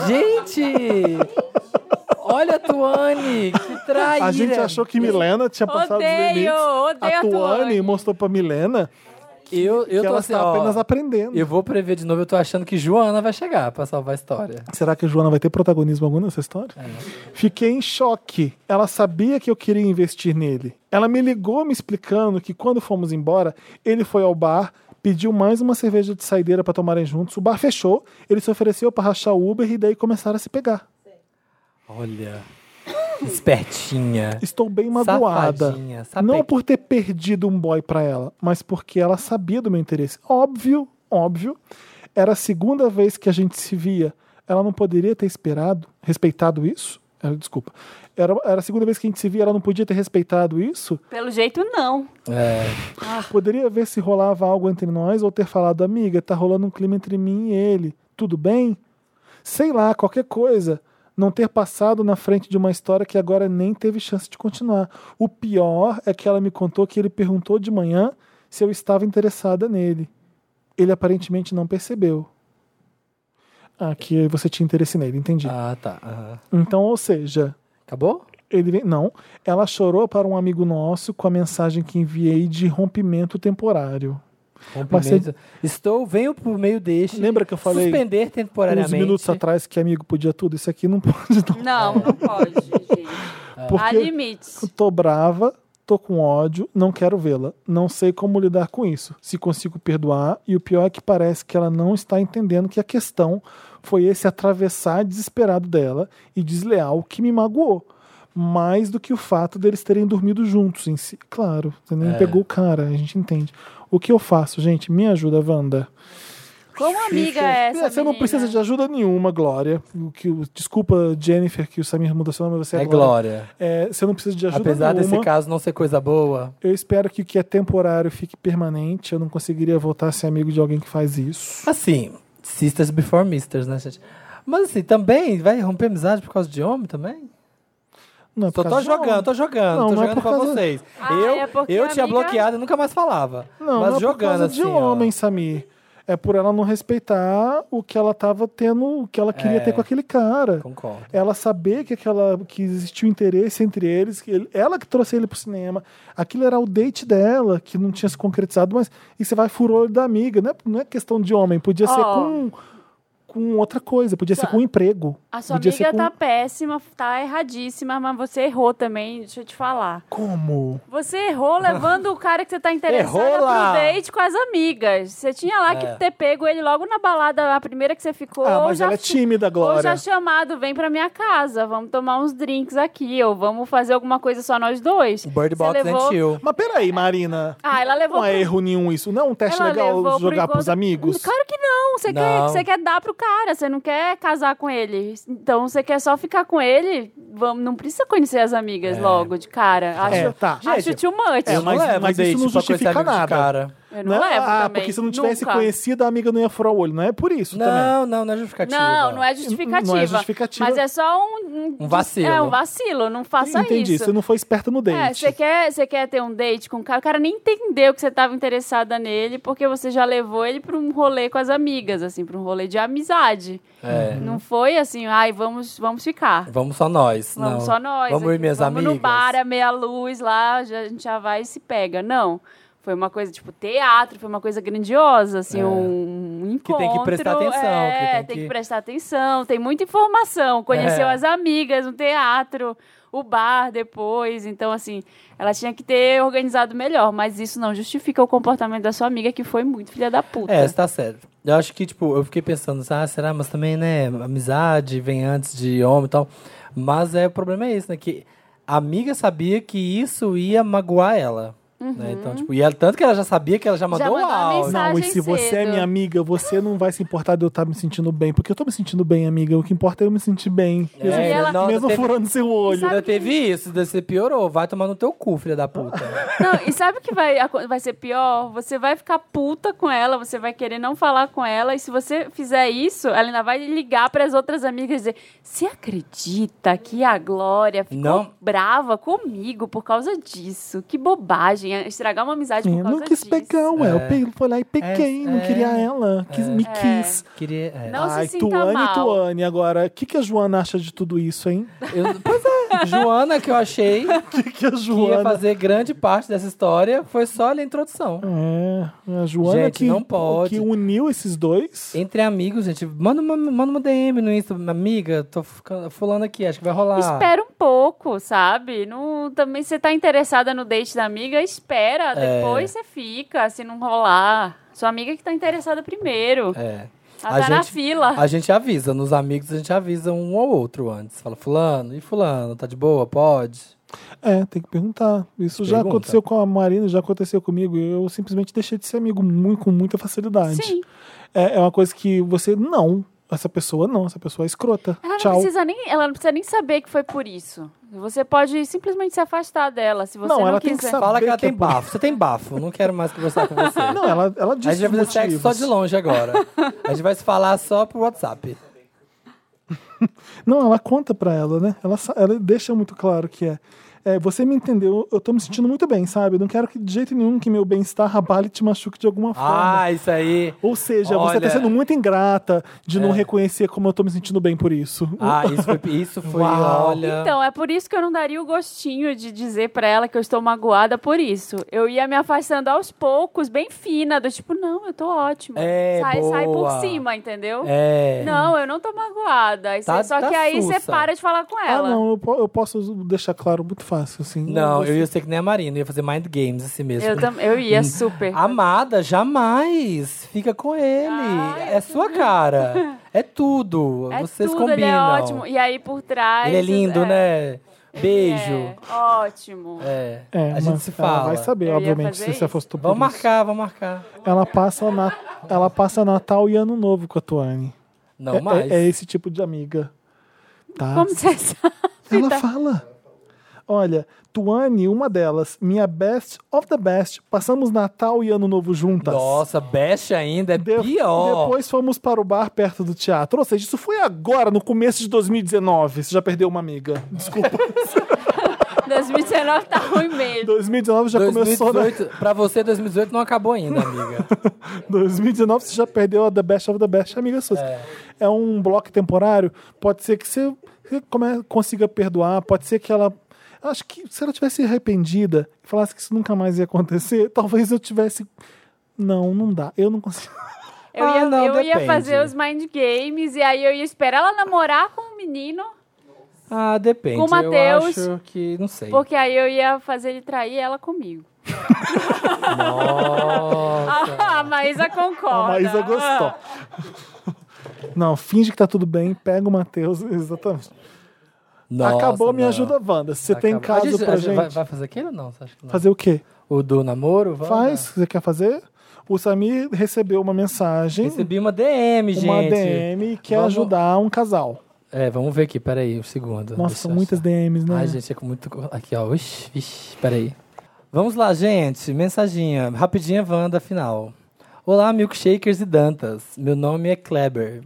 Speaker 2: Gente! Olha a Tuane, que traíra.
Speaker 1: A gente achou que Milena tinha passado
Speaker 3: Odeio,
Speaker 1: os limites.
Speaker 3: odeio
Speaker 1: a
Speaker 3: a
Speaker 1: Tuane
Speaker 3: Tuane.
Speaker 1: mostrou pra Milena
Speaker 2: Eu, eu
Speaker 1: que
Speaker 2: tô
Speaker 1: ela
Speaker 2: assim,
Speaker 1: está
Speaker 2: ó,
Speaker 1: apenas aprendendo.
Speaker 2: Eu vou prever de novo, eu tô achando que Joana vai chegar pra salvar a história.
Speaker 1: Será que a Joana vai ter protagonismo algum nessa história?
Speaker 2: É.
Speaker 1: Fiquei em choque. Ela sabia que eu queria investir nele. Ela me ligou me explicando que quando fomos embora, ele foi ao bar, pediu mais uma cerveja de saideira para tomarem juntos. O bar fechou, ele se ofereceu para rachar o Uber e daí começaram a se pegar.
Speaker 2: Olha. Espertinha.
Speaker 1: Estou bem magoada.
Speaker 2: É. Safadinha, sape-
Speaker 1: Não por ter perdido um boy pra ela, mas porque ela sabia do meu interesse. Óbvio, óbvio. Era a segunda vez que a gente se via. Ela não poderia ter esperado, respeitado isso? Ela- Desculpa. Era, era a segunda vez que a gente se via, ela não podia ter respeitado isso?
Speaker 3: Pelo jeito, não.
Speaker 2: É.
Speaker 1: Poderia ver se rolava algo entre nós ou ter falado, amiga, tá rolando um clima entre mim e ele. Tudo bem? Sei lá, qualquer coisa. Não ter passado na frente de uma história que agora nem teve chance de continuar. O pior é que ela me contou que ele perguntou de manhã se eu estava interessada nele. Ele aparentemente não percebeu. Ah, que você tinha interesse nele, entendi.
Speaker 2: Ah, tá. aham.
Speaker 1: Então, ou seja,
Speaker 2: Acabou?
Speaker 1: ele vem- não, ela chorou para um amigo nosso com a mensagem que enviei de rompimento temporário.
Speaker 2: Rompimento. Estou, venho por meio deste.
Speaker 1: Lembra que eu falei
Speaker 2: Suspender
Speaker 1: uns
Speaker 2: temporariamente.
Speaker 1: minutos atrás que amigo podia tudo, isso aqui não pode não.
Speaker 3: Não, não pode, gente. Há
Speaker 1: Porque
Speaker 3: limites.
Speaker 1: tô brava, tô com ódio, não quero vê-la. Não sei como lidar com isso. Se consigo perdoar, e o pior é que parece que ela não está entendendo que a questão foi esse atravessar desesperado dela e desleal que me magoou. Mais do que o fato deles terem dormido juntos em si. Claro, você nem pegou o cara, a gente entende. O que eu faço, gente? Me ajuda, Wanda.
Speaker 3: Como amiga é essa?
Speaker 1: você não
Speaker 3: menina?
Speaker 1: precisa de ajuda nenhuma, Glória. O que, o- desculpa, Jennifer, que o Samir mudou seu nome, mas você é,
Speaker 2: É Glória.
Speaker 1: É, você não precisa de ajuda
Speaker 2: Apesar
Speaker 1: nenhuma.
Speaker 2: desse caso não ser coisa boa.
Speaker 1: Eu espero que o que é temporário fique permanente. Eu não conseguiria voltar a ser amigo de alguém que faz isso.
Speaker 2: Assim, sisters before misters, né, gente? Mas assim, também vai romper amizade por causa de homem também?
Speaker 1: Não é
Speaker 2: Tô,
Speaker 1: por
Speaker 2: tô
Speaker 1: causa de
Speaker 2: tá jogando, tô jogando,
Speaker 1: Não,
Speaker 2: tô
Speaker 1: não é
Speaker 2: jogando
Speaker 1: por
Speaker 2: pra
Speaker 1: causa-
Speaker 2: vocês.
Speaker 3: Ah,
Speaker 2: eu
Speaker 3: é porque
Speaker 2: eu
Speaker 3: a
Speaker 2: tinha
Speaker 3: amiga-
Speaker 2: bloqueado e nunca mais falava.
Speaker 1: Não,
Speaker 2: mas
Speaker 1: não é por
Speaker 2: jogando
Speaker 1: causa
Speaker 2: assim,
Speaker 1: de
Speaker 2: ó.
Speaker 1: homem, Samir. É por ela não respeitar o que ela tava tendo, o que ela queria
Speaker 2: É.
Speaker 1: ter com aquele cara.
Speaker 2: Concordo.
Speaker 1: Ela saber que aquela que existiu interesse entre eles, que ele- ela que trouxe ele pro cinema. Aquilo era o date dela, que não tinha se concretizado, mas e você vai furou o olho da amiga, não é, não é questão de homem, podia ser
Speaker 3: Ó.
Speaker 1: com com outra coisa, podia ser com um emprego.
Speaker 3: A sua
Speaker 1: podia
Speaker 3: amiga
Speaker 1: ser com...
Speaker 3: tá péssima, tá erradíssima, mas você errou também, deixa eu te falar.
Speaker 1: Como?
Speaker 3: Você errou levando o cara que você tá interessada
Speaker 2: Errou lá.
Speaker 3: pro date com as amigas. Você tinha lá
Speaker 2: É.
Speaker 3: que ter pego ele logo na balada, a primeira que você ficou.
Speaker 1: Ah,
Speaker 3: ou
Speaker 1: mas
Speaker 3: já
Speaker 1: ela é
Speaker 3: fi-
Speaker 1: tímida,
Speaker 3: Ou
Speaker 1: Glória.
Speaker 3: já chamado, vem pra minha casa, vamos tomar uns drinks aqui, ou vamos fazer alguma coisa só nós dois.
Speaker 2: O Bird
Speaker 3: Você
Speaker 2: Box né,
Speaker 3: levou...
Speaker 2: and Chill.
Speaker 1: Mas peraí, Marina.
Speaker 3: Ah, ela levou
Speaker 1: Não é
Speaker 3: pro-
Speaker 1: erro nenhum isso. Não é um teste
Speaker 3: ela
Speaker 1: legal
Speaker 3: levou pro
Speaker 1: jogar pros
Speaker 3: encontro-
Speaker 1: amigos.
Speaker 3: Claro que não. Você, Quer,
Speaker 2: Não.
Speaker 3: você quer dar pro cara, você não quer casar com ele. Então você quer só ficar com ele, vamos, não precisa conhecer as amigas logo de cara. Acho,
Speaker 1: É, tá.
Speaker 3: acho
Speaker 2: Gente,
Speaker 3: too much.
Speaker 1: é,
Speaker 2: Eu não
Speaker 1: mas-
Speaker 2: levo
Speaker 1: mas isso
Speaker 2: date
Speaker 1: não
Speaker 2: pra conhecer
Speaker 1: justifica
Speaker 2: amigo de
Speaker 1: nada.
Speaker 2: cara.
Speaker 3: Eu não,
Speaker 1: Né?
Speaker 3: levo
Speaker 1: ah,
Speaker 3: também.
Speaker 1: porque se não tivesse
Speaker 3: Nunca.
Speaker 1: conhecido, a amiga não ia furar o olho. Não é por isso também.
Speaker 2: Não, não, não é justificativa.
Speaker 3: Não, não é justificativa.
Speaker 1: Não é justificativa.
Speaker 3: Mas é só um...
Speaker 2: Um vacilo.
Speaker 3: É, um vacilo. Não faça
Speaker 1: Entendi.
Speaker 3: isso.
Speaker 1: Você não foi esperta no
Speaker 3: É,
Speaker 1: date.
Speaker 3: você quer, você quer ter um date com o cara, o cara nem entendeu que você estava interessada nele, porque você já levou ele para um rolê com as amigas, assim, para um rolê de amizade.
Speaker 2: É.
Speaker 3: Não foi assim, ai, vamos, vamos ficar.
Speaker 2: Vamos só nós.
Speaker 3: Vamos
Speaker 2: não.
Speaker 3: só nós.
Speaker 2: Vamos
Speaker 3: aqui,
Speaker 2: ir, minhas
Speaker 3: vamos
Speaker 2: amigas.
Speaker 3: no bar, é a meia luz lá, já- a gente já vai e se pega. Não. Foi uma coisa, tipo, teatro, foi uma coisa grandiosa, assim,
Speaker 2: É.
Speaker 3: um
Speaker 2: Que
Speaker 3: encontro.
Speaker 2: tem que prestar atenção,
Speaker 3: É,
Speaker 2: que tem
Speaker 3: tem,
Speaker 2: que-
Speaker 3: que prestar atenção, tem muita informação. Conheceu
Speaker 2: É.
Speaker 3: as amigas no teatro, o bar depois. Então, assim, ela tinha que ter organizado melhor, mas isso não justifica o comportamento da sua amiga, que foi muito filha da puta.
Speaker 2: É, você tá certo. Eu acho que, tipo, eu fiquei pensando, ah, será? Mas também, né, amizade vem antes de homem e tal. Mas é, o problema é isso, né? Que a amiga sabia que isso ia magoar ela. Né? Então, tipo, e ela, tanto que ela já sabia que ela já mandou o
Speaker 3: Uhum. mandou a
Speaker 2: áudio.
Speaker 3: mensagem.
Speaker 1: Não, e se você é
Speaker 3: cedo.
Speaker 1: minha amiga, você não vai se importar de eu estar me sentindo bem. Porque eu tô me sentindo bem, amiga. O que importa é eu me sentir bem.
Speaker 2: É,
Speaker 1: mesmo
Speaker 3: E ela-
Speaker 2: não,
Speaker 1: mesmo
Speaker 2: teve-
Speaker 1: furando seu olho.
Speaker 3: Sabe
Speaker 2: Ainda
Speaker 3: que-
Speaker 2: teve isso, daí você piorou. Vai tomar no teu cu, filha da puta.
Speaker 3: Não, e sabe o que vai, aco- vai ser pior? Você vai ficar puta com ela, você vai querer não falar com ela, e se você fizer isso, ela ainda vai ligar pras outras amigas e dizer: Você acredita que a Glória ficou
Speaker 2: Não.
Speaker 3: brava comigo por causa disso? Que bobagem, é estragar uma amizade por
Speaker 1: Eu
Speaker 3: causa
Speaker 1: não quis
Speaker 3: disso.
Speaker 1: pegar, ué. Eu peguei, foi lá e peguei.
Speaker 2: É,
Speaker 1: não
Speaker 2: é.
Speaker 1: queria ela. Quis, Me quis.
Speaker 2: Queria. é.
Speaker 3: É. Não se
Speaker 1: Ai,
Speaker 3: sinta
Speaker 1: Tuane
Speaker 3: mal.
Speaker 1: Tuane, agora, o que, que a Joana acha de tudo isso, hein?
Speaker 2: Eu- pois é, Joana, que eu achei
Speaker 1: O que, que a
Speaker 2: que ia
Speaker 1: Joana.
Speaker 2: fazer grande parte dessa história, foi só ali a introdução.
Speaker 1: É, a Joana
Speaker 2: Gente,
Speaker 1: que,
Speaker 2: não pode.
Speaker 1: que uniu esses dois.
Speaker 2: Entre amigos, gente, manda uma, manda uma DM no Insta, amiga, tô ficando, fulano aqui, acho que vai rolar.
Speaker 3: Espera um pouco, sabe? Não, também você tá interessada no date da amiga, espera,
Speaker 2: É.
Speaker 3: depois você fica, se não rolar. Sua amiga que tá interessada primeiro.
Speaker 2: É.
Speaker 3: Ela tá na fila.
Speaker 2: A gente avisa, nos amigos a gente avisa um ao outro antes. Fala, fulano, e fulano, tá de boa? Pode?
Speaker 1: É, tem que perguntar. Isso já
Speaker 2: Pergunta.
Speaker 1: aconteceu com a Marina, já aconteceu comigo. Eu simplesmente deixei de ser amigo muito, com muita facilidade.
Speaker 3: Sim.
Speaker 1: É, é uma coisa que você. Não, essa pessoa não, essa pessoa é escrota.
Speaker 3: Ela
Speaker 1: Tchau.
Speaker 3: não precisa nem, ela não precisa nem saber que foi por isso. Você pode simplesmente se afastar dela, se você
Speaker 1: Não,
Speaker 3: não,
Speaker 1: ela tem que
Speaker 3: quiser.
Speaker 1: saber.
Speaker 2: Fala que
Speaker 1: Bem
Speaker 2: ela
Speaker 1: que é
Speaker 2: tem
Speaker 1: bom.
Speaker 2: bafo. Você tem bafo, não quero mais conversar com você.
Speaker 1: Não, ela, ela disse.
Speaker 2: a gente vai
Speaker 1: os
Speaker 2: fazer sexo
Speaker 1: motivos.
Speaker 2: só de longe agora. A gente vai se falar só por WhatsApp.
Speaker 1: Não, ela conta pra ela, né? Ela, sa- ela deixa muito claro que é. é, Você me entendeu, eu tô me sentindo muito bem, sabe? Eu não quero que de jeito nenhum que meu bem-estar abale e te machuque de alguma forma.
Speaker 2: Ah, isso aí.
Speaker 1: Ou seja, você tá
Speaker 2: Olha.
Speaker 1: sendo muito ingrata de não
Speaker 2: É.
Speaker 1: reconhecer como eu tô me sentindo bem por isso.
Speaker 2: Ah, isso foi, isso foi
Speaker 1: Uau.
Speaker 2: olha.
Speaker 3: Então, é por isso que eu não daria o gostinho de dizer pra ela que eu estou magoada por isso. Eu ia me afastando aos poucos, bem fina, do tipo, não, eu tô ótima.
Speaker 2: É,
Speaker 3: sai, sai por
Speaker 2: boa.
Speaker 3: cima, entendeu?
Speaker 2: é.
Speaker 3: Não, eu não tô magoada. Aí
Speaker 2: Tá-
Speaker 3: cê- só
Speaker 2: tá
Speaker 3: que aí você
Speaker 2: sussa.
Speaker 3: para de falar com
Speaker 1: Ah,
Speaker 3: ela.
Speaker 1: não, eu, po- eu posso deixar claro muito fácil, assim.
Speaker 2: Não,
Speaker 1: Você-
Speaker 2: eu ia ser que nem a Marina, eu ia fazer mind games assim mesmo.
Speaker 3: Eu, tam- eu ia super.
Speaker 2: Amada, jamais. Fica com ele.
Speaker 3: Ai,
Speaker 2: é sua cara. É tudo.
Speaker 3: é
Speaker 2: Vocês
Speaker 3: tudo,
Speaker 2: combinam.
Speaker 3: ele é ótimo. E aí por trás.
Speaker 2: Ele é lindo,
Speaker 3: é,
Speaker 2: né? Beijo.
Speaker 3: É, ótimo.
Speaker 2: É.
Speaker 1: É,
Speaker 2: a gente
Speaker 1: mas
Speaker 2: se
Speaker 1: Ela
Speaker 2: fala.
Speaker 1: vai saber,
Speaker 3: Eu ia
Speaker 1: obviamente, se
Speaker 3: fazer
Speaker 1: você
Speaker 3: isso.
Speaker 1: afastou por
Speaker 2: Vamos
Speaker 1: isso.
Speaker 2: marcar, vamos marcar.
Speaker 1: Ela passa, na, ela passa Natal e Ano Novo com a Tuane.
Speaker 2: Não
Speaker 1: é,
Speaker 2: mais.
Speaker 1: é- é esse tipo de amiga. Tá?
Speaker 3: Como você sabe?
Speaker 1: Ela fala. Olha, Tuane, uma delas, minha best of the best, passamos Natal e Ano Novo juntas.
Speaker 2: Nossa, best ainda é
Speaker 1: De-
Speaker 2: pior.
Speaker 1: Depois fomos para o bar perto do teatro. Ou seja, isso foi agora, no começo de 2019. Você já perdeu uma amiga. Desculpa.
Speaker 3: 2019 tá ruim mesmo.
Speaker 1: 2019 já começou né? na
Speaker 2: 2018, pra você, 2018 não acabou ainda, amiga.
Speaker 1: 2019 você já perdeu a The Best of the Best, amiga sua. É, um bloco temporário, pode ser que você você come- consiga perdoar, pode ser que ela. Acho que se ela tivesse arrependida e falasse que isso nunca mais ia acontecer, talvez eu tivesse. Não, não dá. Eu não consigo.
Speaker 3: Eu,
Speaker 2: Ah,
Speaker 3: ia,
Speaker 2: não,
Speaker 3: eu ia
Speaker 2: depende.
Speaker 3: fazer os mind games e aí eu ia esperar ela namorar com o menino,
Speaker 2: Ah, depende.
Speaker 3: Com o Matheus.
Speaker 2: Eu acho que, não sei.
Speaker 3: porque aí eu ia fazer ele trair ela comigo.
Speaker 2: Nossa.
Speaker 3: Ah, a Maísa
Speaker 1: A
Speaker 3: concorda. Ah,
Speaker 1: Maísa gostou. Não, finge que tá tudo bem, pega o Matheus. Exatamente.
Speaker 2: Nossa,
Speaker 1: Acabou, me
Speaker 2: não.
Speaker 1: ajuda, Wanda. Se você tem
Speaker 2: Acabou. A
Speaker 1: caso pra
Speaker 2: a
Speaker 1: gente.
Speaker 2: Vai, vai fazer aquele ou não? Você acha que não?
Speaker 1: Fazer o quê?
Speaker 2: O do namoro? Wanda?
Speaker 1: Faz, se você quer fazer? O Samir recebeu uma mensagem.
Speaker 2: Recebi uma DM, gente.
Speaker 1: uma DM e quer
Speaker 2: Vamos-
Speaker 1: ajudar um casal.
Speaker 2: É, vamos ver aqui, peraí, um segundo.
Speaker 1: Nossa,
Speaker 2: Deixa
Speaker 1: são
Speaker 2: eu
Speaker 1: muitas
Speaker 2: achar.
Speaker 1: DMs, né?
Speaker 2: Ai, gente, é com muito. Aqui, ó. Ixi, ixi, peraí. Vamos lá, gente. Mensaginha. Rapidinha, Wanda, final. Olá, milkshakers e dantas. Meu nome é Kleber.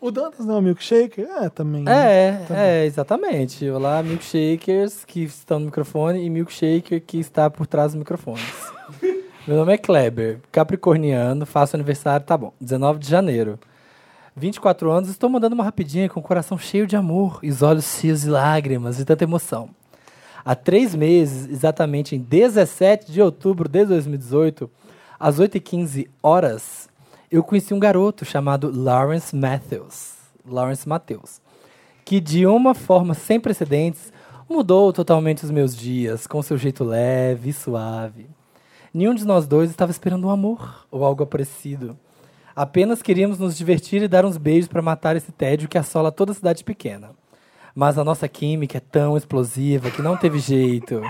Speaker 1: O Dantas não é um milkshake? É, também. né?
Speaker 2: É, é, exatamente. Olá, milkshakers que estão no microfone e milkshaker que está por trás dos microfones. Meu nome é Kleber, capricorniano, faço aniversário, tá bom, 19 de janeiro. 24 anos, estou mandando uma rapidinha com o coração cheio de amor e os olhos cheios de lágrimas de tanta emoção. Há três meses, exatamente em 17 de outubro de 2018, às 8h15 horas, eu conheci um garoto chamado Lawrence Matthews. Lawrence Matthews. Que de uma forma sem precedentes mudou totalmente os meus dias, com seu jeito leve e suave. Nenhum de nós dois estava esperando um amor ou algo parecido. Apenas queríamos nos divertir e dar uns beijos para matar esse tédio que assola toda a cidade pequena. Mas a nossa química é tão explosiva que não teve jeito.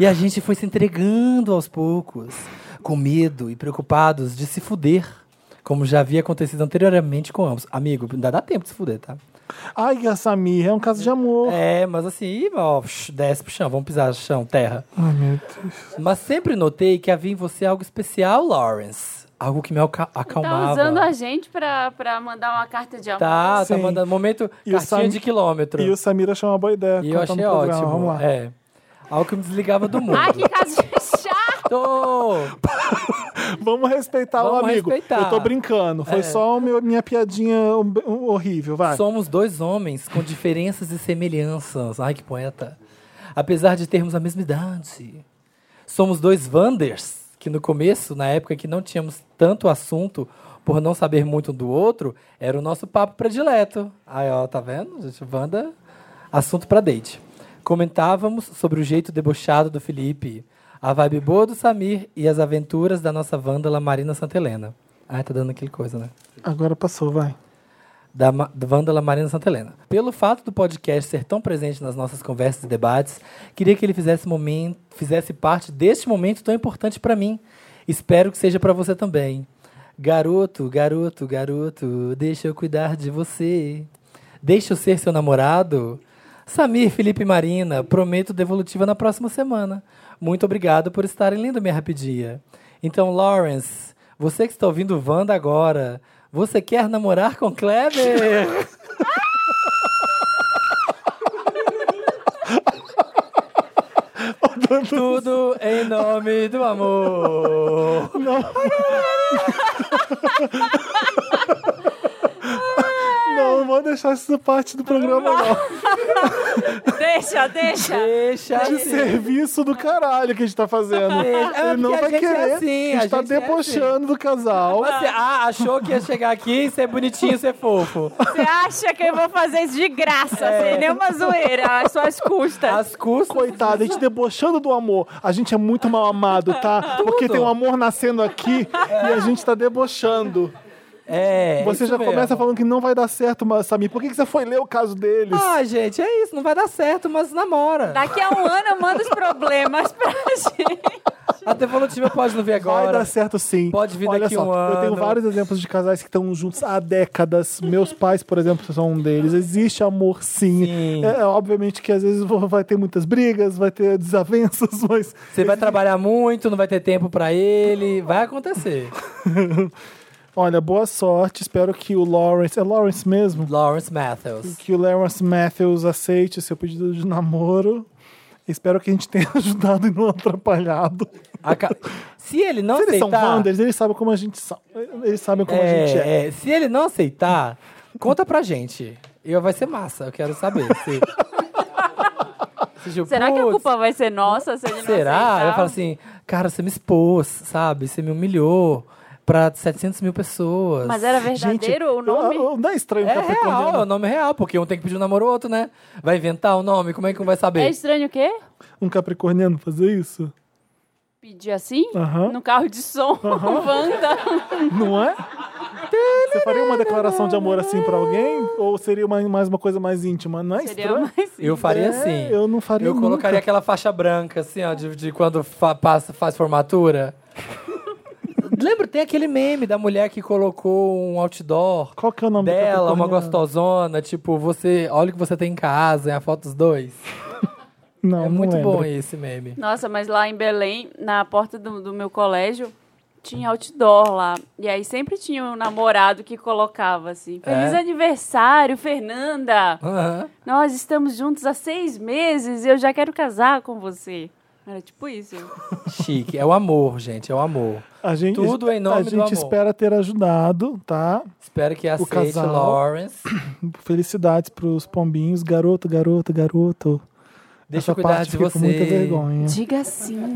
Speaker 2: E a gente foi se entregando aos poucos, com medo e preocupados de se fuder, como já havia acontecido anteriormente com ambos. Amigo, ainda dá tempo de se fuder, tá?
Speaker 1: Ai, a Samir, é um caso de amor.
Speaker 2: É, mas assim, ó, psh, desce pro chão, vamos pisar no chão, terra. Mas sempre notei que havia em você algo especial, Lawrence. Algo que me alca- acalmava.
Speaker 3: Tá usando a gente pra, pra mandar uma carta de amor.
Speaker 2: Tá, tá
Speaker 1: Sim.
Speaker 2: mandando. Momento,
Speaker 1: E o
Speaker 2: cartinha
Speaker 1: Sam-
Speaker 2: de quilômetro.
Speaker 1: E o Samir achou uma boa ideia.
Speaker 2: E
Speaker 1: contar no
Speaker 2: eu achei
Speaker 1: programa.
Speaker 2: ótimo.
Speaker 1: Vamos lá.
Speaker 2: É. Algo que me desligava do mundo.
Speaker 3: Ai, que caso chato!
Speaker 2: Tô!
Speaker 1: Vamos respeitar o
Speaker 2: Vamos
Speaker 1: amigo.
Speaker 2: respeitar. É.
Speaker 1: Eu tô brincando. Foi só o meu- minha piadinha hum- hum- horrível, vai.
Speaker 2: Somos dois homens com diferenças e semelhanças. Ai, que poeta. Apesar de termos a mesma idade. Somos dois Wanders, que no começo, na época que não tínhamos tanto assunto, por não saber muito um do outro, era o nosso papo predileto. Aí, ó, tá vendo? Gente, Wanda, assunto pra date. Comentávamos sobre o jeito debochado do Felipe, a vibe boa do Samir e as aventuras da nossa Wanda Marina Santelena. Ai, tá dando aquele coisa, né?
Speaker 1: Agora passou, vai.
Speaker 2: da Ma- da Vândala Marina Santa Helena. Pelo fato do podcast ser tão presente nas nossas conversas e debates, queria que ele fizesse, momen- fizesse parte deste momento tão importante para mim. Espero que seja para você também. Garoto, garoto, garoto, deixa eu cuidar de você. Deixa eu ser seu namorado. Samir, Felipe e Marina, prometo devolutiva na próxima semana. Muito obrigado por estarem lendo minha rapidia. Então, Lawrence, você que está ouvindo Wanda agora, você quer namorar com Kleber? Tudo em nome do amor.
Speaker 1: Não, vou deixar essa parte do programa, não.
Speaker 7: Deixa, deixa.
Speaker 2: Deixa
Speaker 1: De
Speaker 2: assim.
Speaker 1: serviço do caralho que a gente tá fazendo.
Speaker 2: É,
Speaker 1: Ele não
Speaker 2: porque
Speaker 1: vai
Speaker 2: a gente é
Speaker 1: querer.
Speaker 2: assim,
Speaker 1: a
Speaker 2: a
Speaker 1: gente tá
Speaker 2: gente é
Speaker 1: debochando do casal.
Speaker 2: Você, ah, achou que ia chegar aqui e ser bonitinho, ser fofo.
Speaker 7: Você acha que eu vou fazer isso de graça,
Speaker 2: É.
Speaker 7: sem nenhuma zoeira, às suas custas.
Speaker 2: As custas
Speaker 1: Coitado, a gente debochando do amor. A gente é muito mal amado, tá? Porque tem um amor nascendo aqui e a gente tá debochando.
Speaker 2: É.
Speaker 1: Você
Speaker 2: isso
Speaker 1: já
Speaker 2: mesmo.
Speaker 1: começa falando que não vai dar certo, mas, Samir. Por que, que você foi ler o caso deles?
Speaker 2: Ah, gente, é isso, não vai dar certo, mas namora.
Speaker 7: Daqui a um ano eu mando os problemas pra gente.
Speaker 2: A devolutiva pode não
Speaker 1: Vai
Speaker 2: vir
Speaker 1: dar
Speaker 2: agora.
Speaker 1: certo sim.
Speaker 2: Pode vir
Speaker 1: Olha
Speaker 2: daqui
Speaker 1: só,
Speaker 2: um
Speaker 1: Eu tenho
Speaker 2: ano.
Speaker 1: vários exemplos de casais que estão juntos há décadas. Meus pais, por exemplo, são um deles. Existe amor sim.
Speaker 2: Sim.
Speaker 1: É, é, obviamente que às vezes vo- vai ter muitas brigas, vai ter desavenças, mas.
Speaker 2: Você vai trabalhar muito, não vai ter tempo pra ele. Vai acontecer.
Speaker 1: Olha, boa sorte. Espero que o Lawrence. É Lawrence mesmo?
Speaker 2: Lawrence Matthews.
Speaker 1: que o Lawrence Matthews aceite o seu pedido de namoro. Espero que a gente tenha ajudado e não atrapalhado.
Speaker 2: Aca- Se ele não
Speaker 1: Se eles são
Speaker 2: aceitar.
Speaker 1: Wanders, eles sabem como a gente são. Eles sabem como a gente é.
Speaker 2: é, é, se ele não aceitar, conta pra gente. Eu, vai ser massa, eu quero saber. Se- se, tipo,
Speaker 3: Será que a
Speaker 2: putz,
Speaker 3: culpa vai ser nossa se ele não
Speaker 2: Será?
Speaker 3: aceitar?
Speaker 2: Eu falo assim, cara, você me expôs, sabe? Você me humilhou pra 700 mil pessoas.
Speaker 3: Mas era verdadeiro o nome?
Speaker 1: eu- eu- não é estranho
Speaker 2: É
Speaker 1: que eu tô
Speaker 2: real, é
Speaker 1: condenando.
Speaker 2: o nome real, porque um tem que pedir um namoro ao outro, né? Vai inventar o nome, como é que um vai
Speaker 3: É
Speaker 2: saber?
Speaker 3: estranho o quê?
Speaker 1: um capricorniano fazer isso?
Speaker 3: Pedir assim?
Speaker 1: Aham.
Speaker 3: No carro de som, Um Wanda.
Speaker 1: Não é? Você faria uma declaração de amor assim pra alguém? Ou seria uma- mais uma coisa mais íntima? Não é
Speaker 3: Seria
Speaker 1: estranho?
Speaker 3: mais...
Speaker 2: Eu faria
Speaker 1: É,
Speaker 2: assim.
Speaker 1: eu não faria
Speaker 2: Eu colocaria
Speaker 1: nunca.
Speaker 2: aquela faixa branca, assim, ó, de, de quando fa- passa, faz formatura. Lembra, tem aquele meme da mulher que colocou um outdoor
Speaker 1: Qual que é o nome do
Speaker 2: dela, uma
Speaker 1: capricorniano?
Speaker 2: gostosona, tipo, você, olha o que você tem em casa, é a foto dos dois.
Speaker 1: Não,
Speaker 2: é
Speaker 1: não
Speaker 2: muito
Speaker 1: lembro.
Speaker 2: bom esse meme.
Speaker 3: Nossa, mas lá em Belém, na porta do, do meu colégio, tinha outdoor lá. E aí sempre tinha um namorado que colocava assim, Feliz
Speaker 2: É?
Speaker 3: aniversário, Fernanda!
Speaker 2: Aham.
Speaker 3: Nós estamos juntos há seis meses e eu já quero casar com você. Era tipo isso.
Speaker 2: Chique. É o amor, gente, é o amor.
Speaker 1: A gente,
Speaker 2: Tudo em
Speaker 1: A
Speaker 2: nome do
Speaker 1: gente
Speaker 2: amor.
Speaker 1: espera ter ajudado, tá?
Speaker 2: Espero que aceite
Speaker 1: casal.
Speaker 2: Lawrence.
Speaker 1: Felicidades pros pombinhos. Garoto, garoto, garoto.
Speaker 2: Deixa
Speaker 1: Essa
Speaker 2: eu cuidar
Speaker 1: parte
Speaker 2: de
Speaker 1: fica
Speaker 2: você.
Speaker 1: com muita vergonha.
Speaker 3: Diga sim.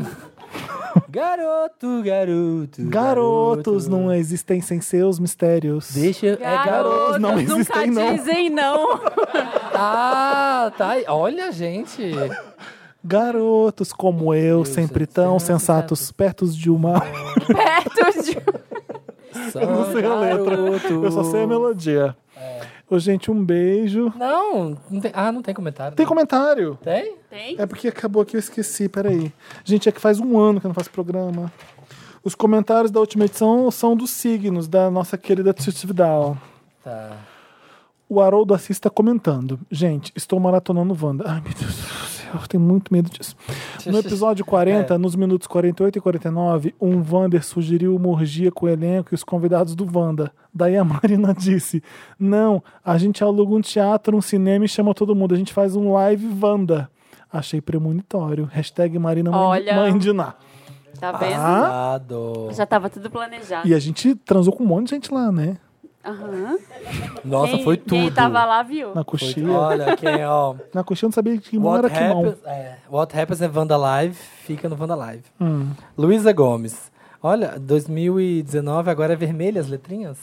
Speaker 2: Garoto, garoto.
Speaker 1: Garotos não existem sem seus mistérios.
Speaker 2: Deixa. É garoto.
Speaker 3: Garotos
Speaker 1: não
Speaker 3: nunca
Speaker 1: existem, não.
Speaker 3: dizem não.
Speaker 2: Ah, tá. aí. Olha, gente.
Speaker 1: Garotos
Speaker 2: é
Speaker 1: como eu, sempre tão sensatos, perto de uma.
Speaker 3: Perto de...
Speaker 1: Não sei a letra. Eu só sei a melodia.
Speaker 2: É.
Speaker 1: Ô, gente, um beijo.
Speaker 2: Não, não tem- ah, não tem comentário.
Speaker 1: Tem comentário.
Speaker 2: Tem?
Speaker 3: Tem?
Speaker 1: É porque acabou aqui, eu esqueci, peraí. Gente, é que faz um ano que eu não faço programa. Os comentários da última edição são dos signos da nossa querida Titi Vidal.
Speaker 2: Tá.
Speaker 1: O Haroldo Assis está comentando. Gente, estou maratonando Wanda. Ai, meu Deus do céu, eu tenho muito medo disso. No episódio 40, nos minutos 48 e 49, um Wander sugeriu uma orgia com o elenco e os convidados do Wanda. Daí a Marina disse: Não, a gente aluga um teatro, um cinema e chama todo mundo. A gente faz um live Wanda. Achei premonitório. Hashtag Marina Mãe-
Speaker 3: Olha.
Speaker 1: Mãe de Ná.
Speaker 3: Tá vendo?
Speaker 1: Ah,
Speaker 2: Dado.
Speaker 3: Já tava tudo planejado.
Speaker 1: e a gente transou com um monte de gente lá, né?
Speaker 3: Aham.
Speaker 2: Nossa,
Speaker 3: Quem-
Speaker 2: foi tudo.
Speaker 3: Quem tava lá viu.
Speaker 1: Na
Speaker 2: Foi-
Speaker 1: coxinha.
Speaker 2: Olha, quem, ó.
Speaker 1: Na coxinha eu não sabia que mão
Speaker 2: What
Speaker 1: era que mão.
Speaker 2: happens, é, what happens in Wanda Live fica no Wanda Live.
Speaker 1: Hum.
Speaker 2: Luísa Gomes. Olha, 2019 agora é vermelha as letrinhas?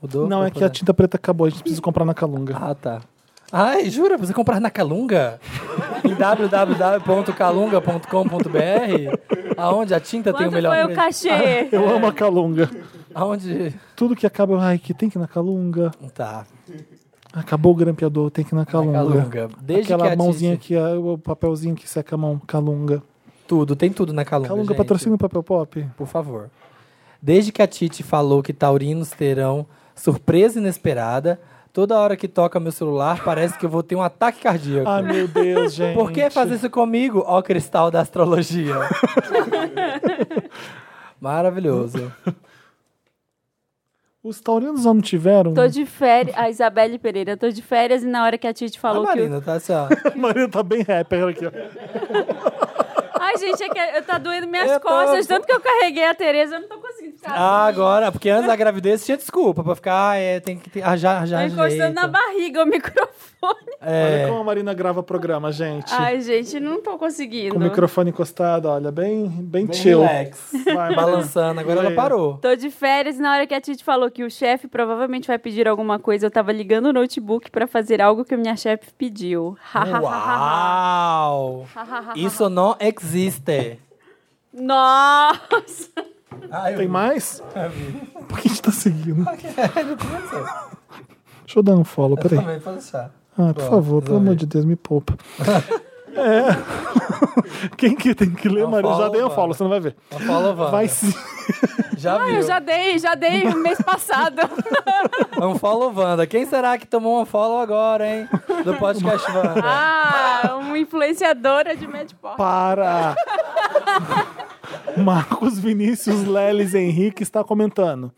Speaker 2: Mudou?
Speaker 1: Não, é que a tinta preta acabou, a gente precisa comprar na Calunga.
Speaker 2: Ah, tá. Ai, jura? Você comprar na Calunga? Em www.calunga.com.br? Aonde a tinta tem o
Speaker 3: Quanto
Speaker 2: melhor
Speaker 3: foi o
Speaker 2: preço?
Speaker 3: cachê?
Speaker 1: Eu
Speaker 2: É.
Speaker 1: amo a Calunga.
Speaker 2: Aonde...
Speaker 1: Tudo que acaba, ai, que tem que ir na Calunga.
Speaker 2: Tá.
Speaker 1: Acabou o grampeador, tem que ir na Calunga.
Speaker 2: Calunga. Desde
Speaker 1: Aquela
Speaker 2: que a
Speaker 1: mãozinha
Speaker 2: Tite-
Speaker 1: que é o papelzinho que seca a mão, Calunga.
Speaker 2: Tudo, tem tudo na Calunga,
Speaker 1: Calunga
Speaker 2: gente.
Speaker 1: patrocina o papel pop?
Speaker 2: Por favor. Desde que a Titi falou que taurinos terão surpresa inesperada, toda hora que toca meu celular parece que eu vou ter um ataque cardíaco.
Speaker 1: Ai, meu Deus, gente.
Speaker 2: Por que fazer isso comigo, ó cristal da astrologia? Maravilhoso.
Speaker 1: Os taurinos já não tiveram?
Speaker 3: Tô de férias. A Isabelle Pereira, tô de férias e na hora que a Titi
Speaker 2: A
Speaker 3: falou que. eu-
Speaker 2: Marina tá assim, ó.
Speaker 1: A Maria tá bem rapper aqui, ó.
Speaker 3: Ai, gente, é que eu tá doendo minhas
Speaker 2: Eu tô-
Speaker 3: costas. Tanto que eu carreguei a Tereza, eu não tô conseguindo ficar. assim.
Speaker 2: Ah, agora, porque antes da gravidez tinha desculpa pra ficar, ah, é, tem que ter, ah, já,
Speaker 3: Tô
Speaker 2: já ajeita.
Speaker 3: Tá encostando na barriga o microfone.
Speaker 1: Olha
Speaker 2: É,
Speaker 1: como a Marina grava programa, gente.
Speaker 3: Ai, gente, não tô conseguindo.
Speaker 1: Com o microfone encostado, olha, bem, bem,
Speaker 2: bem
Speaker 1: chill.
Speaker 2: tá. relax,
Speaker 1: Vai, Marina.
Speaker 2: balançando, agora ela parou.
Speaker 3: Tô de férias e na hora que a Titi falou que o chefe provavelmente vai pedir alguma coisa, eu tava ligando o notebook pra fazer algo que a minha chefe pediu.
Speaker 2: Uau! Isso não existe. Ah,
Speaker 3: Nossa!
Speaker 2: Ai,
Speaker 1: Tem mais?
Speaker 2: É,
Speaker 1: Por que a gente tá seguindo? Deixa eu dar um follow, peraí.
Speaker 2: Também pode deixar.
Speaker 1: Ah, por
Speaker 2: Bom,
Speaker 1: favor, pelo
Speaker 2: resolvi.
Speaker 1: amor de Deus, me poupa. é. Quem que tem que ler,
Speaker 2: Não,
Speaker 1: Maria? Eu já
Speaker 2: fala,
Speaker 1: dei um
Speaker 2: Wanda.
Speaker 1: follow, você não vai ver.
Speaker 2: Uma Paula Wanda.
Speaker 1: Vai sim.
Speaker 2: Já
Speaker 3: Ah,
Speaker 2: viu.
Speaker 3: eu já dei, já dei o mês passado.
Speaker 2: Um follow Wanda. Quem será que tomou um follow agora, hein? Do podcast Wanda.
Speaker 3: Ah, uma influenciadora de Medport.
Speaker 1: Para! Marcos Vinícius Leles Henrique está comentando.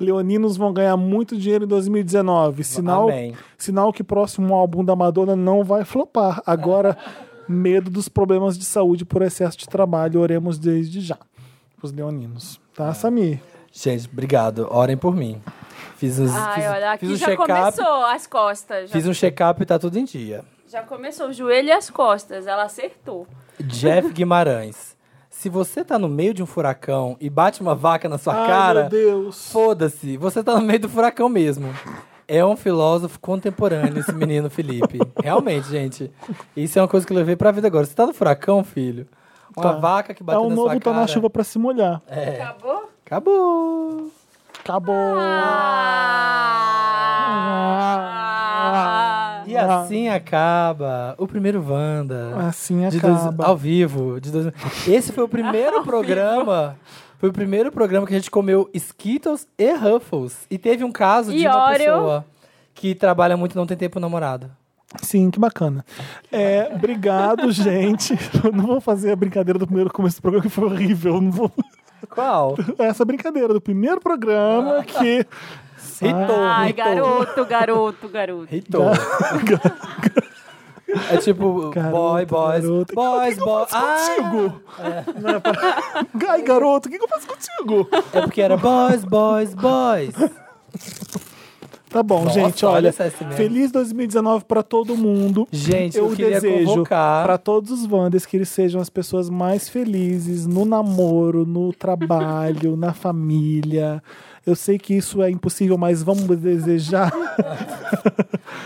Speaker 1: Leoninos vão ganhar muito dinheiro em 2019. Sinal,
Speaker 2: Amém.
Speaker 1: sinal que o próximo álbum da Madonna não vai flopar. Agora, medo dos problemas de saúde por excesso de trabalho. Oremos desde já. Os leoninos. Tá,
Speaker 2: É.
Speaker 1: Samir?
Speaker 2: Gente, obrigado. Orem por mim. Fiz uns,
Speaker 3: Ai,
Speaker 2: fiz,
Speaker 3: olha, aqui
Speaker 2: fiz um
Speaker 3: já
Speaker 2: check-up.
Speaker 3: começou as costas. Já,
Speaker 2: Fiz um check-up e tá tudo em dia.
Speaker 3: já começou o joelho e as costas. Ela acertou.
Speaker 2: Jeff Guimarães. Se você tá no meio de um furacão e bate uma vaca na sua
Speaker 1: Ai,
Speaker 2: cara,
Speaker 1: meu Deus.
Speaker 2: foda-se, você tá no meio do furacão mesmo. É um filósofo contemporâneo esse menino Felipe. Realmente, gente. Isso é uma coisa que eu levei pra vida agora. Você tá no furacão, filho? Uma
Speaker 1: Tá.
Speaker 2: vaca que
Speaker 1: É
Speaker 2: bateu
Speaker 1: um
Speaker 2: na
Speaker 1: novo
Speaker 2: sua
Speaker 1: tá
Speaker 2: cara.
Speaker 1: na chuva pra se molhar.
Speaker 2: É.
Speaker 3: Acabou?
Speaker 2: Acabou.
Speaker 1: Acabou. Ah!
Speaker 3: Ah!
Speaker 2: E assim acaba o primeiro Wanda.
Speaker 1: Assim
Speaker 2: de dois-
Speaker 1: acaba.
Speaker 2: ao vivo. De dois, esse foi o primeiro programa. Foi o primeiro programa que a gente comeu Skittles e Ruffles. E teve um caso de
Speaker 3: E
Speaker 2: uma
Speaker 3: Oreo.
Speaker 2: pessoa que trabalha muito e não tem tempo pro namorado.
Speaker 1: Sim, que bacana. É, obrigado, gente. Eu não vou fazer a brincadeira do primeiro começo do programa, que foi horrível. Eu Não vou...
Speaker 2: Qual?
Speaker 1: Essa brincadeira do primeiro programa que.
Speaker 2: Ritou,
Speaker 3: Ai,
Speaker 2: ritou.
Speaker 3: garoto, garoto, garoto.
Speaker 2: Ritou. É tipo,
Speaker 1: Garoto,
Speaker 2: boy, boys.
Speaker 1: garoto.
Speaker 2: Boys, boys. Ah,
Speaker 1: Contigo! Não é pra- Ai, garoto, o que, que eu faço contigo?
Speaker 2: é porque era boys, boys, boys.
Speaker 1: Tá bom,
Speaker 2: Nossa,
Speaker 1: gente,
Speaker 2: olha
Speaker 1: olha.
Speaker 2: essa SMS.
Speaker 1: feliz 2019 pra todo mundo.
Speaker 2: Gente, eu queria
Speaker 1: desejo
Speaker 2: convocar-
Speaker 1: pra todos os Wanders que eles sejam as pessoas mais felizes no namoro, no trabalho, na família. Eu sei que isso é impossível, mas vamos desejar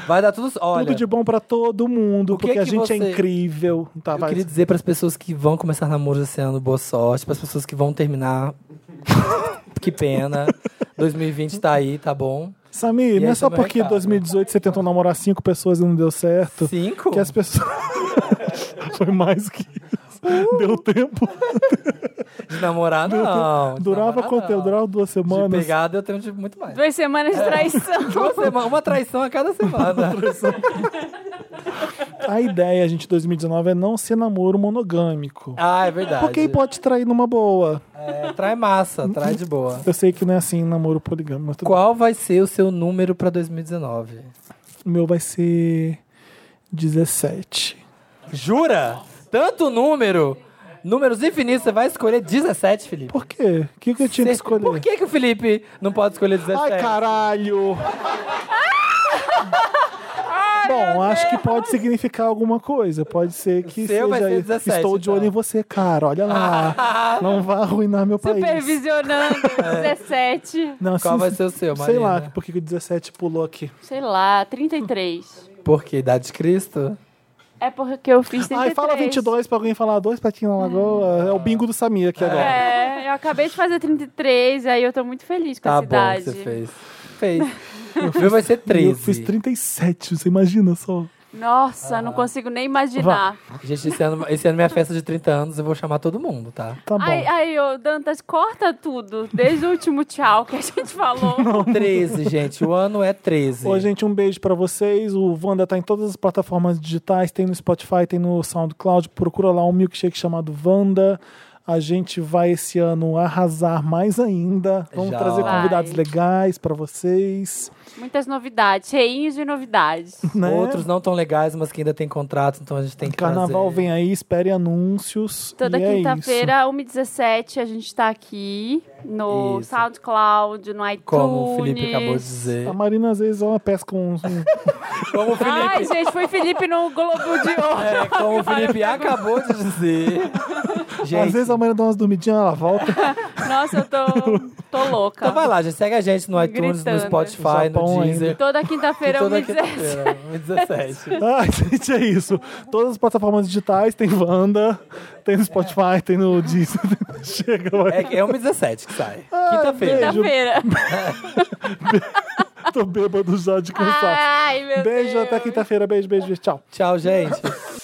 Speaker 2: Vai dar tudo. Olha,
Speaker 1: tudo de bom pra todo mundo,
Speaker 2: o que
Speaker 1: porque
Speaker 2: é
Speaker 1: a
Speaker 2: que
Speaker 1: gente é
Speaker 2: você-
Speaker 1: incrível. Tá,
Speaker 2: eu
Speaker 1: vai.
Speaker 2: queria dizer para as pessoas que vão começar namoro esse ano, boa sorte. Para as pessoas que vão terminar, que pena. 2020 tá aí, tá bom.
Speaker 1: Samir,
Speaker 2: E
Speaker 1: não
Speaker 2: aí
Speaker 1: é só
Speaker 2: você vai
Speaker 1: porque em
Speaker 2: reclamar.
Speaker 1: 2018 você tentou namorar cinco pessoas e não deu certo.
Speaker 2: Cinco?
Speaker 1: Que as pessoas. Foi mais que isso.
Speaker 2: Uh!
Speaker 1: Deu tempo.
Speaker 2: De namorar, não. De
Speaker 1: Durava
Speaker 2: namorar,
Speaker 1: quanto tempo?
Speaker 2: não.
Speaker 1: Durava um duas
Speaker 2: De
Speaker 1: semanas.
Speaker 2: pegada eu tenho de muito mais.
Speaker 7: Duas semanas de traição.
Speaker 2: Duas sema- uma traição a cada semana.
Speaker 1: A ideia, gente, de 2019 é não ser namoro monogâmico.
Speaker 2: ah, é verdade.
Speaker 1: Porque aí pode trair numa boa.
Speaker 2: É, trai massa, trai de boa.
Speaker 1: Eu sei que não é assim namoro poligâmico, mas tudo
Speaker 2: Qual vai ser o seu número pra 2019?
Speaker 1: bem. O meu vai ser 17.
Speaker 2: Jura? Tanto número? Números infinitos, você vai escolher 17, Felipe.
Speaker 1: Por quê? O que, que eu tinha que
Speaker 2: Você- Por
Speaker 1: escolher?
Speaker 2: que, que o Felipe não pode escolher 17?
Speaker 1: Ai, caralho! Bom, acho que pode significar alguma coisa. Pode ser
Speaker 2: O
Speaker 1: que
Speaker 2: seu
Speaker 1: seja.
Speaker 2: vai ser 17,
Speaker 1: Estou de olho
Speaker 2: então.
Speaker 1: em você, cara. Olha lá. não vá arruinar meu país.
Speaker 7: Supervisionando
Speaker 2: É.
Speaker 7: 17.
Speaker 1: Não,
Speaker 2: Qual
Speaker 1: sim,
Speaker 2: vai ser o seu,
Speaker 1: Sei lá
Speaker 2: Marina?
Speaker 1: porque que o 17 pulou aqui.
Speaker 3: Sei lá, 33.
Speaker 2: Por quê? Idade de Cristo?
Speaker 3: É porque eu fiz 33.
Speaker 1: Ai, fala 22 pra alguém falar dois patinhos na lagoa. É o bingo do Samir aqui agora.
Speaker 3: É, eu acabei de fazer 33, aí eu tô muito feliz com
Speaker 2: Tá
Speaker 3: essa
Speaker 2: bom
Speaker 3: idade.
Speaker 2: que você fez. Fez. O meu vai ser 13.
Speaker 1: Eu fiz 37, você imagina só.
Speaker 3: Nossa,
Speaker 2: Ah.
Speaker 3: não consigo nem imaginar.
Speaker 2: Gente, esse ano, esse ano é minha festa de 30 anos, eu vou chamar todo mundo, tá?
Speaker 1: Tá bom.
Speaker 3: Ai, ai, ô, Dantas, corta tudo. Desde o último tchau que a gente falou.
Speaker 2: 13, gente. O ano é 13.
Speaker 1: Ô, gente, um beijo pra vocês. O Wanda tá em todas as plataformas digitais, tem no Spotify, tem no SoundCloud. Procura lá um milkshake chamado Wanda. A gente vai esse ano arrasar mais ainda. Vamos
Speaker 2: Já.
Speaker 1: trazer
Speaker 3: Vai.
Speaker 1: convidados legais pra vocês,
Speaker 3: Muitas novidades, cheinhos de novidades.
Speaker 1: né?
Speaker 2: Outros não tão legais, mas que ainda tem contrato, então a gente tem que
Speaker 1: Carnaval
Speaker 2: trazer.
Speaker 1: vem aí, espere anúncios.
Speaker 3: Toda
Speaker 1: e é
Speaker 3: quinta-feira, 1h17, a gente tá aqui no
Speaker 2: Isso.
Speaker 3: SoundCloud, no iTunes.
Speaker 2: Como o Felipe acabou de dizer.
Speaker 1: isso. A Marina, às vezes, ela pesca uns. um-
Speaker 2: Como o Felipe,
Speaker 3: Ai, gente, foi Felipe no Globo de Ouro.
Speaker 2: é, como o Felipe acabou de dizer. Gente,
Speaker 1: às vezes a Marina dá umas dormidinhas, ela volta.
Speaker 3: Nossa, eu tô, tô louca.
Speaker 2: então vai lá, gente. Segue a gente no iTunes,
Speaker 3: Gritando.
Speaker 2: no Spotify,
Speaker 1: Japão
Speaker 2: no Deezer.
Speaker 3: Toda
Speaker 2: E
Speaker 3: quinta-feira,
Speaker 2: toda
Speaker 3: 1h17.
Speaker 2: quinta-feira, 17.
Speaker 1: Ah, gente, é isso. Todas as plataformas digitais, tem Wanda, tem no Spotify, tem no Disney. Chega, vai.
Speaker 2: É, é 1h17 que sai. Quinta-feira.
Speaker 3: Quinta-feira.
Speaker 1: Tô bêbado já de cansar.
Speaker 3: Ai, meu
Speaker 1: Beijo,
Speaker 3: Deus. Ah,
Speaker 1: até quinta-feira. Beijo, beijo, beijo. Tchau.
Speaker 2: Tchau, gente.